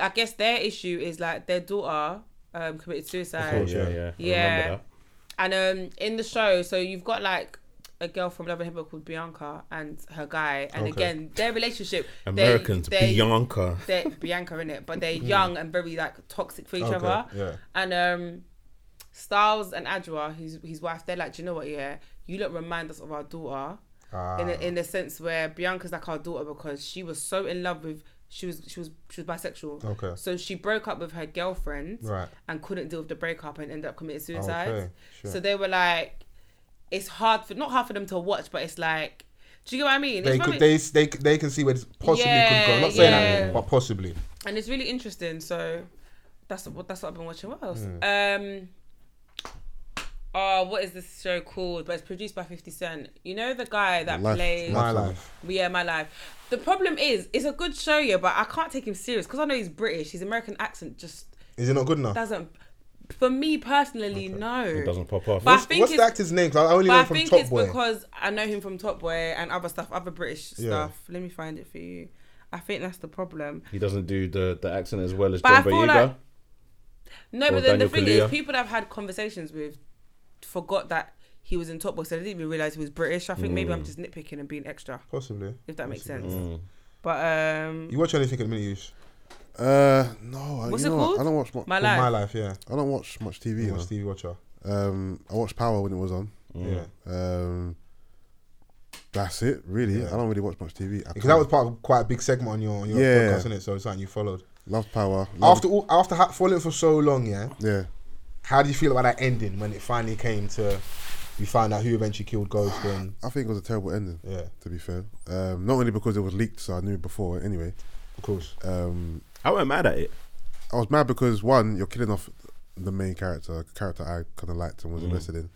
Speaker 6: I guess their issue is like their daughter um, committed suicide.
Speaker 1: course,
Speaker 5: Yeah, yeah, I
Speaker 6: Yeah.
Speaker 5: remember that.
Speaker 6: And um, in the show, so you've got like a girl from Love and Hip Hop called Bianca and her guy, and
Speaker 1: Okay.
Speaker 6: again their relationship. they-
Speaker 5: Americans,
Speaker 6: they-
Speaker 5: Bianca.
Speaker 6: They're Bianca in it, but they're young and very like toxic for each
Speaker 1: Mm. Okay,
Speaker 6: other.
Speaker 1: yeah.
Speaker 6: And um, Styles and Adwa, his his wife, they're like, Do you know what? Yeah, you lot remind us of our daughter.
Speaker 1: Ah.
Speaker 6: In a, in the sense where Bianca's like our daughter because she was so in love with she was she was she was bisexual.
Speaker 1: Okay.
Speaker 6: So she broke up with her girlfriend
Speaker 1: Right.
Speaker 6: and couldn't deal with the breakup and ended up committing suicide.
Speaker 1: Okay, sure.
Speaker 6: So they were like, it's hard for not hard for them to watch, but it's like, do you get what I mean? It's
Speaker 1: they
Speaker 6: very-
Speaker 1: could, they, s- they c- they can see where this possibly could go. I'm
Speaker 6: Yeah,
Speaker 1: not saying
Speaker 6: yeah.
Speaker 1: that, but possibly.
Speaker 6: and it's really interesting. So that's what that's what I've been watching. What else?
Speaker 1: Hmm.
Speaker 6: Um. Oh, what is this show called? But it's produced by Fifty Cent. You know the guy that
Speaker 7: Life-
Speaker 6: plays
Speaker 1: My life.
Speaker 6: Yeah, My Life. The problem is, it's a good show, yeah, but I can't take him serious because I know he's British. His American accent just
Speaker 1: Is it not good enough?
Speaker 6: doesn't. For me personally, no.
Speaker 5: It doesn't pop off.
Speaker 6: But I think
Speaker 1: What's the
Speaker 6: it's-
Speaker 1: actor's name? 'Cause I only
Speaker 6: But
Speaker 1: know
Speaker 6: I
Speaker 1: him from
Speaker 6: think
Speaker 1: Top
Speaker 6: it's
Speaker 1: Boy.
Speaker 6: because I know him from Top Boy and other stuff, other British stuff. Let me find it for you. I think that's the problem.
Speaker 5: he doesn't do the, the accent as well as
Speaker 6: But I
Speaker 5: John
Speaker 6: feel
Speaker 5: Boyega.
Speaker 6: like- No,
Speaker 5: Or
Speaker 6: but then the
Speaker 5: Daniel
Speaker 6: thing
Speaker 5: Kaluuya.
Speaker 6: is, people that I've had conversations with forgot that he was in Top Boy, so they didn't even realize he was British. I think maybe
Speaker 5: Mm.
Speaker 6: I'm just nitpicking and being extra,
Speaker 1: Possibly.
Speaker 6: if that makes sense. But um,
Speaker 1: You watch anything at the minute, Yush?
Speaker 7: Uh, no, I-
Speaker 6: What's it
Speaker 7: you know what?
Speaker 6: called?
Speaker 7: I don't watch much.
Speaker 6: my
Speaker 1: Well,
Speaker 6: life.
Speaker 1: My life, yeah.
Speaker 7: I don't watch much TV.
Speaker 1: You
Speaker 7: You
Speaker 1: watch
Speaker 7: know?
Speaker 1: TV Watcher.
Speaker 7: Um, I watched Power when it was on.
Speaker 1: Yeah.
Speaker 7: Um, that's it, really. I don't really watch much TV.
Speaker 1: Because
Speaker 7: I
Speaker 1: that
Speaker 7: can't-
Speaker 1: was part of quite a big segment on your, on your
Speaker 7: Yeah.
Speaker 1: podcast, isn't it? So it's something you followed.
Speaker 7: loved Power. Loved,
Speaker 1: After all, after ha- following for so long, yeah,
Speaker 7: yeah,
Speaker 1: how do you feel about that ending when it finally came to you found out who eventually killed Ghost and
Speaker 7: I think it was a terrible ending.
Speaker 1: Yeah.
Speaker 7: to be fair, um, not only because it was leaked, so I knew before anyway.
Speaker 1: of course.
Speaker 7: Um,
Speaker 5: I weren't mad at it.
Speaker 7: I was mad because one, you're killing off the main character, a character I kind of liked and was
Speaker 5: Mm.
Speaker 7: invested in,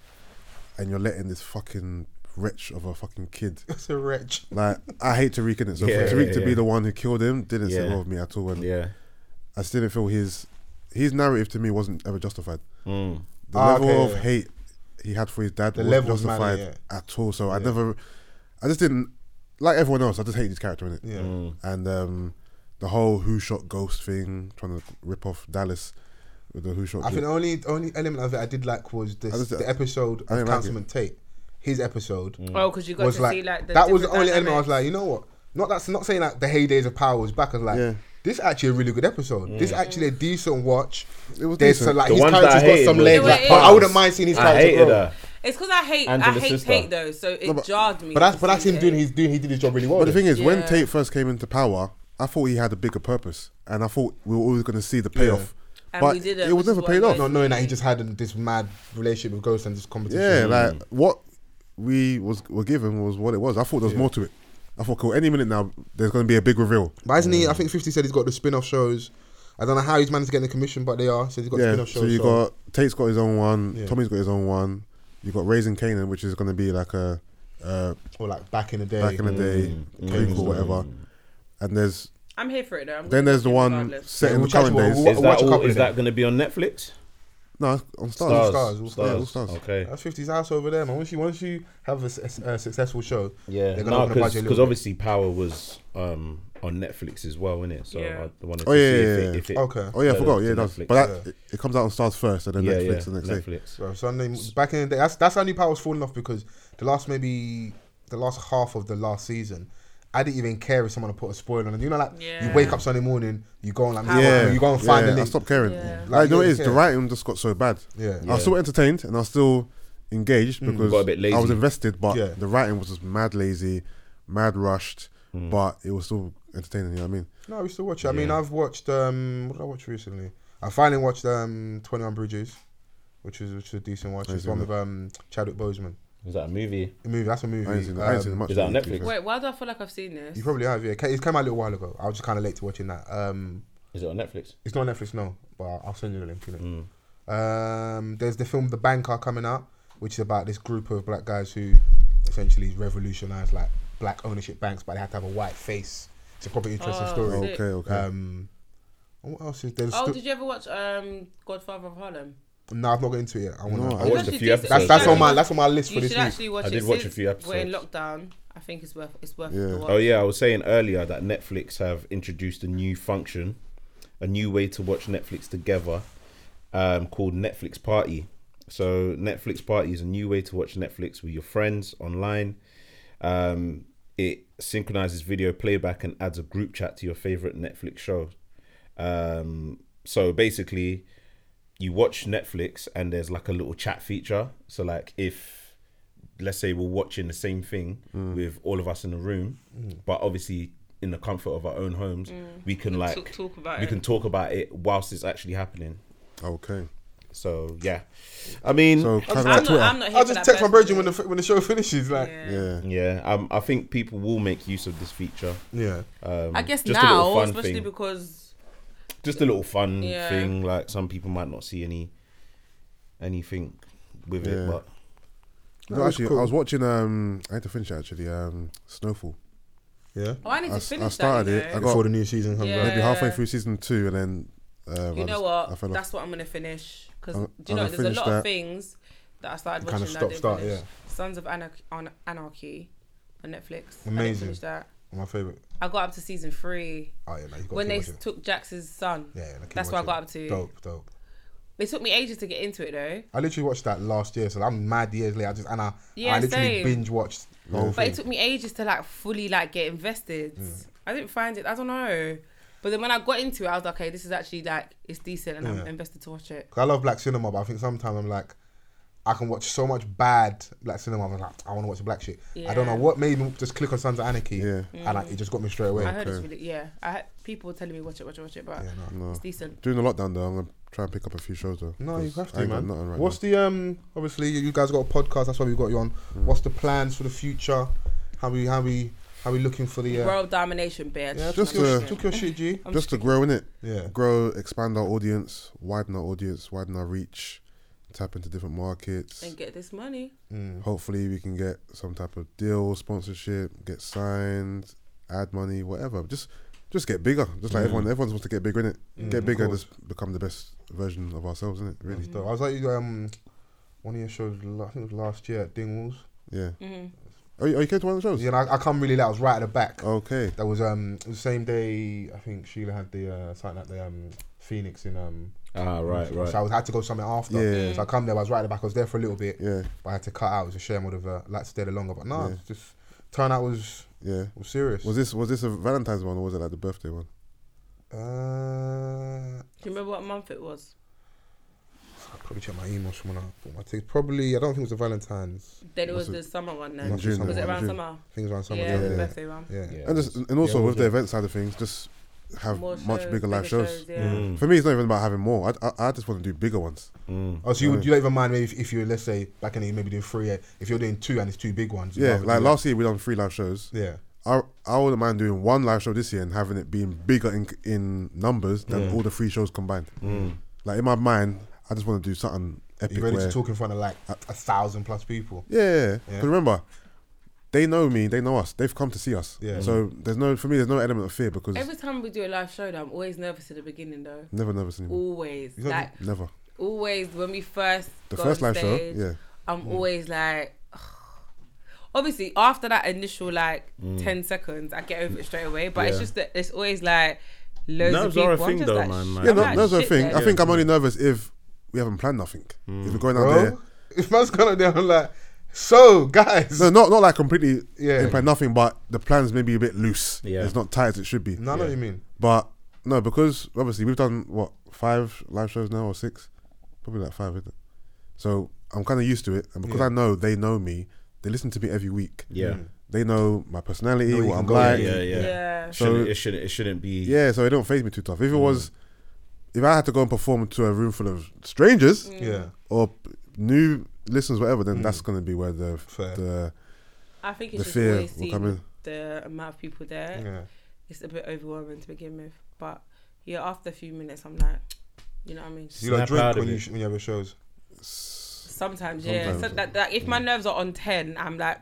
Speaker 7: and you're letting this fucking wretch of a fucking kid.
Speaker 1: It's a wretch.
Speaker 7: Like I hate Tariq in it, so
Speaker 5: Yeah,
Speaker 7: for Tariq
Speaker 5: yeah,
Speaker 7: to be
Speaker 5: yeah.
Speaker 7: the one who killed him didn't sit
Speaker 5: Yeah.
Speaker 7: well with me at all. And
Speaker 5: Yeah.
Speaker 7: I still didn't feel his his narrative to me wasn't ever justified.
Speaker 5: Mm.
Speaker 7: The
Speaker 1: Ah,
Speaker 7: level
Speaker 1: okay,
Speaker 7: of
Speaker 1: yeah.
Speaker 7: hate he had for his dad
Speaker 1: The
Speaker 7: wasn't
Speaker 1: levels, man,
Speaker 7: justified
Speaker 1: yeah.
Speaker 7: at all. So I never, I just didn't like everyone else. I just hate his character in it.
Speaker 1: Yeah.
Speaker 7: And um, the whole who shot Ghost thing, trying to rip off Dallas with the who shot.
Speaker 1: I think
Speaker 7: Ghost.
Speaker 1: the only only element of it I did like was the,
Speaker 7: I just-
Speaker 1: the episode
Speaker 7: I
Speaker 1: of
Speaker 7: didn't like it.
Speaker 1: Councilman Tate, his episode.
Speaker 6: Oh, because you got
Speaker 1: was
Speaker 6: to
Speaker 1: like,
Speaker 6: see like the
Speaker 1: that was the
Speaker 6: different
Speaker 1: only element I was
Speaker 6: dynamics.
Speaker 1: like, you know what? Not that's not saying like the heydays of power was back. I was like,
Speaker 7: Yeah.
Speaker 1: this actually a really good episode.
Speaker 6: Mm.
Speaker 1: This actually a decent watch.
Speaker 7: It was
Speaker 1: There's
Speaker 7: decent.
Speaker 1: some, like
Speaker 5: The
Speaker 1: his
Speaker 5: ones that I
Speaker 1: character's got
Speaker 5: hated
Speaker 1: some
Speaker 5: were
Speaker 1: legs.
Speaker 6: the
Speaker 1: Like,
Speaker 6: Black
Speaker 1: I would have
Speaker 5: Panthers.
Speaker 1: mind seeing his
Speaker 5: I
Speaker 1: character
Speaker 5: hated
Speaker 1: grow.
Speaker 5: her.
Speaker 6: It's because I hate I
Speaker 5: Angela's
Speaker 6: hate
Speaker 5: sister.
Speaker 6: hate though, so it
Speaker 7: but-
Speaker 6: jarred me.
Speaker 1: But that's
Speaker 6: to
Speaker 1: but that's
Speaker 6: see
Speaker 1: him
Speaker 6: it.
Speaker 1: doing his doing he did his job really well.
Speaker 7: But the
Speaker 1: then.
Speaker 7: thing is, when
Speaker 6: Yeah.
Speaker 7: Tate first came into power, I thought he had a bigger purpose, and I thought we were always going to see the payoff.
Speaker 6: And
Speaker 7: But
Speaker 6: we didn't, which
Speaker 7: it
Speaker 6: is
Speaker 7: was never
Speaker 6: what
Speaker 7: paid
Speaker 6: I
Speaker 7: off.
Speaker 6: mean.
Speaker 1: not knowing that he just had this mad relationship with Ghost and this competition.
Speaker 7: Yeah, like what we was were given was what it was. I thought there was more to it. I thought, cool, any minute now, there's going to be a big reveal.
Speaker 1: But isn't he? I think Fifty said he's got the spin-off shows. I don't know how he's managed to get the commission, but they are. So he's got
Speaker 7: yeah,
Speaker 1: spin-off shows.
Speaker 7: so you got Tate's got his own one,
Speaker 1: Yeah.
Speaker 7: Tommy's got his own one. You got Raising Canaan, which is going to be like a uh,
Speaker 1: or like back in the day.
Speaker 7: back in the day prequel,
Speaker 1: mm.
Speaker 7: whatever. And there's
Speaker 6: I'm here for it though. I'm
Speaker 7: then
Speaker 6: gonna
Speaker 7: there's the
Speaker 6: watch it
Speaker 7: one
Speaker 6: regardless.
Speaker 7: set
Speaker 1: Yeah,
Speaker 7: in the
Speaker 1: which actually
Speaker 7: current
Speaker 1: we'll-
Speaker 7: days.
Speaker 1: we'll-
Speaker 5: Is
Speaker 1: Watch
Speaker 5: that
Speaker 1: a
Speaker 5: all-
Speaker 1: couple
Speaker 5: is
Speaker 1: of
Speaker 5: that
Speaker 1: them.
Speaker 5: going to be on Netflix?
Speaker 7: no, on
Speaker 1: All
Speaker 7: Stars.
Speaker 1: Stars, all
Speaker 7: Yeah, all
Speaker 1: Stars.
Speaker 7: Stars.
Speaker 5: Okay.
Speaker 1: That's 50's house over there, man. Once you once you have a, s- a successful show,
Speaker 5: Yeah,
Speaker 1: they're gonna
Speaker 5: no,
Speaker 1: open the budget a
Speaker 5: because
Speaker 1: little bit.
Speaker 5: obviously Power was um, on Netflix as well, innit? So
Speaker 6: Yeah.
Speaker 5: I wanted
Speaker 7: Oh,
Speaker 5: to
Speaker 7: yeah,
Speaker 5: see
Speaker 7: yeah,
Speaker 5: if,
Speaker 7: yeah.
Speaker 5: It, if it.
Speaker 1: Okay.
Speaker 7: Oh yeah, I
Speaker 5: Yeah,
Speaker 7: forgot.
Speaker 5: that's
Speaker 7: Yeah, it
Speaker 5: on
Speaker 7: does.
Speaker 5: Netflix.
Speaker 7: But that, it, it comes out on Stars first, and then
Speaker 5: Yeah,
Speaker 7: Netflix
Speaker 5: yeah,
Speaker 7: the next day.
Speaker 5: Netflix.
Speaker 1: So Sunday back in the day, that's that's only power was falling off because the last maybe the last half of the last season, I didn't even care if someone had put a spoiler on. it. You know, like you
Speaker 6: Yeah.
Speaker 1: wake up Sunday morning, you go on like
Speaker 7: Yeah,
Speaker 1: you go and find
Speaker 7: yeah,
Speaker 1: the
Speaker 7: I
Speaker 1: link.
Speaker 7: stopped caring.
Speaker 6: Yeah.
Speaker 7: Like, you know,
Speaker 1: Like,
Speaker 7: what it
Speaker 1: you
Speaker 7: is the
Speaker 1: care.
Speaker 7: writing just got so bad.
Speaker 1: Yeah.
Speaker 7: I was still entertained and I was still engaged because
Speaker 5: Hmm. Got a bit lazy.
Speaker 7: I was invested, but
Speaker 1: Yeah.
Speaker 7: the writing was just mad lazy, mad rushed,
Speaker 5: Hmm.
Speaker 7: but it was still entertaining. You know what I mean?
Speaker 1: No, we still watch it. I mean, I've watched um, what did I watch recently? I finally watched um, Twenty One Bridges, which is which is a decent watch. It's the one with um Chadwick Boseman.
Speaker 5: Is that a movie?
Speaker 1: A movie. That's a movie.
Speaker 7: I ain't seen, I ain't seen
Speaker 1: Um,
Speaker 7: much.
Speaker 5: is that
Speaker 7: of
Speaker 5: on
Speaker 7: it, to be
Speaker 5: Netflix?
Speaker 7: fair.
Speaker 6: Wait, why do I feel like I've seen this?
Speaker 1: You probably have, yeah. It ca- it came out a little while ago. I was just kind of late to watching that. Um,
Speaker 5: Is it on Netflix?
Speaker 1: it's not on Netflix, no, but I'll I'll send you the link.
Speaker 7: Mm.
Speaker 1: innit? Um, there's the film The Banker coming out, which is about this group of black guys who essentially revolutionized like black ownership banks, but they had to have a white face. It's a proper interesting
Speaker 6: Oh,
Speaker 1: story.
Speaker 6: sick.
Speaker 7: Okay, okay.
Speaker 1: Um, and what else is there?
Speaker 6: Oh, did you ever watch um Godfather of Harlem?
Speaker 1: no, I've not got into it yet. I want
Speaker 7: No,
Speaker 1: to.
Speaker 7: I
Speaker 5: I watched a
Speaker 6: actually
Speaker 5: few
Speaker 6: decent.
Speaker 5: episodes.
Speaker 1: That's that's
Speaker 6: Yeah.
Speaker 1: on my that's on my list for
Speaker 6: You
Speaker 1: this
Speaker 6: should
Speaker 1: week.
Speaker 6: actually watch
Speaker 5: I
Speaker 6: it.
Speaker 5: did watch a
Speaker 6: since
Speaker 5: few
Speaker 6: We're in
Speaker 5: episodes.
Speaker 6: lockdown. I think it's worth it's worth
Speaker 7: Yeah.
Speaker 6: the
Speaker 7: Oh,
Speaker 6: watch.
Speaker 5: Oh yeah, I was saying earlier that Netflix have introduced a new function, a new way to watch Netflix together, um, called Netflix Party. So Netflix Party is a new way to watch Netflix with your friends online. Um, it synchronizes video playback and adds a group chat to your favorite Netflix show. Um, so basically, you watch Netflix and there's like a little chat feature. So like if let's say we're watching the same thing with all of us in the room, but obviously in the comfort of our own homes, we can like
Speaker 6: Mm. talk- talk about
Speaker 5: we
Speaker 6: it.
Speaker 5: can talk about it whilst it's actually happening.
Speaker 7: Okay.
Speaker 5: So yeah, I mean,
Speaker 7: So kind of
Speaker 6: I'm
Speaker 7: like
Speaker 6: not,
Speaker 7: Twitter.
Speaker 6: I'm not here
Speaker 1: I'll
Speaker 6: for
Speaker 1: just
Speaker 6: that
Speaker 1: text my
Speaker 6: personally.
Speaker 1: brethren when the f- when the show finishes. Like,
Speaker 7: yeah.
Speaker 5: yeah, um, I think people will make use of this feature.
Speaker 1: yeah.
Speaker 5: Um,
Speaker 6: I guess
Speaker 5: just a little
Speaker 6: now,
Speaker 5: fun
Speaker 6: especially
Speaker 5: thing.
Speaker 6: because
Speaker 5: just a little fun
Speaker 6: Yeah.
Speaker 5: thing. Like some people might not see any anything with it,
Speaker 7: Yeah.
Speaker 5: but
Speaker 7: No,
Speaker 1: That was
Speaker 7: actually,
Speaker 1: cool.
Speaker 7: I was watching. Um, I had to finish it actually. Um, Snowfall.
Speaker 1: Yeah.
Speaker 6: oh, I need to
Speaker 7: I, s-
Speaker 6: finish
Speaker 7: I started
Speaker 6: that. You
Speaker 7: it. I
Speaker 6: know,
Speaker 7: got
Speaker 1: Before the new season comes
Speaker 6: Yeah.
Speaker 1: out.
Speaker 7: maybe halfway through season two, and then. Um,
Speaker 6: you know
Speaker 7: I just- I
Speaker 6: what?
Speaker 7: fell off.
Speaker 6: That's what I'm gonna finish because
Speaker 7: I'm-
Speaker 6: do you
Speaker 7: I'm
Speaker 6: know
Speaker 7: gonna
Speaker 6: there's a
Speaker 7: finish
Speaker 6: lot
Speaker 7: that.
Speaker 6: of things that I started
Speaker 1: Kinda
Speaker 6: watching that I
Speaker 1: stop,
Speaker 6: didn't
Speaker 1: start,
Speaker 6: finish. Sons of Anarchy on Anarchy on Netflix. I didn't
Speaker 1: Amazing.
Speaker 6: finish that.
Speaker 1: My favorite.
Speaker 6: I got up to season three
Speaker 1: Oh yeah, like, you got
Speaker 6: when they
Speaker 1: watch it.
Speaker 6: took Jax's son.
Speaker 1: Yeah, yeah, like, keep
Speaker 6: that's what I
Speaker 1: watching.
Speaker 6: got up to.
Speaker 1: Dope, dope.
Speaker 6: It took me ages to get into it though.
Speaker 1: I literally watched that last year, so I'm mad years later. I just and I,
Speaker 6: Yeah,
Speaker 1: I literally
Speaker 6: same.
Speaker 1: binge watched the whole
Speaker 6: But
Speaker 1: thing.
Speaker 6: it took me ages to like fully like get invested. I didn't find it. I don't know. But then when I got into it, I was like, okay, this is actually like it's decent, and
Speaker 1: Yeah.
Speaker 6: I'm invested to watch it.
Speaker 1: 'Cause I love black cinema, but I think sometimes I'm like, I can watch so much bad black cinema. I'm like, I want to watch black shit. I don't know
Speaker 6: Yeah.
Speaker 1: what made me just click on Sons of Anarchy,
Speaker 7: Yeah.
Speaker 1: and like, it just got me straight away.
Speaker 6: I heard it's really yeah. I had people were telling me watch it, watch it, watch it, but it's decent.
Speaker 7: During the lockdown, though, I'm gonna try and pick up a few shows though.
Speaker 1: No, you
Speaker 7: 'cause
Speaker 1: have
Speaker 7: I
Speaker 1: to,
Speaker 7: ain't got
Speaker 1: man.
Speaker 7: nothing right
Speaker 1: What's
Speaker 7: now. Mm.
Speaker 1: the um? Obviously, you you guys got a podcast. That's why we got you on. What's the plans for the future? How we how we how we looking for the? Uh,
Speaker 6: World domination, bitch.
Speaker 1: yeah,
Speaker 7: just,
Speaker 1: talk your,
Speaker 7: uh,
Speaker 1: talk your shit, G.
Speaker 7: just to grow in it.
Speaker 1: Yeah.
Speaker 7: grow, expand our audience, widen our audience, widen our reach, tap into different markets.
Speaker 6: and get this money.
Speaker 7: Hopefully, we can get some type of deal, sponsorship, get signed, ad money, whatever. Just Just get bigger. Just like everyone, everyone wants to get bigger, innit? get bigger and just become the best version of ourselves, innit? Really?
Speaker 1: So I Mm. was like um, one of your shows. la- I think it was last year at Dingwalls.
Speaker 7: Yeah.
Speaker 6: Mm-hmm.
Speaker 7: Are, you, are you came to one of the shows?
Speaker 1: Yeah, and I, I come really late. I was right at the
Speaker 7: Oh.
Speaker 1: back.
Speaker 7: Okay.
Speaker 1: That was um it was the same day. I think Sheila had the uh, something like the um Phoenix in um.
Speaker 5: Ah, right, right.
Speaker 1: So I was, had to go somewhere after.
Speaker 7: Yeah.
Speaker 1: So I come there. I was right at the back. I was there for a little bit.
Speaker 7: Yeah.
Speaker 1: But I had to cut out. It was a shame. I would have uh, liked to stay there longer. But no, it's just turnout was
Speaker 7: Yeah.
Speaker 1: was serious.
Speaker 7: Was this was this a Valentine's one or was it like the birthday one?
Speaker 1: Uh,
Speaker 6: Do you remember what month it was?
Speaker 1: I'll probably check my emails from when I bought my tickets. Probably I don't think it was the Valentine's.
Speaker 6: Then it was
Speaker 7: Must
Speaker 6: the summer one
Speaker 1: Must
Speaker 6: then.
Speaker 1: be summer.
Speaker 6: Was it
Speaker 7: one,
Speaker 6: around
Speaker 7: June.
Speaker 6: summer?
Speaker 1: Things around summer.
Speaker 6: Yeah,
Speaker 1: Yeah.
Speaker 6: the
Speaker 1: Yeah.
Speaker 6: birthday one.
Speaker 1: yeah.
Speaker 5: Yeah,
Speaker 7: And just and also
Speaker 1: Yeah,
Speaker 7: with
Speaker 1: yeah.
Speaker 7: the event side of things, just have
Speaker 6: More
Speaker 7: much
Speaker 6: shows,
Speaker 7: bigger live
Speaker 6: bigger
Speaker 7: shows.
Speaker 6: yeah.
Speaker 5: Mm.
Speaker 7: For me, it's not even about having more. I, I, I just want to do bigger ones.
Speaker 1: Oh, so you, would, you don't even mind maybe if, if you're, let's say, back in the maybe doing three, eh, if you're doing two and it's two big ones. you'd
Speaker 7: Yeah,
Speaker 1: rather
Speaker 7: like
Speaker 1: do that.
Speaker 7: last year we done three live shows.
Speaker 1: Yeah.
Speaker 7: I I wouldn't mind doing one live show this year and having it being bigger in in numbers than all the three shows combined. Like in my mind, I just want to do something epic.
Speaker 1: You're Mm. ready
Speaker 7: where-
Speaker 1: to talk in front of like a thousand plus people.
Speaker 7: Yeah, because
Speaker 1: Yeah.
Speaker 7: remember, they know me, they know us, they've come to see us.
Speaker 1: Yeah.
Speaker 7: So there's no for me, there's no element of fear because
Speaker 6: Every time we do a live show, though, I'm always nervous at the beginning though.
Speaker 7: never, never seen me.
Speaker 6: Always,
Speaker 1: don't-
Speaker 6: like
Speaker 7: never.
Speaker 6: always when we first
Speaker 7: The
Speaker 6: go
Speaker 7: first
Speaker 6: on
Speaker 7: live show,
Speaker 6: stage,
Speaker 7: yeah.
Speaker 6: I'm always like. Obviously, after that initial like ten seconds, I get over it straight away. But it's
Speaker 5: Yeah.
Speaker 6: just that it's always like loads of
Speaker 5: Nerves
Speaker 6: people.
Speaker 5: are a
Speaker 6: I'm
Speaker 5: thing,
Speaker 6: just
Speaker 5: though,
Speaker 6: like,
Speaker 5: man,
Speaker 6: shit,
Speaker 5: like-
Speaker 7: Yeah,
Speaker 6: I'm
Speaker 7: no,
Speaker 6: like,
Speaker 7: that's the
Speaker 6: shit,
Speaker 7: thing.
Speaker 6: like,
Speaker 7: I think I'm only nervous if we haven't planned nothing. If we're going out there.
Speaker 1: Mm. Bro, if man's going out there, I'm like, so guys.
Speaker 7: No, not not like completely
Speaker 1: Yeah.
Speaker 7: yeah. plan nothing, but the plan's maybe a bit loose.
Speaker 5: Yeah.
Speaker 7: It's not tight as it should be.
Speaker 1: no, I know what you mean.
Speaker 7: But no, because obviously we've done what, five live shows now or six? Probably like five, isn't it? So I'm kinda used to it and because I know they know me, they listen to me every week.
Speaker 5: Yeah.
Speaker 7: They know my personality,
Speaker 1: you
Speaker 7: what
Speaker 1: can
Speaker 7: I'm
Speaker 1: go,
Speaker 7: like.
Speaker 5: yeah, yeah.
Speaker 6: Yeah.
Speaker 7: So-
Speaker 5: Shouldn't, it shouldn't. It shouldn't be.
Speaker 7: Yeah, so it don't phase me too tough. If it was if I had to go and perform to a room full of strangers
Speaker 6: Mm.
Speaker 1: Yeah.
Speaker 7: or p- new listeners, whatever, then that's gonna be where the
Speaker 1: Fair.
Speaker 7: the
Speaker 6: I think
Speaker 7: the
Speaker 6: it's just
Speaker 7: fear
Speaker 6: always
Speaker 7: will come
Speaker 6: seen
Speaker 7: in.
Speaker 6: the amount of people there.
Speaker 1: Yeah.
Speaker 6: It's a bit overwhelming to begin with, but yeah, after a few minutes, I'm like, you know what I mean.
Speaker 1: Do you
Speaker 5: Snap
Speaker 1: like drink
Speaker 5: out of
Speaker 1: when you,
Speaker 5: it.
Speaker 1: sh- when you have your shows?
Speaker 6: Sometimes, yeah.
Speaker 7: Sometimes. Mm.
Speaker 6: So that, that if my nerves are on ten, I'm like,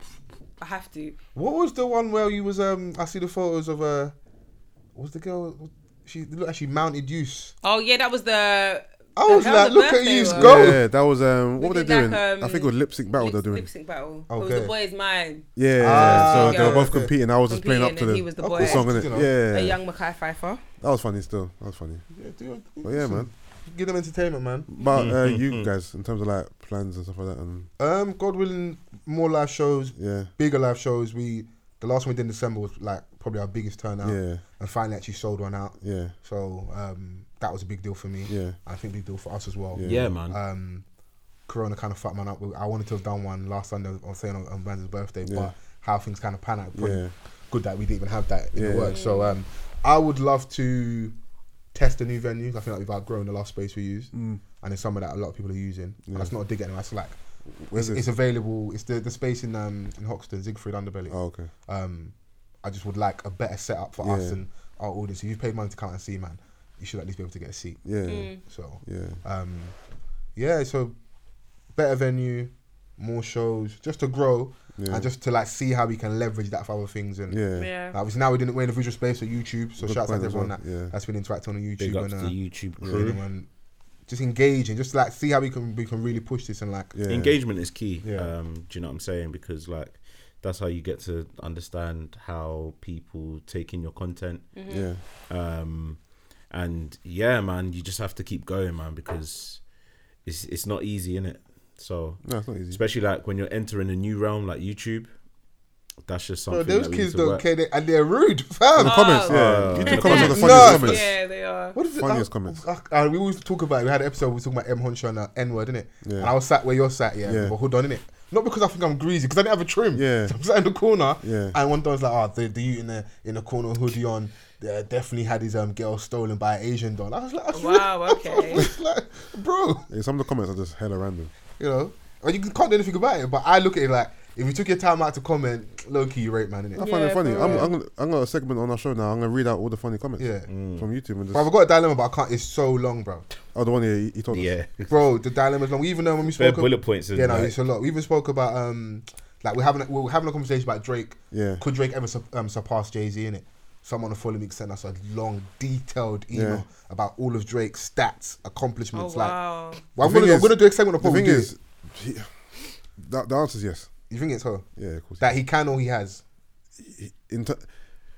Speaker 6: I have to.
Speaker 1: What was the one where you was, um, I see the photos of, uh, was the girl, she looked like she mounted use.
Speaker 6: Oh yeah, that was the.
Speaker 1: I
Speaker 6: the
Speaker 1: was
Speaker 6: hell
Speaker 1: like,
Speaker 6: the
Speaker 1: look at
Speaker 6: birthday
Speaker 1: you
Speaker 6: one.
Speaker 1: go.
Speaker 7: Yeah, that was um.
Speaker 6: We
Speaker 7: What were they
Speaker 6: did
Speaker 7: doing?
Speaker 6: like,
Speaker 7: I
Speaker 6: um,
Speaker 7: think it was lip sync battle
Speaker 6: Lip,
Speaker 7: they're doing.
Speaker 6: lip sync battle. It was
Speaker 1: Okay.
Speaker 6: the boy's mind.
Speaker 7: Yeah, so they
Speaker 6: Ah, okay.
Speaker 7: were both competing. I was just playing up
Speaker 6: Competing and
Speaker 7: to the,
Speaker 6: he was the
Speaker 7: the
Speaker 6: boy.
Speaker 7: song, innit?
Speaker 1: You know.
Speaker 7: Yeah,
Speaker 6: A young Mackay Pfeiffer.
Speaker 7: that was funny. Still, that was funny.
Speaker 1: Yeah, do your-
Speaker 7: But yeah, man.
Speaker 1: Give them entertainment, man.
Speaker 7: But
Speaker 1: mm,
Speaker 7: uh, you guys, in terms of like plans and stuff like that, and
Speaker 1: Um, God willing, more live shows,
Speaker 7: yeah,
Speaker 1: bigger live shows. We the last one we did in December was like probably our biggest turnout,
Speaker 7: yeah,
Speaker 1: and finally actually sold one out.
Speaker 7: yeah,
Speaker 1: So um, that was a big deal for me.
Speaker 7: yeah.
Speaker 1: I think big deal for us as well.
Speaker 5: Yeah, man.
Speaker 1: Um, Corona kind of fucked man up. I wanted to have done one last Sunday on saying on, on Brandon's birthday,
Speaker 7: Yeah.
Speaker 1: but how things kind of pan out. Probably
Speaker 7: Yeah.
Speaker 1: Good that we didn't even have that in the
Speaker 7: Yeah.
Speaker 1: works. So um, I would love to test a new venue. I think like we've outgrown the last space we used,
Speaker 7: Mm.
Speaker 1: and it's somewhere that a lot of people are using. And That's not a dig at them. That's like
Speaker 7: Where's
Speaker 1: it's, it's
Speaker 7: this?
Speaker 1: available. It's the, the space in um in Hoxton, Siegfried Underbelly.
Speaker 7: Oh, okay.
Speaker 1: Um, I just would like a better setup for us
Speaker 7: Yeah.
Speaker 1: and our audience. If you've paid money to come and see, man, you should at least be able to get a seat.
Speaker 7: Yeah,
Speaker 6: Mm.
Speaker 1: So
Speaker 7: yeah,
Speaker 1: um, yeah, so better venue, more shows, just to grow
Speaker 7: Yeah.
Speaker 1: and just to like see how we can leverage that for other things. And
Speaker 7: yeah,
Speaker 6: Yeah.
Speaker 1: Like, obviously now we're doing it we're in the visual space, so YouTube. So
Speaker 7: Good
Speaker 1: shout out
Speaker 7: point
Speaker 1: to
Speaker 7: as
Speaker 1: everyone
Speaker 7: well,
Speaker 1: that
Speaker 7: yeah.
Speaker 1: that's been interacting on YouTube
Speaker 5: Big up
Speaker 1: and
Speaker 5: to
Speaker 1: uh,
Speaker 5: the YouTube crew.
Speaker 1: everyone just engaging, just like see how we can we can really push this and like
Speaker 7: yeah.
Speaker 5: Engagement is key.
Speaker 1: Yeah.
Speaker 5: Um, do you know what I'm saying? Because like, that's how you get to understand how people take in your content.
Speaker 6: Mm-hmm.
Speaker 7: Yeah,
Speaker 5: Um, and yeah, man, you just have to keep going, man, because it's it's not easy, in it. So
Speaker 7: no, it's not easy.
Speaker 5: especially like when you're entering a new realm like YouTube, that's just
Speaker 1: Bro,
Speaker 5: something.
Speaker 1: those
Speaker 5: that we
Speaker 1: kids
Speaker 5: need to
Speaker 1: don't
Speaker 5: work.
Speaker 1: care, they, and they're rude, fam.
Speaker 7: the comments, yeah. YouTube comments are the
Speaker 1: No.
Speaker 7: funniest comments.
Speaker 6: Oh. Yeah, they are.
Speaker 1: What is it?
Speaker 7: Funniest
Speaker 1: uh,
Speaker 7: comments.
Speaker 1: uh, uh, we always talk about. It. We had an episode. We were talking about M Honcho and uh, N word, innit?
Speaker 7: Yeah.
Speaker 1: And I was sat where you're sat, yeah.
Speaker 7: Yeah.
Speaker 1: But hold on, innit? Not because I think I'm greasy, because I didn't have a trim.
Speaker 7: Yeah.
Speaker 1: So I'm sat in the corner.
Speaker 7: Yeah.
Speaker 1: And one done's like, oh, the, the you in the in the corner hoodie on. Uh, definitely had his um girl stolen by an Asian don. I was like, that's
Speaker 6: Oh, Wow,
Speaker 1: really-
Speaker 6: okay.
Speaker 1: I was like, bro,
Speaker 7: Yeah, some of the comments are just hella random.
Speaker 1: you know, and you can't do anything about it. But I look at it like, if you took your time out to comment, low key, you rate man,
Speaker 7: I
Speaker 1: innit?
Speaker 7: find it funny. I'm, I'm, gonna, I'm got a segment on our show now. I'm gonna read out all the funny comments
Speaker 1: Yeah.
Speaker 7: from YouTube
Speaker 1: Bro,
Speaker 7: and just
Speaker 1: I've got a dilemma, but I can't. It's so long, bro.
Speaker 7: oh the one here he, he told us.
Speaker 5: Yeah,
Speaker 1: Bro, the dilemma's long. We even know when we
Speaker 5: Fair
Speaker 1: spoke. ab-
Speaker 5: bullet points, isn't
Speaker 1: Yeah, no,
Speaker 5: it?
Speaker 1: it's a lot. We even spoke about um, like we're having a, we're having a conversation about Drake.
Speaker 7: Yeah.
Speaker 1: Could Drake ever su- um, surpass Jay Z in it? Someone on the following week sent us a long, detailed email about all of Drake's stats, accomplishments.
Speaker 6: Oh, wow.
Speaker 1: Like, well, I'm, gonna,
Speaker 7: The thing
Speaker 1: I'm
Speaker 7: is-
Speaker 1: gonna do a segment
Speaker 7: The
Speaker 1: upon
Speaker 7: thing is, he, that, the answer is yes.
Speaker 1: you think it's her
Speaker 7: Yeah, of course.
Speaker 1: that he can or he has?
Speaker 7: in ter-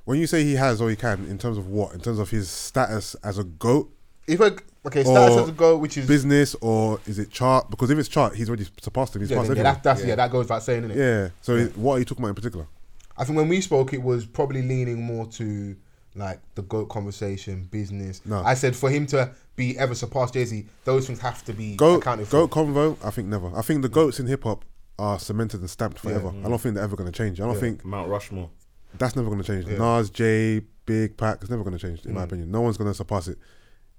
Speaker 7: when you say he has or he can, in terms of what? In terms of his status as a goat,
Speaker 1: If I, okay, status
Speaker 7: Or
Speaker 1: as a goal, which is
Speaker 7: business, or is it chart? Because if it's chart, he's already surpassed him. He's
Speaker 1: yeah,
Speaker 7: passed
Speaker 1: then- yeah,
Speaker 7: everyone.
Speaker 1: that, that's yeah. that goes without saying, innit?
Speaker 7: Yeah. So it- what are you talking about in particular?
Speaker 1: I think when we spoke, it was probably leaning more to like the goat conversation, business.
Speaker 7: No.
Speaker 1: I said for him to be ever surpassed Jay Z, those things have to be
Speaker 7: Goat,
Speaker 1: accounted for.
Speaker 7: goat convo. I think never. I think the goats in hip hop are cemented and stamped forever. I don't think they're ever going to change. I don't think
Speaker 5: Mount Rushmore.
Speaker 7: that's never going to change. Nas, Jay, Big Pac, it's never going to change, in
Speaker 1: Mm.
Speaker 7: my opinion. No one's going to surpass it.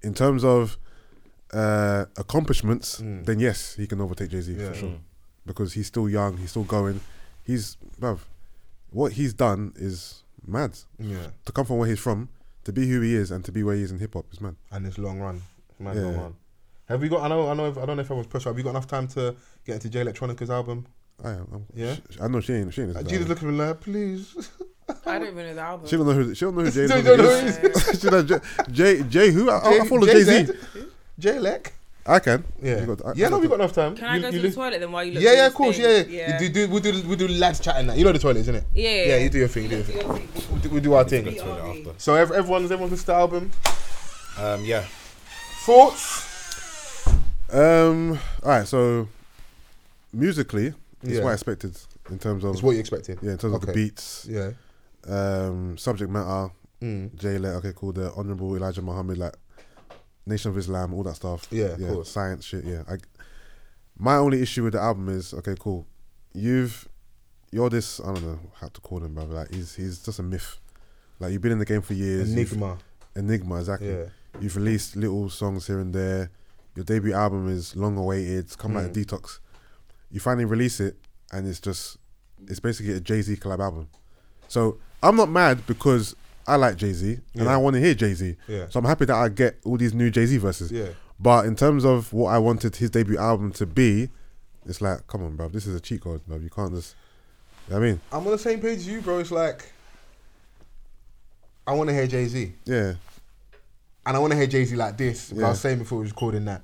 Speaker 7: In terms of uh, accomplishments,
Speaker 1: Mm.
Speaker 7: then yes, he can overtake Jay Z for sure. Because he's still young, he's still going. He's, bruv, what he's done is mad.
Speaker 1: Yeah.
Speaker 7: To come from where he's from, to be who he is, and to be where he is in hip hop is mad.
Speaker 1: and this long run, man, long
Speaker 7: Yeah.
Speaker 1: run. Have we got? I know, I know. If, I don't know if I was pressure. Have you got enough time to get into Jay Electronica's album?
Speaker 7: I am. I'm,
Speaker 1: Yeah?
Speaker 7: sh- I know she ain't. She ain't.
Speaker 1: Uh,
Speaker 7: listening to
Speaker 1: Gina's
Speaker 7: that.
Speaker 1: looking like, please.
Speaker 6: I don't even know the album.
Speaker 7: she don't know who. She don't know who Jay.
Speaker 1: Don't know who
Speaker 7: is. She don't know Jay. Jay. Jay who? I, I- I follow Jay
Speaker 1: Jay
Speaker 7: Z.
Speaker 1: Jay Lec.
Speaker 7: I can.
Speaker 1: Yeah.
Speaker 7: You got- I-
Speaker 1: yeah.
Speaker 7: I
Speaker 1: No,
Speaker 7: got
Speaker 1: we
Speaker 7: the-
Speaker 1: got enough time.
Speaker 6: Can I
Speaker 1: You-
Speaker 6: go
Speaker 1: you
Speaker 6: to the
Speaker 1: look-
Speaker 6: toilet then while you look
Speaker 1: Yeah,
Speaker 6: at
Speaker 1: yeah, of
Speaker 6: these
Speaker 1: course, yeah.
Speaker 6: things?
Speaker 1: yeah. You do, do, we do, we do lads chatting that. You know the toilets, innit?
Speaker 6: Yeah.
Speaker 1: Yeah, you do your thing, you do your thing. We do, we do our thing.
Speaker 5: After.
Speaker 1: So ev- everyone's everyone's listened to the album.
Speaker 5: Um, yeah.
Speaker 1: Thoughts?
Speaker 7: Um. All right. So musically, it's
Speaker 1: Yeah.
Speaker 7: what I expected in terms of
Speaker 1: It's what you expected.
Speaker 7: yeah, in terms of the
Speaker 1: Okay.
Speaker 7: beats,
Speaker 1: Yeah.
Speaker 7: um, subject matter.
Speaker 1: Mm.
Speaker 7: Jay Let, okay, cool. The Honorable Elijah Muhammad, like Nation of Islam, all that stuff.
Speaker 1: Yeah, of course.
Speaker 7: science shit. Yeah. I, my only issue with the album is okay, cool. You've you're this. I don't know how to call him, brother. Like he's he's just a myth. Like you've been in the game for years. you've-
Speaker 1: Enigma.
Speaker 7: Enigma, exactly.
Speaker 1: Yeah.
Speaker 7: You've released little songs here and there. Your debut album is long awaited. It's come out
Speaker 1: Mm.
Speaker 7: of detox. You finally release it, and it's just, it's basically a Jay Z collab album. So I'm not mad because I like Jay Z and I want to hear Jay Z.
Speaker 1: Yeah.
Speaker 7: So I'm happy that I get all these new Jay Z verses.
Speaker 1: Yeah.
Speaker 7: But in terms of what I wanted his debut album to be, it's like, come on, bruv, this is a cheat code, bruv. You can't just. You know what I mean,
Speaker 1: I'm on the same page as you, bro. It's like I want to hear Jay Z,
Speaker 7: yeah,
Speaker 1: and I want to hear Jay Z like this. Like I was
Speaker 7: Yeah.
Speaker 1: saying before we was recording that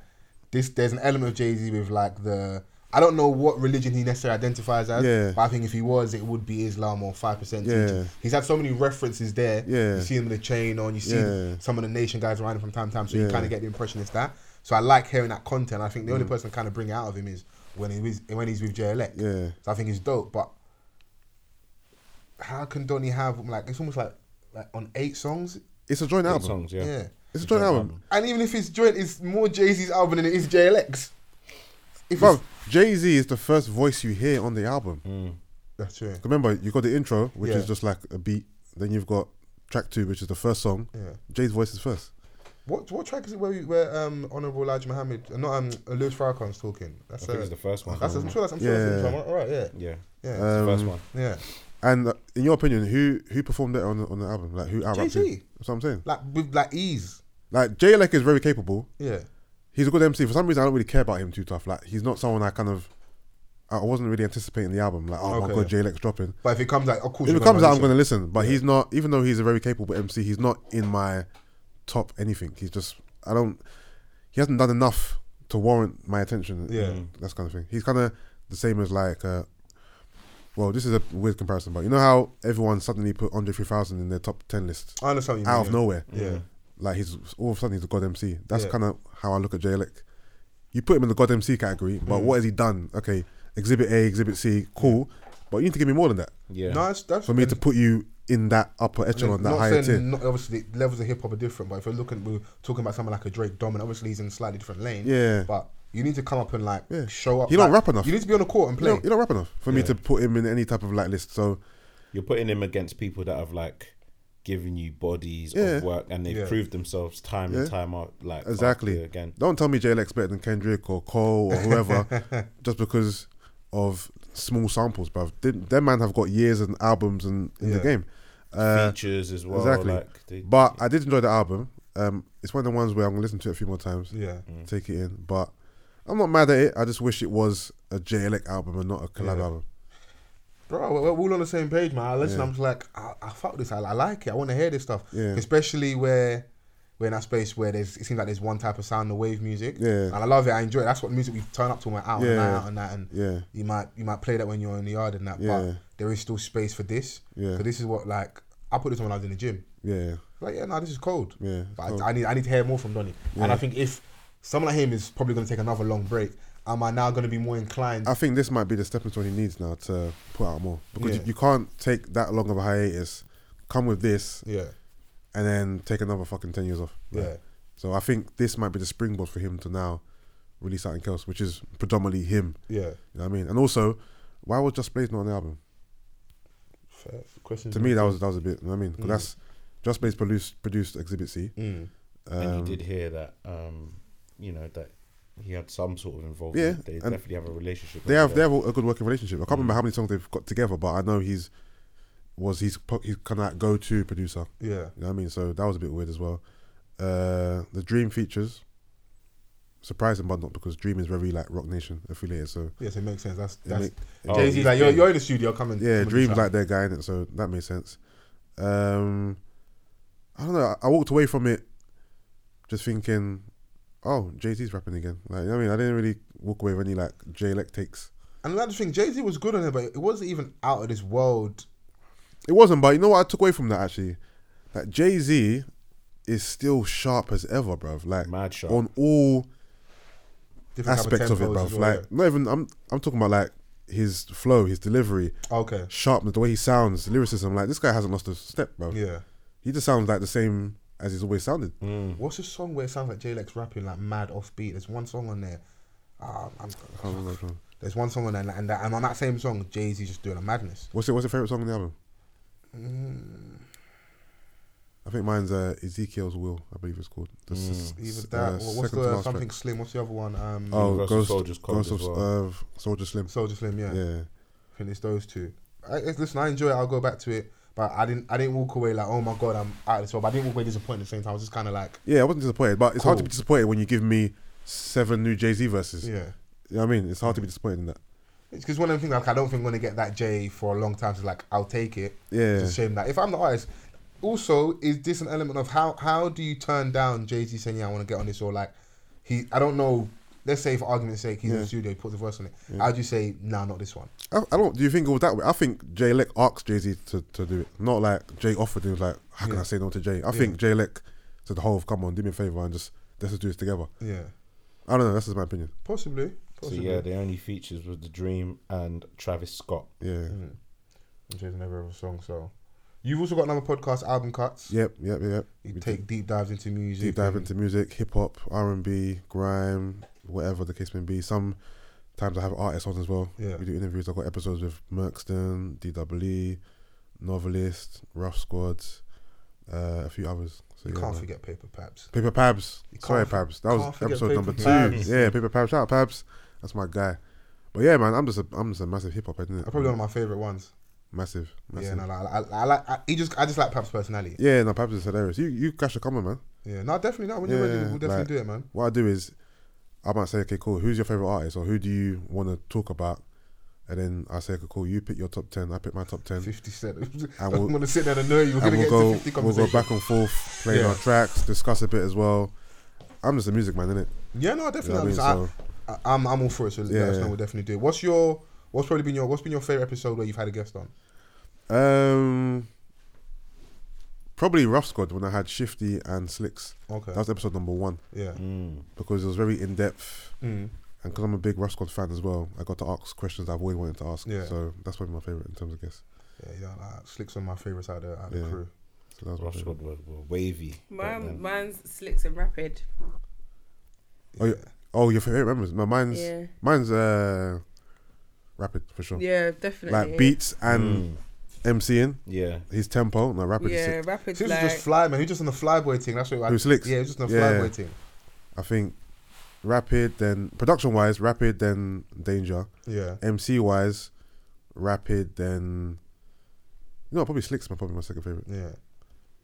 Speaker 1: this there's an element of Jay Z with like the I don't know what religion he necessarily identifies as,
Speaker 7: Yeah.
Speaker 1: but I think if he was, it would be Islam or five percent.
Speaker 7: Yeah.
Speaker 1: he's had so many references there.
Speaker 7: Yeah.
Speaker 1: you see him in the chain on, you see
Speaker 7: Yeah.
Speaker 1: some of the nation guys around him from time to time, so you
Speaker 7: Yeah. Mm.
Speaker 1: kind of get the impression it's that. So I like hearing that content. I think the only person kind of bring it out of him is when he was when he's with JLX.
Speaker 7: Yeah.
Speaker 1: so I think he's dope, but how can Donny have like it's almost like like on eight songs?
Speaker 7: it's a joint album.
Speaker 5: Songs, yeah.
Speaker 1: Yeah.
Speaker 7: It's a joint album.
Speaker 1: And even if it's joint, it's more Jay Z's album than it is JLX. If
Speaker 7: Bro,
Speaker 1: it's-
Speaker 7: Jay Z is the first voice you hear on the album.
Speaker 5: Mm,
Speaker 1: that's true.
Speaker 7: Remember, you got the intro, which
Speaker 1: Yeah.
Speaker 7: is just like a beat. Then you've got track two, which is the first song.
Speaker 1: Yeah.
Speaker 7: Jay's voice is first.
Speaker 1: What what track is it where we, where um Honorable Elijah Muhammad uh, not um Louis Farrakhan's talking? That's
Speaker 5: I think
Speaker 1: uh,
Speaker 5: it's the first one.
Speaker 1: That's, I'm sure that's I'm sure
Speaker 7: Yeah.
Speaker 1: that's it. All right, yeah,
Speaker 5: yeah.
Speaker 1: yeah,
Speaker 5: It's the first
Speaker 7: Um,
Speaker 5: one.
Speaker 1: yeah.
Speaker 7: And uh, in your opinion, who who performed it on the, on the album? Like who out rapped
Speaker 1: Jay-Z.
Speaker 7: who? That's what I'm saying.
Speaker 1: Like with like ease,
Speaker 7: Like Jay Lek is very capable.
Speaker 1: yeah.
Speaker 7: He's a good MC. For some reason, I don't really care about him too tough. Like he's not someone I kind of. I wasn't really anticipating the album. Like oh my
Speaker 1: Okay.
Speaker 7: god, Jay Lek's dropping.
Speaker 1: But if it comes out, of course.
Speaker 7: If
Speaker 1: you're
Speaker 7: it comes
Speaker 1: gonna
Speaker 7: out, I'm going to
Speaker 1: listen.
Speaker 7: listen. But he's not, even though he's a very capable MC, he's not in my top anything. He's just, I don't, he hasn't done enough to warrant my attention. Mm.
Speaker 1: Yeah.
Speaker 7: That's kind of thing. He's kind of the same as like, uh, well, this is a weird comparison, but you know how everyone suddenly put Andre 3000 in their top 10 list
Speaker 1: I understand what you mean,
Speaker 7: out of
Speaker 1: yeah.
Speaker 7: nowhere?
Speaker 1: Yeah.
Speaker 7: Like he's, all of a sudden he's a God MC. That's
Speaker 1: Yeah.
Speaker 7: kind of how I look at JLEC. You put him in the God MC category, but what has he done? Okay, Exhibit A, Exhibit C, cool. But you need to give me more than that
Speaker 5: Yeah.
Speaker 1: No, that's, that's
Speaker 7: for me
Speaker 1: and-
Speaker 7: to put you in that upper echelon, that
Speaker 1: not
Speaker 7: higher tier.
Speaker 1: saying not, obviously the levels of hip hop are different, but if we're looking, we're talking about someone like a Drake Dominant. Obviously, he's in a slightly different lane.
Speaker 7: Yeah.
Speaker 1: but you need to come up and like
Speaker 7: Yeah.
Speaker 1: show up.
Speaker 7: He don't
Speaker 1: Like,
Speaker 7: rap enough.
Speaker 1: You need to be on the court and
Speaker 7: you
Speaker 1: play.
Speaker 7: don't, you don't rap enough for me to put him in any type of like list. So
Speaker 5: You're putting him against people that have like given you bodies
Speaker 7: Yeah.
Speaker 5: of work and they've
Speaker 1: Yeah.
Speaker 5: proved themselves time
Speaker 7: Yeah.
Speaker 5: and time out. Like after
Speaker 7: exactly,
Speaker 5: again.
Speaker 7: don't tell me JLX better than Kendrick or Cole or whoever, just because of small samples, bruv. Them them man have got years and albums and in the
Speaker 1: Yeah.
Speaker 7: game. Uh,
Speaker 5: Features as well.
Speaker 7: exactly.
Speaker 5: Like, they-
Speaker 7: but I did enjoy the album. Um, it's one of the ones where I'm gonna listen to it a few more times.
Speaker 1: Yeah.
Speaker 7: take it in. But I'm not mad at it. I just wish it was a JLEC album and not a collab
Speaker 1: Yeah.
Speaker 7: album.
Speaker 1: Bro, we're, we're all on the same page, man. I listen,
Speaker 7: Yeah.
Speaker 1: I'm just like, I, I fuck this. I, I like it. I want to hear this stuff.
Speaker 7: Yeah.
Speaker 1: Especially where we're in that space where there's it seems like there's one type of sound, the wave music.
Speaker 7: Yeah.
Speaker 1: And I love it. I enjoy it. That's what music we turn up to when we're out and
Speaker 7: Yeah.
Speaker 1: out and that. And
Speaker 7: Yeah.
Speaker 1: you might you might play that when you're in the yard and that.
Speaker 7: Yeah.
Speaker 1: But there is still space for this.
Speaker 7: Yeah.
Speaker 1: So this is what like I put this on when I was in the gym.
Speaker 7: Yeah.
Speaker 1: Like yeah, no, this is cold.
Speaker 7: Yeah, it's
Speaker 1: But
Speaker 7: cold.
Speaker 1: I, I need I need to hear more from Donny. And I think if someone like him is probably going to take another long break, am I now going to be more inclined?
Speaker 7: I think this might be the stepping stone he needs now to put out more because
Speaker 1: Yeah.
Speaker 7: you, you can't take that long of a hiatus, come with this,
Speaker 1: yeah.
Speaker 7: and then take another fucking ten years off. Like,
Speaker 1: Yeah.
Speaker 7: So I think this might be the springboard for him to now release something else, which is predominantly him.
Speaker 1: Yeah.
Speaker 7: You know what I mean? And also, why was Just Blaze not on the album?
Speaker 1: Fair. Question
Speaker 7: To me, that was that was a bit. You know what I mean? 'Cause that's Just Blaze produced produced Exhibit C.
Speaker 1: Mm.
Speaker 7: Um,
Speaker 5: and you did hear that, um, you know, that he had some sort of involvement.
Speaker 7: Yeah,
Speaker 5: they
Speaker 7: and
Speaker 5: definitely have a relationship.
Speaker 7: They
Speaker 5: over
Speaker 7: have they
Speaker 5: there.
Speaker 7: have a good working relationship. I can't remember how many songs they've got together, but I know he's was he's he's kind of like go to producer.
Speaker 1: Yeah.
Speaker 7: You know what I mean? So that was a bit weird as well. Uh, the Dream features, surprising but not because Dream is very like Rock Nation affiliated. So
Speaker 1: Yes, it makes sense. That's
Speaker 7: It
Speaker 1: that's
Speaker 7: make-
Speaker 5: Oh,
Speaker 1: Jay Z's
Speaker 5: he's
Speaker 1: like you're,
Speaker 5: been-
Speaker 1: you're in the studio. Come and
Speaker 7: yeah,
Speaker 1: come and
Speaker 7: Dream's
Speaker 1: chat.
Speaker 7: like their guy in it. So that makes sense. Um, I don't know. I, I walked away from it just thinking, oh, Jay Z's rapping again. Like you know what I mean, I didn't really walk away with any like Jay Lec takes.
Speaker 1: And another thing, Jay Z was good on it, but it wasn't even out of this world.
Speaker 7: It wasn't, but you know what I took away from that actually? That Jay Z is still sharp as ever, bruv. Like
Speaker 5: Mad sharp.
Speaker 7: on all
Speaker 1: Different type
Speaker 7: aspects of it,
Speaker 1: tempos as
Speaker 7: bruv.
Speaker 1: well,
Speaker 7: Like not even I'm I'm talking about like his flow, his delivery,
Speaker 1: yeah. okay,
Speaker 7: sharpness, the way he sounds, lyricism. Like this guy hasn't lost a step, bruv.
Speaker 1: yeah. Mm.
Speaker 7: He just sounds like the same as he's always sounded.
Speaker 1: What's this song where it sounds like Jay Lex rapping like mad offbeat? There's one song on there. Um, I'm,
Speaker 7: I don't know, bruv.
Speaker 1: there's one song on there, and, and, that, and on that same song, Jay Z just doing a madness.
Speaker 7: What's it? What's your favorite song on the album?
Speaker 1: Mm.
Speaker 7: I think mine's uh, Ezekiel's Will. I believe it's called. This is-
Speaker 1: Mm. Either
Speaker 7: uh,
Speaker 1: that, or what's
Speaker 7: second to
Speaker 1: the
Speaker 7: last track.
Speaker 1: something slim? What's the other one? Um,
Speaker 7: Oh,
Speaker 5: Universal
Speaker 7: Ghost,
Speaker 5: Soldier's Code
Speaker 7: Ghost
Speaker 5: as
Speaker 7: of
Speaker 5: well.
Speaker 7: uh, Soldier Slim.
Speaker 1: Soldier Slim. Yeah.
Speaker 7: yeah,
Speaker 1: I think it's those two. I, it's- listen, I enjoy it. I'll go back to it, but I didn't. I didn't walk away like, oh my god, I'm out of this world. But I didn't walk away disappointed. At the same time, I was just kind of like,
Speaker 7: yeah. I wasn't disappointed, but it's hard to
Speaker 1: Cool.
Speaker 7: be disappointed when you give me seven new Jay Z verses.
Speaker 1: yeah.
Speaker 7: you know what I mean. It's hard to be disappointed in that.
Speaker 1: It's because one of the things like I don't think I'm gonna get that J for a long time. So like I'll take it.
Speaker 7: Yeah.
Speaker 1: It's a shame that if I'm the artist. Also, is this an element of how how do you turn down Jay Z saying yeah I want to get on this or like he I don't know. Let's say for argument's sake he's in
Speaker 7: Yeah.
Speaker 1: the studio he puts a verse on it. How do you say nah not this one?
Speaker 7: I, I don't. Do you think it was that way? I think Jay Lec asked Jay Z to, to do it, not like Jay offered him. Like, how can
Speaker 1: Yeah.
Speaker 7: I say no to Jay? I think Jay Lec said, "The whole of come on, do me a favor and just let's just do this together."
Speaker 1: Yeah,
Speaker 7: I don't know. That's just my opinion.
Speaker 1: possibly.
Speaker 5: So
Speaker 1: possibly.
Speaker 5: yeah, the only features was the Dream and Travis Scott.
Speaker 7: Yeah.
Speaker 1: Mm. Which is never ever song. So you've also got another podcast, album cuts.
Speaker 7: Yep. Yep. Yep.
Speaker 1: You
Speaker 7: We
Speaker 1: take deep dives into music.
Speaker 7: deep dive
Speaker 1: and-
Speaker 7: into music, hip hop, R and B, grime, whatever the case may be. Sometimes I have artists on as well.
Speaker 1: Yeah.
Speaker 7: We do interviews. I've got episodes with Merkston, DWE, E, Novelist, Rough Squad, uh, a few others. So
Speaker 1: You
Speaker 7: yeah,
Speaker 1: can't
Speaker 7: man.
Speaker 1: forget Paper Paps.
Speaker 7: Paper Pabs.
Speaker 1: You can't
Speaker 7: Sorry,
Speaker 1: for-
Speaker 7: Pabs. That
Speaker 1: can't
Speaker 7: was
Speaker 1: forget
Speaker 7: episode
Speaker 1: Paper
Speaker 7: number two.
Speaker 1: Pabs.
Speaker 7: Yeah, Paper Pabs. Shout out Pabs. That's my guy. But yeah, man, I'm just a I'm just a massive hip hop head, innit?
Speaker 1: They're probably one of my favorite ones.
Speaker 7: massive, massive.
Speaker 1: Yeah, no, no, I, I, I like. I, he just, I just like Paps' personality.
Speaker 7: Yeah, no, Pabs is hilarious. You you guys should come on, man.
Speaker 1: Yeah, no, definitely not. When you're ready, we'll definitely
Speaker 7: like,
Speaker 1: do it, man.
Speaker 7: What I do is, I might say, okay, cool. Who's your favorite artist, or who do you want to talk about? And then I say, okay, cool. You pick your top ten. I pick my top ten,
Speaker 1: Fifty Cent.
Speaker 7: And
Speaker 1: I'm
Speaker 7: we'll-
Speaker 1: gonna sit there and know you. We're
Speaker 7: and
Speaker 1: gonna
Speaker 7: we'll
Speaker 1: get
Speaker 7: go.
Speaker 1: to fifty
Speaker 7: We'll go
Speaker 1: conversations.
Speaker 7: back and forth, play
Speaker 1: Yeah.
Speaker 7: our tracks, discuss a bit as well. I'm just a music man, innit?
Speaker 1: Yeah, no, definitely.
Speaker 7: You know what I
Speaker 1: I
Speaker 7: mean?
Speaker 1: I, am I'm all for it. So let us
Speaker 7: Yeah.
Speaker 1: know. We'll definitely do it. What's your, what's probably been your, what's been your favorite episode where you've had a guest on?
Speaker 7: Um, probably Rough Squad when I had Shifty and Slicks.
Speaker 1: Okay.
Speaker 7: That was episode number one
Speaker 1: Yeah.
Speaker 7: because it was very in depth,
Speaker 1: Mm.
Speaker 7: and because I'm a big Rough Squad fan as well, I got to ask questions I've always wanted to ask.
Speaker 1: Yeah.
Speaker 7: So that's probably my favorite in terms of guests.
Speaker 1: Yeah, yeah. Like, Slick's one of my favorites out of the, out of
Speaker 7: Yeah.
Speaker 1: the crew.
Speaker 7: So that was my
Speaker 5: Rough
Speaker 7: favourite.
Speaker 5: Squad were, were wavy. back
Speaker 6: Mine,
Speaker 5: then.
Speaker 6: mine's slicks and rapid.
Speaker 7: Oh, yeah. oh, your favorite members? No, mine's
Speaker 6: Yeah.
Speaker 7: mine's uh, rapid for sure.
Speaker 6: Yeah, definitely.
Speaker 7: Like beats
Speaker 1: Mm.
Speaker 7: and MCing,
Speaker 5: Mm, Yeah.
Speaker 7: his tempo. No, rapid is
Speaker 6: Yeah,
Speaker 7: sick.
Speaker 6: rapid's
Speaker 1: He was
Speaker 6: like.
Speaker 1: just fly, man. He was just on the flyboy thing. That's what. I-
Speaker 7: Who, Slicks?
Speaker 1: Yeah, he was just on the
Speaker 7: Yeah.
Speaker 1: flyboy thing.
Speaker 7: I think rapid then production wise, rapid then danger.
Speaker 1: Yeah.
Speaker 7: MC wise, rapid then. No, probably Slicks. My probably my second favorite.
Speaker 1: Yeah.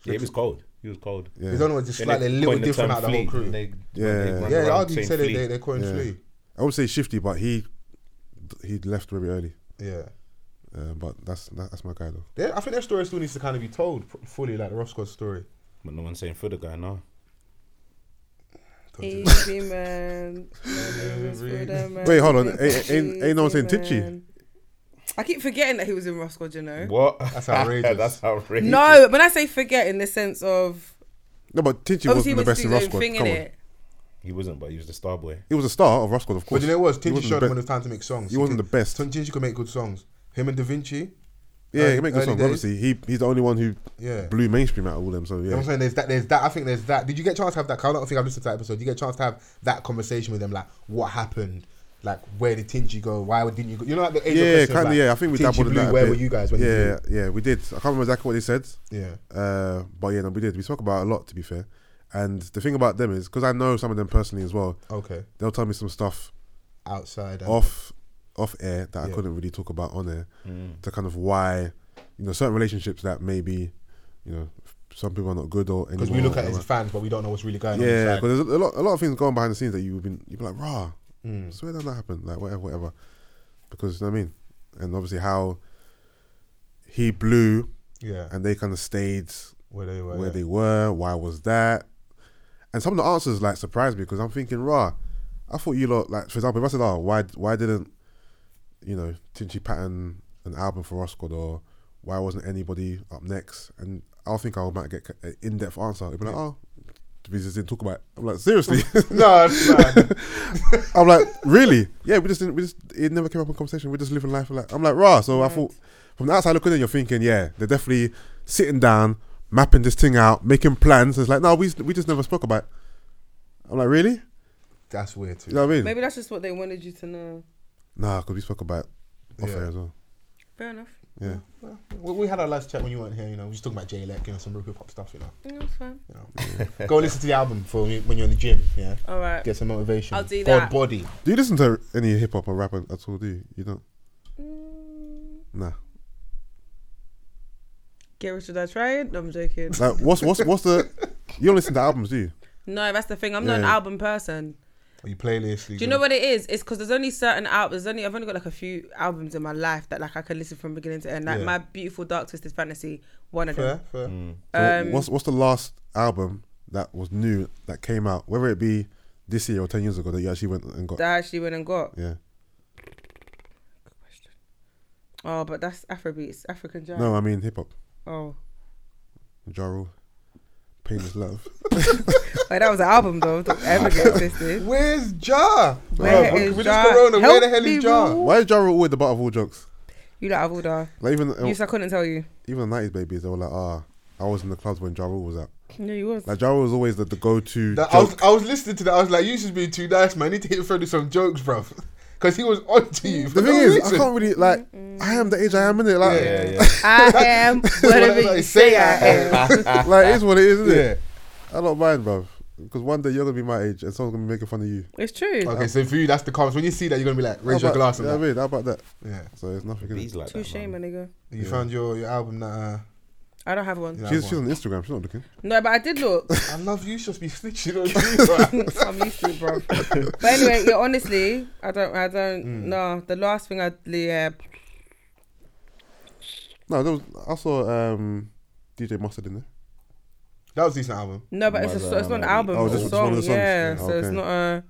Speaker 5: yeah, he was cold. He was cold.
Speaker 7: Yeah,
Speaker 1: His own was just
Speaker 5: Then
Speaker 1: slightly a
Speaker 5: they
Speaker 1: little
Speaker 5: coined the term
Speaker 1: different out of the whole
Speaker 5: flea.
Speaker 1: crew.
Speaker 5: They- when
Speaker 7: Yeah.
Speaker 5: run
Speaker 1: yeah,
Speaker 5: around
Speaker 1: they argued
Speaker 5: saying
Speaker 1: said it,
Speaker 5: flea.
Speaker 1: they they coined
Speaker 7: Yeah.
Speaker 1: flea.
Speaker 7: I would say Shifty, but he he left very early.
Speaker 1: Yeah.
Speaker 7: Uh, but that's that, that's my guy though.
Speaker 1: They- I think their story still needs to kind of be told pr- fully, like the Rough Squad story.
Speaker 5: But no one's saying for the guy, no.
Speaker 6: Easy man. Wait,
Speaker 7: Wait, hold on. Ain't- ain't- ain't no one saying Titchy?
Speaker 6: I keep forgetting that he was in Rough Squad, you know.
Speaker 5: What?
Speaker 1: That's outrageous.
Speaker 5: That's outrageous.
Speaker 6: No, when I say forget in the sense of
Speaker 7: No, but Tinchy
Speaker 6: obviously he
Speaker 7: wasn't the
Speaker 6: was
Speaker 7: best
Speaker 6: doing
Speaker 7: in
Speaker 6: his
Speaker 7: Rough
Speaker 6: own
Speaker 7: Squad.
Speaker 6: thing
Speaker 7: Come
Speaker 6: in
Speaker 7: on.
Speaker 6: it.
Speaker 5: He wasn't, but he was the star boy.
Speaker 7: He was a star of Rough Squad, of
Speaker 1: But
Speaker 7: course.
Speaker 1: you know what?
Speaker 7: He
Speaker 1: Tinji
Speaker 7: wasn't
Speaker 1: showed
Speaker 7: the
Speaker 1: him when it was
Speaker 7: be-
Speaker 1: time to make songs.
Speaker 7: He wasn't the best.
Speaker 1: Tinji could make good songs. Him and Da Vinci.
Speaker 7: Yeah, he
Speaker 1: early-
Speaker 7: make good
Speaker 1: early
Speaker 7: songs.
Speaker 1: days.
Speaker 7: Obviously, he he's the only one who
Speaker 1: Yeah.
Speaker 7: blew mainstream out of all them. So
Speaker 1: You know
Speaker 7: yeah,
Speaker 1: what I'm saying? There's that. There's that. I think there's that. Did you get a chance to have that? 'Cause I don't think I've listened to that episode. Did you get a chance to have that conversation with them? Like, what happened? Like, where did Tinji go? Why didn't you go? You know, like the age
Speaker 7: yeah,
Speaker 1: of
Speaker 7: kind of. Yeah, I think we
Speaker 1: Tinji
Speaker 7: dabbled in
Speaker 1: blew.
Speaker 7: that. a
Speaker 1: Where
Speaker 7: bit.
Speaker 1: were you guys when he
Speaker 7: Yeah,
Speaker 1: blew?
Speaker 7: yeah, we did. I can't remember exactly what they said.
Speaker 1: Yeah.
Speaker 7: Uh, but yeah, no, we did. We spoke about it a lot, to be fair. And the thing about them is, because I know some of them personally as well,
Speaker 1: Okay.
Speaker 7: they'll tell me some stuff
Speaker 1: Outside. and-
Speaker 7: off off air that I
Speaker 1: Yeah. Mm-hmm.
Speaker 7: couldn't really talk about on air to kind of why, you know, certain relationships that maybe, you know, some people are not good or
Speaker 1: Because we
Speaker 7: anymore,
Speaker 1: look at it as
Speaker 7: whatever.
Speaker 1: fans, but we don't know what's really going on.
Speaker 7: yeah,
Speaker 1: inside.
Speaker 7: because there's a lot a lot of things going behind the scenes that you've been you've been like rah,
Speaker 1: Hmm. Mm.
Speaker 7: swear that not happened, like whatever, whatever, because you know what I mean, and obviously how he blew
Speaker 1: Yeah.
Speaker 7: and they kind of stayed
Speaker 1: where they were.
Speaker 7: where
Speaker 1: yeah.
Speaker 7: they were, why was that? And some of the answers like surprised me because I'm thinking, rah, I thought you lot like for example, if I said, oh, why why didn't you know Tinchy Patton an album for Oscar or why wasn't anybody up next? And I think I might get an in depth answer. It'd be like, oh, we just didn't talk about. It. I'm like, seriously.
Speaker 1: No, no.
Speaker 7: I'm like, really? Yeah, we just didn't. We just it never came up in conversation. We're just living life. Like I'm like, rah. So I thought, from the outside looking in, you're thinking, yeah, they're definitely sitting down, mapping this thing out, making plans. It's like, no, we we just never spoke about. It. I'm like, really?
Speaker 1: that's weird too.
Speaker 7: You know what I mean?
Speaker 6: Maybe that's just what they wanted you to know.
Speaker 7: Nah, because we spoke about it off
Speaker 1: Yeah.
Speaker 7: air as well.
Speaker 6: Fair enough.
Speaker 7: Yeah,
Speaker 1: Well, we- we had our last chat when you weren't here. You know, we just talking about J Lek, you know, some real hip hop stuff. You know,
Speaker 6: No, it's fine.
Speaker 1: you know. go listen to the album for when you- when you're in the gym. Yeah,
Speaker 6: All right.
Speaker 1: get some motivation.
Speaker 6: I'll do
Speaker 1: God
Speaker 6: that.
Speaker 1: body.
Speaker 7: do you listen to any hip hop or rap at all? Do you? You don't?
Speaker 6: Mm,
Speaker 7: Nah.
Speaker 6: Get rich or die trying. No, I'm joking.
Speaker 7: Like, what's what's what's the? You don't listen to albums, do you?
Speaker 6: No, that's the thing. I'm not an
Speaker 7: Yeah.
Speaker 6: album person.
Speaker 1: Are you playlist?
Speaker 6: Do you know what it is? It's because there's only certain albums. There's only I've only got like a few albums in my life that like I can listen from beginning to end. Like
Speaker 1: Yeah.
Speaker 6: my beautiful dark twisted fantasy, one of
Speaker 1: Fair,
Speaker 6: them.
Speaker 1: fair.
Speaker 7: Mm. So what's what's the last album that was new that came out, whether it be this year or ten years ago, that you actually went and got?
Speaker 6: That I actually went and got.
Speaker 7: yeah.
Speaker 6: Oh, but that's Afrobeats, African jazz.
Speaker 7: No, I mean hip hop.
Speaker 6: Oh,
Speaker 7: Jarrell, Pain is Love.
Speaker 6: like that was an album though. Don't ever get twisted.
Speaker 1: Where's Ja?
Speaker 6: Where
Speaker 1: Bruh,
Speaker 6: is
Speaker 1: we- we
Speaker 6: Ja?
Speaker 1: just Corona. Where
Speaker 6: Help
Speaker 1: the hell
Speaker 6: me,
Speaker 1: is Ja?
Speaker 6: bro.
Speaker 7: Why is Jarrell always the butt of all jokes?
Speaker 6: You lot have all the.
Speaker 7: Like even
Speaker 1: Oh.
Speaker 7: uh,
Speaker 6: You I couldn't tell you.
Speaker 7: even the nineties babies, they were like, ah, I was in the clubs when Jarrell was out.
Speaker 6: No, you was.
Speaker 7: Like Jarrell was always the, the go to.
Speaker 1: That- I was, I was listening to that. I was like, you should be too nice, man. I need to hit through to some jokes, bruv. Because he was on to you. For
Speaker 7: The
Speaker 1: no
Speaker 7: thing is, I
Speaker 1: reason.
Speaker 7: can't really like. I am the age I am in it. Like,
Speaker 1: Yeah.
Speaker 5: yeah.
Speaker 6: I am whatever
Speaker 1: I say
Speaker 6: you say I
Speaker 1: I
Speaker 6: am.
Speaker 7: like it's what it is, isn't
Speaker 1: Yeah.
Speaker 7: it? I don't mind, bruv. Because one day you're gonna be my age and someone's gonna be making fun of you.
Speaker 6: It's true.
Speaker 1: Okay, so for you, that's the comments. When you see that, you're gonna be like,
Speaker 7: How
Speaker 1: raise your
Speaker 7: about-
Speaker 1: glass
Speaker 7: you
Speaker 1: and
Speaker 7: know what I
Speaker 1: that.
Speaker 7: mean, how about that?
Speaker 1: Yeah.
Speaker 7: So it's nothing. innit?
Speaker 5: He's like
Speaker 6: Too
Speaker 5: that.
Speaker 6: shame,
Speaker 5: man.
Speaker 6: my nigga.
Speaker 1: You found your, your album that. Uh,
Speaker 6: I don't have one.
Speaker 1: you know,
Speaker 7: She's, she's
Speaker 1: one.
Speaker 7: on Instagram. She's not looking.
Speaker 6: No, but I did look.
Speaker 1: I love you. Just be snitching on you. bruh.
Speaker 6: I'm used to it, bro. But anyway, yeah, honestly, I don't, I don't.
Speaker 7: Hmm.
Speaker 6: No, the last thing I, yeah,
Speaker 7: No, there was, I saw um, DJ Mustard in there.
Speaker 1: that was a decent album.
Speaker 6: no, but it's a, so- it's not an album,
Speaker 7: Oh,
Speaker 6: it's a
Speaker 7: just- just one
Speaker 6: song,
Speaker 7: of the songs.
Speaker 6: yeah.
Speaker 7: Yeah,
Speaker 6: So it's
Speaker 7: okay.
Speaker 6: not a.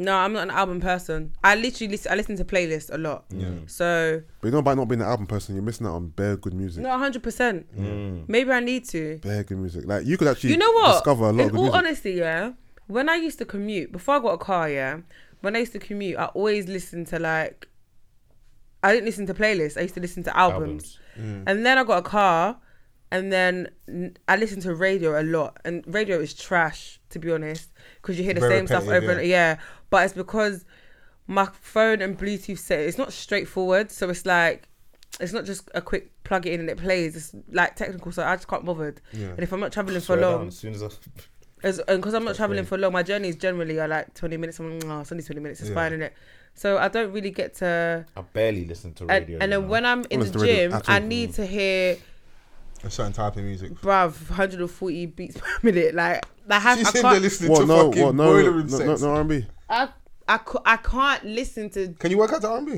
Speaker 6: No, I'm not an album person. I literally listen. I listen to playlists a lot. So
Speaker 7: But you know, by not being an album person, you're missing out on bare good music.
Speaker 6: not 100. percent Maybe I need to.
Speaker 7: Bare good music. Like Hmm. you could actually
Speaker 6: You know what?
Speaker 7: discover a lot
Speaker 6: In
Speaker 7: of good
Speaker 6: all
Speaker 7: music.
Speaker 6: honesty, yeah. When I used to commute before I got a car, yeah. When I used to commute, I always listened to like. I didn't listen to playlists. I used to listen to albums.
Speaker 5: Albums.
Speaker 6: And then I got a car, and then n- I listened to radio a lot. And radio is trash, to be honest, because you hear the
Speaker 1: Very
Speaker 6: same stuff
Speaker 1: repetitive,
Speaker 6: over. and Yeah, but it's because my phone and Bluetooth set it's not straightforward. So it's like it's not just a quick plug it in and it plays. It's like technical, so I just can't bothered.
Speaker 1: Yeah.
Speaker 6: And if I'm not traveling for
Speaker 5: Swear down,
Speaker 6: long,
Speaker 5: As soon as I,
Speaker 6: as and because I'm not
Speaker 5: That's
Speaker 6: traveling
Speaker 5: right.
Speaker 6: for long, my journeys generally are like 20 minutes. I'm like, oh, it's only 20 minutes. It's
Speaker 1: Yeah.
Speaker 6: fine, is it? So I don't really get to.
Speaker 5: I barely listen to
Speaker 6: And,
Speaker 5: radio.
Speaker 6: and then when I'm in
Speaker 7: listen
Speaker 6: the
Speaker 7: to radio
Speaker 6: gym,
Speaker 7: at
Speaker 6: I
Speaker 7: all.
Speaker 6: need to hear
Speaker 1: A certain type of music.
Speaker 6: bruv 140 beats per minute. Like I have,
Speaker 1: She's
Speaker 6: I
Speaker 1: in there
Speaker 6: can't.
Speaker 1: listening
Speaker 7: what?
Speaker 1: to
Speaker 7: No,
Speaker 1: fucking
Speaker 7: what? No,
Speaker 1: boiler room
Speaker 7: no,
Speaker 1: sex.
Speaker 7: no, no R&B.
Speaker 6: I, I, cou- I can't listen to.
Speaker 1: Can you work out to R&B?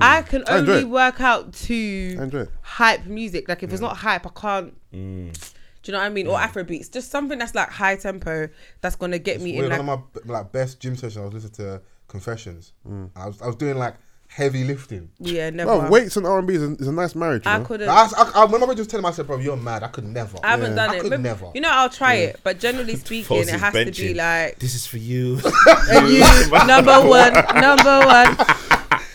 Speaker 6: I can
Speaker 7: I enjoy
Speaker 6: only
Speaker 7: it.
Speaker 6: work out to
Speaker 7: I enjoy it.
Speaker 6: hype music. Like if it's not hype, I can't. Do you know what I mean? Or Afro beats, just something that's like high tempo that's gonna get me in.
Speaker 1: Weird,
Speaker 6: Like,
Speaker 1: one of my b- like best gym sessions, I was listening to Confessions. I was I was doing like heavy lifting.
Speaker 6: yeah, never.
Speaker 7: Well, weights Oh, and R and B is, a- is a nice marriage. You
Speaker 6: I
Speaker 7: know?
Speaker 6: couldn't.
Speaker 1: Like, I, I, I remember just telling myself, bro, you're mad. I could never.
Speaker 6: I haven't done
Speaker 1: I
Speaker 6: it.
Speaker 1: could
Speaker 6: Maybe-
Speaker 1: never.
Speaker 6: You know, I'll try it, but generally speaking, it
Speaker 5: Forces
Speaker 6: has to be
Speaker 5: benching.
Speaker 6: like
Speaker 5: This is for you.
Speaker 6: number one, number one.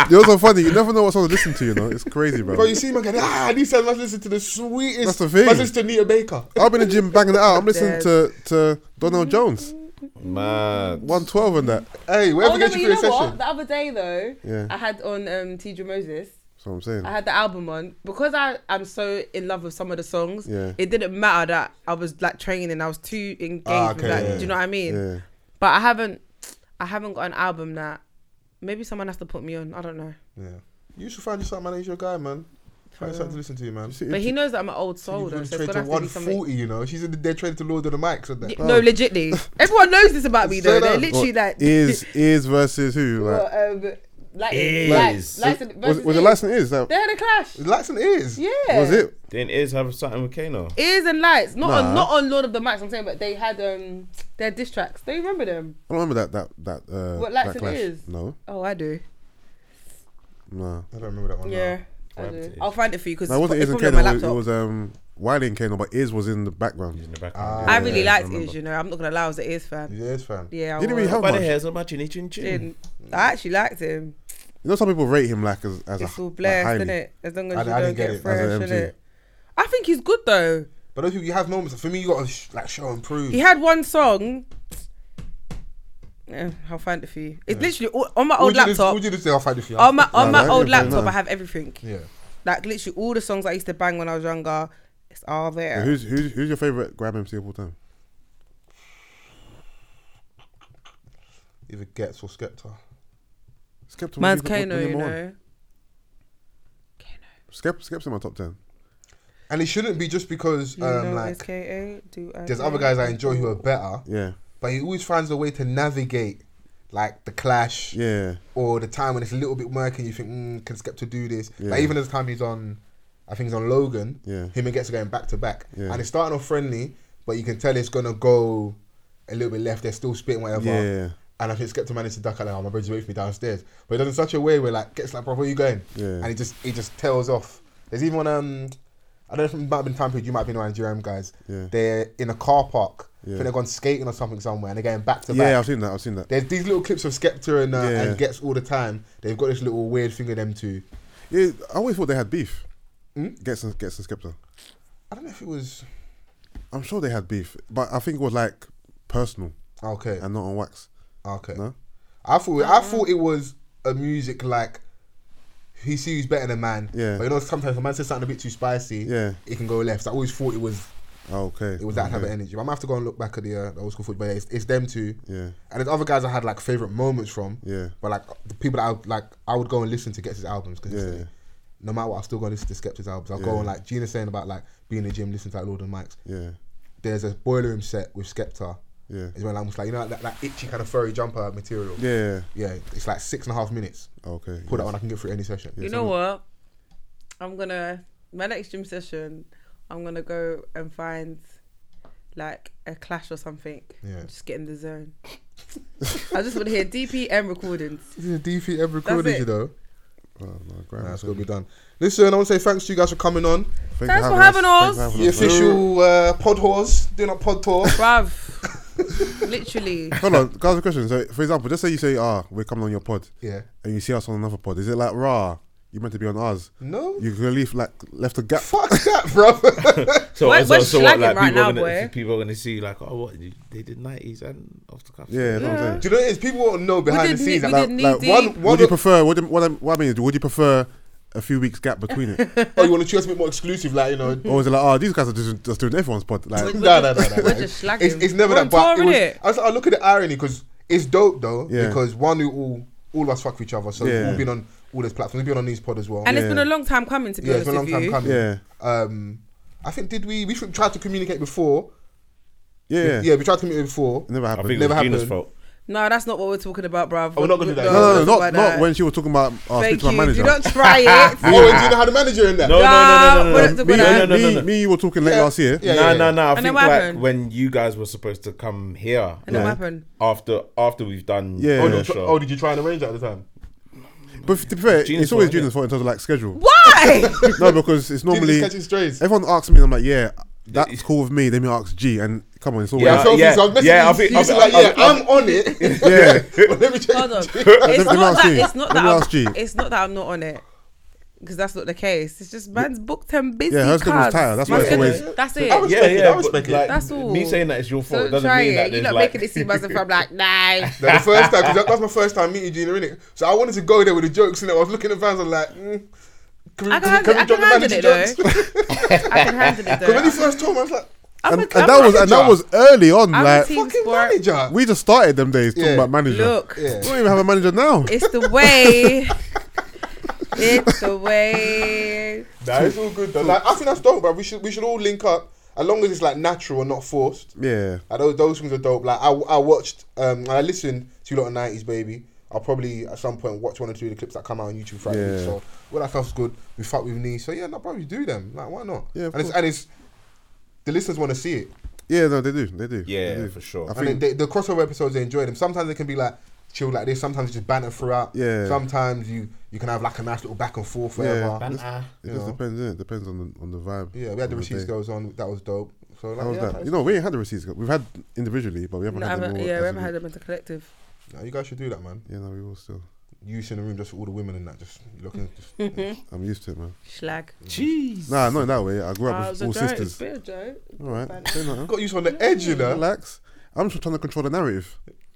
Speaker 7: You're so funny. You never know what song to listen to. You know, it's crazy, bro.
Speaker 1: Bro, you see, man, going, ah, these guys must listen to the sweetest.
Speaker 7: That's the thing.
Speaker 1: Must listen to Nita Baker.
Speaker 7: I've been in the gym banging it out. I'm listening to to Donald Jones,
Speaker 5: Mad.
Speaker 7: 112 and that.
Speaker 1: Hey, wherever
Speaker 6: Oh, no,
Speaker 1: gets
Speaker 6: but
Speaker 1: you
Speaker 6: you
Speaker 1: through a
Speaker 6: know
Speaker 1: session.
Speaker 6: what? The other day though,
Speaker 7: Yeah.
Speaker 6: I had on um, Tidra Moses.
Speaker 7: That's what I'm saying.
Speaker 6: I had the album on because I am so in love with some of the songs.
Speaker 7: Yeah.
Speaker 6: It didn't matter that I was like training. I was too engaged
Speaker 1: Ah,
Speaker 6: with
Speaker 1: okay,
Speaker 6: that.
Speaker 1: yeah,
Speaker 6: Do you know what I mean?
Speaker 7: yeah.
Speaker 6: But I haven't, I haven't got an album that. Maybe someone has to put me on. I don't know.
Speaker 1: Yeah. You should find yourself, man. He's your guy, man. Find something to listen to, man.
Speaker 7: See,
Speaker 6: But he knows that I'm an old
Speaker 1: You're
Speaker 6: soul, though,
Speaker 1: gonna
Speaker 6: so
Speaker 1: trade
Speaker 6: it's
Speaker 1: to
Speaker 6: gonna have to be something.
Speaker 1: 140, you know. She's in the dead trade to Lord of the Mics and that.
Speaker 6: Y- No, legitly, everyone knows this about me, though.
Speaker 1: Straight
Speaker 6: They're
Speaker 1: up.
Speaker 6: literally like
Speaker 7: is is versus who? Like,
Speaker 6: Well, um, like,
Speaker 5: Is.
Speaker 6: like, like,
Speaker 7: was, was the last one is that?
Speaker 6: They had a clash.
Speaker 1: Lights and ears.
Speaker 6: Yeah.
Speaker 7: Was it?
Speaker 5: Then is have something with Kano.
Speaker 6: Ears and lights, not
Speaker 7: Nah.
Speaker 6: on, not on Lord of the Mics. I'm saying, but they had um their diss tracks. Do you remember them?
Speaker 7: I don't remember that that that. Uh,
Speaker 6: What, Lights
Speaker 7: that
Speaker 6: and
Speaker 7: clash.
Speaker 6: Ears?
Speaker 7: No,
Speaker 6: Oh, I do.
Speaker 7: no.
Speaker 1: I don't remember that one.
Speaker 6: Yeah, I
Speaker 5: What happened
Speaker 6: do.
Speaker 5: to
Speaker 6: I'll find it for you because
Speaker 7: No, it wasn't
Speaker 6: it's
Speaker 7: Iz and
Speaker 6: probably on my
Speaker 7: Kano. It,
Speaker 6: laptop.
Speaker 7: was um Wiley and Kano, but Iz was in the background.
Speaker 5: In the background.
Speaker 1: Ah,
Speaker 6: I really
Speaker 1: yeah,
Speaker 6: liked Ears, you know. I'm not gonna lie, I was an Ears
Speaker 1: No.
Speaker 6: fan.
Speaker 1: Yeah, it's fine.
Speaker 6: Yeah, I
Speaker 7: He didn't really
Speaker 6: was.
Speaker 7: help
Speaker 5: By the
Speaker 7: much.
Speaker 5: hairs on my chinny chin chin.
Speaker 6: Didn't. I actually liked him.
Speaker 7: You know, some people rate him like as as
Speaker 6: It's
Speaker 7: a
Speaker 6: all
Speaker 7: like,
Speaker 6: blessed,
Speaker 7: highly.
Speaker 6: isn't it? As long as
Speaker 1: I-
Speaker 6: you
Speaker 1: I
Speaker 6: don't
Speaker 1: didn't get
Speaker 6: get
Speaker 1: it as
Speaker 7: an
Speaker 6: fresh,
Speaker 7: MC.
Speaker 6: innit? I think he's good though.
Speaker 1: But those people, you have moments. For me, you got to sh- like show and prove.
Speaker 6: He had one song. Yeah, I'll find it for you. It's literally all, on my old
Speaker 1: Would you just-
Speaker 6: Oh, laptop.
Speaker 1: Would you just say I'll find it for you?
Speaker 6: on my on
Speaker 7: No,
Speaker 6: my
Speaker 7: that
Speaker 6: old
Speaker 7: ain't fair,
Speaker 6: laptop,
Speaker 7: no.
Speaker 6: I have everything.
Speaker 1: Yeah.
Speaker 6: Like literally all the songs I used to bang when I was younger, it's all
Speaker 7: Yeah,
Speaker 6: there.
Speaker 7: who's who's who's your favorite grab MC of all time?
Speaker 1: Either Gets or Skepta.
Speaker 7: Skepta. would
Speaker 6: Man's
Speaker 7: be the- would be
Speaker 6: Kano, you
Speaker 7: number one.
Speaker 6: know.
Speaker 7: Skep, Skep's in my top ten.
Speaker 1: And it shouldn't be just because
Speaker 6: You
Speaker 1: um
Speaker 6: know it's
Speaker 1: like
Speaker 6: K.A. Do I
Speaker 1: there's
Speaker 6: know?
Speaker 1: other guys I enjoy who are better,
Speaker 7: Yeah,
Speaker 1: but he always finds a way to navigate like the clash
Speaker 7: yeah.
Speaker 1: or the time when it's a little bit murky and you think, mm, can Skepta do this?
Speaker 7: Yeah.
Speaker 1: Like even at the time he's on, I think he's on Logan.
Speaker 7: Yeah.
Speaker 1: Him and Gets are going back to back,
Speaker 7: Yeah.
Speaker 1: and it's starting off friendly, but you can tell it's gonna go a little bit left. They're still spitting whatever.
Speaker 7: Yeah.
Speaker 1: And I think Skepta managed to duck out like, oh, my brother's waiting for me downstairs. But he does it in such a way where like gets like, bro, where you going?
Speaker 7: Yeah.
Speaker 1: And he just he just tails off. There's even um I don't know if it might have been time period, you might have been around GM guys.
Speaker 7: Yeah.
Speaker 1: They're in a car park. I think
Speaker 7: Yeah.
Speaker 1: they're gone skating or something somewhere and they're going back to back.
Speaker 7: Yeah, I've seen that. I've seen that.
Speaker 1: There's these little clips of Skepta and, uh,
Speaker 7: Yeah.
Speaker 1: and Gets all the time. They've got this little weird thing of them two.
Speaker 7: Yeah, I always thought they had beef.
Speaker 1: Hmm?
Speaker 7: Gets and Gets and Skepta.
Speaker 1: I don't know if it was
Speaker 7: I'm sure they had beef, but I think it was like personal
Speaker 1: okay.
Speaker 7: and not on wax.
Speaker 1: Okay.
Speaker 7: No?
Speaker 1: I thought I thought it was a music like he sees better than man.
Speaker 7: Yeah.
Speaker 1: But you know sometimes a man says something a bit too spicy.
Speaker 7: Yeah.
Speaker 1: It can go left. I always thought it was
Speaker 7: Oh, okay.
Speaker 1: it was that
Speaker 7: okay.
Speaker 1: type of energy. But I'm gonna have to go and look back at the, uh, the old school football. Yeah, it's, it's them two.
Speaker 7: Yeah.
Speaker 1: And there's other guys I had like favorite moments from.
Speaker 7: Yeah.
Speaker 1: But like the people that I would, like I would go and listen to Gets' albums consistently.
Speaker 7: Yeah.
Speaker 1: No matter what, I'll still go and listen to Skepta's albums. I'll go
Speaker 7: Yeah.
Speaker 1: and like Gina's saying about like being in the gym, listening to like Lord and Mike's.
Speaker 7: Yeah.
Speaker 1: There's a boiler room set with Skepta.
Speaker 7: Yeah.
Speaker 1: It's when I'm just like you know that, that itchy kind of furry jumper material.
Speaker 7: Yeah.
Speaker 1: Yeah, it's like six and a half minutes.
Speaker 7: Okay.
Speaker 1: Put that
Speaker 7: yes.
Speaker 1: on, I can get through any session.
Speaker 6: You know what? I'm gonna my next gym session. I'm gonna go and find like a clash or something.
Speaker 1: Yeah.
Speaker 6: Just get in the zone. I just want to hear DPM recordings.
Speaker 1: This is a DP every recording,
Speaker 6: it.
Speaker 1: you know.
Speaker 7: Oh, no, grab
Speaker 1: That's
Speaker 7: it.
Speaker 1: gonna be done. Listen, I want to say thanks to you guys for coming on.
Speaker 7: Thank you
Speaker 6: Thanks for having us.
Speaker 7: Thanks for
Speaker 1: The official uh, pod whores doing a pod tour.
Speaker 6: Bruv. Literally.
Speaker 7: Hold on, guys, a question. So, for example, just say you say, "Ah, we're coming on your pod,"
Speaker 1: yeah.
Speaker 7: and you see us on another pod. Is it like raw? You meant to be on ours.
Speaker 1: No.
Speaker 7: You could leave like left a gap.
Speaker 1: Fuck that, bro.
Speaker 5: So,
Speaker 6: Why-
Speaker 5: so,
Speaker 6: why
Speaker 5: so what?
Speaker 6: slagging
Speaker 5: Like people,
Speaker 6: right
Speaker 5: are
Speaker 6: now,
Speaker 5: gonna,
Speaker 6: boy?
Speaker 5: people are gonna see like, oh, what you- they did nineties and off the cuff.
Speaker 7: Yeah, that's what I'm
Speaker 1: Do
Speaker 7: saying.
Speaker 1: you know what it is? People won't know behind the
Speaker 6: did
Speaker 1: scenes.
Speaker 6: need- we
Speaker 1: that-
Speaker 6: did
Speaker 1: like,
Speaker 6: need
Speaker 1: one,
Speaker 6: deep.
Speaker 1: one
Speaker 7: Would you prefer? Would you, what, I'm, what I mean is, would you prefer a few weeks gap between it,
Speaker 1: oh, you want to choose a bit more exclusive, like you know.
Speaker 7: or was it like, "Oh, these guys are just, just doing everyone's pod"? Like,
Speaker 1: no, no, no, no. no.
Speaker 6: We're just slagging.
Speaker 1: It's, it's never
Speaker 6: We're
Speaker 1: that. But
Speaker 6: on tour,
Speaker 1: it was,
Speaker 6: innit?
Speaker 1: I, was, I look at the irony because it's dope though.
Speaker 7: Yeah.
Speaker 1: Because one, we all all of us fuck with each other, so
Speaker 7: Yeah.
Speaker 1: we've all been on all those platforms. We've been on these pod as well.
Speaker 6: And it's
Speaker 7: Yeah.
Speaker 6: been a long time coming to be
Speaker 1: yeah, it's
Speaker 6: honest
Speaker 1: been a long
Speaker 6: with
Speaker 1: time
Speaker 6: you.
Speaker 1: coming.
Speaker 7: yeah,
Speaker 1: Um, I think did we we should try to communicate before.
Speaker 7: yeah,
Speaker 1: Yeah, we tried to communicate before.
Speaker 7: It never
Speaker 5: I
Speaker 7: happened.
Speaker 5: think it
Speaker 1: Never
Speaker 5: was Gina's
Speaker 1: happened.
Speaker 5: fault.
Speaker 6: No, that's not what we're talking about, bruv.
Speaker 1: we're not gonna do that.
Speaker 7: No, no, no,
Speaker 6: we're
Speaker 7: Oh, not,
Speaker 6: about
Speaker 7: not
Speaker 6: that.
Speaker 7: when she was talking about uh, speak
Speaker 6: Thank
Speaker 7: to
Speaker 6: you.
Speaker 7: my
Speaker 6: If
Speaker 7: manager.
Speaker 6: you don't try it,
Speaker 1: Oh, and do you know how the manager in that?
Speaker 5: No, no, no, no,
Speaker 6: Nah,
Speaker 5: no, no, no,
Speaker 6: what- what-
Speaker 5: no, no,
Speaker 7: me,
Speaker 5: no, no, no.
Speaker 7: me, you were talking late
Speaker 1: Yeah.
Speaker 7: last year.
Speaker 1: Yeah,
Speaker 5: Nah, nah, nah. I
Speaker 6: And
Speaker 5: think
Speaker 6: then what
Speaker 5: like
Speaker 6: happened?
Speaker 5: when you guys were supposed to come here
Speaker 6: and it happened.
Speaker 5: after after we've done
Speaker 7: Yeah.
Speaker 5: the
Speaker 1: Oh, did you tr-
Speaker 5: show.
Speaker 1: oh, did you try and arrange that at the time?
Speaker 7: But to be fair,
Speaker 5: Genius
Speaker 7: it's
Speaker 5: fault,
Speaker 7: always
Speaker 5: yeah.
Speaker 7: Julian's fault in terms of like schedule.
Speaker 6: Why?
Speaker 7: No, because it's normally
Speaker 1: Normally catching strays.
Speaker 7: everyone asks me, and I'm like, yeah, that's cool with me. Then you ask G, and come on, it's always
Speaker 5: Yeah,
Speaker 1: I told
Speaker 5: yeah,
Speaker 1: you, so I was messaging
Speaker 5: yeah, I
Speaker 1: you,
Speaker 5: think-
Speaker 1: you
Speaker 5: I
Speaker 1: was
Speaker 5: think-
Speaker 1: like,
Speaker 5: I
Speaker 1: yeah,
Speaker 5: think- I
Speaker 1: I'm on it.
Speaker 7: yeah.
Speaker 1: But let me check.
Speaker 6: Hold on.
Speaker 1: the-
Speaker 6: It's
Speaker 7: Let me
Speaker 6: not
Speaker 7: ask
Speaker 6: that.
Speaker 7: you.
Speaker 6: It's not
Speaker 7: Let
Speaker 6: that.
Speaker 7: me ask you.
Speaker 6: I'm- It's not that I'm not on it. Because that's not the case. It's just man's booked and busy.
Speaker 7: Yeah, her schedule's
Speaker 6: cuz.
Speaker 7: tired, that's
Speaker 6: My
Speaker 7: why it's
Speaker 6: schedule-
Speaker 7: always-
Speaker 6: That's
Speaker 1: I
Speaker 6: it.
Speaker 1: was-
Speaker 5: yeah,
Speaker 1: respect it,
Speaker 5: yeah,
Speaker 1: I respect
Speaker 5: but
Speaker 1: it.
Speaker 5: like
Speaker 6: That's all.
Speaker 5: me saying that it's your fault
Speaker 6: So
Speaker 5: doesn't
Speaker 6: try
Speaker 5: mean that
Speaker 6: it. You're
Speaker 5: there's
Speaker 6: not
Speaker 5: like
Speaker 6: making it seem as if I'm like, nah.
Speaker 1: No, the first time, because that, that's my first time meeting Gina, innit? So I wanted to go there with the jokes, and I was looking at Vans, I was like, mm, can we,
Speaker 6: I
Speaker 1: can we-
Speaker 6: can,
Speaker 1: can we
Speaker 6: handle,
Speaker 1: drop the
Speaker 6: I can handle
Speaker 1: manager
Speaker 6: it
Speaker 1: jokes?
Speaker 6: though. I can handle it
Speaker 1: Because when he
Speaker 6: though.
Speaker 1: first told me, I was like,
Speaker 6: I'm
Speaker 7: and,
Speaker 6: a-
Speaker 7: and
Speaker 6: I'm
Speaker 7: that
Speaker 6: a
Speaker 7: was and that
Speaker 6: manager.
Speaker 7: was early on.
Speaker 6: I'm a
Speaker 7: like
Speaker 6: team-
Speaker 1: fucking
Speaker 6: Sport.
Speaker 1: manager.
Speaker 7: we just started them days talking
Speaker 1: Yeah.
Speaker 7: about manager.
Speaker 6: Look,
Speaker 7: we
Speaker 1: yeah.
Speaker 7: don't even have a manager now.
Speaker 6: it's the way. it's the way.
Speaker 1: Nah, it's all good though. Like, I think that's dope, bro. We should we should all link up as long as it's like natural and not forced.
Speaker 7: Yeah,
Speaker 1: Like, those those things are dope. Like I, I watched um and I listened to a lot of nineties baby. I'll probably at some point watch one or two of the clips that come out on YouTube Friday.
Speaker 7: Yeah.
Speaker 1: So all that stuff's good. We fuck with knee. So yeah, no, probably do them. Like why not?
Speaker 7: Yeah, of
Speaker 1: and it's
Speaker 7: course.
Speaker 1: and it's the listeners want to see it.
Speaker 7: yeah, no, they do, they do.
Speaker 5: Yeah,
Speaker 7: they do.
Speaker 5: for sure.
Speaker 7: I
Speaker 1: And
Speaker 7: think
Speaker 1: they, the crossover episodes, they enjoy them. Sometimes they can be like chill like this. Sometimes it's just banter throughout.
Speaker 7: Yeah.
Speaker 1: Sometimes you you can have like a nice little back and forth.
Speaker 7: yeah,
Speaker 1: Whatever.
Speaker 7: it just, it
Speaker 1: you
Speaker 7: just
Speaker 1: know.
Speaker 7: depends. innit? It depends on the on the vibe.
Speaker 1: Yeah, we had the
Speaker 7: on
Speaker 1: receipts
Speaker 7: day.
Speaker 1: goes on. That was dope. So like,
Speaker 7: How was
Speaker 1: yeah,
Speaker 7: that? You know, we ain't had the receipts. go- We've had individually, but we haven't
Speaker 6: No, I
Speaker 7: had them.
Speaker 6: haven't-
Speaker 7: all
Speaker 6: yeah,
Speaker 7: as
Speaker 6: we
Speaker 7: a
Speaker 6: haven't had
Speaker 7: group.
Speaker 6: them as a collective.
Speaker 1: Nah, you guys should do that, man.
Speaker 7: Yeah, no, we all still.
Speaker 1: You sit in the room just for all the women and that. Just you looking. Just,
Speaker 7: I'm used to it, man.
Speaker 6: Schlag.
Speaker 5: Jeez.
Speaker 7: Nah, not in that way. I grew up with all sisters. All right, say nothing.
Speaker 1: got you on the edge, you know.
Speaker 7: Relax. I'm just trying to control the narrative.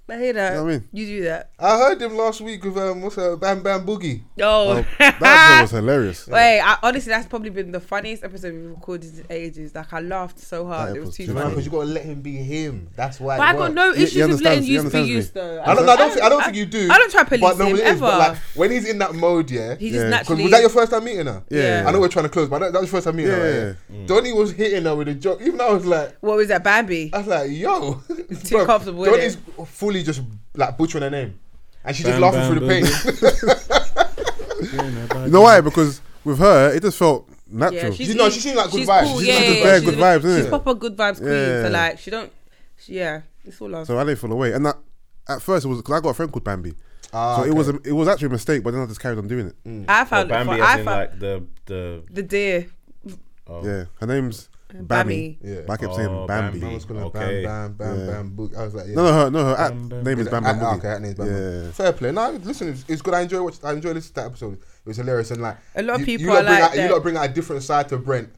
Speaker 6: I hear that.
Speaker 7: You know what I mean?
Speaker 6: You do that.
Speaker 1: I heard him last week with um, what's her Bam Bam Boogie.
Speaker 6: Oh,
Speaker 7: Oh, that episode was hilarious.
Speaker 6: wait! I, honestly, that's probably been the funniest episode we've recorded in ages. Like I laughed so hard;
Speaker 7: That
Speaker 6: it was too
Speaker 7: episode
Speaker 6: funny.
Speaker 7: was
Speaker 1: Because you gotta let him be him. That's why.
Speaker 6: But I got no
Speaker 7: He- he
Speaker 6: issues with letting
Speaker 7: understands-
Speaker 6: you
Speaker 7: he
Speaker 6: be
Speaker 7: understands me.
Speaker 6: used though.
Speaker 1: I don't. I don't. think, I don't think you do.
Speaker 6: I don't try to police
Speaker 1: but no,
Speaker 6: him
Speaker 1: it is,
Speaker 6: ever.
Speaker 1: But like when he's in that mode, yeah.
Speaker 6: he just
Speaker 7: Yeah.
Speaker 1: 'Cause
Speaker 6: naturally.
Speaker 1: was that your first time meeting her?
Speaker 7: Yeah.
Speaker 1: I know we're trying to close, but that, that was your first time meeting her. Right? Donnie was hitting her with a joke. Even I was like,
Speaker 6: what was that, Bambi?
Speaker 1: I was like, yo.
Speaker 6: Too
Speaker 1: bruv,
Speaker 6: comfortable with
Speaker 1: Donnie's
Speaker 6: it.
Speaker 1: fully just like butchering her name, and she's just
Speaker 5: Bam
Speaker 1: laughing
Speaker 5: Bam
Speaker 1: through the pain.
Speaker 7: You know why? Because with her, it just felt natural.
Speaker 6: she's-
Speaker 1: You know, she seemed like good
Speaker 6: she's
Speaker 1: vibes.
Speaker 6: Cool,
Speaker 1: She's
Speaker 6: yeah,
Speaker 1: like
Speaker 7: good
Speaker 6: yeah,
Speaker 7: vibes.
Speaker 6: yeah,
Speaker 7: Good
Speaker 6: she's
Speaker 7: vibes,
Speaker 6: a-
Speaker 7: isn't
Speaker 6: She's
Speaker 7: it?
Speaker 6: proper good vibes queen.
Speaker 7: Yeah.
Speaker 6: So like, she don't. She, yeah, it's all love.
Speaker 7: so I didn't fall away. And that, at first, it was because I got a friend called Bambi.
Speaker 1: Ah,
Speaker 7: so it
Speaker 1: okay. Oh.
Speaker 7: was a, it was actually a mistake, but then I just carried on doing it.
Speaker 6: I found it.
Speaker 5: Bambi
Speaker 6: Fun.
Speaker 5: as
Speaker 6: I
Speaker 5: in
Speaker 6: found
Speaker 5: like the the
Speaker 6: the deer.
Speaker 7: Yeah, her name's Bambi.
Speaker 6: Uh, Bambi.
Speaker 1: Yeah.
Speaker 7: But I kept
Speaker 5: Oh,
Speaker 7: saying Bambi.
Speaker 1: I was
Speaker 5: Bambi.
Speaker 1: calling her
Speaker 5: Okay.
Speaker 1: Bam Bam Bam
Speaker 7: Yeah.
Speaker 1: Bam Boogie. I was like, yeah.
Speaker 7: No, no, her, no, her app name is
Speaker 1: Is that-
Speaker 7: Bam Bam.
Speaker 1: ah,
Speaker 7: Boogie.
Speaker 1: okay, that name's Bam Bam.
Speaker 7: Yeah.
Speaker 1: Fair play. No, listen, it's, it's good. I enjoy watch, I enjoy listening to that episode. It was hilarious and like
Speaker 6: A lot of
Speaker 1: you-
Speaker 6: people
Speaker 1: You lot
Speaker 6: are
Speaker 1: bring
Speaker 6: like
Speaker 1: out, you
Speaker 6: that.
Speaker 1: lot bring out a different side to Brent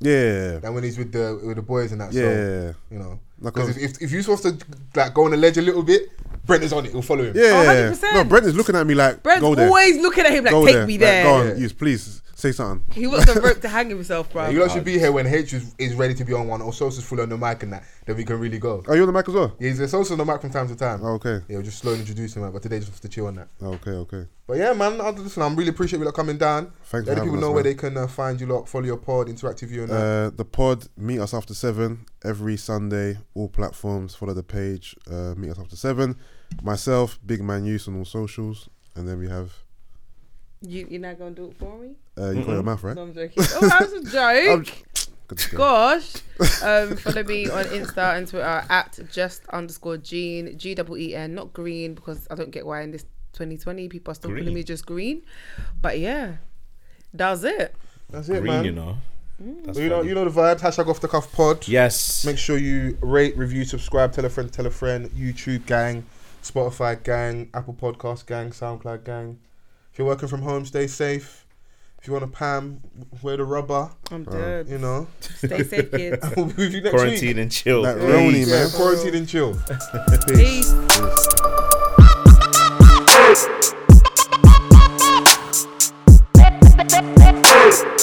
Speaker 7: Yeah.
Speaker 1: than when he's with the with the boys and that. So,
Speaker 7: Yeah.
Speaker 1: you know,
Speaker 7: Like
Speaker 1: because
Speaker 7: a-
Speaker 1: if, if if you're supposed to like go on the ledge a little bit, Brent is on it. He'll follow him.
Speaker 7: Yeah.
Speaker 6: 100%.
Speaker 7: No, Brent is looking at me like,
Speaker 6: Oh, Brent's
Speaker 7: go there.
Speaker 6: always looking at him like,
Speaker 7: go
Speaker 6: take
Speaker 7: there.
Speaker 6: me
Speaker 7: Like,
Speaker 6: there.
Speaker 7: go on, use, please, say something.
Speaker 6: He wants a rope to hang himself, bro.
Speaker 1: You lot should be here when H is, is ready to be on one or Sosa's fully on the mic and that. Then we can really go.
Speaker 7: Are you on the mic as well?
Speaker 1: Yeah, he's he's also on the mic from time to time.
Speaker 7: Oh, okay. Oh,
Speaker 1: Yeah, we'll just slowly introduce him, man, but today just wants to chill on that.
Speaker 7: Okay, okay.
Speaker 1: But yeah, man, I, listen, I'm really appreciate you lot coming down.
Speaker 7: Thanks for
Speaker 1: Let the
Speaker 7: having
Speaker 1: people
Speaker 7: us,
Speaker 1: know where
Speaker 7: man.
Speaker 1: they can uh, find you lot, follow your pod, interact with you and that.
Speaker 7: Uh, the pod, meet us after seven every Sunday, all platforms. Follow the page, uh, meet us after seven. Myself, Big Man Use on all socials. And then we have,
Speaker 6: You, you're not gonna do it for me?
Speaker 7: uh, you call
Speaker 1: Mm-hmm.
Speaker 7: your mouth, right?
Speaker 6: No, I'm joking. Oh, that was a joke.
Speaker 7: I'm j- Good to go.
Speaker 6: Gosh. Um, follow me on Insta and Twitter at just underscore Jean G double E N, not green because I don't get why in this 2020 people are still calling me
Speaker 5: Green.
Speaker 6: just green. But yeah, that's it.
Speaker 1: That's it,
Speaker 5: green,
Speaker 1: man.
Speaker 5: you know. That's
Speaker 1: So you know,
Speaker 5: funny.
Speaker 1: you know the vibes. Hashtag off the cuff pod.
Speaker 5: Yes.
Speaker 1: Make sure you rate, review, subscribe, tell a friend, tell a friend. YouTube gang, Spotify gang, Apple Podcast gang, SoundCloud gang. If you're working from home, stay safe. If you want a Pam, wear the rubber.
Speaker 6: I'm dead.
Speaker 1: You know,
Speaker 6: Stay safe, kids.
Speaker 1: we'll be with you next
Speaker 5: Quarantine
Speaker 1: week.
Speaker 5: and chill.
Speaker 7: Like Roni,
Speaker 1: Yeah,
Speaker 7: man.
Speaker 1: quarantine and chill.
Speaker 6: Peace.
Speaker 2: Hey!